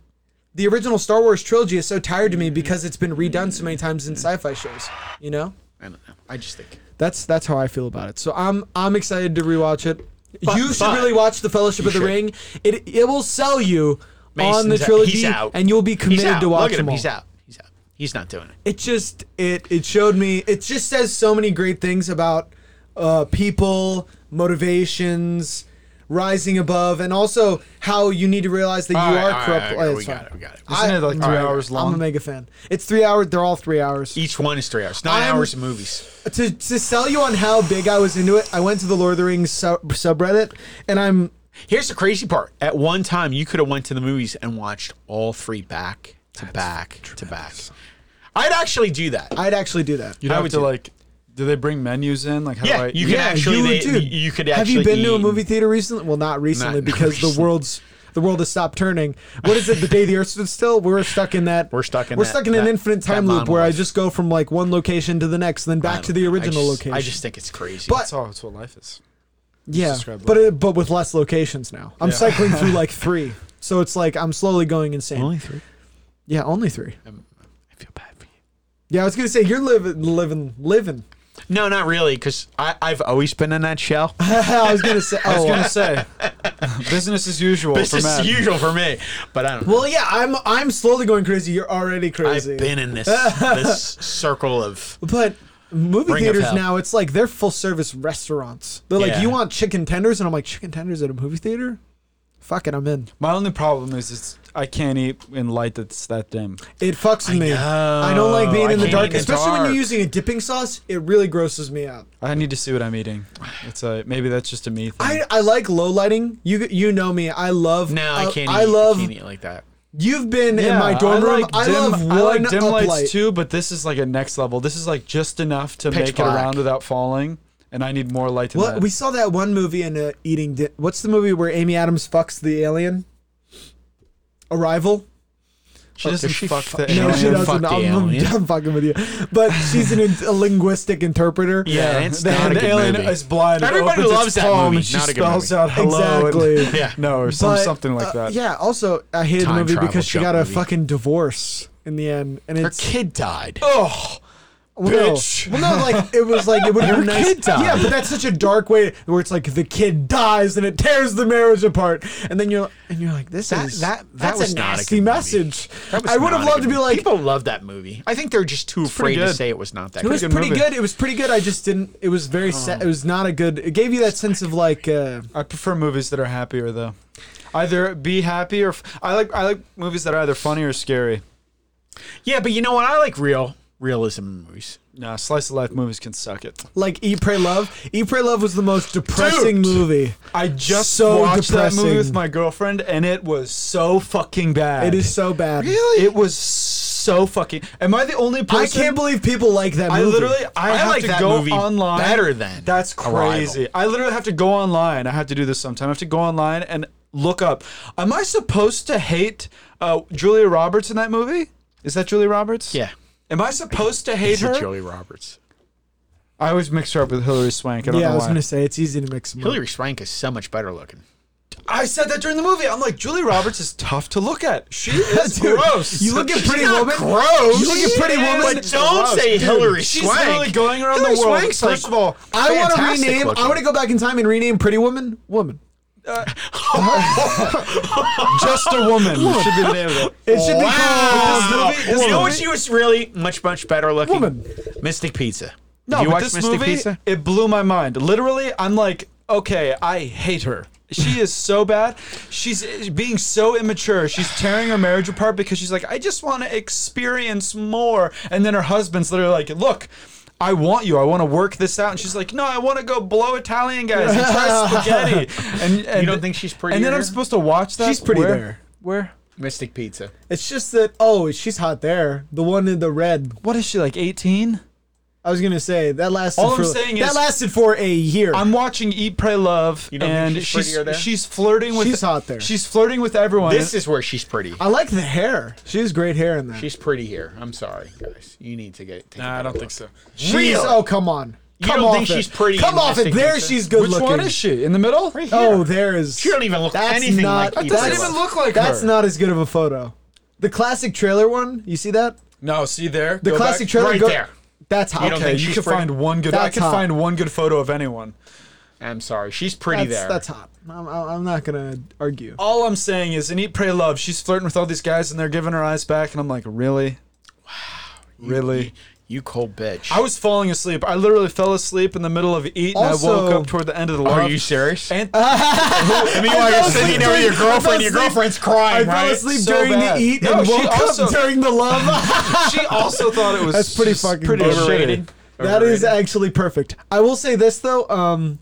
Speaker 2: the original Star Wars trilogy is so tired to me because it's been redone so many times in sci-fi shows. You know,
Speaker 4: I don't know. I just think.
Speaker 2: that's that's how I feel about it. So I'm I'm excited to rewatch it.
Speaker 4: But-
Speaker 2: you should
Speaker 4: but-
Speaker 2: really watch the Fellowship of the
Speaker 4: should.
Speaker 2: Ring. It it will sell you on the
Speaker 4: Mason's out-
Speaker 2: trilogy,
Speaker 4: he's out.
Speaker 2: and you'll be
Speaker 4: He's
Speaker 2: committed
Speaker 4: out.
Speaker 2: to watch
Speaker 4: Look at
Speaker 2: them
Speaker 4: him.
Speaker 2: all.
Speaker 4: He's out. He's out. He's not doing it.
Speaker 2: It just it it showed me. It just says so many great things about uh, people, motivations, rising above, and also how you need to realize that you
Speaker 4: right, all
Speaker 2: are
Speaker 4: right,
Speaker 2: corrupt.
Speaker 4: all right,
Speaker 2: Oh,
Speaker 4: we
Speaker 2: it's
Speaker 4: got
Speaker 2: fine.
Speaker 4: it. We got it.
Speaker 3: Isn't
Speaker 2: I-
Speaker 3: it like three hours
Speaker 2: I'm a
Speaker 3: long?
Speaker 2: mega fan. It's three hours. They're all three hours.
Speaker 4: Each one is three hours. 9
Speaker 2: I'm-
Speaker 4: hours of movies.
Speaker 2: to, to sell you on how big I was into it, I went to the Lord of the Rings sub- subreddit, and I'm
Speaker 4: Here's the crazy part. At one time, you could have went to the movies and watched all three back to back to back. I'd actually do that.
Speaker 2: I'd actually do that.
Speaker 3: You'd have
Speaker 4: would
Speaker 3: to
Speaker 4: do-
Speaker 3: like. Do they bring menus in? Like how
Speaker 4: Yeah,
Speaker 3: do I?
Speaker 4: you can actually.
Speaker 2: you
Speaker 4: they-
Speaker 2: would, dude.
Speaker 4: you could
Speaker 2: Have
Speaker 4: actually.
Speaker 2: you been to a
Speaker 4: eat-
Speaker 2: movie theater recently? Well, not recently
Speaker 4: Not
Speaker 2: because the
Speaker 4: recently.
Speaker 2: world's the world has stopped turning. What is it? The day the Earth stood still. We're stuck in that.
Speaker 4: We're stuck in
Speaker 2: We're
Speaker 4: that-
Speaker 2: stuck in an
Speaker 4: that-
Speaker 2: infinite
Speaker 4: that
Speaker 2: time loop where I
Speaker 4: monolith.
Speaker 2: just go from like one location to the next, then
Speaker 4: I
Speaker 2: back
Speaker 4: don't
Speaker 2: to the
Speaker 4: know. I
Speaker 2: original
Speaker 4: just-
Speaker 2: location.
Speaker 4: I just think it's crazy.
Speaker 2: But-
Speaker 3: That's all. That's what life is.
Speaker 2: yeah,
Speaker 3: describe
Speaker 2: but it, but with less locations now. I'm cycling through like three, so it's like I'm slowly going insane.
Speaker 4: three.
Speaker 2: Yeah, only three.
Speaker 4: I feel bad for you.
Speaker 2: Yeah, I was gonna say you're living, living, living.
Speaker 4: No, not really, because I've always been in that shell.
Speaker 2: I was gonna say. Oh,
Speaker 3: I was gonna say, business as usual
Speaker 4: It's
Speaker 3: for Matt.
Speaker 4: just usual for me, but I don't. know.
Speaker 2: well, yeah, I'm I'm slowly going crazy. You're already
Speaker 4: I've
Speaker 2: crazy.
Speaker 4: been in this this circle of
Speaker 2: But movie
Speaker 4: Ring of
Speaker 2: theaters
Speaker 4: hell.
Speaker 2: now, it's like they're full service restaurants. They're like,
Speaker 4: Yeah.
Speaker 2: you want chicken tenders, and I'm like, chicken tenders at a movie theater? Fuck it, I'm in.
Speaker 3: My only problem is, it's I can't eat in light that's that dim.
Speaker 2: It fucks with me.
Speaker 4: know.
Speaker 2: I don't like being
Speaker 4: I
Speaker 2: in the
Speaker 4: can't
Speaker 2: dark,
Speaker 4: eat in the
Speaker 2: especially when you're
Speaker 4: dark.
Speaker 2: using a dipping sauce. It really grosses me out.
Speaker 3: I need to see what I'm eating. It's a maybe that's just a me thing.
Speaker 2: I, I like low lighting. You you know me. I love.
Speaker 4: no, I
Speaker 2: uh,
Speaker 4: can't.
Speaker 2: I
Speaker 4: eat,
Speaker 2: love.
Speaker 4: I can't eat like that.
Speaker 2: You've been in
Speaker 3: Yeah,
Speaker 2: my dorm room. I
Speaker 3: dim-
Speaker 2: love one
Speaker 3: I like dim
Speaker 2: uplight.
Speaker 3: lights too, but this is like a next level. This is like just enough to
Speaker 4: Pitch
Speaker 3: make it
Speaker 4: black.
Speaker 3: around without falling, and I need more light than
Speaker 2: What
Speaker 3: that.
Speaker 2: we saw that one movie in uh, eating. Di- What's the movie where Amy Adams fucks the alien? Arrival.
Speaker 3: She doesn't
Speaker 4: she
Speaker 3: fuck
Speaker 4: fu-
Speaker 3: the
Speaker 4: No,
Speaker 3: alien.
Speaker 4: she doesn't. fuck the
Speaker 2: I'm, I'm
Speaker 4: alien.
Speaker 2: done fucking with you. But she's an, a linguistic interpreter.
Speaker 4: Yeah, it's
Speaker 3: the,
Speaker 4: not a
Speaker 3: the
Speaker 4: good
Speaker 3: alien
Speaker 4: movie.
Speaker 3: is blind.
Speaker 4: Everybody
Speaker 3: opens its
Speaker 4: loves that
Speaker 3: palm
Speaker 4: movie.
Speaker 3: and she
Speaker 4: Not a good
Speaker 3: spells
Speaker 4: movie.
Speaker 3: out hello.
Speaker 2: Exactly.
Speaker 3: And,
Speaker 4: Yeah.
Speaker 3: No, or some,
Speaker 2: But,
Speaker 3: something like
Speaker 2: uh,
Speaker 3: that.
Speaker 2: yeah. Also, I hated
Speaker 4: Time
Speaker 2: the movie
Speaker 4: travel
Speaker 2: because she
Speaker 4: jump
Speaker 2: got a
Speaker 4: movie.
Speaker 2: fucking divorce in the end, and
Speaker 4: Her
Speaker 2: it's
Speaker 4: kid died.
Speaker 3: Oh,
Speaker 2: well, no.
Speaker 3: bitch.
Speaker 2: Well, no, like it was like it would have been nice.
Speaker 3: kid died.
Speaker 2: Yeah, but that's such a dark way where it's like the kid dies and it tears the marriage apart, and then you're and you're like, this
Speaker 4: That-
Speaker 2: is
Speaker 4: that- that
Speaker 2: that's
Speaker 4: was
Speaker 2: a
Speaker 4: not a
Speaker 2: nasty
Speaker 4: good movie.
Speaker 2: message.
Speaker 4: That was
Speaker 2: I would have
Speaker 4: not a
Speaker 2: loved to
Speaker 4: good
Speaker 2: be
Speaker 4: movie.
Speaker 2: like,
Speaker 4: people love that movie. I think they're just too
Speaker 3: pretty
Speaker 4: afraid to
Speaker 3: good.
Speaker 4: say it was not that
Speaker 2: It
Speaker 4: good.
Speaker 2: was
Speaker 3: good
Speaker 2: pretty
Speaker 3: movie. Oh.
Speaker 2: good. It was pretty good. I just didn't. It was very sad. It was not a good. It gave you that sense of like. Uh,
Speaker 3: I prefer movies that are happier though. Either be happy or f- I like I like movies that are either funny or scary.
Speaker 4: yeah, but you know what? I like real realism in movies.
Speaker 3: Nah, slice of life movies can suck it.
Speaker 2: like Eat Pray Love. Eat Pray Love was the most depressing
Speaker 3: Dude!
Speaker 2: movie.
Speaker 3: I just
Speaker 2: So
Speaker 3: watched that movie with
Speaker 2: depressing.
Speaker 3: my girlfriend, and it was so fucking
Speaker 2: It
Speaker 3: bad.
Speaker 2: is so bad.
Speaker 3: It was so fucking. Am I the only
Speaker 2: I
Speaker 3: person?
Speaker 2: can't believe people like that
Speaker 3: I
Speaker 2: movie.
Speaker 3: literally, I,
Speaker 4: I
Speaker 3: have
Speaker 4: like
Speaker 3: to
Speaker 4: that
Speaker 3: go
Speaker 4: movie
Speaker 3: online.
Speaker 4: better than
Speaker 3: that's
Speaker 4: Arrival.
Speaker 3: crazy. I literally have to go online. I have to do this sometime. I have to go online and look up. Am I supposed to hate uh, Julia Roberts in that movie? Is that Julia Roberts?
Speaker 4: Yeah,
Speaker 3: Am I supposed to hate
Speaker 4: is it
Speaker 3: her?
Speaker 4: Julie Roberts?
Speaker 3: I always mix her up with Hillary Swank. I don't
Speaker 2: Yeah,
Speaker 3: know
Speaker 2: I was
Speaker 3: why.
Speaker 2: gonna say it's easy to mix them. up.
Speaker 4: Hillary Swank is so much better looking.
Speaker 3: I said that during the movie. I'm like, Julia Roberts is tough to look at. She is gross.
Speaker 2: you look at
Speaker 3: She's
Speaker 2: Pretty
Speaker 3: not
Speaker 2: Woman-
Speaker 3: Gross.
Speaker 2: you look at
Speaker 3: She
Speaker 2: Pretty
Speaker 3: is
Speaker 2: Woman-
Speaker 4: But don't say Hillary
Speaker 3: She's
Speaker 4: Swank.
Speaker 3: literally going around
Speaker 4: Hillary
Speaker 3: the world.
Speaker 4: Swank's,
Speaker 3: First
Speaker 4: like,
Speaker 3: of all,
Speaker 2: I want to
Speaker 4: fantastic
Speaker 2: rename.
Speaker 4: looking.
Speaker 2: I want to go back in time and rename Pretty Woman. Woman.
Speaker 3: just a woman should be the name of it.
Speaker 2: It should be
Speaker 4: Wow.
Speaker 2: called. This movie, this
Speaker 4: you know what?
Speaker 2: movie-
Speaker 4: She was really much, much better looking.
Speaker 2: Woman.
Speaker 4: Mystic Pizza.
Speaker 3: No,
Speaker 4: you
Speaker 3: but
Speaker 4: watch
Speaker 3: this
Speaker 4: Mystic
Speaker 3: movie,
Speaker 4: Pizza?
Speaker 3: it blew my mind. Literally, I'm like, okay, I hate her. She is so bad. She's eh, being so immature. She's tearing her marriage apart because she's like, I just want to experience more. And then her husband's literally like, look. I want you. I want to work this out. And she's like, no, I want to go blow Italian guys and try spaghetti. And, and
Speaker 4: don't think she's
Speaker 3: And then I'm
Speaker 4: prettier?
Speaker 3: supposed to watch that.
Speaker 2: She's pretty
Speaker 3: Where-
Speaker 2: there.
Speaker 3: Where?
Speaker 4: Mystic Pizza.
Speaker 2: It's just that. Oh, she's hot there. The one in the red.
Speaker 3: What is she like? 18?
Speaker 2: I was gonna say that lasted.
Speaker 3: All I'm
Speaker 2: for,
Speaker 3: saying
Speaker 2: that
Speaker 3: is-
Speaker 2: lasted for a year.
Speaker 3: I'm watching Eat, Pray, Love,
Speaker 4: don't think
Speaker 3: and
Speaker 4: she's
Speaker 3: she's
Speaker 4: prettier there?
Speaker 3: she's, flirting with.
Speaker 2: She's hot there.
Speaker 3: She's flirting with everyone.
Speaker 4: This is where she's pretty.
Speaker 2: I like the hair. She has great hair in that.
Speaker 4: She's pretty here. I'm sorry, guys. You need to get. Take a better look.
Speaker 2: She's
Speaker 4: Real.
Speaker 2: oh come on.
Speaker 4: You
Speaker 2: come
Speaker 4: don't
Speaker 2: off
Speaker 4: think
Speaker 2: it.
Speaker 4: she's pretty
Speaker 2: Come
Speaker 4: in
Speaker 2: off it.
Speaker 4: Mystic
Speaker 2: There
Speaker 4: Pizza?
Speaker 2: she's good
Speaker 3: Which
Speaker 2: looking.
Speaker 3: one is she? In the middle?
Speaker 2: Oh, there is.
Speaker 4: She don't even look
Speaker 2: that's
Speaker 4: anything
Speaker 2: not, that
Speaker 4: like Eva
Speaker 2: doesn't
Speaker 4: Love.
Speaker 2: even
Speaker 3: look like
Speaker 2: That's
Speaker 3: her.
Speaker 2: not as good of a photo. The classic trailer one. You see that?
Speaker 3: No, see there.
Speaker 2: The classic trailer.
Speaker 4: right
Speaker 2: go-
Speaker 4: there.
Speaker 2: That's hot.
Speaker 4: don't
Speaker 3: Okay,
Speaker 4: think
Speaker 3: you
Speaker 4: she's
Speaker 3: can
Speaker 4: pretty.
Speaker 3: find one good. I
Speaker 2: That's
Speaker 3: can
Speaker 2: hot.
Speaker 3: find one good photo of anyone.
Speaker 4: I'm sorry. She's pretty
Speaker 2: that's,
Speaker 4: there.
Speaker 2: that's hot. I'm, I'm I'm not gonna argue.
Speaker 3: All I'm saying is, in Eat, Pray, Love, she's flirting with all these guys, and they're giving her eyes back, and I'm like, really, wow, really.
Speaker 4: you cold bitch.
Speaker 3: I was falling asleep. I literally fell asleep in the middle of Eat, and I
Speaker 2: Also-
Speaker 3: woke up toward the end of the love.
Speaker 4: Are you serious?
Speaker 3: And
Speaker 4: I mean, while
Speaker 2: fell
Speaker 4: you're
Speaker 2: asleep
Speaker 4: sitting there with your
Speaker 2: during- I fell
Speaker 4: girlfriend, your
Speaker 2: asleep-
Speaker 4: girlfriend's crying,
Speaker 2: I fell
Speaker 4: right?
Speaker 2: asleep
Speaker 3: So
Speaker 2: during
Speaker 3: bad.
Speaker 2: the eat
Speaker 3: No,
Speaker 2: and
Speaker 3: she
Speaker 2: woke
Speaker 3: also-
Speaker 2: up during the love.
Speaker 3: she also thought it was
Speaker 2: That's pretty fucking
Speaker 3: pretty
Speaker 2: bullshit.
Speaker 3: shitty.
Speaker 2: that is actually perfect. I will say this though. Um,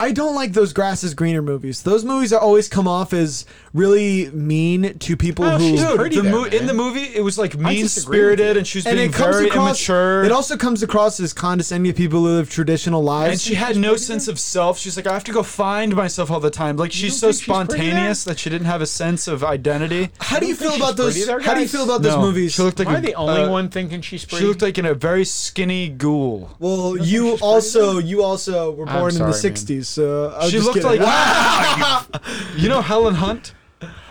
Speaker 2: I don't like those grass is greener movies. Those movies are always come off as really mean to people
Speaker 3: Oh,
Speaker 2: who.
Speaker 4: she's pretty
Speaker 3: the
Speaker 4: there,
Speaker 3: mo- in
Speaker 4: man.
Speaker 3: the movie, it was like mean
Speaker 4: disagree with
Speaker 3: spirited,
Speaker 4: you.
Speaker 3: and she was
Speaker 2: and
Speaker 3: being
Speaker 2: it comes
Speaker 3: very
Speaker 2: across.
Speaker 3: immature.
Speaker 2: It also comes across as condescending to people who live traditional lives.
Speaker 3: and she had no sense of self. She's like, I have to go find myself all the time. Like she's so
Speaker 4: don't think she's pretty there?
Speaker 3: spontaneous that she didn't have a sense of identity.
Speaker 2: how do you feel
Speaker 4: think
Speaker 2: about
Speaker 4: she's
Speaker 2: those?
Speaker 4: pretty there,
Speaker 2: how do you
Speaker 4: guys.
Speaker 2: feel about those
Speaker 3: No,
Speaker 2: movies?
Speaker 3: She looked like
Speaker 4: Am I
Speaker 3: a-
Speaker 4: the only
Speaker 3: uh,
Speaker 4: one thinking she's pretty?
Speaker 3: She looked like in a very skinny ghoul.
Speaker 2: well, you also you also were born in
Speaker 4: sorry,
Speaker 2: the
Speaker 4: man.
Speaker 2: '60s, so I was
Speaker 3: She
Speaker 2: just
Speaker 3: looked
Speaker 2: kidding.
Speaker 3: like you know Helen Hunt.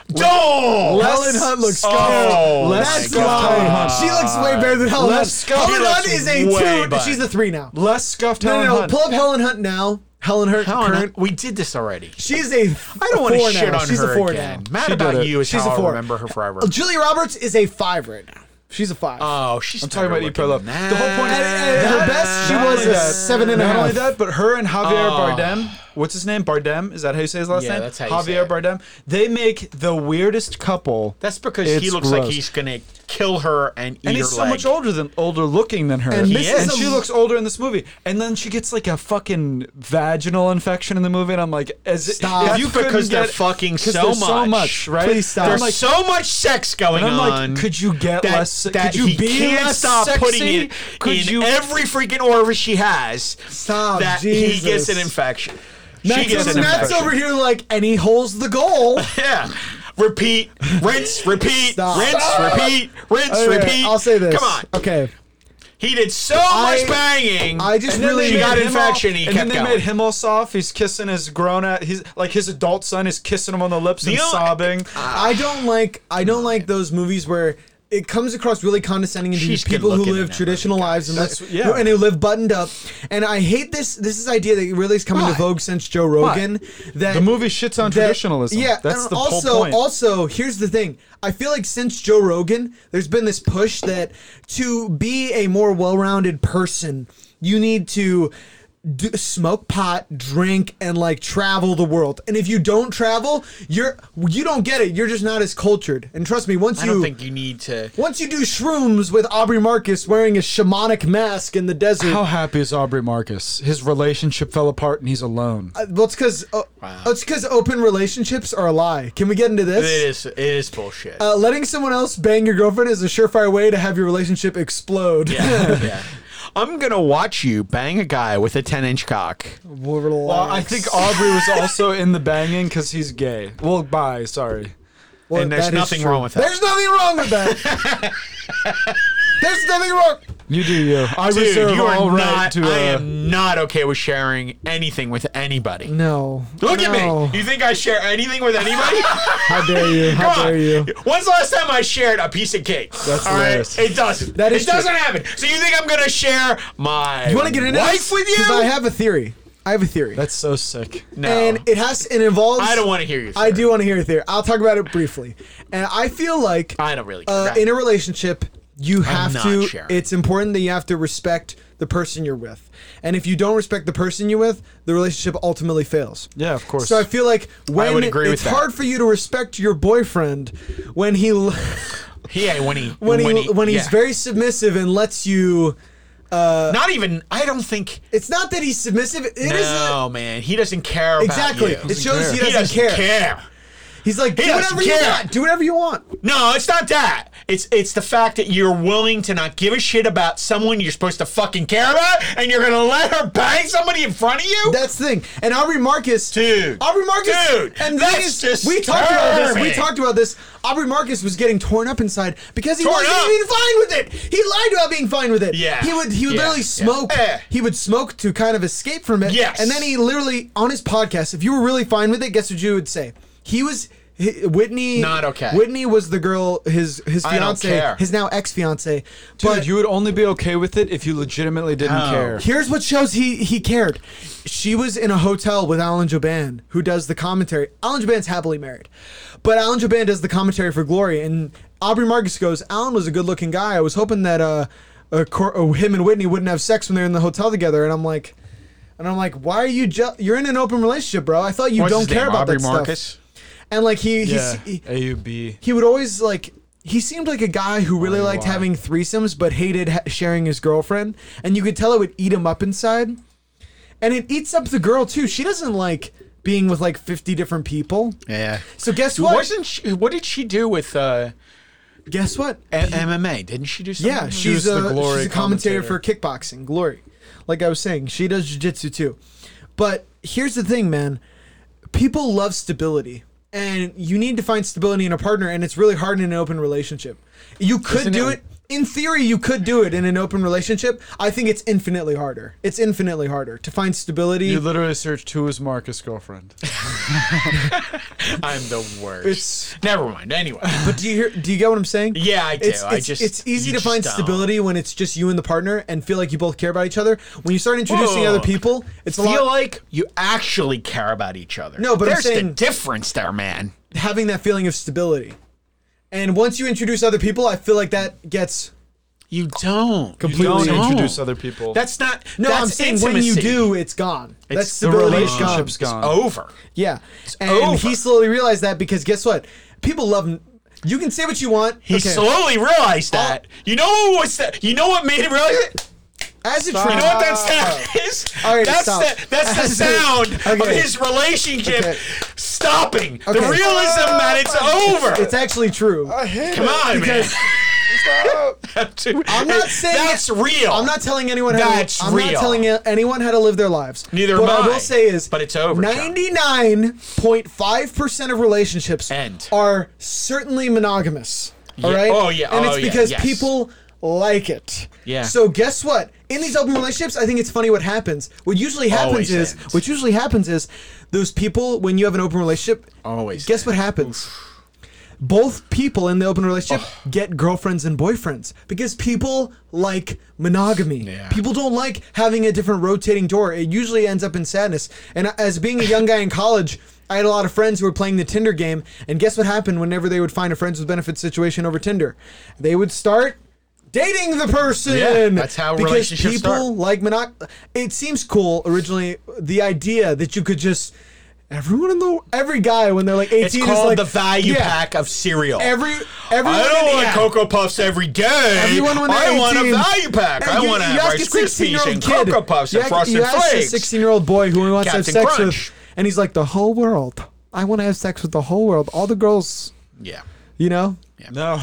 Speaker 4: Dole!
Speaker 2: Helen Hunt looks
Speaker 4: Oh,
Speaker 2: scarred.
Speaker 4: my
Speaker 2: That's
Speaker 4: God.
Speaker 2: why. She looks way better than Helen
Speaker 3: Less
Speaker 2: Hunt.
Speaker 3: scarred.
Speaker 2: Helen
Speaker 3: She
Speaker 2: Hunt
Speaker 3: looks
Speaker 2: is a
Speaker 4: way
Speaker 2: two.
Speaker 4: better.
Speaker 2: She's a three now.
Speaker 3: Less scuffed
Speaker 2: No,
Speaker 3: Helen
Speaker 2: no, no.
Speaker 3: Hunt.
Speaker 2: Pull up Helen Hunt now. Helen Hunt
Speaker 4: Helen
Speaker 2: current.
Speaker 4: Hunt- We did this already.
Speaker 2: She's a. I
Speaker 4: I don't want to shit
Speaker 2: now.
Speaker 4: on
Speaker 2: She's
Speaker 4: her
Speaker 2: a four
Speaker 4: again.
Speaker 2: now.
Speaker 4: Mad
Speaker 3: She
Speaker 4: about
Speaker 3: did it.
Speaker 4: you is
Speaker 2: She's
Speaker 4: how
Speaker 2: a
Speaker 4: I'll
Speaker 2: four. Oh,
Speaker 4: remember her forever.
Speaker 2: Julia Roberts is a five right now. She's a five.
Speaker 4: Oh, she's.
Speaker 3: I'm talking about
Speaker 4: better
Speaker 3: Eat, Pray,
Speaker 4: looking
Speaker 3: Love. The
Speaker 4: than
Speaker 3: whole point.
Speaker 4: that.
Speaker 2: At- at her best, she
Speaker 3: Not
Speaker 2: was
Speaker 3: only
Speaker 2: a
Speaker 3: that-
Speaker 2: seven and a
Speaker 3: Not only
Speaker 2: half.
Speaker 3: that, but her and Javier
Speaker 4: Oh.
Speaker 3: Bardem. What's his name? Bardem. Is that how you say his last
Speaker 4: Yeah,
Speaker 3: name?
Speaker 4: that's how you
Speaker 3: Javier
Speaker 4: say it.
Speaker 3: Bardem. They make the weirdest couple.
Speaker 4: That's because he
Speaker 3: It's
Speaker 4: looks like
Speaker 3: gross.
Speaker 4: he's gonna kill her and eat
Speaker 3: and
Speaker 4: her
Speaker 3: he's so
Speaker 4: leg.
Speaker 3: much older than older looking than her.
Speaker 2: And
Speaker 3: He
Speaker 2: this
Speaker 3: is.
Speaker 2: is
Speaker 3: And
Speaker 2: a-
Speaker 3: she looks older in this movie. And then she gets like a fucking vaginal infection in the movie, and I'm like, as
Speaker 2: Stop.
Speaker 3: if
Speaker 2: That's
Speaker 3: you
Speaker 4: because
Speaker 3: couldn't
Speaker 4: they're
Speaker 3: get-
Speaker 4: fucking
Speaker 3: 'cause
Speaker 4: so
Speaker 3: there's so
Speaker 4: much.
Speaker 3: much, right?
Speaker 2: Please stop.
Speaker 3: And I'm
Speaker 4: There's
Speaker 3: like,
Speaker 4: so much sex going
Speaker 3: and I'm
Speaker 4: on.
Speaker 3: like, could you get
Speaker 4: that,
Speaker 3: less?
Speaker 4: that
Speaker 3: could you
Speaker 4: he
Speaker 3: be
Speaker 4: can't
Speaker 3: less
Speaker 4: stop
Speaker 3: sexy?
Speaker 4: putting it
Speaker 3: could
Speaker 4: in
Speaker 3: you
Speaker 4: every freaking orifice she has.
Speaker 2: Stop,
Speaker 4: that he
Speaker 2: Jesus.
Speaker 4: gets an infection. She
Speaker 2: Matt's,
Speaker 4: gets an
Speaker 2: Matt's
Speaker 4: infection.
Speaker 2: over here like, and he holds the goal.
Speaker 4: Yeah. repeat, rinse, repeat,
Speaker 6: Stop.
Speaker 4: rinse, repeat, rinse,
Speaker 6: Okay,
Speaker 4: repeat.
Speaker 6: I'll say this.
Speaker 4: Come on.
Speaker 6: Okay.
Speaker 4: He did so
Speaker 2: I-
Speaker 4: much banging.
Speaker 2: I just
Speaker 4: and then
Speaker 2: really
Speaker 4: she got
Speaker 2: made him
Speaker 4: infection. and he
Speaker 3: and
Speaker 4: kept
Speaker 3: then they
Speaker 4: going.
Speaker 3: made him all soft. He's kissing his grown out. He's like his adult son is kissing him on the lips and
Speaker 4: You know-
Speaker 3: sobbing.
Speaker 2: I don't like I don't like those movies where it comes across really condescending to
Speaker 4: She's
Speaker 2: these people who
Speaker 4: good-looking in
Speaker 2: live
Speaker 4: that
Speaker 2: traditional lives and
Speaker 3: That's-
Speaker 2: live-
Speaker 3: yeah.
Speaker 2: and they live buttoned up. And I hate this. This is an idea that really has come into
Speaker 3: Why?
Speaker 2: vogue since Joe Rogan. That
Speaker 3: The movie shits on
Speaker 2: that-
Speaker 3: traditionalism.
Speaker 2: Yeah,
Speaker 3: That's
Speaker 2: and
Speaker 3: the whole
Speaker 2: also
Speaker 3: point.
Speaker 2: also here's the thing. I feel like since Joe Rogan, there's been this push that to be a more well-rounded person, you need to. Do, smoke pot, drink, and like travel the world. And if you don't travel, you're you don't get it. You're just not as cultured. And trust me, once
Speaker 4: I
Speaker 2: you
Speaker 4: don't think you need to.
Speaker 2: once you do shrooms with Aubrey Marcus wearing a shamanic mask in the desert,
Speaker 3: How happy is Aubrey Marcus? His relationship fell apart and he's alone.
Speaker 2: Uh, well, it's because it's because open relationships are a lie. Can we get into
Speaker 4: It
Speaker 2: this?
Speaker 4: is. It is bullshit.
Speaker 2: Uh, letting someone else bang your girlfriend is a surefire way to have your relationship explode.
Speaker 4: yeah, yeah. I'm gonna watch you bang a guy with a 10 inch cock.
Speaker 2: well,
Speaker 3: Well, I think Aubrey was also in the banging because he's gay. Well, bye. Sorry.
Speaker 4: and there's
Speaker 2: that is
Speaker 4: nothing
Speaker 2: true.
Speaker 4: wrong with that.
Speaker 2: There's nothing wrong with that. There's nothing wrong.
Speaker 3: You do you. I
Speaker 4: Dude,
Speaker 3: reserve
Speaker 4: you are
Speaker 3: all right
Speaker 4: not.
Speaker 3: to. Uh,
Speaker 4: I am not okay with sharing anything with anybody.
Speaker 2: No.
Speaker 4: Look
Speaker 2: No.
Speaker 4: at me. You think I share anything with anybody?
Speaker 2: How dare you? How
Speaker 4: Come on.
Speaker 2: dare you?
Speaker 4: When's the last time I shared a piece of cake?
Speaker 3: That's
Speaker 4: All right?
Speaker 3: hilarious.
Speaker 4: It doesn't.
Speaker 2: That is
Speaker 4: it
Speaker 2: true.
Speaker 4: doesn't happen. So you think I'm gonna share my
Speaker 2: You want to get into
Speaker 4: wife
Speaker 2: this?
Speaker 4: with you?
Speaker 2: 'Cause I have a theory. I have a theory.
Speaker 3: that's so sick.
Speaker 4: no.
Speaker 2: And it has it involves.
Speaker 4: I don't want to hear you.
Speaker 2: I
Speaker 4: sir.
Speaker 2: do want to hear your theory. I'll talk about it briefly. And I feel like
Speaker 4: I don't really. Care.
Speaker 2: uh, in a relationship, you have
Speaker 4: not
Speaker 2: to.
Speaker 4: sharing.
Speaker 2: It's important that you have to respect the person you're with, and if you don't respect the person you're with, the relationship ultimately fails.
Speaker 3: Yeah, of course.
Speaker 2: So I feel like when
Speaker 4: would agree with
Speaker 2: it's
Speaker 4: that.
Speaker 2: hard for you to respect your boyfriend when he l-
Speaker 4: yeah, when he
Speaker 2: when, he, when he's
Speaker 4: yeah.
Speaker 2: very submissive and lets you.
Speaker 4: not even. I don't think.
Speaker 2: It's not that he's submissive. It is
Speaker 4: no, man, he doesn't care.
Speaker 2: exactly.
Speaker 4: About you.
Speaker 2: It shows he doesn't,
Speaker 4: He doesn't
Speaker 2: care.
Speaker 4: care.
Speaker 2: He's like do
Speaker 4: doesn't
Speaker 2: whatever you
Speaker 4: care.
Speaker 2: want. Do whatever you want.
Speaker 4: No, it's not that. It's it's the fact that you're willing to not give a shit about someone you're supposed to fucking care about, and you're gonna let her bang somebody in front of you.
Speaker 2: That's the thing. And Aubrey Marcus,
Speaker 4: Dude.
Speaker 2: Aubrey Marcus,
Speaker 4: Dude,
Speaker 2: and the
Speaker 4: that's
Speaker 2: thing is, we talked about this. We
Speaker 4: disturbing.
Speaker 2: talked about this. Aubrey Marcus was getting torn up inside because he
Speaker 4: Torn
Speaker 2: wasn't
Speaker 4: up.
Speaker 2: even fine with it. He lied about being fine with it.
Speaker 4: Yeah.
Speaker 2: He would. He would
Speaker 4: Yeah.
Speaker 2: literally
Speaker 4: Yeah.
Speaker 2: smoke.
Speaker 4: Eh.
Speaker 2: He would smoke to kind of escape from it.
Speaker 4: Yes.
Speaker 2: And then he literally on his podcast, if you were really fine with it, guess what you would say? He was. hi- Whitney,
Speaker 4: Not okay.
Speaker 2: Whitney was the girl, his his
Speaker 4: I don't
Speaker 2: fiance,
Speaker 4: care.
Speaker 2: his now ex fiance.
Speaker 3: Dude,
Speaker 2: But
Speaker 3: you would only be okay with it if you legitimately didn't
Speaker 4: No.
Speaker 3: care.
Speaker 2: Here's what shows he he cared. She was in a hotel with Alan Joban, who does the commentary. Alan Joban's happily married, but Alan Joban does the commentary for Glory. And Aubrey Marcus goes, Alan was a good-looking guy. I was hoping that uh, uh, Cor- uh him and Whitney wouldn't have sex when they're in the hotel together. And I'm like, and I'm like, why are you? Je- you're in an open relationship, bro. I thought you
Speaker 4: What's
Speaker 2: don't
Speaker 4: his
Speaker 2: care
Speaker 4: name?
Speaker 2: about
Speaker 4: Aubrey
Speaker 2: that
Speaker 4: Marcus.
Speaker 2: stuff. And like he he,
Speaker 3: Yeah.
Speaker 2: he
Speaker 3: AUB.
Speaker 2: he would always like he seemed like a guy who
Speaker 4: Oh,
Speaker 2: really liked
Speaker 3: why?
Speaker 2: having threesomes but hated ha- sharing his girlfriend and you could tell it would eat him up inside and it eats up the girl too she doesn't like being with like 50 different people
Speaker 4: Yeah.
Speaker 2: so guess what
Speaker 4: Wasn't she, what did she do with uh,
Speaker 2: guess what
Speaker 4: M- MMA? Didn't she do something?
Speaker 2: yeah
Speaker 4: with-
Speaker 2: she's
Speaker 3: the
Speaker 2: a,
Speaker 3: Glory
Speaker 2: she's a commentator for kickboxing glory like i was saying she does jiu-jitsu too but here's the thing man people love stability and you need to find stability in a partner and it's really hard in an open relationship you could
Speaker 4: Isn't
Speaker 2: do
Speaker 4: it-
Speaker 2: it in theory you could do it in an open relationship i think it's infinitely harder it's infinitely harder to find stability
Speaker 3: You literally searched who is Marcus' girlfriend.
Speaker 4: I'm the worst.
Speaker 2: It's-
Speaker 4: never mind. Anyway,
Speaker 2: but do you hear do you get what i'm saying
Speaker 4: yeah, I do.
Speaker 2: it's,
Speaker 4: I
Speaker 2: it's-
Speaker 4: just
Speaker 2: it's easy
Speaker 4: you
Speaker 2: to
Speaker 4: just
Speaker 2: find
Speaker 4: don't.
Speaker 2: stability when it's just you and the partner and feel like you both care about each other when you start introducing
Speaker 4: Whoa.
Speaker 2: other people it's a
Speaker 4: Feel
Speaker 2: lot
Speaker 4: like you actually care about each other.
Speaker 2: No, but I'm
Speaker 4: there's
Speaker 2: saying-
Speaker 4: the difference there, man.
Speaker 2: having that feeling of stability. And once you introduce other people, I feel like that gets
Speaker 4: You don't
Speaker 3: You
Speaker 2: completely.
Speaker 3: don't
Speaker 4: No.
Speaker 3: introduce other people.
Speaker 4: That's not.
Speaker 2: no,
Speaker 4: that's
Speaker 2: I'm saying
Speaker 4: intimacy.
Speaker 2: when you do, it's gone. That
Speaker 4: It's- the
Speaker 2: stability is gone.
Speaker 3: relationship's
Speaker 4: it's
Speaker 3: gone.
Speaker 4: over.
Speaker 2: Yeah, and
Speaker 4: over.
Speaker 2: he slowly realized that because guess what? People love. You can say what you want.
Speaker 4: He slowly realized that. you know what's that? You know what made him realize it?
Speaker 2: as a
Speaker 4: You
Speaker 2: trend,
Speaker 4: know what that sound is?
Speaker 2: Ah. All right,
Speaker 4: that's
Speaker 2: stop.
Speaker 4: the that's the sound of
Speaker 2: Okay.
Speaker 4: his relationship
Speaker 2: Okay.
Speaker 4: stopping. The
Speaker 2: Okay.
Speaker 4: realism that it's over.
Speaker 2: it's actually true.
Speaker 4: Come on, man.
Speaker 2: I'm not saying
Speaker 4: that's real.
Speaker 2: I'm not telling anyone. How
Speaker 4: That's
Speaker 2: to, I'm
Speaker 4: real.
Speaker 2: not telling anyone how to live their lives.
Speaker 4: Neither
Speaker 2: What
Speaker 4: am
Speaker 2: I
Speaker 4: I.
Speaker 2: will say is,
Speaker 4: But it's over, Chuck.
Speaker 2: Ninety-nine point five percent of relationships
Speaker 4: End.
Speaker 2: are certainly monogamous. All
Speaker 4: Yeah.
Speaker 2: right.
Speaker 4: Oh, yeah.
Speaker 2: And
Speaker 4: Oh,
Speaker 2: it's
Speaker 4: yeah.
Speaker 2: because
Speaker 4: Yes.
Speaker 2: people like it.
Speaker 4: Yeah.
Speaker 2: So guess what? In these open relationships, I think it's funny what happens. What usually happens
Speaker 4: Always
Speaker 2: is
Speaker 4: ends.
Speaker 2: what usually happens is those people when you have an open relationship.
Speaker 4: Always
Speaker 2: Guess what happens? both people in the open relationship get girlfriends and boyfriends because people like monogamy. People don't like having a different rotating door. It usually ends up in sadness. And as being a young guy in college, I had a lot of friends who were playing the Tinder game. And guess what happened whenever they would find a friends with benefits situation over Tinder? They would start dating the person.
Speaker 4: Yeah, that's how
Speaker 2: because
Speaker 4: relationships
Speaker 2: people
Speaker 4: start.
Speaker 2: like monog. It seems cool originally. The idea that you could just. Everyone in the every guy when they're like eighteen
Speaker 4: It's
Speaker 2: is
Speaker 4: called
Speaker 2: like
Speaker 4: the value
Speaker 2: yeah,
Speaker 4: pack of cereal.
Speaker 2: Every everyone
Speaker 4: I
Speaker 2: in
Speaker 4: don't
Speaker 2: the-
Speaker 4: want
Speaker 2: yeah.
Speaker 4: Cocoa Puffs every day.
Speaker 2: Everyone when they're
Speaker 4: I want a
Speaker 2: 18.
Speaker 4: value pack.
Speaker 2: Hey,
Speaker 4: I
Speaker 2: you-
Speaker 4: want to
Speaker 2: you
Speaker 4: have
Speaker 2: ask a
Speaker 4: Rice Krispies
Speaker 2: 16-year-old
Speaker 4: and
Speaker 2: kid-
Speaker 4: Cocoa Puffs
Speaker 2: you
Speaker 4: and
Speaker 2: ask-
Speaker 4: Frosted
Speaker 2: you ask a
Speaker 4: Flakes.
Speaker 2: 16-year-old boy who he wants to have
Speaker 4: Captain
Speaker 2: sex
Speaker 4: Crunch.
Speaker 2: with, and he's like, the whole world. I want to have sex with the whole world, all the girls.
Speaker 4: yeah.
Speaker 2: You know.
Speaker 3: No.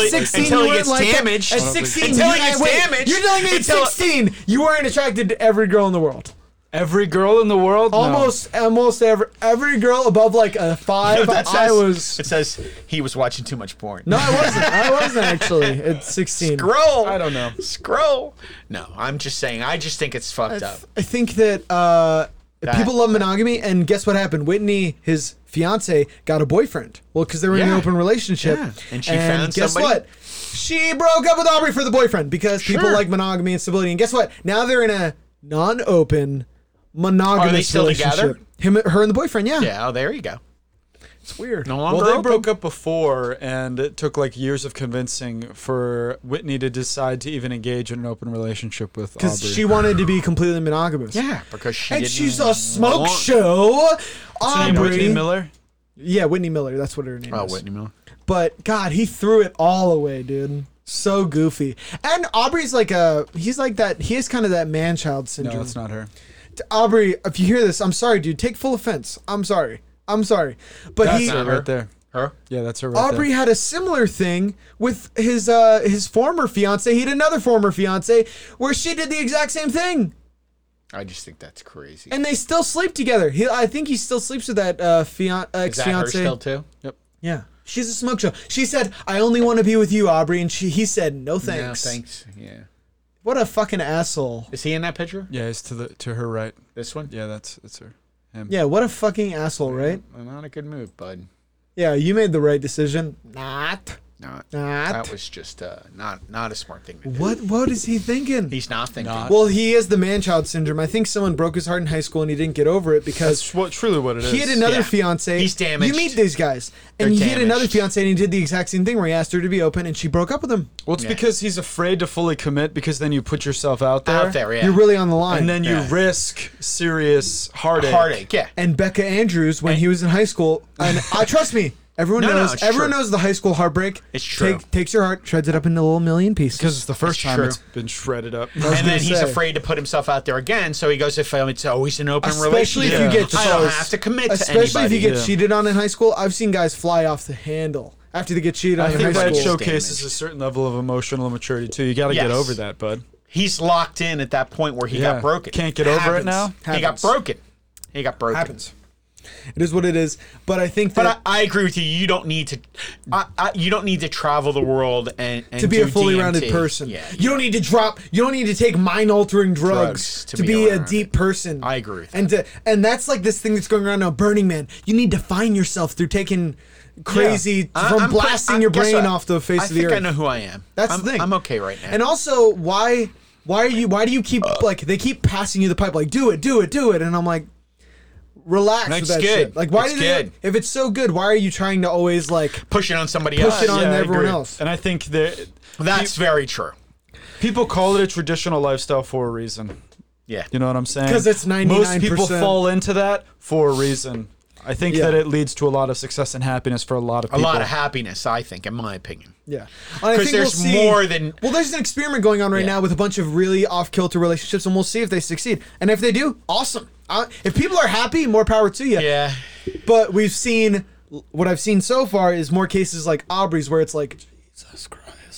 Speaker 2: You're
Speaker 4: he-
Speaker 2: at 16,
Speaker 4: until
Speaker 2: you
Speaker 4: he
Speaker 2: weren't
Speaker 4: gets
Speaker 2: like that.
Speaker 4: damaged.
Speaker 2: At
Speaker 4: I don't think
Speaker 2: 16,
Speaker 4: so. Until he
Speaker 2: you-
Speaker 4: gets
Speaker 2: wait,
Speaker 4: damaged.
Speaker 2: You're telling me at
Speaker 4: Until-
Speaker 2: 16 you weren't attracted to every girl in the world.
Speaker 3: Every girl in the world? No.
Speaker 2: Almost, almost every every girl above like a five.
Speaker 4: That
Speaker 2: I
Speaker 4: says-
Speaker 2: was.
Speaker 4: It says he was watching too much porn.
Speaker 2: No, I wasn't. I wasn't actually at 16.
Speaker 4: Scroll.
Speaker 3: I don't know.
Speaker 4: Scroll. No, I'm just saying. I just think it's fucked up.
Speaker 2: I think that, uh, people love monogamy, and guess what happened? Whitney, his fiance, got a boyfriend. Well, because they were in an
Speaker 4: Yeah.
Speaker 2: open relationship,
Speaker 4: Yeah. And she found
Speaker 2: guess
Speaker 4: somebody-
Speaker 2: what? She broke up with Aubrey for the boyfriend because people
Speaker 4: Sure.
Speaker 2: like monogamy and stability. And guess what? Now they're in a non-open monogamous
Speaker 4: still
Speaker 2: relationship.
Speaker 4: together?
Speaker 2: Him, her, and the boyfriend. Yeah,
Speaker 4: Yeah, oh, there you go.
Speaker 2: it's weird.
Speaker 4: No
Speaker 3: Well,
Speaker 4: longer
Speaker 3: they
Speaker 4: open.
Speaker 3: broke up before, and it took like years of convincing for Whitney to decide to even engage in an open relationship with
Speaker 2: because
Speaker 3: Aubrey.
Speaker 2: she wanted to be completely monogamous.
Speaker 4: Yeah, because she
Speaker 2: and
Speaker 4: didn't
Speaker 2: she's a smoke
Speaker 4: want-
Speaker 2: show.
Speaker 3: What's her name,
Speaker 2: Aubrey,
Speaker 3: Whitney Miller.
Speaker 2: yeah, Whitney Miller. That's what her name
Speaker 4: Oh,
Speaker 2: is.
Speaker 4: Whitney Miller.
Speaker 2: But God, he threw it all away, dude. So goofy. And Aubrey's like a he's like that he is kind of that man child syndrome.
Speaker 3: No, it's not her.
Speaker 2: Aubrey, if you hear this, I'm sorry, dude. Take full offense. I'm sorry. I'm sorry. But
Speaker 3: That's
Speaker 2: he
Speaker 3: her
Speaker 4: her.
Speaker 3: right there.
Speaker 4: Her?
Speaker 3: Yeah, that's her right
Speaker 2: Aubrey
Speaker 3: there.
Speaker 2: had a similar thing with his uh his former fiance. He had another former fiance where she did the exact same thing.
Speaker 4: I just think that's crazy.
Speaker 2: And they still sleep together. He, I think he still sleeps with that uh fian-
Speaker 4: Is that her
Speaker 2: ex-fiance.
Speaker 4: still too?
Speaker 2: yeah. She's a smoke show. She said, "I only want to be with you, Aubrey," and she he said, "No thanks."
Speaker 4: No, thanks. Yeah.
Speaker 2: What a fucking asshole.
Speaker 4: Is he in that picture?
Speaker 3: Yeah, it's to the to her right.
Speaker 4: This one?
Speaker 3: Yeah, that's that's her. Him.
Speaker 2: Yeah, what a fucking asshole, right?
Speaker 4: Not a good move, bud.
Speaker 2: Yeah, you made the right decision. Not.
Speaker 4: Not.
Speaker 2: Not.
Speaker 4: That was just uh, not not a smart thing to do.
Speaker 2: What what is he thinking?
Speaker 4: He's not thinking.
Speaker 2: well, he is the man child syndrome. I think someone broke his heart in high school and he didn't get over it because
Speaker 3: That's what truly what it is.
Speaker 2: he had another
Speaker 4: yeah.
Speaker 2: fiance.
Speaker 4: He's damaged.
Speaker 2: You meet these guys. And
Speaker 4: They're
Speaker 2: he had another
Speaker 4: damaged.
Speaker 2: fiance and he did the exact same thing where he asked her to be open and she broke up with him.
Speaker 3: well, it's
Speaker 4: Yeah.
Speaker 3: because he's afraid to fully commit because then you put yourself out there,
Speaker 4: Out there, yeah.
Speaker 2: You're really on the line.
Speaker 3: and then you
Speaker 4: Yeah.
Speaker 3: risk serious heartache.
Speaker 4: Heartache. Yeah.
Speaker 2: and Becca Andrews when he was in high school. And I trust me, everyone
Speaker 4: No, no,
Speaker 2: knows.
Speaker 4: it's
Speaker 2: everyone
Speaker 4: true.
Speaker 2: knows the high school heartbreak.
Speaker 4: It's true.
Speaker 2: Take, takes your heart, shreds it up into little million pieces.
Speaker 3: Because it's the first
Speaker 4: It's
Speaker 3: time
Speaker 4: true.
Speaker 3: it's been shredded up.
Speaker 4: And then
Speaker 2: gonna
Speaker 4: he's
Speaker 2: say.
Speaker 4: afraid to put himself out there again, so he goes, "If I'm- it's always an open
Speaker 2: Especially if
Speaker 4: relationship,
Speaker 2: you get
Speaker 4: I don't
Speaker 2: jealous.
Speaker 4: have to commit to
Speaker 2: Especially if
Speaker 4: anybody."
Speaker 2: you get
Speaker 3: Yeah.
Speaker 2: cheated on in high school. I've seen guys fly off the handle after they get cheated on
Speaker 3: I
Speaker 2: in
Speaker 3: think
Speaker 2: high
Speaker 3: that
Speaker 2: school.
Speaker 4: show-
Speaker 3: showcases
Speaker 4: Damaged.
Speaker 3: a certain level of emotional maturity too. You got to get
Speaker 4: Yes.
Speaker 3: over that, bud.
Speaker 4: He's locked in at that point where he
Speaker 3: Yeah.
Speaker 4: got broken.
Speaker 3: Can't get over
Speaker 2: Happens.
Speaker 3: it now.
Speaker 4: He got
Speaker 2: Happens.
Speaker 4: broken. He got broken.
Speaker 2: Happens. It is what it is. But I think
Speaker 4: But
Speaker 2: that
Speaker 4: I, I agree with you. You don't need to. I, I, you don't need to travel the world and, and
Speaker 2: to be
Speaker 4: do
Speaker 2: a fully
Speaker 4: DMT.
Speaker 2: rounded person,
Speaker 4: Yeah,
Speaker 2: you don't need to drop. You don't need to take mind altering drugs,
Speaker 4: Drugs
Speaker 2: to,
Speaker 4: to
Speaker 2: be,
Speaker 4: be
Speaker 2: a
Speaker 4: all-rounded.
Speaker 2: deep person.
Speaker 4: I agree with
Speaker 2: and to, and that's like this thing that's going around now, Burning Man. You need to find yourself through taking crazy
Speaker 4: I-
Speaker 2: from
Speaker 4: I'm pre-
Speaker 2: blasting
Speaker 4: I-
Speaker 2: your
Speaker 4: guess
Speaker 2: brain
Speaker 4: what?
Speaker 2: off the face
Speaker 4: I
Speaker 2: of the
Speaker 4: think
Speaker 2: earth.
Speaker 4: I know who I am.
Speaker 2: That's
Speaker 4: I'm,
Speaker 2: the thing.
Speaker 4: I'm okay right now.
Speaker 2: And also, why why are you why do you keep like they keep passing you the pipe like do it, do it, do it, and I'm like, relax
Speaker 4: That's
Speaker 2: with that
Speaker 4: good.
Speaker 2: shit. Like why
Speaker 4: It's
Speaker 2: do they
Speaker 4: good.
Speaker 2: if it's so good? Why are you trying to always like
Speaker 4: push it on somebody
Speaker 2: push
Speaker 4: else.
Speaker 2: it on
Speaker 3: Yeah, I
Speaker 2: everyone
Speaker 3: agree.
Speaker 2: else?
Speaker 3: And I think that
Speaker 4: That's very true.
Speaker 3: people call it a traditional lifestyle for a reason.
Speaker 4: Yeah.
Speaker 3: You know what I'm saying?
Speaker 2: 'Cause it's
Speaker 3: Most people
Speaker 2: 99%.
Speaker 3: fall into that for a reason. I think
Speaker 2: Yeah.
Speaker 3: that it leads to a lot of success and happiness for a lot of
Speaker 4: a
Speaker 3: people.
Speaker 4: lot of happiness, I think, in my opinion.
Speaker 2: Yeah, And I
Speaker 4: 'Cause
Speaker 2: think
Speaker 4: there's more than-
Speaker 2: well. There's an experiment going on right now with a bunch of really off kilter relationships, and we'll see if they succeed. And if they do, awesome. Uh, if people are happy, more power to you.
Speaker 4: Yeah.
Speaker 2: But we've seen what I've seen so far is more cases like Aubrey's where it's like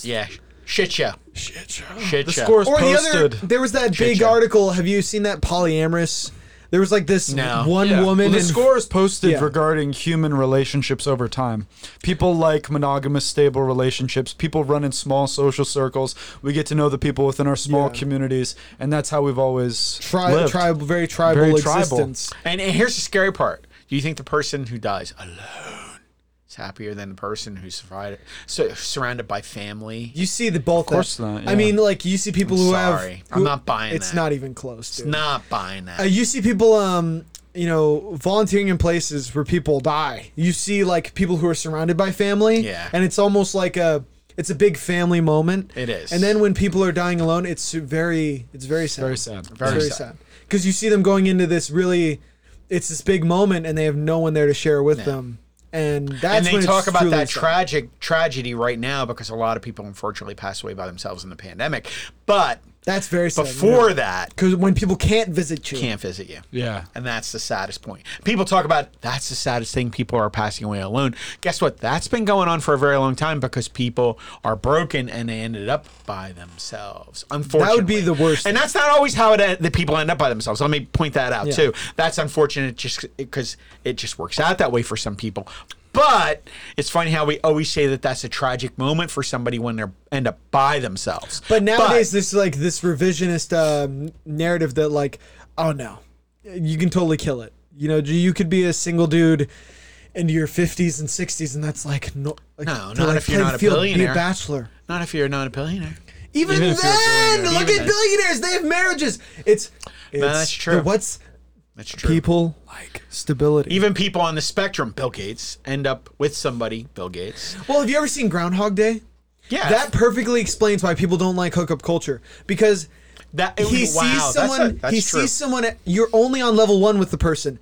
Speaker 4: Yeah. Shit show.
Speaker 5: Shit show.
Speaker 2: Oh,
Speaker 4: Shit
Speaker 3: The
Speaker 4: show.
Speaker 3: score's
Speaker 2: Or
Speaker 3: posted.
Speaker 2: the other, there was that big
Speaker 4: yeah.
Speaker 2: article. Have you seen that polyamorous? There was like this
Speaker 4: No.
Speaker 2: one
Speaker 3: Yeah.
Speaker 2: woman.
Speaker 3: Well,
Speaker 2: in-
Speaker 3: the score is posted
Speaker 2: Yeah.
Speaker 3: regarding human relationships over time. People like monogamous, stable relationships. People run in small social circles. We get to know the people within our small
Speaker 2: Yeah.
Speaker 3: communities, and that's how we've always
Speaker 2: tri-
Speaker 3: lived.
Speaker 2: tribal, very tribal
Speaker 3: Very tribal.
Speaker 2: existence.
Speaker 4: And, and here's the scary part. Do you think the person who dies alone is happier than the person who's survived, so, surrounded by family?
Speaker 2: You see the both. Of
Speaker 3: course not,
Speaker 2: I
Speaker 3: yeah.
Speaker 2: mean, like you see people who
Speaker 4: sorry.
Speaker 2: have.
Speaker 4: I'm
Speaker 2: who-
Speaker 4: not buying
Speaker 2: It's
Speaker 4: that.
Speaker 2: not even close. Dude.
Speaker 4: Not buying that.
Speaker 2: Uh, you see people, um, you know, volunteering in places where people die. You see like people who are surrounded by family.
Speaker 4: Yeah.
Speaker 2: And it's almost like a. It's a big family moment.
Speaker 4: It is.
Speaker 2: And then when people are dying alone, it's very, it's very sad.
Speaker 3: Very sad.
Speaker 2: It's very sad. Because you see them going into this really, it's this big moment, and they have no one there to share with them, and that's when
Speaker 4: and they
Speaker 2: it's
Speaker 4: talk about
Speaker 2: truly
Speaker 4: that
Speaker 2: sad.
Speaker 4: tragic tragedy right now because a lot of people unfortunately pass away by themselves in the pandemic. But
Speaker 2: That's very sad.
Speaker 4: before that,
Speaker 2: because when people can't visit you,
Speaker 4: can't visit you.
Speaker 3: Yeah.
Speaker 4: And that's the saddest point. People talk about that's the saddest thing. People are passing away alone. Guess what? That's been going on for a very long time because people are broken and they ended up by themselves. Unfortunately,
Speaker 2: the worst
Speaker 4: And that's not always how it en- the people end up by themselves. Let me point that out
Speaker 2: Yeah.
Speaker 4: too. That's unfortunate, just because it just works out that way for some people. But it's funny how we always say that that's a tragic moment for somebody when they are end up by themselves.
Speaker 2: But nowadays, this like this revisionist um, narrative that like, oh no, you can totally kill it. You know, you could be a single dude into your fifties and sixties, and that's like no, like,
Speaker 4: No,
Speaker 2: to,
Speaker 4: not
Speaker 2: like,
Speaker 4: if you're
Speaker 2: play
Speaker 4: not
Speaker 2: the
Speaker 4: a
Speaker 2: field, Be
Speaker 4: billionaire.
Speaker 2: a bachelor.
Speaker 4: not if you're not a billionaire.
Speaker 2: Even,
Speaker 3: Even if you're a
Speaker 2: then,
Speaker 3: billionaire.
Speaker 2: look
Speaker 4: Even
Speaker 2: at
Speaker 4: then.
Speaker 2: billionaires. They have marriages. It's, it's
Speaker 4: that's true.
Speaker 2: What's
Speaker 4: That's true.
Speaker 2: people
Speaker 5: Like,
Speaker 2: stability?
Speaker 4: even people on the spectrum, Bill Gates, end up with somebody, Bill Gates.
Speaker 2: Well, have you ever seen Groundhog Day?
Speaker 4: Yeah,
Speaker 2: That perfectly explains why people don't like hookup culture because
Speaker 4: that
Speaker 2: he
Speaker 4: wow,
Speaker 2: sees
Speaker 4: that's
Speaker 2: someone.
Speaker 4: a- that's
Speaker 2: he
Speaker 4: true.
Speaker 2: sees someone. At, you're only on level one with the person.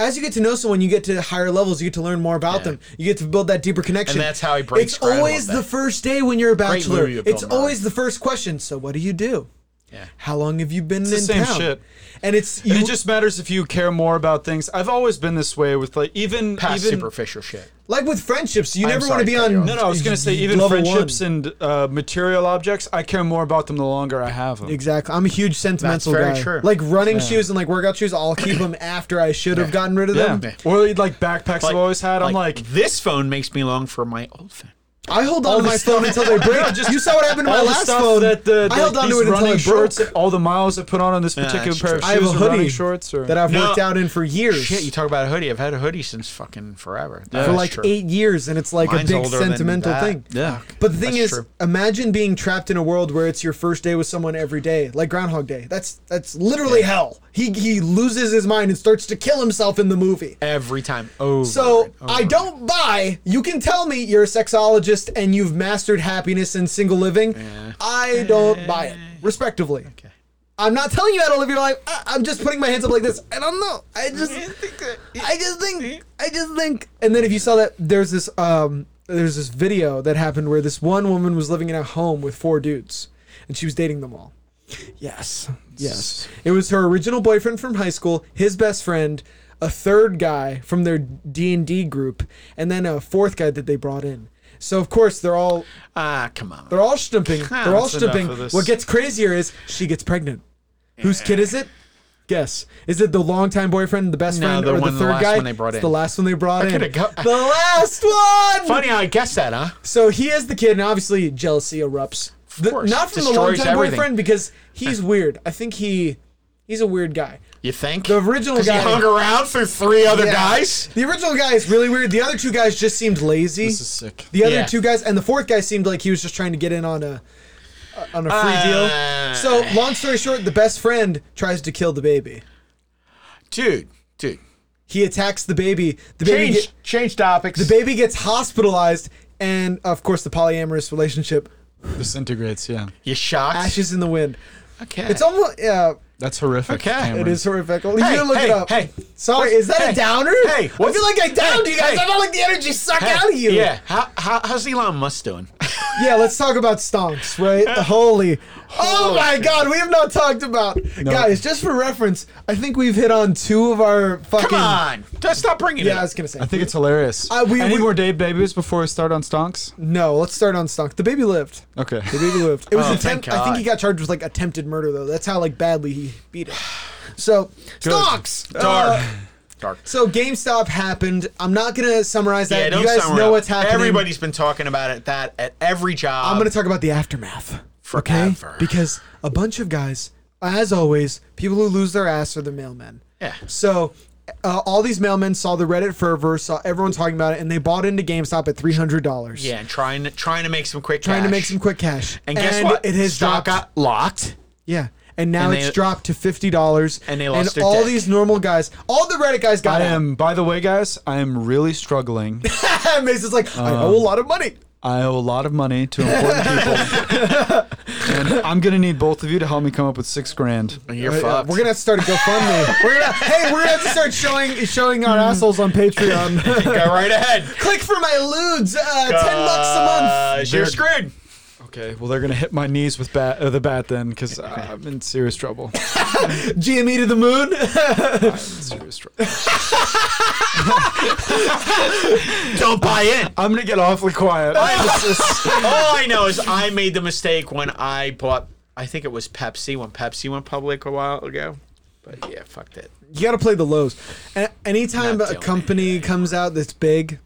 Speaker 2: As you get to know someone, you get to higher levels. You get to learn more about them. You get to build that deeper connection.
Speaker 4: And that's how he breaks
Speaker 2: It's
Speaker 4: Brad. I
Speaker 2: always
Speaker 4: love
Speaker 2: the
Speaker 4: that.
Speaker 2: first day when you're a bachelor.
Speaker 4: movie with Bill
Speaker 2: It's
Speaker 4: Murray.
Speaker 2: always the first question. So what do you do?
Speaker 4: Yeah.
Speaker 2: How long have you been
Speaker 3: the
Speaker 2: in
Speaker 3: same
Speaker 2: town?
Speaker 3: shit.
Speaker 2: And it's you
Speaker 3: And it just matters if you care more about things. I've always been this way with like even
Speaker 4: past
Speaker 3: even
Speaker 4: superficial shit.
Speaker 2: like with friendships. You
Speaker 4: I'm
Speaker 2: never want to
Speaker 4: sorry
Speaker 2: be
Speaker 4: to cut
Speaker 2: on.
Speaker 4: you off.
Speaker 3: No, no, I was gonna say even
Speaker 2: level
Speaker 3: friendships
Speaker 2: one.
Speaker 3: and uh, material objects. I care more about them the longer I have them.
Speaker 2: Exactly. I'm a huge sentimental
Speaker 4: very
Speaker 2: guy.
Speaker 4: true.
Speaker 2: Like running shoes and like workout shoes, I'll keep them after I should have gotten rid of
Speaker 3: Yeah.
Speaker 2: them.
Speaker 3: Or like backpacks I've always had. I'm like,
Speaker 4: this phone makes me long for my old phone.
Speaker 2: I hold on to my phone until they break. you saw what happened to my
Speaker 3: all the
Speaker 2: last
Speaker 3: stuff
Speaker 2: phone.
Speaker 3: that the,
Speaker 2: I
Speaker 3: that
Speaker 2: held on to
Speaker 3: these
Speaker 2: it until
Speaker 3: running
Speaker 2: it broke.
Speaker 3: shorts, all the miles I put on on this particular
Speaker 4: that's
Speaker 3: pair of
Speaker 4: true.
Speaker 3: shoes
Speaker 2: I have a
Speaker 3: or running
Speaker 2: hoodie
Speaker 3: shorts or
Speaker 2: that I've
Speaker 4: No.
Speaker 2: worked out in for years.
Speaker 4: Shit, you talk about a hoodie. I've had a hoodie since fucking forever. That
Speaker 2: for
Speaker 4: is
Speaker 2: like
Speaker 4: true.
Speaker 2: eight years, and it's like
Speaker 4: Mine's
Speaker 2: a big
Speaker 4: older than
Speaker 2: sentimental
Speaker 4: that.
Speaker 2: thing.
Speaker 3: yeah.
Speaker 2: But the thing
Speaker 4: That's
Speaker 2: is,
Speaker 4: true.
Speaker 2: imagine being trapped in a world where it's your first day with someone every day, like Groundhog Day. That's that's literally hell. He he loses his mind and starts to kill himself in the movie.
Speaker 4: every time. Oh,
Speaker 2: So I don't buy. You can tell me you're a sexologist and you've mastered happiness and single living. I don't buy it, respectively. Okay. I'm not telling you how to live your life. I, I'm just putting my hands up like this. I don't know. I just, I just think, I just think. And then if you saw that, there's this, um, there's this video that happened where this one woman was living in a home with four dudes, and she was dating them all. Yes. Yes. It was her original boyfriend from high school, his best friend, a third guy from their D&D group, and then a fourth guy that they brought in. So of course they're all
Speaker 4: Ah, come on.
Speaker 2: they're all stumping. They're all
Speaker 3: That's enough
Speaker 2: stumping.
Speaker 3: of this.
Speaker 2: What gets crazier is she gets pregnant. Whose kid is it? Guess. Is it the longtime boyfriend, the best
Speaker 4: No,
Speaker 2: friend,
Speaker 4: the
Speaker 2: or
Speaker 4: one-
Speaker 2: the
Speaker 4: the
Speaker 2: third
Speaker 4: last
Speaker 2: guy?
Speaker 4: one they brought
Speaker 2: It's
Speaker 4: in.
Speaker 2: the last one they brought in.
Speaker 4: coulda got-
Speaker 2: the last one.
Speaker 4: Funny, how I guess that, huh?
Speaker 2: So he is the kid, and obviously jealousy erupts. The-
Speaker 4: course,
Speaker 2: not from the
Speaker 4: destroys
Speaker 2: longtime
Speaker 4: everything.
Speaker 2: boyfriend because he's weird. I think he he's a weird guy.
Speaker 4: You think
Speaker 2: The original
Speaker 4: 'Cause
Speaker 2: guy-
Speaker 4: he hung around for three other
Speaker 2: Yeah.
Speaker 4: guys?
Speaker 2: The original guy is really weird. The other two guys just seemed lazy.
Speaker 3: This is sick.
Speaker 2: the other
Speaker 4: Yeah.
Speaker 2: two guys and the fourth guy seemed like he was just trying to get in on a on a free deal.
Speaker 4: Uh.
Speaker 2: So long story short, the best friend tries to kill the baby.
Speaker 4: Dude, dude.
Speaker 2: He attacks the baby. The baby
Speaker 4: Change,
Speaker 2: get,
Speaker 4: change topics.
Speaker 2: the baby gets hospitalized, and of course the polyamorous relationship
Speaker 3: Disintegrates. Yeah.
Speaker 4: you shocked?
Speaker 2: ashes in the wind.
Speaker 4: Okay.
Speaker 2: It's almost yeah.
Speaker 3: That's horrific.
Speaker 4: Okay.
Speaker 3: Cameron.
Speaker 2: It is horrific. You
Speaker 4: Hey,
Speaker 2: look it
Speaker 4: hey,
Speaker 2: up.
Speaker 4: hey.
Speaker 2: sorry,
Speaker 4: What's-
Speaker 2: is that
Speaker 4: hey,
Speaker 2: a downer?
Speaker 4: hey,
Speaker 2: I
Speaker 4: what's-
Speaker 2: feel like I downed
Speaker 4: hey,
Speaker 2: you guys.
Speaker 4: hey.
Speaker 2: I felt like the energy sucked
Speaker 4: Hey,
Speaker 2: out of you.
Speaker 4: Yeah. How, how, how's Elon Musk doing?
Speaker 2: yeah, let's talk about stonks, right? Holy. Oh my god, we have not talked about. Guys, just for reference, I think we've hit on two of our fucking.
Speaker 4: Come on, just stop bringing
Speaker 2: Yeah, I
Speaker 4: it.
Speaker 2: was going to say.
Speaker 3: I think it's hilarious.
Speaker 2: Uh, we-
Speaker 3: Any
Speaker 2: we-
Speaker 3: more day babies before we start on stonks?
Speaker 2: no, let's start on stonk. The baby lived.
Speaker 3: Okay.
Speaker 2: The baby lived. It was
Speaker 4: Oh,
Speaker 2: attempt.
Speaker 4: thank
Speaker 2: I think he
Speaker 4: God.
Speaker 2: got charged with like attempted murder though. That's how like badly he beat it. So stonks.
Speaker 4: Dark.
Speaker 2: Uh,
Speaker 4: Dark.
Speaker 2: So GameStop happened. I'm not gonna summarize that.
Speaker 4: Yeah, don't
Speaker 2: you guys
Speaker 4: sound
Speaker 2: know
Speaker 4: up.
Speaker 2: what's happening.
Speaker 4: Everybody's been talking about it that at every job.
Speaker 2: I'm gonna talk about the aftermath.
Speaker 4: Forever.
Speaker 2: Because a bunch of guys, as always, people who lose their ass are the mailmen.
Speaker 4: Yeah.
Speaker 2: So. Uh, all these mailmen saw the Reddit fervor, saw everyone talking about it, and they bought into GameStop at three hundred dollars.
Speaker 4: yeah, trying to trying to make some quick
Speaker 2: trying to
Speaker 4: cash.
Speaker 2: make some quick cash.
Speaker 4: And guess what?
Speaker 2: It has
Speaker 4: Stock
Speaker 2: dropped.
Speaker 4: got locked.
Speaker 2: Yeah. And now
Speaker 4: And
Speaker 2: it's
Speaker 4: they-
Speaker 2: dropped to fifty dollars.
Speaker 4: And they lost their
Speaker 2: all
Speaker 4: dick.
Speaker 2: these normal guys, all the Reddit guys got
Speaker 3: I
Speaker 2: it.
Speaker 3: am, by the way, guys, I am really struggling.
Speaker 2: Mason's like, I owe a
Speaker 4: Um,
Speaker 2: lot of money.
Speaker 3: I owe a lot of money to important people. and I'm going to need both of you to help me come up with six grand.
Speaker 4: You're
Speaker 2: Uh,
Speaker 4: fucked.
Speaker 2: We're gonna have to start a GoFundMe. we're gonna, hey, we're gonna have to start showing showing our assholes on Patreon.
Speaker 4: go right ahead.
Speaker 2: Click for my lewds, uh, ten bucks a month.
Speaker 4: Uh, you're screwed.
Speaker 3: Okay, well, they're going to hit my knees with bat, uh, the bat then because I'm in serious trouble.
Speaker 2: GME E to the moon.
Speaker 3: serious trouble.
Speaker 4: Don't buy in.
Speaker 3: I'm going to get awfully quiet.
Speaker 4: All I know is I made the mistake when I bought. I think it was Pepsi when Pepsi went public a while ago. But yeah, fuck that.
Speaker 2: you gotta play the lows. A- anytime
Speaker 4: Not
Speaker 2: a
Speaker 4: doing
Speaker 2: company comes out that's big,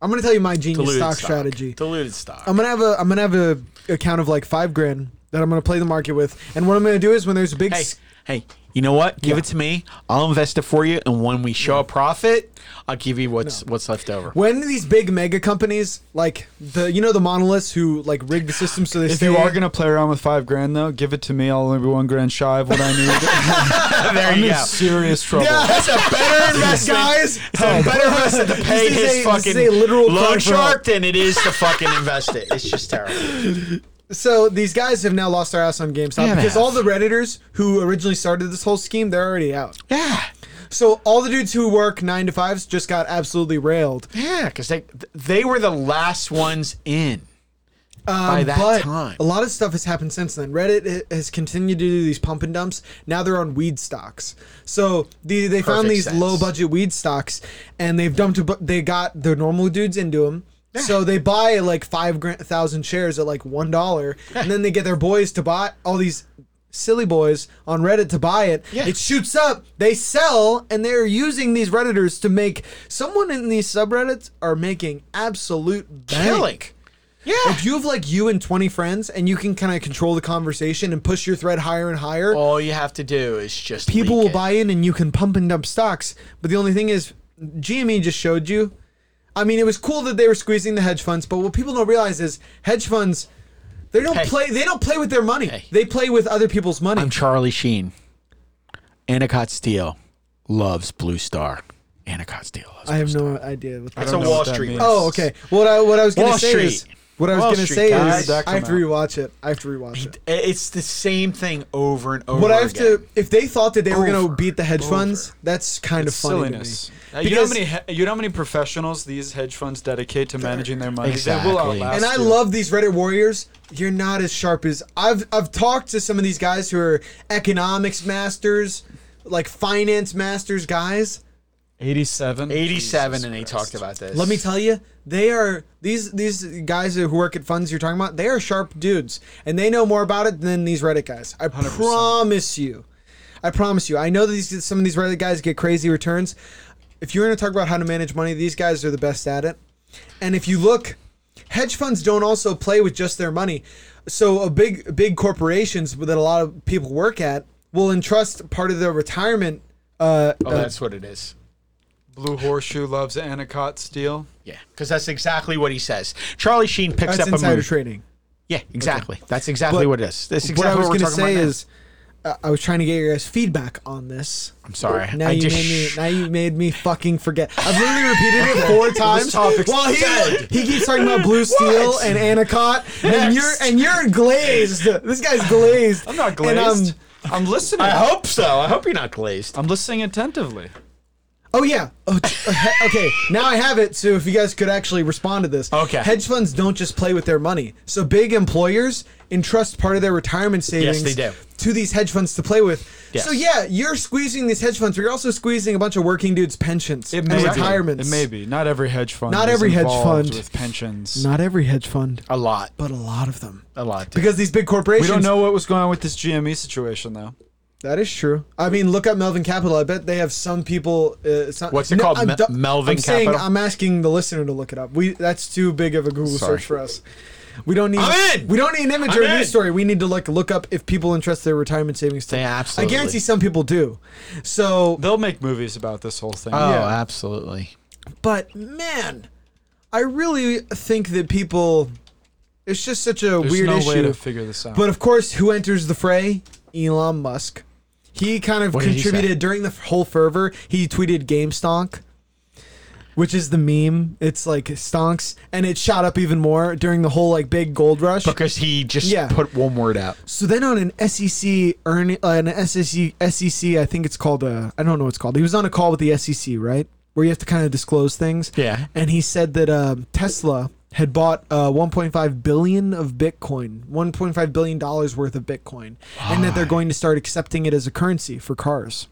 Speaker 2: I'm gonna tell you my genius
Speaker 4: Diluted
Speaker 2: stock, strategy.
Speaker 4: Diluted stock.
Speaker 2: I'm gonna have a I'm gonna have a account of like five grand that I'm gonna play the market with, and what I'm gonna do is when there's a big
Speaker 4: hey,
Speaker 2: s-
Speaker 4: hey, you know what? Give it to me. I'll invest it for you, and when we show a profit, I'll give you what's what's left over.
Speaker 2: when these big mega companies like the you know the monoliths who like rig the system so they
Speaker 3: If
Speaker 2: stay
Speaker 3: you are going to play around with five grand, though, give it to me. I'll only be one grand shy of what I need.
Speaker 4: there
Speaker 3: I'm
Speaker 4: you
Speaker 3: in
Speaker 4: go.
Speaker 3: serious trouble.
Speaker 4: That's a better investment,
Speaker 2: guys.
Speaker 4: It's a better investment to pay
Speaker 2: is
Speaker 4: his
Speaker 2: a- this
Speaker 4: fucking
Speaker 2: is a literal
Speaker 4: loan
Speaker 2: card for
Speaker 4: shark than it is to fucking invest it. It's just terrible.
Speaker 2: so these guys have now lost their ass on GameStop
Speaker 4: Yeah, they
Speaker 2: because
Speaker 4: have.
Speaker 2: all the redditors who originally started this whole scheme they're already out.
Speaker 4: Yeah,
Speaker 2: So all the dudes who work nine to fives just got absolutely railed.
Speaker 4: yeah, because they they were the last ones in by
Speaker 2: Um,
Speaker 4: that
Speaker 2: but
Speaker 4: time.
Speaker 2: a lot of stuff has happened since then. Reddit i- has continued to do these pump and dumps. Now they're on weed stocks. So the, they found
Speaker 4: Perfect
Speaker 2: these
Speaker 4: sense.
Speaker 2: low budget weed stocks, and they've dumped. A, bu- they got the normal dudes into them. So they buy like five gra- thousand shares at like one dollar, and then they get their boys to buy all these silly boys on Reddit to buy it.
Speaker 4: Yeah.
Speaker 2: It shoots up. They sell, and they're using these redditors to make. Someone in these subreddits are making absolute bank.
Speaker 4: Killing. Yeah.
Speaker 2: If you have like you and 20 friends and you can kind of control the conversation and push your thread higher and higher,
Speaker 4: All you have to do is just
Speaker 2: people
Speaker 4: leak
Speaker 2: will
Speaker 4: it.
Speaker 2: buy in and you can pump and dump stocks. But the only thing is, GME just showed you. I mean, it was cool that they were squeezing the hedge funds, but what people don't realize is hedge funds. They don't
Speaker 4: Hey.
Speaker 2: play. They don't play with their money.
Speaker 4: Hey.
Speaker 2: They play with other people's money.
Speaker 4: I'm Charlie Sheen. Anacott Steele loves Blue Star. Anacott Steele loves
Speaker 2: I
Speaker 4: Blue
Speaker 2: have
Speaker 4: Star.
Speaker 2: no idea. What
Speaker 4: That's
Speaker 2: that
Speaker 4: a
Speaker 3: don't know
Speaker 4: Wall
Speaker 3: what that
Speaker 4: Street.
Speaker 3: means.
Speaker 2: Oh, okay. What I what I was gonna
Speaker 4: Wall
Speaker 2: say
Speaker 4: Street.
Speaker 2: is what I was
Speaker 4: Wall
Speaker 2: gonna
Speaker 4: Street,
Speaker 2: say
Speaker 4: guys.
Speaker 2: is
Speaker 3: That
Speaker 2: I have to
Speaker 3: come out.
Speaker 2: rewatch it. I have to rewatch it.
Speaker 4: It's the same thing over and over
Speaker 2: What I have
Speaker 4: again.
Speaker 2: to, if they thought that they were going
Speaker 4: Over,
Speaker 2: to beat the hedge funds, that's kind
Speaker 3: It's
Speaker 2: of funny
Speaker 3: silliness.
Speaker 2: to
Speaker 3: Uh,
Speaker 2: me.
Speaker 3: you, know how
Speaker 2: Because,
Speaker 3: many, he- you know how many professionals these hedge funds dedicate to managing their money? They will
Speaker 4: Exactly.
Speaker 3: outlast
Speaker 2: and I
Speaker 3: you.
Speaker 2: love these Reddit warriors. You're not as sharp as I've I've talked to some of these guys who are economics masters, like finance masters guys.
Speaker 3: 87.
Speaker 4: 87, and they talked about this.
Speaker 2: Let me tell you, they are these these guys who work at funds you're talking about. They are sharp dudes, and they know more about it than these Reddit guys. I promise you, I promise you. I know that these some of these Reddit guys get crazy returns. If you're going to talk about how to manage money, these guys are the best at it. And if you look, hedge funds don't also play with just their money. So a big big corporations that a lot of people work at will entrust part of their retirement. Uh,
Speaker 4: Oh, that's what it is.
Speaker 3: Blue Horseshoe loves Anacott Steel.
Speaker 4: Yeah, because that's exactly what he says. Charlie Sheen picks
Speaker 2: that's
Speaker 4: up a
Speaker 2: insider
Speaker 4: move.
Speaker 2: trading.
Speaker 4: Yeah, exactly. That's exactly
Speaker 2: But-
Speaker 4: what it is. That's
Speaker 2: what I
Speaker 4: exactly
Speaker 2: was
Speaker 4: what,
Speaker 2: going
Speaker 4: we're
Speaker 2: to
Speaker 4: talking about.
Speaker 2: say
Speaker 4: now.
Speaker 2: is, uh, I was trying to get your guys' feedback on this.
Speaker 4: I'm sorry.
Speaker 2: Now
Speaker 4: I
Speaker 2: you
Speaker 4: just
Speaker 2: made me. Now you made me fucking forget. I've literally repeated it four times.
Speaker 3: topic's
Speaker 2: Well, he, he keeps talking about Blue Steel and Anacott, and you're and you're glazed. This guy's glazed.
Speaker 3: I'm not
Speaker 2: And, um,
Speaker 3: glazed. I'm listening.
Speaker 4: I hope so. I hope you're not glazed.
Speaker 3: I'm listening attentively.
Speaker 2: Oh yeah. Oh, t- uh, he- okay. Now I have it. So if you guys could actually respond to this,
Speaker 4: Okay.
Speaker 2: Hedge funds don't just play with their money. So big employers entrust part of their retirement savings.
Speaker 4: they do.
Speaker 2: To these hedge funds to play with.
Speaker 4: Yes.
Speaker 2: So yeah, you're squeezing these hedge funds, but you're also squeezing a bunch of working dudes' pensions and
Speaker 3: be.
Speaker 2: retirements.
Speaker 3: It may be. Not every hedge fund.
Speaker 2: Not
Speaker 3: is
Speaker 2: every hedge
Speaker 3: involved
Speaker 2: fund.
Speaker 3: with pensions.
Speaker 2: Not every hedge fund,
Speaker 4: A lot.
Speaker 2: but a lot of them.
Speaker 4: A lot. dude.
Speaker 2: Because these big
Speaker 3: we
Speaker 2: corporations.
Speaker 3: don't know what was going on with this GME situation though.
Speaker 2: That is true. I mean, look up Melvin Capital. I bet they have some people. Uh, it's not,
Speaker 4: What's it called?
Speaker 2: I'm
Speaker 4: Me- Melvin
Speaker 2: I'm saying-
Speaker 4: Capital?
Speaker 2: I'm asking the listener to look it up. We that's too big of a Google
Speaker 4: Sorry.
Speaker 2: search for us. We don't need.
Speaker 4: I'm in!
Speaker 2: We don't need an image
Speaker 4: I'm
Speaker 2: or a news
Speaker 4: in!
Speaker 2: story. We need to like look up if people entrust their retirement savings to.
Speaker 4: They absolutely-
Speaker 2: I guarantee some people do. So,
Speaker 3: They'll make movies about this whole thing.
Speaker 4: oh,
Speaker 2: yeah.
Speaker 4: absolutely.
Speaker 2: but man, I really think that people. It's just such a
Speaker 3: There's
Speaker 2: weird
Speaker 3: no
Speaker 2: issue.
Speaker 3: way to figure this out.
Speaker 2: But of course, who enters the fray? Elon Musk. He kind of
Speaker 4: What did he say?
Speaker 2: contributed during the f- whole fervor. He tweeted "Game Stonk," which is the meme. It's like stonks, and it shot up even more during the whole like big gold rush.
Speaker 4: Because he just
Speaker 2: Yeah.
Speaker 4: put one word out.
Speaker 2: So then on an SEC earn uh, an SEC SEC, E I think it's called I I don't know what it's called. He was on a call with the SEC, right, where you have to kind of disclose things.
Speaker 4: Yeah.
Speaker 2: And he said that um, Tesla had bought uh, 1.5 billion of Bitcoin, 1.5 billion dollars worth of Bitcoin, and that they're going to start accepting it as a currency for cars.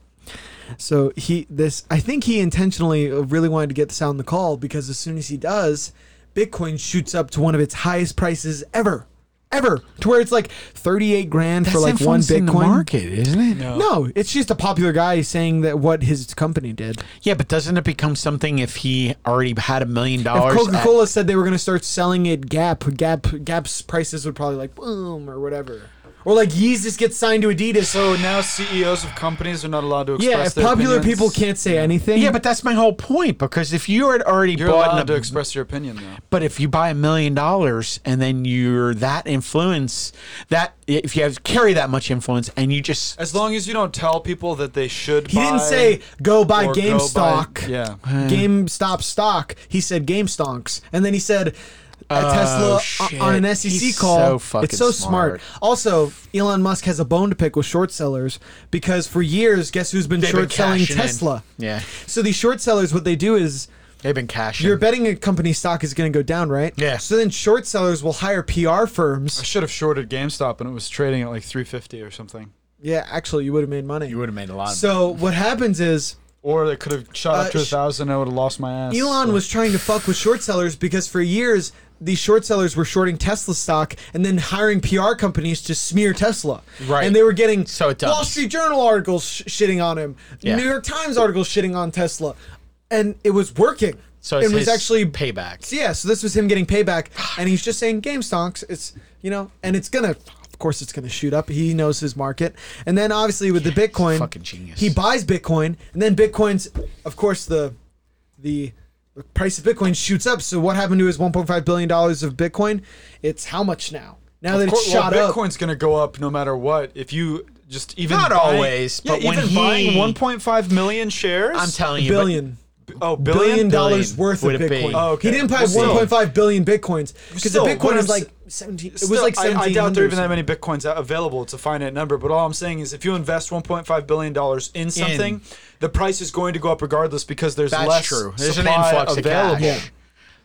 Speaker 2: So he this I think he intentionally really wanted to get this out on the call because as soon as he does, Bitcoin shoots up to one of its highest prices ever. Ever to where it's like 38 grand for like one Bitcoin.
Speaker 4: isn't it? No.
Speaker 2: No, it's just a popular guy saying that what his company did.
Speaker 4: Yeah, but doesn't it become something if he already had a million
Speaker 2: If
Speaker 4: dollars?
Speaker 2: Coca
Speaker 4: at-
Speaker 2: Cola said they were going to start selling it Gap, Gap, Gap's prices would probably like boom or whatever. Or like Yeezus gets signed to Adidas.
Speaker 3: so now CEOs of companies are not allowed to express
Speaker 2: Yeah, if
Speaker 3: their
Speaker 2: popular
Speaker 3: opinions.
Speaker 2: people can't say anything.
Speaker 4: Yeah, but that's my whole point. Because if you had already
Speaker 3: You're
Speaker 4: bought,
Speaker 3: allowed
Speaker 4: an-
Speaker 3: to express your opinion though.
Speaker 4: but if you buy a million dollars and then you're that influence, that if you have carry that much influence and you just
Speaker 3: As long as you don't tell people that they should.
Speaker 2: he didn't say go buy GameStop.
Speaker 3: yeah.
Speaker 2: GameStop stock. He said GameStonks, and then he said uh, Tesla
Speaker 4: Oh, shit.
Speaker 2: on an SEC
Speaker 4: He's
Speaker 2: call.
Speaker 4: so fucking
Speaker 2: it's so smart.
Speaker 4: smart.
Speaker 2: Also, Elon Musk has a bone to pick with short sellers because for years, guess who's been
Speaker 4: They've been
Speaker 2: short selling
Speaker 4: cashing in.
Speaker 2: Tesla?
Speaker 4: Yeah.
Speaker 2: So these short sellers, what they do is
Speaker 4: they've been cashing.
Speaker 2: you're betting a company stock is going to go down, right?
Speaker 4: Yeah.
Speaker 2: So then short sellers will hire PR
Speaker 3: I
Speaker 2: firms.
Speaker 3: should have shorted GameStop and it was trading at like 350 or something.
Speaker 2: Yeah, actually, you would have made money.
Speaker 4: you would have made a lot. of
Speaker 2: So what happens is.
Speaker 3: Or it could have shot
Speaker 2: Uh,
Speaker 3: up to a
Speaker 2: sh-
Speaker 3: thousand. I would have lost my ass.
Speaker 2: Elon was trying to fuck with short sellers because for years these short sellers were shorting Tesla stock and then hiring PR companies to smear Tesla.
Speaker 4: Right.
Speaker 2: And they were getting
Speaker 4: So it does.
Speaker 2: Wall Street Journal articles sh- shitting on him,
Speaker 4: Yeah.
Speaker 2: New York Times articles shitting on Tesla, and it was working.
Speaker 4: so it's
Speaker 2: it was
Speaker 4: his
Speaker 2: actually
Speaker 4: payback.
Speaker 2: yeah. So this was him getting payback, and he's just saying game stocks. It's you know, and it's gonna. Of course, it's going to shoot up. He knows his market, and then obviously with the Bitcoin,
Speaker 4: fucking genius.
Speaker 2: He buys Bitcoin, and then Bitcoin's, of course, the the price of Bitcoin shoots up. So what happened to his 1.5 billion dollars of Bitcoin? It's how much now? Now that
Speaker 3: Of
Speaker 2: it's
Speaker 3: course, well,
Speaker 2: shot up,
Speaker 3: Bitcoin's going to go up no matter what. If you just even
Speaker 4: Not
Speaker 3: buying-
Speaker 4: always,
Speaker 3: yeah,
Speaker 4: but when
Speaker 3: even buying
Speaker 4: he-
Speaker 3: 1.5 million shares.
Speaker 4: I'm telling you, but-
Speaker 2: billion.
Speaker 3: oh, billion.
Speaker 2: Billion dollars
Speaker 4: Billion
Speaker 2: worth of
Speaker 4: would it be?
Speaker 2: Bitcoin.
Speaker 3: Oh, okay.
Speaker 2: He didn't buy
Speaker 3: Well, still-
Speaker 2: 1.5 billion bitcoins because the
Speaker 3: Still, what
Speaker 2: Bitcoin
Speaker 3: I'm
Speaker 2: is
Speaker 3: s-
Speaker 2: like 17. It was
Speaker 3: Still,
Speaker 2: like
Speaker 3: I-
Speaker 2: 17.
Speaker 3: I, doubt there are even that many bitcoins out- available. It's a finite number. But all I'm saying is, if you invest 1.5 billion dollars in something, the price is going to go up regardless because there's
Speaker 4: That's
Speaker 3: less
Speaker 4: true. There's an
Speaker 3: supply
Speaker 4: influx of
Speaker 3: available.
Speaker 4: cash. Yeah.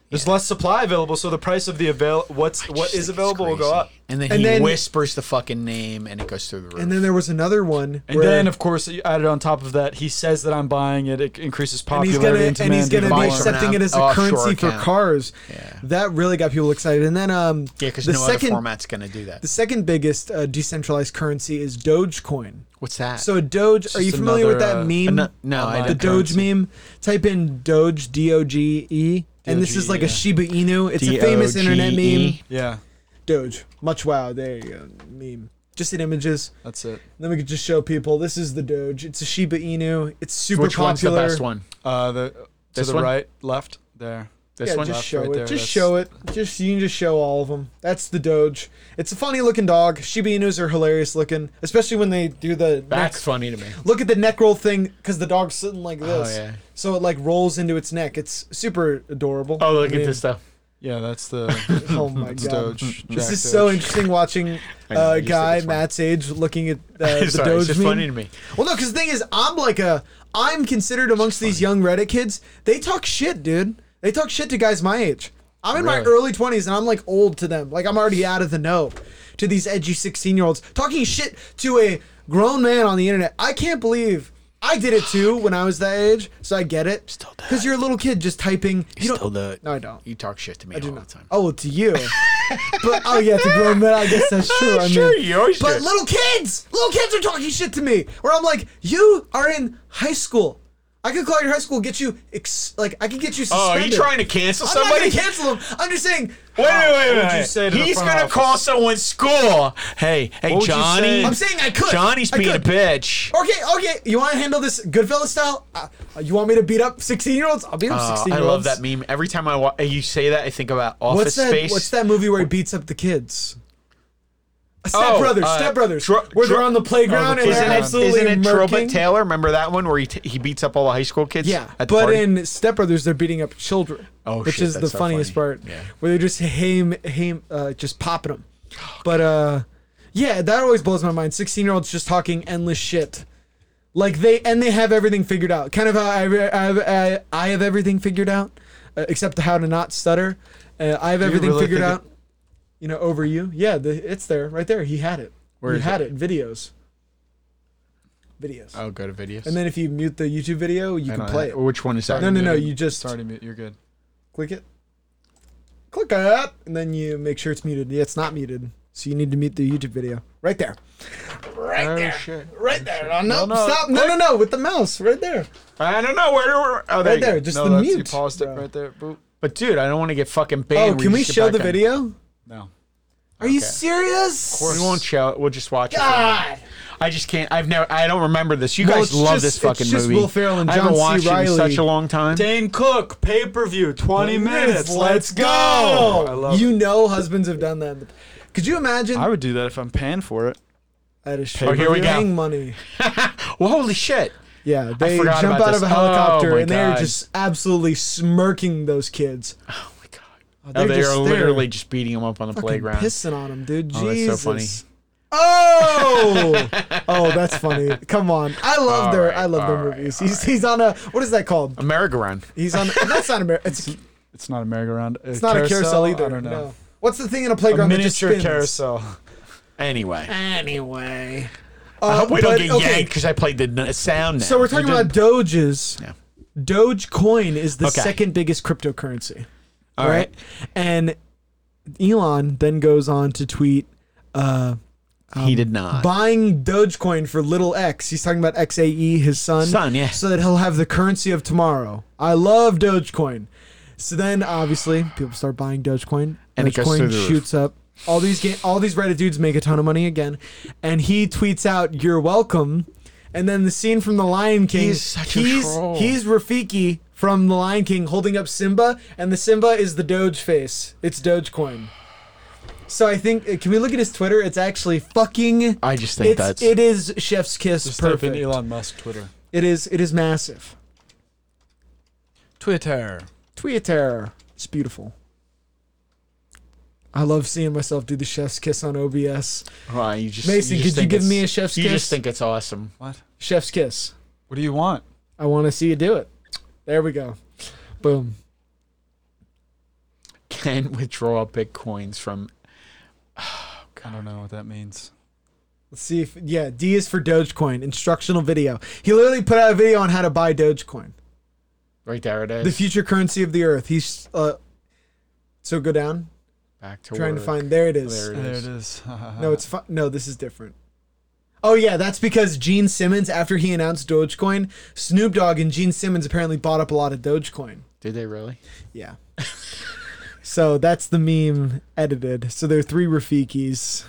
Speaker 3: There's less supply available, so the price of the avail what's what
Speaker 4: Just
Speaker 3: is
Speaker 4: think it's
Speaker 3: available will go
Speaker 4: crazy.
Speaker 3: up.
Speaker 4: And then
Speaker 2: And
Speaker 4: he
Speaker 2: then-
Speaker 4: whispers the fucking name, and it goes through the roof.
Speaker 2: And then there was another one.
Speaker 3: And
Speaker 2: where-
Speaker 3: then, of course, you added on top of that, he says that I'm buying it. It increases
Speaker 2: and he's
Speaker 3: popularity
Speaker 2: gonna
Speaker 3: and,
Speaker 2: and he's
Speaker 3: demand
Speaker 2: gonna be
Speaker 3: even
Speaker 4: buy
Speaker 3: more.
Speaker 4: from an
Speaker 2: accepting it as a
Speaker 4: offshore
Speaker 2: currency for
Speaker 4: account.
Speaker 2: cars.
Speaker 4: Yeah.
Speaker 2: That really got people excited. And then um,
Speaker 4: yeah, because
Speaker 2: the
Speaker 4: no
Speaker 2: second
Speaker 4: other format's gonna do that.
Speaker 2: the second biggest uh, decentralized currency is Dogecoin.
Speaker 4: What's that?
Speaker 2: So Doge, are you
Speaker 3: just
Speaker 2: familiar with that
Speaker 3: another, uh,
Speaker 2: meme?
Speaker 4: ano- no, I
Speaker 2: the
Speaker 4: don't-
Speaker 2: Doge meme. Type in Doge D O G E, and this is like a
Speaker 3: yeah.
Speaker 2: Shiba Inu. It's a famous
Speaker 4: E
Speaker 2: internet meme.
Speaker 4: D-O-G-E.
Speaker 3: Yeah,
Speaker 2: Doge, much wow. There you go, meme. Just in images.
Speaker 3: that's it.
Speaker 2: Then we could just show people. This is the Doge. It's a Shiba Inu. It's super
Speaker 4: Which
Speaker 2: popular.
Speaker 4: one's the best one?
Speaker 3: Uh, the to
Speaker 4: This
Speaker 3: the
Speaker 4: one?
Speaker 3: right, left, there.
Speaker 4: This
Speaker 2: yeah,
Speaker 4: one.
Speaker 2: just
Speaker 3: Left,
Speaker 2: show
Speaker 3: right
Speaker 2: it.
Speaker 3: there,
Speaker 2: just
Speaker 3: that's-
Speaker 2: show it. Just you can just show all of them. That's the Doge. It's a funny looking dog. Shiba Inus are hilarious looking, especially when they do the neck.
Speaker 4: That's funny to me.
Speaker 2: Look at the neck roll thing because the dog's sitting like this,
Speaker 4: Oh, yeah.
Speaker 2: so it like rolls into its neck. It's super adorable.
Speaker 4: Oh, look
Speaker 2: I mean,
Speaker 4: at this stuff.
Speaker 3: Yeah, that's the
Speaker 2: Oh my
Speaker 3: that's
Speaker 2: god.
Speaker 3: Doge.
Speaker 2: This
Speaker 3: Jack
Speaker 2: is so
Speaker 3: Doge.
Speaker 2: interesting watching
Speaker 4: I know, I
Speaker 2: a
Speaker 4: used to
Speaker 2: guy
Speaker 4: this one.
Speaker 2: Matt's age looking at uh, the
Speaker 4: Sorry,
Speaker 2: Doge
Speaker 4: it's just
Speaker 2: meme.
Speaker 4: funny to me.
Speaker 2: Well, no, because the thing is, I'm like a, I'm considered amongst these young Reddit kids. They talk shit, dude. They talk shit to guys my age. I'm in my
Speaker 3: Really?
Speaker 2: early 20s and I'm like old to them. Like I'm already out of the know to these edgy 16 year olds talking shit to a grown man on the internet. I can't believe. I did it too when I was that age, so I get it. Still
Speaker 4: do
Speaker 2: Because you're a little kid just typing. You don't-
Speaker 4: Still the
Speaker 2: No, I don't.
Speaker 4: You talk shit to me all the time.
Speaker 2: Oh, to you. but oh yeah, to grown men, I guess that's true. I
Speaker 4: Sure,
Speaker 2: mean,
Speaker 4: you always
Speaker 2: but
Speaker 4: do.
Speaker 2: little kids, little kids are talking shit to me. Where I'm like, you are in high school. I could call your high school, get you ex- like I could get you
Speaker 4: Oh,
Speaker 2: suspended.
Speaker 4: are you trying to cancel
Speaker 2: I'm
Speaker 4: somebody?
Speaker 2: not gonna cancel them. I'm just saying.
Speaker 4: Wait, wait, wait,
Speaker 3: would you
Speaker 4: wait.
Speaker 3: say to the
Speaker 4: He's
Speaker 3: front
Speaker 4: gonna
Speaker 3: office?
Speaker 4: call someone school. Hey, hey,
Speaker 3: would you
Speaker 4: Johnny.
Speaker 3: say?
Speaker 2: I'm saying I could.
Speaker 4: Johnny's
Speaker 2: I
Speaker 4: being
Speaker 2: could.
Speaker 4: a bitch.
Speaker 2: Okay, okay. You want to handle this Goodfellas style? Uh, you want me to beat up 16 year olds? I'll beat up
Speaker 4: Uh,
Speaker 2: 16
Speaker 4: I
Speaker 2: year olds.
Speaker 4: love that meme. Every time I wa- you say that, I think about Office
Speaker 2: What's that?
Speaker 4: Space.
Speaker 2: What's that movie where he beats up the kids? Step
Speaker 4: Oh,
Speaker 2: brothers,
Speaker 4: uh,
Speaker 2: Step Brothers,
Speaker 4: Dro-
Speaker 2: where
Speaker 4: Dro-
Speaker 2: they're on the playground and
Speaker 4: Isn't
Speaker 2: they're
Speaker 4: it,
Speaker 2: absolutely
Speaker 4: isn't it Trobit
Speaker 2: murking.
Speaker 4: Taylor? Remember that one where he, t- he beats up all the high school kids?
Speaker 2: Yeah,
Speaker 4: at the
Speaker 2: but
Speaker 4: party?
Speaker 2: in Step Brothers, they're beating up children,
Speaker 4: Oh,
Speaker 2: which
Speaker 4: shit,
Speaker 2: is the
Speaker 4: that's so
Speaker 2: funniest
Speaker 4: funny.
Speaker 2: part,
Speaker 4: Yeah. Oh,
Speaker 2: where they're just ham, ham, uh, just popping them. But uh, yeah, that always blows my mind. Sixteen-year-olds just talking endless shit, like they and they have everything figured out. Kind of how I, re- I, have- I, I have everything figured out, uh, except how to not stutter. Uh, I have everything
Speaker 3: really
Speaker 2: figured
Speaker 3: think it-
Speaker 2: out. you know, over you. Yeah, the, it's there, right there. He had it. he
Speaker 3: is
Speaker 2: had it? Videos. Videos.
Speaker 3: Oh, go to videos.
Speaker 2: And then if you mute the YouTube video, you
Speaker 3: I
Speaker 2: can
Speaker 3: don't
Speaker 2: play it.
Speaker 3: have-
Speaker 4: Which one is that?
Speaker 2: No, no, no.
Speaker 3: muted.
Speaker 2: You just
Speaker 3: Sorry to mute. You're good.
Speaker 2: click it. Click it, and then you make sure it's muted. Yeah, it's not muted, so you need to mute the YouTube video right there. Right
Speaker 3: Oh
Speaker 2: there.
Speaker 3: shit.
Speaker 2: Right there. No, no,
Speaker 3: no,
Speaker 2: stop. No, no, no. With the mouse, right there.
Speaker 4: I don't know where. where oh, there
Speaker 2: Right
Speaker 4: you
Speaker 2: there.
Speaker 4: go.
Speaker 2: Just
Speaker 3: no,
Speaker 2: the
Speaker 3: that's,
Speaker 2: mute.
Speaker 3: you paused it
Speaker 2: bro.
Speaker 3: right there. Boop.
Speaker 4: But dude, I don't want to get fucking
Speaker 2: Oh,
Speaker 4: banned. We
Speaker 2: can we
Speaker 4: just get
Speaker 2: show
Speaker 4: back
Speaker 2: the
Speaker 4: on-
Speaker 2: video?
Speaker 3: No.
Speaker 2: Are you serious?
Speaker 4: We won't show it. We'll just watch it.
Speaker 2: God.
Speaker 4: I just can't. I've never. I don't remember this. You
Speaker 2: Well,
Speaker 4: guys
Speaker 2: it's
Speaker 4: love
Speaker 2: just-
Speaker 4: this fucking
Speaker 2: it's just
Speaker 4: movie.
Speaker 2: Will Ferrell and
Speaker 4: I haven't
Speaker 2: John C.
Speaker 4: watched it in
Speaker 2: Riley.
Speaker 4: such a long time.
Speaker 3: Dane Cook pay per view. Twenty minutes. Let's go. I love.
Speaker 2: You know, husbands have done that. Could you imagine?
Speaker 3: I would do that if I'm paying for it.
Speaker 2: That is
Speaker 4: Oh, here we go.
Speaker 2: paying money.
Speaker 4: Well, holy shit!
Speaker 2: Yeah, they
Speaker 4: forgot
Speaker 2: jump
Speaker 4: about
Speaker 2: out of
Speaker 4: this.
Speaker 2: a
Speaker 4: Oh,
Speaker 2: helicopter
Speaker 4: my
Speaker 2: and they're
Speaker 4: God.
Speaker 2: just absolutely smirking those kids.
Speaker 4: Oh my god!
Speaker 2: they're
Speaker 4: Oh, they
Speaker 2: just
Speaker 4: are
Speaker 2: there.
Speaker 4: literally just beating him up on the
Speaker 2: Fucking
Speaker 4: playground.
Speaker 2: pissing on him, dude.
Speaker 4: Oh, that's so
Speaker 2: Jesus.
Speaker 4: funny.
Speaker 2: Oh, oh, that's funny. Come on, I love
Speaker 4: All
Speaker 2: their,
Speaker 4: right,
Speaker 2: I love their
Speaker 4: all right,
Speaker 2: movies. He's, he's on a, what is that called?
Speaker 4: A merry-go-round.
Speaker 2: He's on. That's not a. mer- It's a-
Speaker 3: It's not a merry-go-round. Uh,
Speaker 2: it's not a carousel either.
Speaker 3: I don't know.
Speaker 2: No. What's the thing in a
Speaker 3: A
Speaker 2: playground? that just
Speaker 3: miniature
Speaker 2: spins?
Speaker 3: carousel.
Speaker 4: Anyway,
Speaker 2: Anyway,
Speaker 4: I hope Uh, we don't
Speaker 2: Uh, but,
Speaker 4: get
Speaker 2: okay,
Speaker 4: yanked because I played the n- sound. Now.
Speaker 2: So we're talking
Speaker 4: You
Speaker 2: about
Speaker 4: did-
Speaker 2: Doges.
Speaker 4: Yeah.
Speaker 2: Doge coin is the
Speaker 4: Okay.
Speaker 2: second biggest cryptocurrency.
Speaker 4: All right.
Speaker 2: And Elon then goes on to tweet uh,
Speaker 4: he did not.
Speaker 2: buying Dogecoin for little X. He's talking about XAE, his son.
Speaker 4: Son, yeah.
Speaker 2: So that he'll have the currency of tomorrow. I love Dogecoin. So then obviously people start buying Dogecoin.
Speaker 4: And it goes through
Speaker 2: Dogecoin
Speaker 4: the roof.
Speaker 2: shoots up. All these ga- all these Reddit dudes make a ton of money again. And he tweets out, You're welcome. And then the scene from The Lion King.
Speaker 4: He's such a
Speaker 2: he's,
Speaker 4: troll.
Speaker 2: he's Rafiki from The Lion King holding up Simba, and the Simba is the Doge face. It's Dogecoin. So I think uh, can we look at his Twitter? It's actually fucking.
Speaker 4: I just think
Speaker 2: it's,
Speaker 4: that's-
Speaker 2: it is Chef's kiss
Speaker 3: Type in
Speaker 2: perfect.
Speaker 3: Elon Musk Twitter.
Speaker 2: It is it is massive.
Speaker 3: Twitter.
Speaker 2: Twitter, it's beautiful. I love seeing myself do the Chef's kiss on OBS.
Speaker 4: Why, you just,
Speaker 2: Mason,
Speaker 4: just
Speaker 2: could you
Speaker 4: think
Speaker 2: give
Speaker 4: it's-
Speaker 2: me a chef's
Speaker 4: You
Speaker 2: kiss?
Speaker 4: just think it's awesome.
Speaker 3: What?
Speaker 2: Chef's kiss.
Speaker 3: What do you want?
Speaker 2: I want to see you do it. There we go. Boom.
Speaker 4: Can withdraw bitcoins from
Speaker 3: I don't know what that means.
Speaker 2: Let's see if yeah. D is for Dogecoin. Instructional video. He literally put out a video on how to buy Dogecoin.
Speaker 4: right there. It is
Speaker 2: The future currency of the earth. He's uh. So go down.
Speaker 4: back to
Speaker 2: Trying to
Speaker 4: work.
Speaker 2: find. There it is.
Speaker 4: There it
Speaker 3: There
Speaker 4: is.
Speaker 3: it is.
Speaker 2: No, it's fu- no. This is different. Oh yeah, that's because Gene Simmons, after he announced Dogecoin, Snoop Dogg and Gene Simmons apparently bought up a lot of Dogecoin.
Speaker 4: Did they really?
Speaker 2: Yeah. so that's the meme edited. So there are three Rafikis.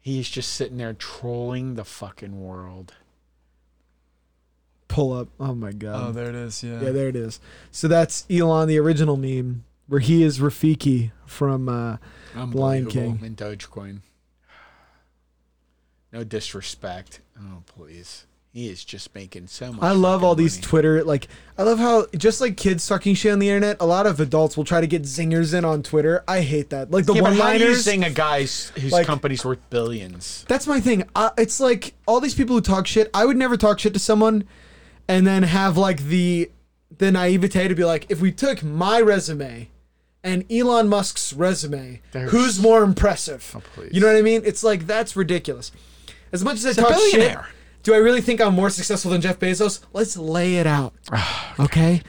Speaker 4: He's just sitting there trolling the fucking world.
Speaker 2: Pull up. Oh my god.
Speaker 3: Oh, there it is. Yeah.
Speaker 2: yeah, there it is. So that's Elon, the original meme, where he is Rafiki from. Uh, Lion King.
Speaker 4: and Dogecoin. No disrespect. Oh please. He is just making so much.
Speaker 2: I love
Speaker 4: fucking
Speaker 2: all these
Speaker 4: money.
Speaker 2: Twitter like I love how just like kids talking shit on the internet, a lot of adults will try to get zingers in on Twitter. I hate that. Like the
Speaker 4: yeah, but how do you
Speaker 2: one-liners.
Speaker 4: sing a guy's whose
Speaker 2: Like-
Speaker 4: company's worth billions?
Speaker 2: That's my thing. I, it's like all these people who talk shit. I would never talk shit to someone, and then have like the the naivete to be like, if we took my resume and Elon Musk's resume, who's more impressive?
Speaker 4: Oh, please.
Speaker 2: you know what I mean? It's like that's ridiculous. As much as I talk shit,
Speaker 4: billionaire.
Speaker 2: do I really think I'm more successful than Jeff Bezos? Let's lay it out. okay.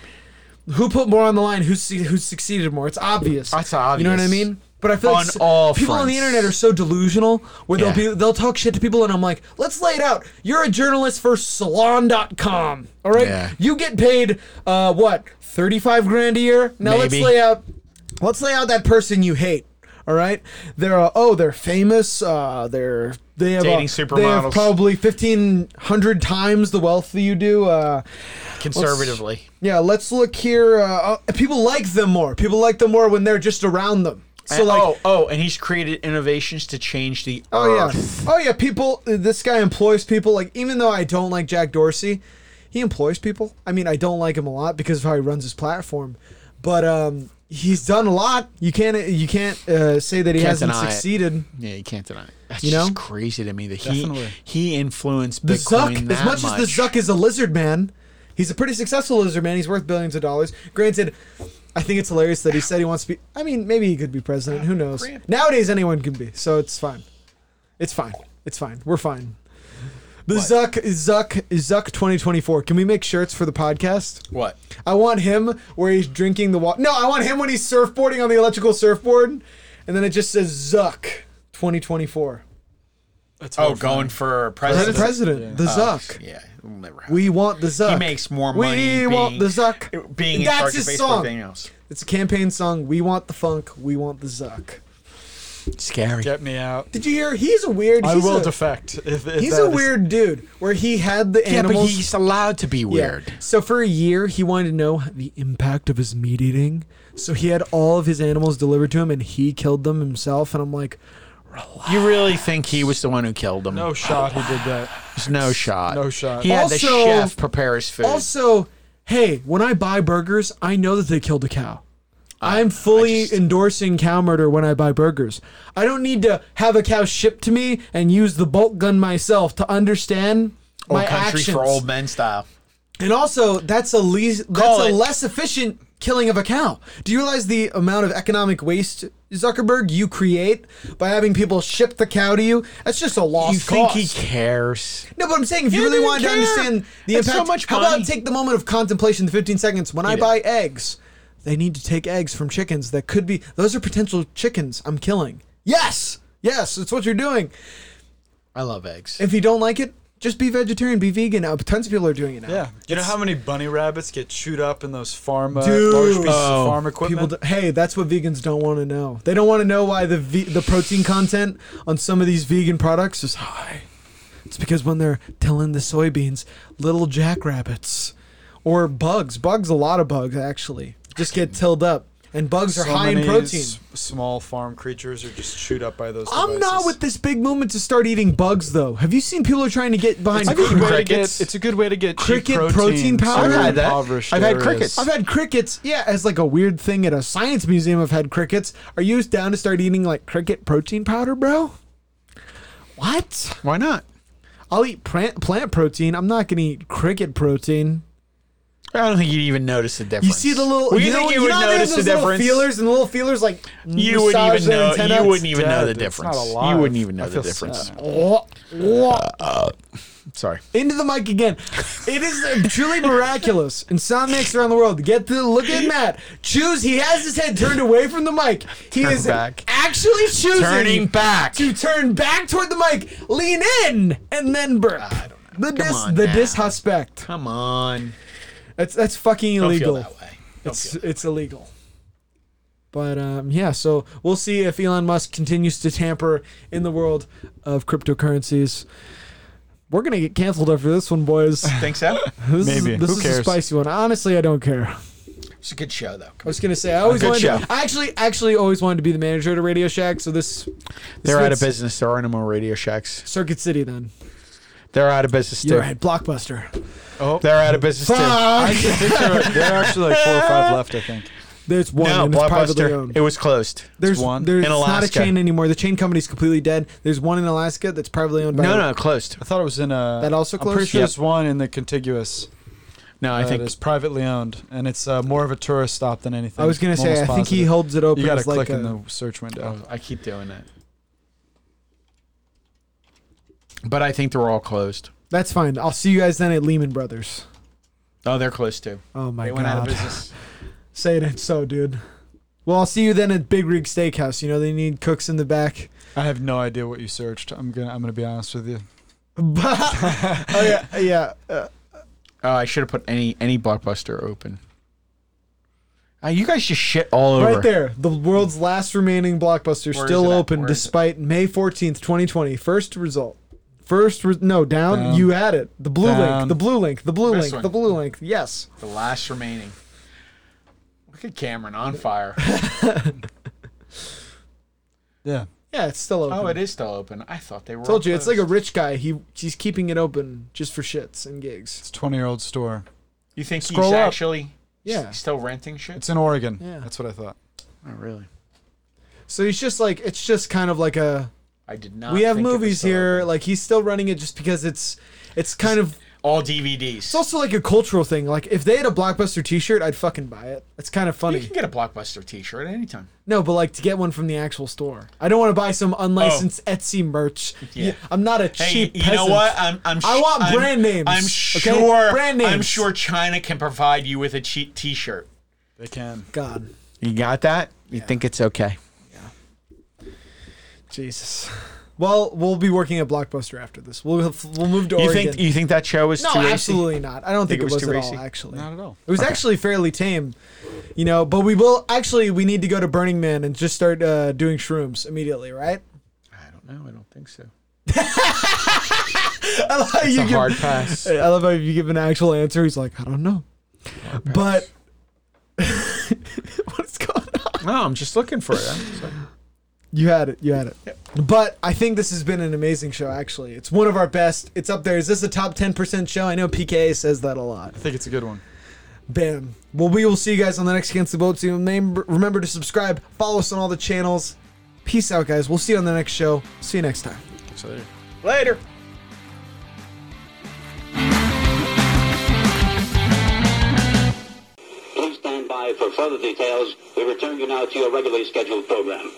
Speaker 2: Who put more on the line? Who su- who succeeded more? It's obvious.
Speaker 4: That's
Speaker 2: You know what I
Speaker 4: obvious.
Speaker 2: mean? But I feel like
Speaker 4: On
Speaker 2: s-
Speaker 4: all
Speaker 2: people on the
Speaker 4: fronts.
Speaker 2: internet are so delusional where
Speaker 4: Yeah.
Speaker 2: they'll be they'll talk shit to people and I'm like, let's lay it out. You're a journalist for salon.com. All right.
Speaker 4: Yeah.
Speaker 2: You get paid uh what, thirty five grand a year? Now
Speaker 4: Maybe.
Speaker 2: let's lay out let's lay out that person you hate. All right, they're uh, oh they're famous. Uh, they're they have uh,
Speaker 4: Dating
Speaker 2: They have
Speaker 4: supermodels.
Speaker 2: probably fifteen hundred times the wealth that you do. Uh,
Speaker 4: Conservatively,
Speaker 2: yeah, let's look here. Uh, uh, people like them more. People like them more when they're just around them. So
Speaker 4: And-
Speaker 2: like
Speaker 4: oh, oh, and he's created innovations to change the
Speaker 2: Oh yeah.
Speaker 4: earth.
Speaker 2: Oh yeah. People. This guy employs people. Like even though I don't like Jack Dorsey, he employs people. I mean, I don't like him a lot because of how he runs his platform, but um, he's done a lot. You can't. You can't uh, say that he
Speaker 4: Can't
Speaker 2: hasn't
Speaker 4: deny it.
Speaker 2: succeeded.
Speaker 4: Yeah, you can't deny. It. That's
Speaker 2: You
Speaker 4: just
Speaker 2: know?
Speaker 4: crazy to me that
Speaker 3: Definitely.
Speaker 4: he he influenced
Speaker 2: The
Speaker 4: Bitcoin
Speaker 2: Zuck.
Speaker 4: that
Speaker 2: As much, as the Zuck is a lizard man, he's a pretty successful lizard man. He's worth billions of dollars. Granted. I think it's hilarious that he said he wants to be. I mean, maybe he could be president. Who knows? Nowadays, anyone can be, so it's fine. It's fine. It's fine. We're fine. The Zuck Zuck Zuck 2024. Can we make shirts for the podcast?
Speaker 4: What? Oh,
Speaker 2: I want him where he's drinking the water. No, I want him when he's surfboarding on the electrical surfboard, and then it just says Zuck 2024.
Speaker 4: oh, going for
Speaker 2: The
Speaker 4: president.
Speaker 2: president, the Zuck.
Speaker 4: Yeah, Oh, it'll never happen.
Speaker 2: We want the Zuck.
Speaker 4: he makes more money.
Speaker 2: We
Speaker 4: being,
Speaker 2: want the Zuck.
Speaker 4: Being in
Speaker 2: That's
Speaker 4: charge of
Speaker 2: his
Speaker 4: Facebook
Speaker 2: song.
Speaker 4: than anything else.
Speaker 2: It's a campaign song. We want the funk. We want the Zuck.
Speaker 4: Scary.
Speaker 3: Get me out.
Speaker 2: Did you hear? He's a weird.
Speaker 3: I
Speaker 2: he's
Speaker 3: will
Speaker 2: a,
Speaker 3: defect. If, if
Speaker 2: He's
Speaker 3: that
Speaker 2: a
Speaker 3: is-
Speaker 2: weird dude. Where he had the
Speaker 4: Yeah,
Speaker 2: animals.
Speaker 4: but he's allowed to be weird.
Speaker 2: Yeah. So for a year, he wanted to know the impact of his meat eating. So he had all of his animals delivered to him, and he killed them himself. And I'm like,
Speaker 4: You really think he was the one who killed him?
Speaker 3: No shot. He did that.
Speaker 4: There's no shot.
Speaker 3: No shot.
Speaker 4: He had the
Speaker 2: Also-
Speaker 4: chef prepare his food.
Speaker 2: also, hey, when I buy burgers, I know that they killed a cow. I'm fully endorsing cow murder when I buy burgers. I don't need to have a cow shipped to me and use the bolt gun myself to understand
Speaker 4: old
Speaker 2: my
Speaker 4: country
Speaker 2: actions.
Speaker 4: for old men style.
Speaker 2: And also, that's a least that's
Speaker 4: Call
Speaker 2: a
Speaker 4: it.
Speaker 2: less efficient killing of a cow. Do you realize the amount of economic waste Zuckerberg you create by having people ship the cow to you? That's just a lost
Speaker 4: You think
Speaker 2: cause.
Speaker 4: he cares?
Speaker 2: no, but I'm saying if you
Speaker 4: He
Speaker 2: really
Speaker 4: didn't
Speaker 2: wanted to
Speaker 4: care.
Speaker 2: understand the
Speaker 4: It's so
Speaker 2: impact,
Speaker 4: much
Speaker 2: how
Speaker 4: money.
Speaker 2: about take the moment of contemplation, the 15 seconds when I
Speaker 4: did.
Speaker 2: buy eggs, they need to take eggs from chickens that could be those are potential chickens I'm killing. Yes, yes, it's what you're doing.
Speaker 4: I love eggs.
Speaker 2: If you don't like it, just be vegetarian, be vegan. Now, tons of people are doing it now.
Speaker 3: Yeah. You know how many bunny rabbits get chewed up in those farm uh,
Speaker 2: Dude.
Speaker 3: large pieces of
Speaker 4: Oh.
Speaker 3: farm
Speaker 2: People,
Speaker 3: equipment?
Speaker 2: d- hey, that's what vegans don't want to know. They don't want to know why the ve- the protein content on some of these vegan products is high. It's because when they're tilling the soybeans, little jackrabbits or bugs, bugs, a lot of bugs actually, just get tilled up, and bugs are
Speaker 3: So
Speaker 2: high in
Speaker 3: many
Speaker 2: protein.
Speaker 3: s- small farm creatures are just chewed up by those.
Speaker 2: I'm not
Speaker 3: devices.
Speaker 2: with this big movement to start eating bugs though. Have you seen people are trying to get behind?
Speaker 3: It's a good way to
Speaker 4: Crickets.
Speaker 3: get. It's a good way to get cheap
Speaker 2: Cricket protein
Speaker 3: protein, to
Speaker 2: powder? I've had
Speaker 4: that.
Speaker 3: impoverished
Speaker 4: I've had
Speaker 3: areas.
Speaker 4: crickets.
Speaker 2: I've had crickets, yeah, as like a weird thing at a science museum. I've had crickets. Are you down to start eating like cricket protein powder, bro? What?
Speaker 4: Why not?
Speaker 2: I'll eat plant plant protein. I'm not gonna eat cricket protein.
Speaker 4: I don't think you'd even notice the difference.
Speaker 2: You see the little.
Speaker 4: Well, you,
Speaker 2: you
Speaker 4: think
Speaker 2: know,
Speaker 4: you would
Speaker 2: know
Speaker 4: notice the
Speaker 2: those little
Speaker 4: difference?
Speaker 2: Feelers and the little feelers like
Speaker 4: you wouldn't
Speaker 2: massage
Speaker 4: even
Speaker 2: their
Speaker 4: know.
Speaker 2: antenna?
Speaker 4: You wouldn't even know the
Speaker 3: dead. It's not
Speaker 4: difference. You
Speaker 3: alive.
Speaker 4: wouldn't even
Speaker 3: I
Speaker 4: know the
Speaker 3: feel
Speaker 4: difference.
Speaker 3: sad.
Speaker 2: Wah, wah.
Speaker 4: Sorry.
Speaker 2: Into the mic again. It is uh, truly miraculous. Insomniacs around the world. Get the look at Matt. Choose. He has his head turned away from the mic. He is
Speaker 4: back.
Speaker 2: actually choosing
Speaker 4: Turning back.
Speaker 2: to turn back toward the mic, lean in, and then burp.
Speaker 4: Ah,
Speaker 2: The
Speaker 4: Come
Speaker 2: dis,
Speaker 4: on
Speaker 2: the
Speaker 4: now.
Speaker 2: disrespect.
Speaker 4: Come on.
Speaker 2: That's that's fucking
Speaker 4: Don't
Speaker 2: illegal.
Speaker 4: feel that way. Don't
Speaker 2: It's
Speaker 4: feel-
Speaker 2: it's illegal. But um, yeah, so we'll see if Elon Musk continues to tamper in the world of cryptocurrencies. We're gonna get canceled after this one, boys.
Speaker 4: Think so?
Speaker 2: This
Speaker 3: Maybe.
Speaker 2: is, this
Speaker 3: Who
Speaker 2: is a
Speaker 3: cares?
Speaker 2: spicy one. Honestly, I don't care. I
Speaker 4: It's a good show though.
Speaker 2: was gonna say I always
Speaker 4: Good
Speaker 2: wanted.
Speaker 4: show.
Speaker 2: To, I actually actually always wanted to be the manager at a Radio Shack. So this, this
Speaker 4: They're out of
Speaker 2: fits
Speaker 4: business. There are no more Radio Shacks.
Speaker 2: Circuit City then.
Speaker 4: They're out of business too.
Speaker 2: You're right, Blockbuster.
Speaker 3: Oh,
Speaker 4: They're out of business too.
Speaker 3: I can think there are, there are actually like four or five left. I think.
Speaker 2: There's one.
Speaker 4: No,
Speaker 2: and it's privately
Speaker 4: Blockbuster.
Speaker 2: owned.
Speaker 4: It was closed.
Speaker 2: There's
Speaker 3: one
Speaker 2: one. There's
Speaker 4: in
Speaker 2: it's not a
Speaker 4: Alaska.
Speaker 2: chain anymore. The chain company's completely dead. There's one in Alaska that's privately owned by.
Speaker 4: No, no, closed.
Speaker 3: I thought it was in a.
Speaker 2: That also
Speaker 3: I'm pretty
Speaker 2: closed?
Speaker 3: sure
Speaker 2: Yep.
Speaker 3: there's one in the contiguous.
Speaker 4: No,
Speaker 2: Uh,
Speaker 4: I
Speaker 3: I think
Speaker 4: think
Speaker 3: it's privately owned, and it's uh, more of a tourist stop than anything.
Speaker 2: I was gonna
Speaker 3: I'm
Speaker 2: say. I
Speaker 3: almost
Speaker 2: think he
Speaker 3: positive.
Speaker 2: holds it open.
Speaker 3: You gotta
Speaker 2: as like
Speaker 3: click in
Speaker 2: a-
Speaker 3: the search window.
Speaker 4: Oh, I keep doing that. But I think they're all closed.
Speaker 2: That's fine. I'll see you guys then at Lehman Brothers.
Speaker 4: Oh, they're closed too.
Speaker 2: Oh my
Speaker 4: They
Speaker 2: god.
Speaker 4: went out of business.
Speaker 2: Say it ain't so, dude. Well, I'll see you then at Big Rig Steakhouse. You know they need cooks in the back.
Speaker 3: I have no idea what you searched. I'm gonna I'm gonna be honest with you.
Speaker 2: But oh yeah, yeah. Uh,
Speaker 4: Oh, I should have put any any blockbuster open. Uh, you guys just shit all over.
Speaker 2: right there, the world's last remaining blockbuster
Speaker 4: Where is
Speaker 2: still
Speaker 4: it at?
Speaker 2: open
Speaker 4: Where is it?
Speaker 2: despite May fourteenth, twenty twenty. First result. First, re- no down,
Speaker 3: Down.
Speaker 2: You had it. The blue
Speaker 3: Down.
Speaker 2: link. The blue link. The blue
Speaker 4: This
Speaker 2: link.
Speaker 4: one.
Speaker 2: The blue link. Yes.
Speaker 4: The last remaining. Look at Cameron on fire.
Speaker 3: Yeah.
Speaker 2: Yeah, it's still open.
Speaker 4: oh, it is still open. I thought they were.
Speaker 2: Told you, it's like a
Speaker 4: closed.
Speaker 2: rich guy. He he's keeping it open just for shits and gigs.
Speaker 3: It's a 20 year old store.
Speaker 4: You think he's
Speaker 3: Scroll up.
Speaker 4: actually
Speaker 2: Yeah.
Speaker 4: still renting shit?
Speaker 3: It's in Oregon.
Speaker 2: Yeah.
Speaker 3: That's what I thought.
Speaker 4: Oh, really?
Speaker 2: So he's just like it's just kind of like a
Speaker 4: I did not.
Speaker 2: we have
Speaker 4: think it was uh,
Speaker 2: movies
Speaker 4: still
Speaker 2: here.
Speaker 4: open.
Speaker 2: Like he's still running it just because it's it's kind of
Speaker 4: All DVDs.
Speaker 2: it's also like a cultural thing. Like if they had a blockbuster T-shirt, I'd fucking buy it. It's kind of
Speaker 4: you
Speaker 2: funny.
Speaker 4: can get a blockbuster T-shirt at any time.
Speaker 2: No, but like to get one from the actual store. I don't want to buy some unlicensed Etsy merch.
Speaker 4: Oh. Yeah.
Speaker 2: Yeah, I'm not a
Speaker 4: Hey,
Speaker 2: cheap.
Speaker 4: you know
Speaker 2: peasant.
Speaker 4: what? I'm, I'm
Speaker 2: I want
Speaker 4: am
Speaker 2: brand names,
Speaker 4: I'm
Speaker 2: okay?
Speaker 4: sure.
Speaker 2: Brand
Speaker 4: I'm
Speaker 2: names.
Speaker 4: sure China can provide you with a cheap T-shirt.
Speaker 3: They can.
Speaker 2: God,
Speaker 4: You got that? You think it's okay?
Speaker 2: Jesus. Well, we'll be working at Blockbuster after this. We'll we'll move to
Speaker 4: You
Speaker 2: Oregon.
Speaker 4: think you think that show was
Speaker 2: No,
Speaker 4: too racy?
Speaker 2: absolutely not. I don't think,
Speaker 4: it
Speaker 2: it
Speaker 4: was
Speaker 2: was,
Speaker 4: too
Speaker 2: at
Speaker 4: racy?
Speaker 2: all. Actually,
Speaker 3: Not at all.
Speaker 2: It was actually fairly tame, you know. But we will actually we need to go to Burning Man and just start uh, doing shrooms immediately, right?
Speaker 4: I don't know. I don't think so.
Speaker 2: I love how you
Speaker 4: It's a
Speaker 2: give,
Speaker 4: hard pass.
Speaker 2: I love how you give an actual answer. He's like, I don't know, but what's going on?
Speaker 4: No, I'm just looking for it. I'm just like-
Speaker 2: You had it. You had it. But I think this has been an amazing show. Actually, it's one of our best. It's up there. Is this a top ten percent show? I know PKA says that a lot.
Speaker 3: I think it's a good one.
Speaker 2: Bam. Well, we will see you guys on the next Against the Boat Team. Remember, remember to subscribe, follow us on all the channels. Peace out, guys. We'll see you on the next show. See you next time.
Speaker 4: Later.
Speaker 7: Please stand by for further details. We return you now to your regularly scheduled program.